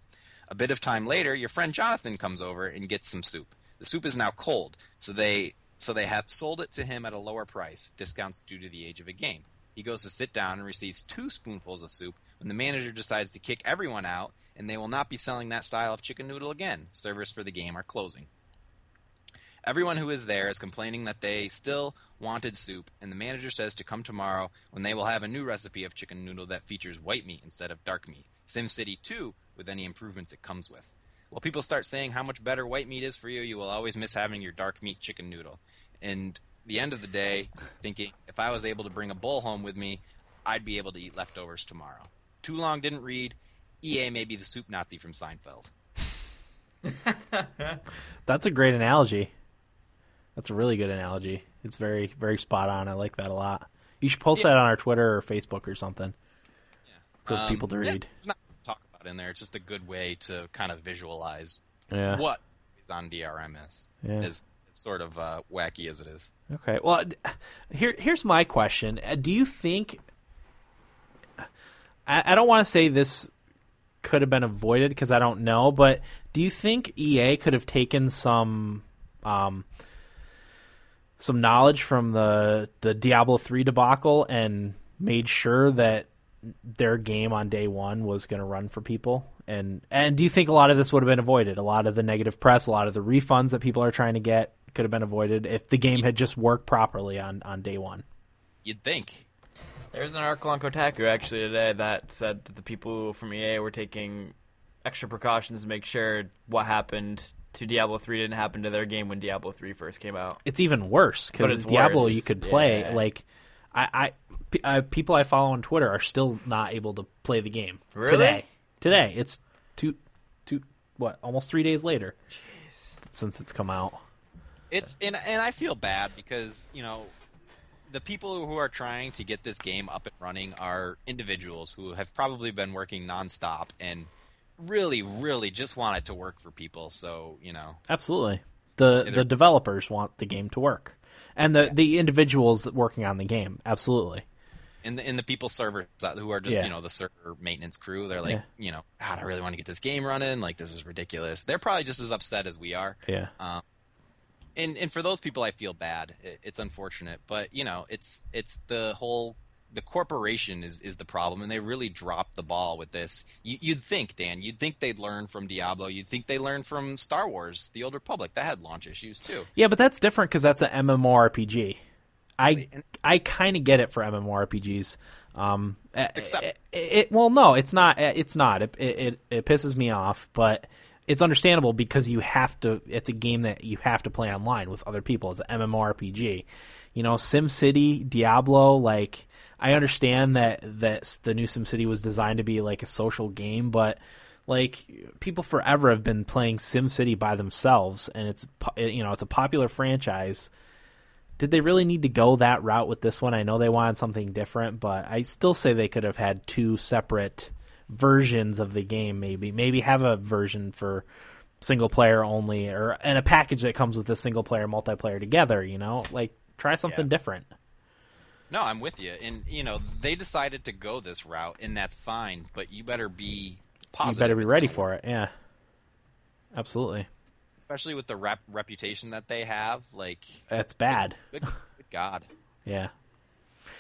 [SPEAKER 4] A bit of time later, your friend Jonathan comes over and gets some soup. The soup is now cold, so they so they have sold it to him at a lower price, discounts due to the age of a game. He goes to sit down and receives two spoonfuls of soup when the manager decides to kick everyone out, and they will not be selling that style of chicken noodle again. Servers for the game are closing. Everyone who is there is complaining that they still wanted soup, and the manager says to come tomorrow when they will have a new recipe of chicken noodle that features white meat instead of dark meat. SimCity 2 with any improvements it comes with. While people start saying how much better white meat is for you, you will always miss having your dark meat chicken noodle. And the end of the day, thinking if I was able to bring a bowl home with me, I'd be able to eat leftovers tomorrow. Too long didn't read. EA may be the soup Nazi from Seinfeld.
[SPEAKER 1] That's a great analogy. That's a really good analogy. It's very, very spot on. I like that a lot. You should post that on our Twitter or Facebook or something for
[SPEAKER 4] Um,
[SPEAKER 1] people to
[SPEAKER 4] yeah,
[SPEAKER 1] read.
[SPEAKER 4] there's not to talk about in there. It's just a good way to kind of visualize
[SPEAKER 1] Yeah.
[SPEAKER 4] what is on DRM is.
[SPEAKER 1] Yeah.
[SPEAKER 4] As, as sort of uh, wacky as it is.
[SPEAKER 1] Okay. Well, d- here here's my question. Uh, Do you think I, I don't want to say this could have been avoided because I don't know, but do you think EA could have taken some um, some knowledge from the the Diablo three debacle and made sure that their game on day one was going to run for people? And and do you think a lot of this would have been avoided? A lot of the negative press, a lot of the refunds that people are trying to get could have been avoided if the game had just worked properly on on day one.
[SPEAKER 4] You'd think.
[SPEAKER 3] There's an article on Kotaku actually today that said that the people from EA were taking extra precautions to make sure what happened to Diablo 3 didn't happen to their game when Diablo 3 first came out.
[SPEAKER 1] It's even worse
[SPEAKER 3] But
[SPEAKER 1] because
[SPEAKER 3] it's
[SPEAKER 1] Diablo
[SPEAKER 3] worse,
[SPEAKER 1] you could play
[SPEAKER 3] yeah.
[SPEAKER 1] like I I, p- I people I follow on Twitter are still not able to play the game
[SPEAKER 3] Really?
[SPEAKER 1] today. Today it's two two what almost three days later since it's come out.
[SPEAKER 4] It's and and I feel bad because you know the people who are trying to get this game up and running are individuals who have probably been working nonstop and really, really just want it to work for people. So you know,
[SPEAKER 1] Absolutely. The
[SPEAKER 4] Yeah,
[SPEAKER 1] the
[SPEAKER 4] they're-
[SPEAKER 1] developers want the game to work. And the, the individuals that working on the game, absolutely.
[SPEAKER 4] and the, and the people server side who are just
[SPEAKER 1] Yeah.
[SPEAKER 4] you know the server maintenance crew they're like
[SPEAKER 1] Yeah.
[SPEAKER 4] you know god i really want to get this game running like this is ridiculous they're probably just as upset as we are
[SPEAKER 1] Yeah.
[SPEAKER 4] um, and and for those people i feel bad it, it's unfortunate but you know it's it's the whole the corporation is, is the problem, and they really dropped the ball with this. You, you'd think, Dan, you'd think they'd learn from Diablo. You'd think they learned from Star Wars: The Old Republic. That had launch issues too.
[SPEAKER 1] Yeah, but that's different because that's an MMORPG. I I kind of get it for MMORPGs. Um,
[SPEAKER 4] Except-
[SPEAKER 1] it, it- well, no, it's not. It's not. It, it it- it pisses me off, but it's understandable because you have to. It's a game that you have to play online with other people. It's an MMORPG. You know, SimCity, Diablo, like. I understand that that s- the new SimCity was designed to be like a social game, but like people forever have been playing SimCity by themselves, and it's po- you know it's a popular franchise Did they really need to go that route with this one? I know they wanted something different, but I still say they could have had two separate versions of the game. Maybe, maybe have a version for single player only, or and a package that comes with the single player and multiplayer together. You know, like try something different.
[SPEAKER 4] No, I'm with you. And you know, they decided to go this route, and that's fine. But you better be
[SPEAKER 1] You
[SPEAKER 4] positive.
[SPEAKER 1] better be ready for it. Yeah, absolutely.
[SPEAKER 4] especially with the rep- reputation that they have. Like,
[SPEAKER 1] That's bad. <laughs>
[SPEAKER 4] good, good God.
[SPEAKER 1] Yeah.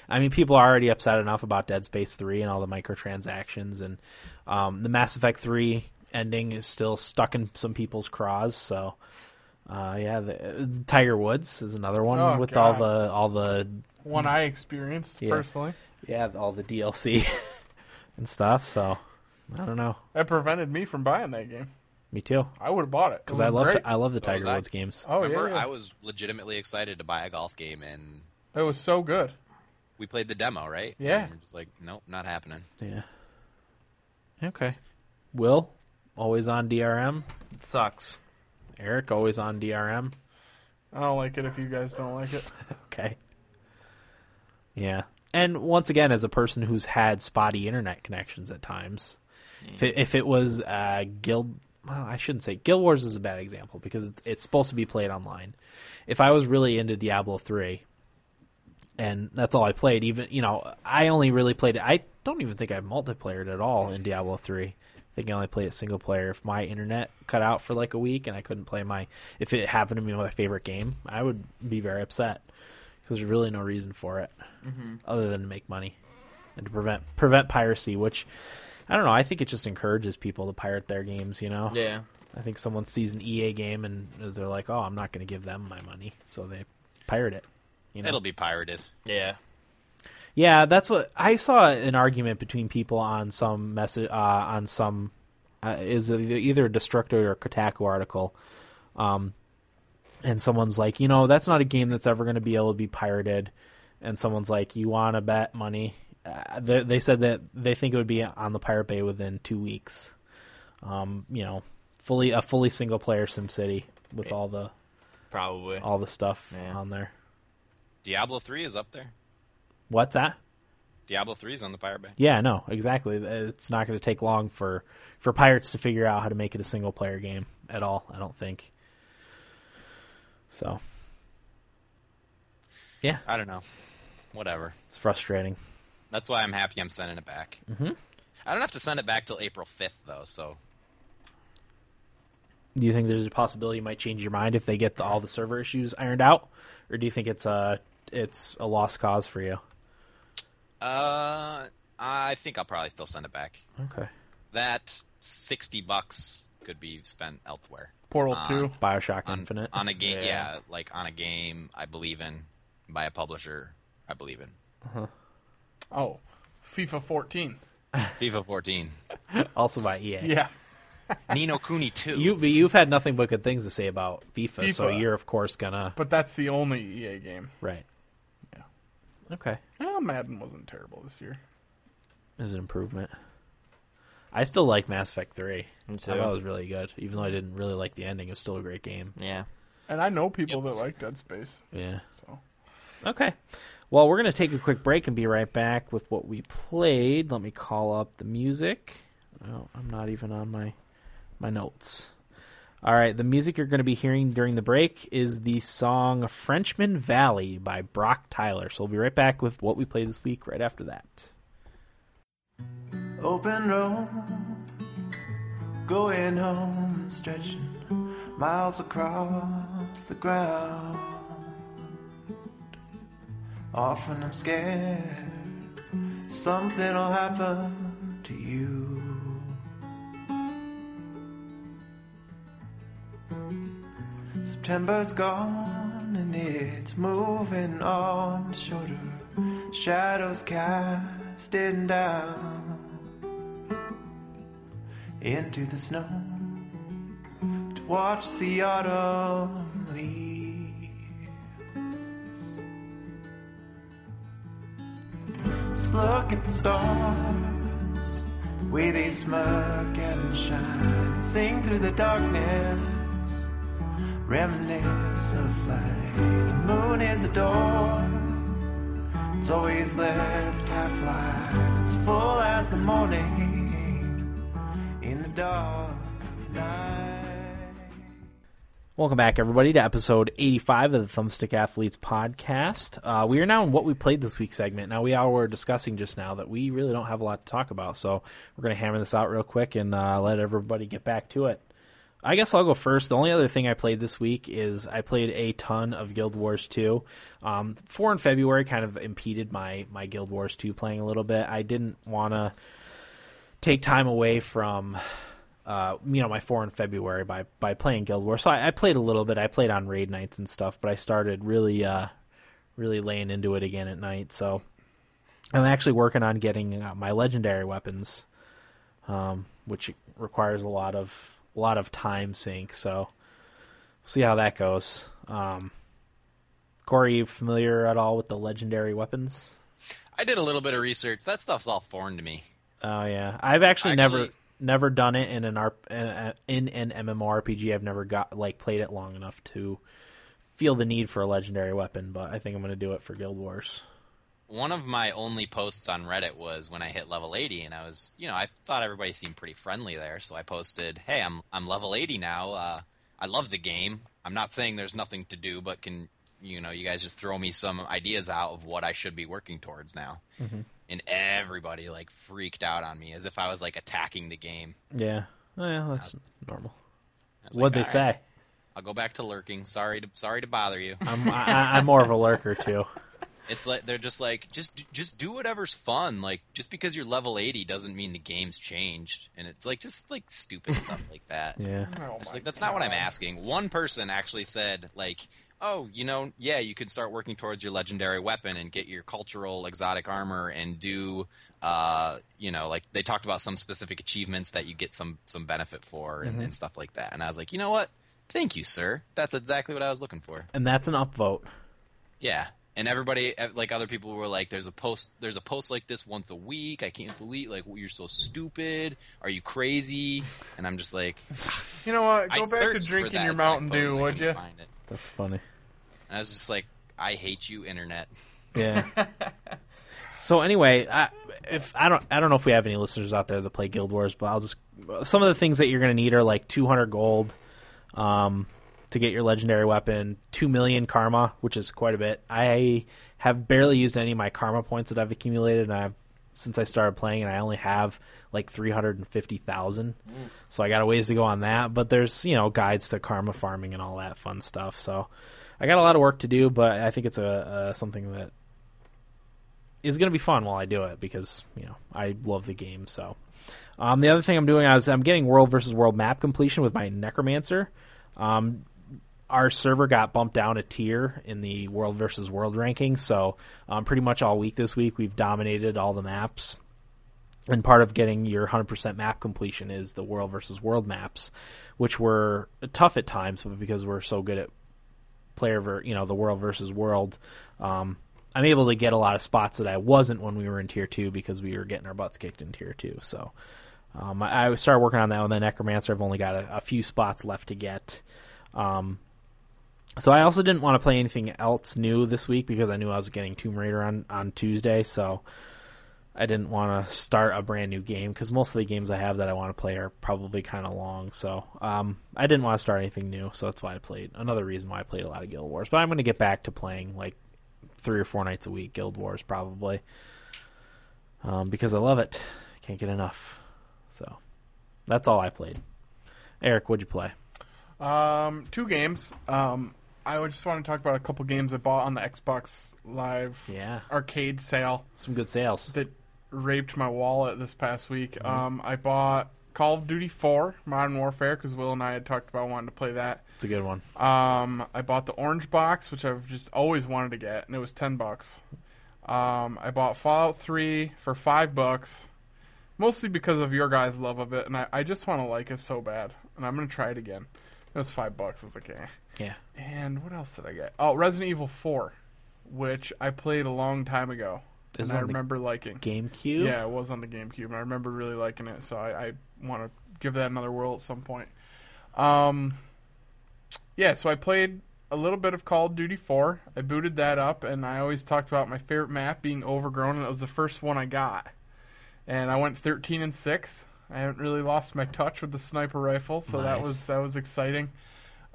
[SPEAKER 1] I mean, people are already upset enough about Dead Space 3 and all the microtransactions, and um, the Mass Effect 3 ending is still stuck in some people's craws. So, uh, yeah, the, uh, Tiger Woods is another one
[SPEAKER 2] Oh,
[SPEAKER 1] with
[SPEAKER 2] God.
[SPEAKER 1] all the all the
[SPEAKER 2] One I experienced
[SPEAKER 1] Yeah.
[SPEAKER 2] personally.
[SPEAKER 1] yeah all the DLC <laughs> and stuff. So, I don't know.
[SPEAKER 2] That prevented me from buying that game.
[SPEAKER 1] Me too,
[SPEAKER 2] I would have bought it.
[SPEAKER 1] because I love
[SPEAKER 2] it.
[SPEAKER 1] I love the
[SPEAKER 4] So was
[SPEAKER 1] Tiger
[SPEAKER 4] I.
[SPEAKER 1] Woods games.
[SPEAKER 2] Oh yeah,
[SPEAKER 4] Remember,
[SPEAKER 2] yeah.
[SPEAKER 4] I was legitimately excited to buy a golf game, and
[SPEAKER 2] it was so good.
[SPEAKER 4] we played the demo, right?
[SPEAKER 2] Yeah.
[SPEAKER 4] And we're just like, nope, not happening.
[SPEAKER 1] Yeah. Okay. Will always on DRM.
[SPEAKER 3] It sucks.
[SPEAKER 1] Eric always on DRM.
[SPEAKER 2] I don't like it if you guys don't like it.
[SPEAKER 1] Okay. Yeah. And once again, as a person who's had spotty internet connections at times, if, it, if it was uh, Guild, well, I shouldn't say Guild Wars is a bad example because it's, it's supposed to be played online. If I was really into Diablo three, and that's all I played, even you know, I only really played. it. I don't even think I multiplayered at all in Diablo three. I think I only played it single player. If my internet cut out for like a week and I couldn't play my, if it happened to be my favorite game, I would be very upset because there's really no reason for it other than to make money and to prevent prevent piracy which i don't know i think it just encourages people to pirate their games you know
[SPEAKER 3] Yeah.
[SPEAKER 1] i think someone sees an ea game and is- they're like oh i'm not going to give them my money so they pirate it you know
[SPEAKER 4] It'll be pirated.
[SPEAKER 3] Yeah.
[SPEAKER 1] yeah, that's what I saw an argument between people on some message uh, on some uh, is either a Destructo or Kotaku article, um, and someone's like, you know, that's not a game that's ever going to be able to be pirated, and someone's like, you want to bet money? Uh, they, they said that they think it would be on the Pirate Bay within two weeks. Um, you know, fully a fully single player SimCity with all the
[SPEAKER 3] Probably.
[SPEAKER 1] all the stuff
[SPEAKER 3] Yeah.
[SPEAKER 1] on there.
[SPEAKER 4] Diablo 3 is up there.
[SPEAKER 1] What's that?
[SPEAKER 4] Diablo 3 is on the Pirate Bay.
[SPEAKER 1] Yeah, no, exactly. It's not going to take long for for pirates to figure out how to make it a single player game at all. I don't think. So
[SPEAKER 4] I don't know. Whatever.
[SPEAKER 1] it's frustrating.
[SPEAKER 4] That's why I'm happy I'm sending it back. Mm-hmm. I don't have to send it back till April 5th, though, so
[SPEAKER 1] Do you think there's a possibility you might change your mind if they get the, all the server issues ironed out, or do you think it's a it's a lost cause for you?
[SPEAKER 4] uh, I think I'll probably still send it back.
[SPEAKER 1] Okay.
[SPEAKER 4] That 60 bucks could be spent elsewhere.
[SPEAKER 2] Portal
[SPEAKER 4] Uh,
[SPEAKER 2] Two.
[SPEAKER 1] Bioshock
[SPEAKER 4] on,
[SPEAKER 1] Infinite.
[SPEAKER 4] on a game
[SPEAKER 3] Yeah.
[SPEAKER 4] yeah. like on a game i believe in by a publisher i believe in
[SPEAKER 2] Oh, FIFA 14.
[SPEAKER 4] fifa 14
[SPEAKER 1] also by EA.
[SPEAKER 2] Yeah,
[SPEAKER 4] nino kuni 2
[SPEAKER 1] You but you've had nothing but good things to say about FIFA, so
[SPEAKER 2] FIFA.
[SPEAKER 1] you're of course gonna
[SPEAKER 2] but that's the only EA game.
[SPEAKER 1] right. Yeah. Okay.
[SPEAKER 2] Oh, Madden wasn't terrible this year.
[SPEAKER 1] is an improvement. I still like Mass Effect Three.
[SPEAKER 3] Me
[SPEAKER 1] I
[SPEAKER 3] too.
[SPEAKER 1] thought it was really good, even though I didn't really like the ending. It was still a great game.
[SPEAKER 3] Yeah.
[SPEAKER 2] And I know people that like Dead Space.
[SPEAKER 1] Yeah.
[SPEAKER 2] So
[SPEAKER 1] Okay. Well, we're gonna take a quick break and be right back with what we played. Let me call up the music. Oh, I'm not even on my my notes. All right, the music you're going to be hearing during the break is the song Frenchman Valley by Brock Tyler. So we'll be right back with what we played this week right after that.
[SPEAKER 6] Open road, going home and stretching miles across the ground. Often I'm scared something will happen to you. September's gone and it's moving on shorter. Shadows casting down into the snow to watch the autumn leaves. Just look at the stars, the way they smirk and shine, and sing through the darkness reminisce of light. The moon is a door, it's always left half light. It's full as the morning in the dark of night.
[SPEAKER 1] Welcome back, everybody, to episode 85 of the Thumbstick Athletes podcast. Uh, we are now in what we played this week segment. Now, we all were discussing just now that we really don't have a lot to talk about, so we're going to hammer this out real quick and uh, let everybody get back to it. I guess I'll go first. The only other thing I played this week is I played a ton of Guild Wars 2. Um, 4 in February kind of impeded my, my Guild Wars 2 playing a little bit. I didn't want to take time away from uh, you know my four in February by by playing Guild Wars. So I, I played a little bit. I played on raid nights and stuff, but I started really uh, really laying into it again at night. So I'm actually working on getting uh, my legendary weapons, um, which requires a lot of a lot of time sink. So see how that goes. Um, Corey, you familiar at all with the legendary weapons?
[SPEAKER 4] I did a little bit of research. That stuff's all foreign to me.
[SPEAKER 1] Oh yeah, I've actually, never
[SPEAKER 4] Actually-
[SPEAKER 1] never done it in an R- in an MMORPG. I've never got like played it long enough to feel the need for a legendary weapon, but I think I'm going to do it for Guild Wars.
[SPEAKER 4] one of my only posts on Reddit was when I hit level 80, and I was, you know, I thought everybody seemed pretty friendly there, so I posted, "Hey, I'm I'm level 80 now. Uh, I love the game. I'm not saying there's nothing to do, but can you know, you guys just throw me some ideas out of what I should be working towards now."
[SPEAKER 1] Mm-hmm.
[SPEAKER 4] And everybody like freaked out on me as if I was like attacking the game.
[SPEAKER 1] Yeah, well, that's normal.
[SPEAKER 4] I was
[SPEAKER 1] What'd
[SPEAKER 4] like,
[SPEAKER 1] they
[SPEAKER 4] "All right,
[SPEAKER 1] say?
[SPEAKER 4] I'll go back to lurking. Sorry to sorry to
[SPEAKER 1] <laughs>
[SPEAKER 4] bother you.
[SPEAKER 1] I'm I, I- I'm more of a lurker too.
[SPEAKER 4] It's like they're just like just just do whatever's fun. Like just because you're level 80 doesn't mean the game's changed. And it's like just like stupid stuff like that.
[SPEAKER 1] Yeah,
[SPEAKER 2] Oh
[SPEAKER 4] It's
[SPEAKER 2] my
[SPEAKER 4] like that's not what I'm
[SPEAKER 2] God.
[SPEAKER 4] asking. One person actually said like, "Oh, you know, yeah, you could start working towards your legendary weapon and get your cultural exotic armor and do uh, you know, like they talked about some specific achievements that you get some some benefit for and, and stuff like that." And I was like, "You know what? Thank you, sir. That's exactly what I was looking for."
[SPEAKER 1] and that's an upvote.
[SPEAKER 4] Yeah, and everybody, eh, like other people, were like, "There's a post. There's a post like this once a week. I can't believe like you're so stupid. Are you crazy?" And I'm just like,
[SPEAKER 2] You know what? Go
[SPEAKER 4] I
[SPEAKER 2] back to
[SPEAKER 4] searched for
[SPEAKER 2] drinking
[SPEAKER 4] that
[SPEAKER 2] your
[SPEAKER 4] exact
[SPEAKER 2] Mountain
[SPEAKER 4] post
[SPEAKER 2] Dew,
[SPEAKER 4] and I
[SPEAKER 2] would
[SPEAKER 4] couldn't
[SPEAKER 2] you?
[SPEAKER 4] find it.
[SPEAKER 1] That's funny.
[SPEAKER 4] And I was just like, "I hate you, internet."
[SPEAKER 1] Yeah. <laughs> so anyway, I, if I don't, I don't know if we have any listeners out there that play Guild Wars, but I'll just some of the things that you're going to need are like 200 gold um, to get your legendary weapon, two million karma, which is quite a bit. I have barely used any of my karma points that I've accumulated, and I've since I started playing, and I only have like 350,000. So I got a ways to go on that, but there's, you know, guides to karma farming and all that fun stuff. So I got a lot of work to do, but I think it's a, a something that is going to be fun while I do it because, you know, I love the game, so um, the other thing I'm doing is I'm getting world versus world map completion with my Necromancer. Um, our server got bumped down a tier in the world versus world ranking, so um, pretty much all week this week we've dominated all the maps. And part of getting your 100% map completion is the world versus world maps, which were tough at times, but because we're so good at player ver- you know the world versus world um i'm able to get a lot of spots that i wasn't when we were in tier two because we were getting our butts kicked in tier two so um i, I started working on that with the necromancer i've only got a, a few spots left to get um so I also didn't want to play anything else new this week because I knew I was getting Tomb Raider on, on Tuesday, so I didn't want to start a brand new game because most of the games I have that I want to play are probably kind of long. So um, I didn't want to start anything new, so that's why I played. Another reason why I played a lot of Guild Wars, but I'm going to get back to playing like three or four nights a week Guild Wars probably um, because I love it. I can't get enough. So that's all I played. Eric, what'd you play?
[SPEAKER 2] Um, two games. Um, I would just want to talk about a couple games I bought on the Xbox Live
[SPEAKER 1] Yeah,
[SPEAKER 2] arcade sale
[SPEAKER 1] some good sales.
[SPEAKER 2] that raped my wallet this past week. Um, I bought Call of Duty 4 Modern Warfare because Will and I had talked about wanting to play that.
[SPEAKER 1] It's a good one.
[SPEAKER 2] Um, I bought the orange box, which I've just always wanted to get, and it was ten bucks. Um, I bought Fallout Three for five bucks, mostly because of your guys' love of it, and I, I just want to like it so bad, and I'm gonna try it again. It was five bucks. It's okay.
[SPEAKER 1] Yeah.
[SPEAKER 2] And what else did I get? Oh, Resident Evil Four, which I played a long time ago,
[SPEAKER 1] It was
[SPEAKER 2] and I
[SPEAKER 1] on the
[SPEAKER 2] remember liking.
[SPEAKER 1] GameCube.
[SPEAKER 2] Yeah, it was on the GameCube, and I remember really liking it. So I, I want to give that another whirl at some point. Um, yeah, so I played a little bit of Call of Duty 4. I booted that up, and I always talked about my favorite map being Overgrown, and that was the first one I got. And I went 13 and 6. I haven't really lost my touch with the sniper rifle, so that
[SPEAKER 1] Nice.
[SPEAKER 2] was that was exciting.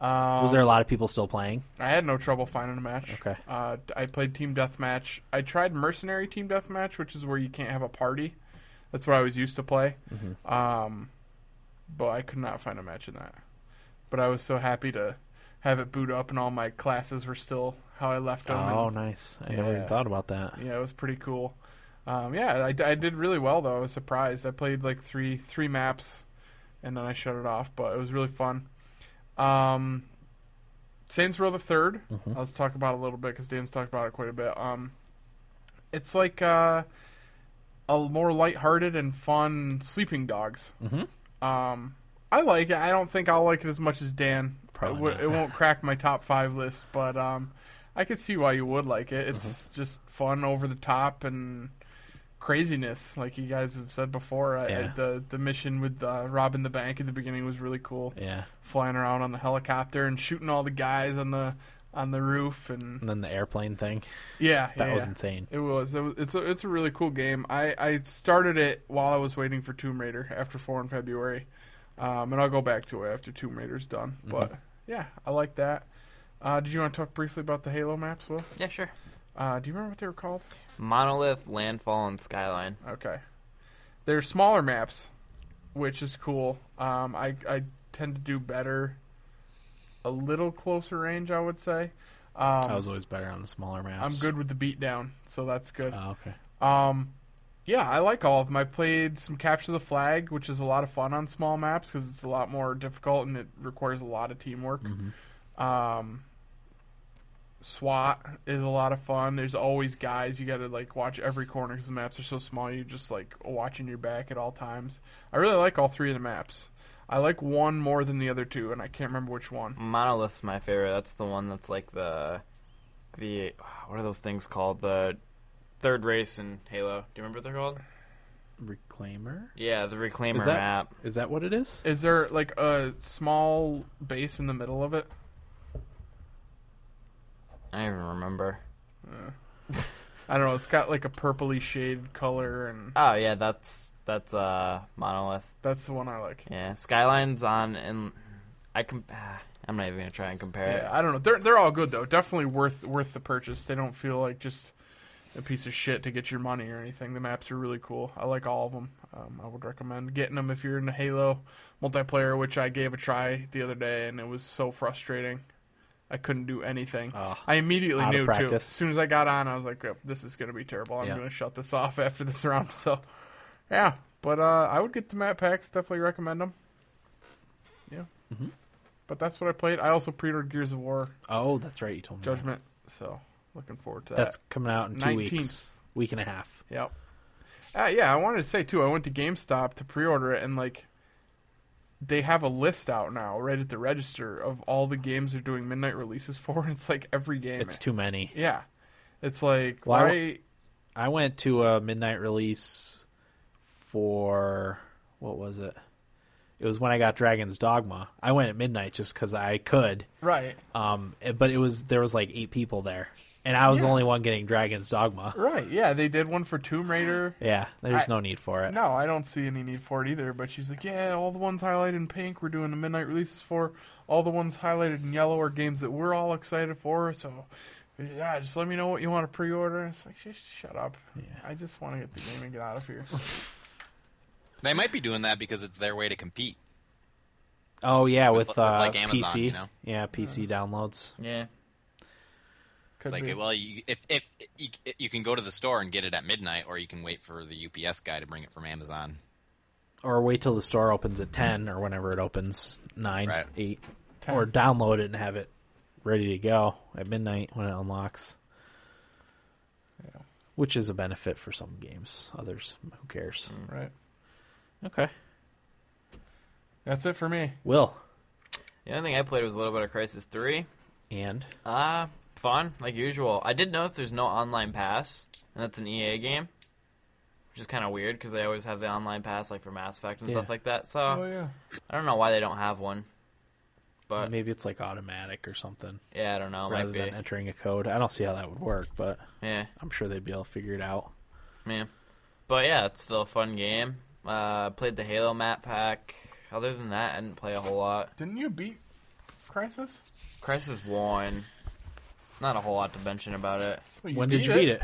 [SPEAKER 1] Was there a lot of people still playing?
[SPEAKER 2] I had no trouble finding a match.
[SPEAKER 1] Okay.
[SPEAKER 2] Uh, I played team deathmatch. I tried mercenary team deathmatch, which is where you can't have a party. That's what I was used to play.
[SPEAKER 1] Mm-hmm.
[SPEAKER 2] Um, but I could not find a match in that. But I was so happy to have it boot up, and all my classes were still how I left them.
[SPEAKER 1] Oh, nice. I never even
[SPEAKER 2] Yeah.
[SPEAKER 1] thought about that.
[SPEAKER 2] Yeah, it was pretty cool. Um, yeah, I, I did really well though. I was surprised. I played like three three maps, and then I shut it off. But it was really fun. Um, Saints Row the 3rd let Let's talk about it a little bit because Dan's talked about it quite a bit. Um, it's like uh, a more lighthearted and fun Sleeping Dogs. Mm-hmm. Um, I like it. I don't think I'll like it as much as Dan.
[SPEAKER 1] Probably
[SPEAKER 2] it, wo-
[SPEAKER 1] not.
[SPEAKER 2] it won't crack my top five list, but um, I could see why you would like it. It's
[SPEAKER 1] Mm-hmm.
[SPEAKER 2] just fun, over the top, and craziness. Like you guys have said before, I- I-
[SPEAKER 1] Yeah.
[SPEAKER 2] the the mission with uh, robbing the bank at the beginning was really cool.
[SPEAKER 1] Yeah.
[SPEAKER 2] Flying around on the helicopter and shooting all the guys on the on the roof, and
[SPEAKER 1] And then the airplane thing. <laughs>
[SPEAKER 2] yeah,
[SPEAKER 1] Mm. That
[SPEAKER 2] yeah,
[SPEAKER 1] was
[SPEAKER 2] yeah.
[SPEAKER 1] insane.
[SPEAKER 2] It was. It was it's a, it's a really cool game. I, I started it while I was waiting for Tomb Raider after four in February, um, and I'll go back to it after Tomb Raider's done.
[SPEAKER 1] Mm-hmm.
[SPEAKER 2] But yeah, I like that. Uh, did you want to talk briefly about the Halo maps, Will?
[SPEAKER 3] Yeah, sure.
[SPEAKER 2] Uh, do you remember what they were called?
[SPEAKER 3] Monolith, Landfall, and Skyline.
[SPEAKER 2] Okay. They're smaller maps, which is cool. Um, I I tend to do better, a little closer range, I would say. Um,
[SPEAKER 1] I was always better on the smaller maps.
[SPEAKER 2] I'm good with the beatdown, so that's good.
[SPEAKER 1] Oh, okay.
[SPEAKER 2] Um, yeah, I like all of them. I played some Capture the Flag, which is a lot of fun on small maps because it's a lot more difficult and it requires a lot of teamwork. Um, SWAT is a lot of fun. There's always guys. You got to like watch every corner because the maps are so small. You're just like watching your back at all times. I really like all three of the maps. I like one more than the other two, and I can't remember which one.
[SPEAKER 3] Monolith's my favorite. That's the one that's like the the ah, what are those things called? The third race in Halo. Do you remember what they're called?
[SPEAKER 1] Reclaimer?
[SPEAKER 3] Yeah, the Reclaimer
[SPEAKER 1] Is that
[SPEAKER 3] map.
[SPEAKER 1] is that what it is?
[SPEAKER 2] Is there like a small base in the middle of it?
[SPEAKER 3] I don't even remember.
[SPEAKER 2] I don't know. It's got like a purpley shade color and.
[SPEAKER 3] Oh yeah, that's that's uh Monolith.
[SPEAKER 2] That's the one I like.
[SPEAKER 3] Yeah, Skyline's on, and I com- ah, I'm not even gonna try and compare
[SPEAKER 2] Yeah, I don't know. They're they're all good though. Definitely worth worth the purchase. They don't feel like just a piece of shit to get your money or anything. The maps are really cool. I like all of them. Um, I would recommend getting them if you're into Halo multiplayer, which I gave a try the other day, and it was so frustrating. I couldn't do anything.
[SPEAKER 1] Ah,
[SPEAKER 2] I immediately
[SPEAKER 1] out of
[SPEAKER 2] knew too.
[SPEAKER 1] practice.
[SPEAKER 2] As soon as I got on, I was like, "Yep, "This is gonna be terrible. I'm
[SPEAKER 1] Yeah.
[SPEAKER 2] gonna shut this <laughs> off after this round." So, yeah. But uh, I would get the map packs. Definitely recommend them. Yeah.
[SPEAKER 1] Mm-hmm.
[SPEAKER 2] But that's what I played. I also pre-ordered Gears of War
[SPEAKER 1] Oh, that's right. You told me. that.
[SPEAKER 2] Judgment, so looking forward to that.
[SPEAKER 1] That's coming out in two
[SPEAKER 2] 19th.
[SPEAKER 1] weeks, week and a half.
[SPEAKER 2] Yep. Uh, yeah, I wanted to say too. I went to GameStop to pre-order it, and like, they have a list out now, right at the register, of all the games they're doing midnight releases for. And it's like every game.
[SPEAKER 1] It's too many.
[SPEAKER 2] yeah. It's like
[SPEAKER 1] Well, I
[SPEAKER 2] why?
[SPEAKER 1] I went to a midnight release for what was it? It was when I got Dragon's Dogma. I went at midnight just because I could.
[SPEAKER 2] Right.
[SPEAKER 1] Um, eh, but it was there was like eight people there, and I was the
[SPEAKER 2] Yeah.
[SPEAKER 1] only one getting Dragon's Dogma.
[SPEAKER 2] Right. Yeah, they did one for Tomb Raider.
[SPEAKER 1] Yeah, there's
[SPEAKER 2] I-
[SPEAKER 1] no need for it.
[SPEAKER 2] No, I don't see any need for it either. But she's like, yeah, all the ones highlighted in pink we're doing the midnight releases for. All the ones highlighted in yellow are games that we're all excited for. So, yeah, just let me know what you want to pre-order. It's like, just shut up. I just want to get the game and get out
[SPEAKER 1] <laughs>
[SPEAKER 2] of here.
[SPEAKER 4] They might be doing that because it's their way to compete.
[SPEAKER 1] Oh yeah, with,
[SPEAKER 4] with,
[SPEAKER 1] uh,
[SPEAKER 4] like, Amazon,
[SPEAKER 1] PC,
[SPEAKER 4] you know?
[SPEAKER 1] yeah,
[SPEAKER 2] Uh.
[SPEAKER 1] PC downloads.
[SPEAKER 3] it. Yeah,
[SPEAKER 2] Could
[SPEAKER 4] it's like,
[SPEAKER 2] be.
[SPEAKER 4] well, you, if if you, you can go to the store and get it at midnight, or you can wait for the UPS guy to bring it from Amazon.
[SPEAKER 1] or wait till the store opens at 10 or whenever it opens 9
[SPEAKER 4] Right.
[SPEAKER 1] 8
[SPEAKER 2] 10.
[SPEAKER 1] or download it and have it ready to go at midnight when it unlocks which is a benefit for some games others who cares
[SPEAKER 3] Mm.
[SPEAKER 2] right.
[SPEAKER 1] okay
[SPEAKER 2] That's it for me.
[SPEAKER 1] will
[SPEAKER 3] the only thing I played was a little bit of Crisis Three.
[SPEAKER 1] and
[SPEAKER 3] Ah, fun like usual. I did notice there's no online pass, and that's an EA game, which is kind of weird because they always have the online pass like for Mass Effect and
[SPEAKER 1] Yeah.
[SPEAKER 3] stuff like that. So
[SPEAKER 2] Oh yeah.
[SPEAKER 3] I don't know why they don't have one. But
[SPEAKER 1] Maybe it's like automatic or something
[SPEAKER 3] yeah, Uh, I don't know.
[SPEAKER 1] rather
[SPEAKER 3] Might be.
[SPEAKER 1] than entering a code. I don't see how that would work, but
[SPEAKER 3] Yeah,
[SPEAKER 1] I'm sure they'd be able to figure it out.
[SPEAKER 3] man. But yeah, it's still a fun game. Uh, played the Halo map pack. Other than that, I didn't play a whole lot.
[SPEAKER 2] Didn't you beat Crisis?
[SPEAKER 3] Crisis One. Not a whole lot to mention about it.
[SPEAKER 2] Well,
[SPEAKER 1] when did you beat it?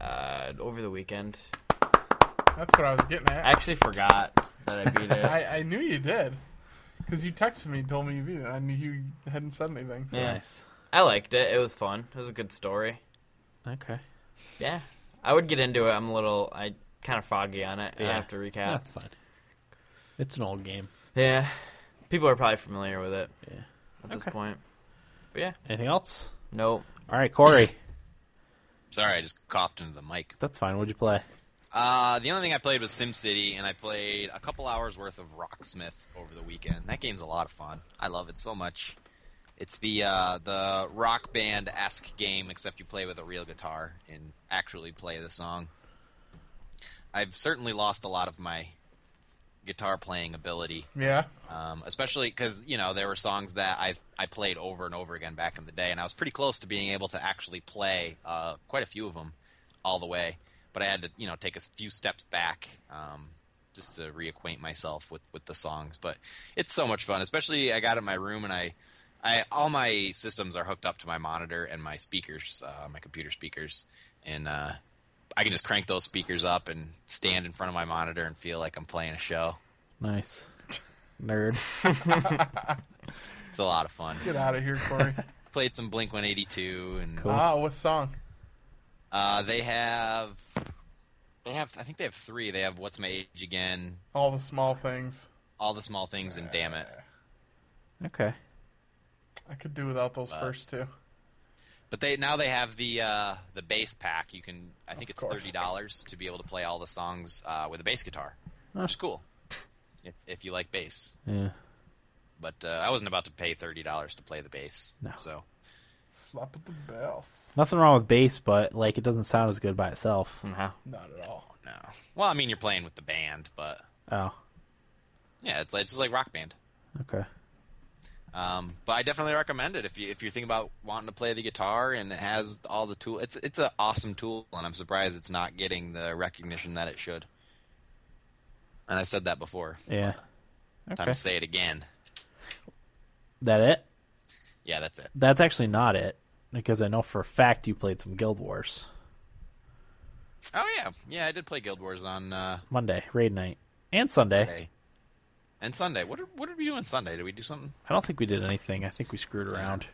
[SPEAKER 3] Uh, over the weekend,
[SPEAKER 2] That's what I was getting
[SPEAKER 3] I
[SPEAKER 2] at.
[SPEAKER 3] actually forgot that I
[SPEAKER 1] <laughs>
[SPEAKER 3] beat it.
[SPEAKER 2] I, I knew you did. Because you texted me and told me you beat it, and you hadn't said anything. so-
[SPEAKER 3] Yeah. I liked it. It was fun. It was a good story.
[SPEAKER 1] Okay.
[SPEAKER 3] Yeah, I would get into it. I'm a little, I kind of foggy on it. I
[SPEAKER 1] Yeah.
[SPEAKER 3] have to recap.
[SPEAKER 1] That's fine. It's an old game.
[SPEAKER 3] Yeah, people are probably familiar with it.
[SPEAKER 1] Yeah.
[SPEAKER 3] at this
[SPEAKER 1] Okay.
[SPEAKER 3] point.
[SPEAKER 1] Anything else?
[SPEAKER 3] Nope.
[SPEAKER 1] All right, Corey.
[SPEAKER 4] Sorry, I just coughed into the mic.
[SPEAKER 1] That's fine. What'd you play?
[SPEAKER 4] Uh, the only thing I played was SimCity, and I played a couple hours worth of Rocksmith over the weekend. That game's a lot of fun. I love it so much. It's the uh, the rock band esque game, except you play with a real guitar and actually play the song. I've certainly lost a lot of my guitar playing ability
[SPEAKER 2] Yeah.
[SPEAKER 4] um, especially because you know there were songs that I I played over and over again back in the day, and I was pretty close to being able to actually play uh, quite a few of them all the way. But I had to you know take a few steps back um, just to reacquaint myself with with the songs. But it's so much fun, especially I got in my room and I. I, all my systems are hooked up to my monitor and my speakers, uh, my computer speakers, and uh, I can just crank those speakers up and stand in front of my monitor and feel like I'm playing a show.
[SPEAKER 1] Nice. <laughs> Nerd.
[SPEAKER 4] It's a lot of fun.
[SPEAKER 2] Get out of here,
[SPEAKER 1] <laughs>
[SPEAKER 2] Corey.
[SPEAKER 4] played some Blink 182, and
[SPEAKER 2] ah, what song?
[SPEAKER 4] uh, they have they have I think they have three. They have What's My Age Again,
[SPEAKER 2] All the small things.
[SPEAKER 4] All the Small Things, and Damn
[SPEAKER 2] Uh.
[SPEAKER 4] It.
[SPEAKER 1] Okay.
[SPEAKER 2] I could do without those first two.
[SPEAKER 4] But they now they have the uh, the bass pack. You can I think
[SPEAKER 2] Of
[SPEAKER 4] it's
[SPEAKER 2] course.
[SPEAKER 4] thirty dollars to be able to play all the songs uh, with a bass guitar, which is cool if if you like bass.
[SPEAKER 1] Yeah.
[SPEAKER 4] But uh, I wasn't about to pay thirty dollars to play the bass,
[SPEAKER 1] No.
[SPEAKER 4] so
[SPEAKER 2] Slap at the bells.
[SPEAKER 1] Nothing wrong with bass, but like it doesn't sound as good by itself.
[SPEAKER 3] No.
[SPEAKER 2] Not at all.
[SPEAKER 4] no. Well, I mean you're playing with the band, but
[SPEAKER 1] Oh.
[SPEAKER 4] yeah, it's like, it's just like Rock Band.
[SPEAKER 1] Okay.
[SPEAKER 4] Um, but I definitely recommend it if you if you're thinking about wanting to play the guitar and it has all the tool. It's it's an awesome tool, and I'm surprised it's not getting the recognition that it should. And I said that before.
[SPEAKER 1] Yeah.
[SPEAKER 4] Time
[SPEAKER 1] Okay.
[SPEAKER 4] to say it again.
[SPEAKER 1] That it?
[SPEAKER 4] Yeah, that's it.
[SPEAKER 1] That's actually not it, because I know for a fact you played some Guild Wars
[SPEAKER 4] Oh yeah, yeah. I did play Guild Wars on uh,
[SPEAKER 1] Monday raid night and Sunday.
[SPEAKER 4] Friday and Sunday. What did, what did we do on Sunday? Did we do something?
[SPEAKER 1] I don't think we did anything. I think we screwed around.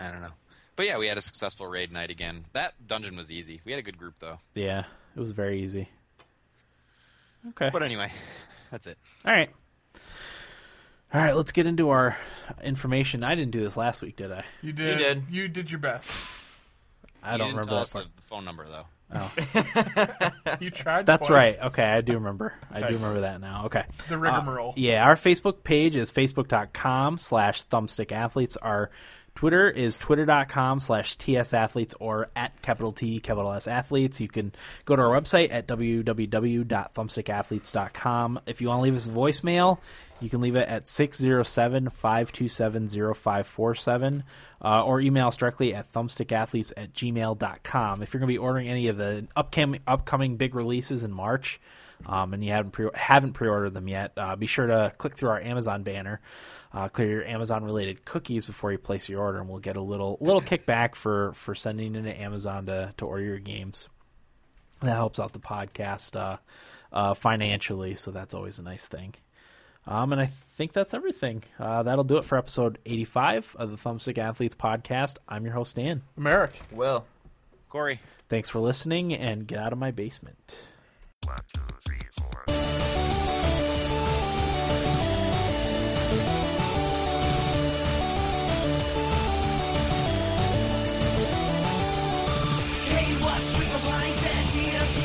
[SPEAKER 4] I don't know. But yeah, we had a successful raid night again. That dungeon was easy. We had a good group though.
[SPEAKER 1] Yeah, it was very easy. Okay.
[SPEAKER 4] But anyway, <laughs> that's it.
[SPEAKER 1] All right. All right, let's get into our information. I didn't do this last week, did I?
[SPEAKER 2] You did. You
[SPEAKER 3] did.
[SPEAKER 2] did, your best.
[SPEAKER 1] I
[SPEAKER 4] You
[SPEAKER 1] don't remember
[SPEAKER 4] didn't tell
[SPEAKER 1] that
[SPEAKER 4] us the
[SPEAKER 1] part.
[SPEAKER 4] phone number though.
[SPEAKER 1] <laughs>
[SPEAKER 2] You tried.
[SPEAKER 1] That's
[SPEAKER 2] twice.
[SPEAKER 1] right. Okay, I do remember. I do remember that now. Okay.
[SPEAKER 2] The
[SPEAKER 1] Uh,
[SPEAKER 2] rigmarole.
[SPEAKER 1] yeah, our Facebook page is facebook.com slash thumbstickathletes. Our Twitter is twitter.com slash tsathletes or at capital T, capital S athletes. You can go to our website at www.thumbstickathletes.com. If you want to leave us a voicemail, you can leave it at 607 527 0547 uh, or email us directly at thumbstickathletes at gmail.com. If you're going to be ordering any of the upcoming, upcoming big releases in March, um, and you haven't pre- haven't pre-ordered them yet, uh, be sure to click through our Amazon banner, uh, clear your Amazon-related cookies before you place your order, and we'll get a little little kickback for for sending into Amazon to to order your games. And that helps out the podcast uh, uh, financially, so that's always a nice thing. Um, and I think that's everything. Uh, that'll do it for episode 85 of the Thumbstick Athletes podcast. I'm your host, Dan.
[SPEAKER 2] Merrick.
[SPEAKER 3] Will.
[SPEAKER 4] Corey.
[SPEAKER 1] Thanks for listening, and get out of my basement.
[SPEAKER 7] Hey, what's with the blinds and the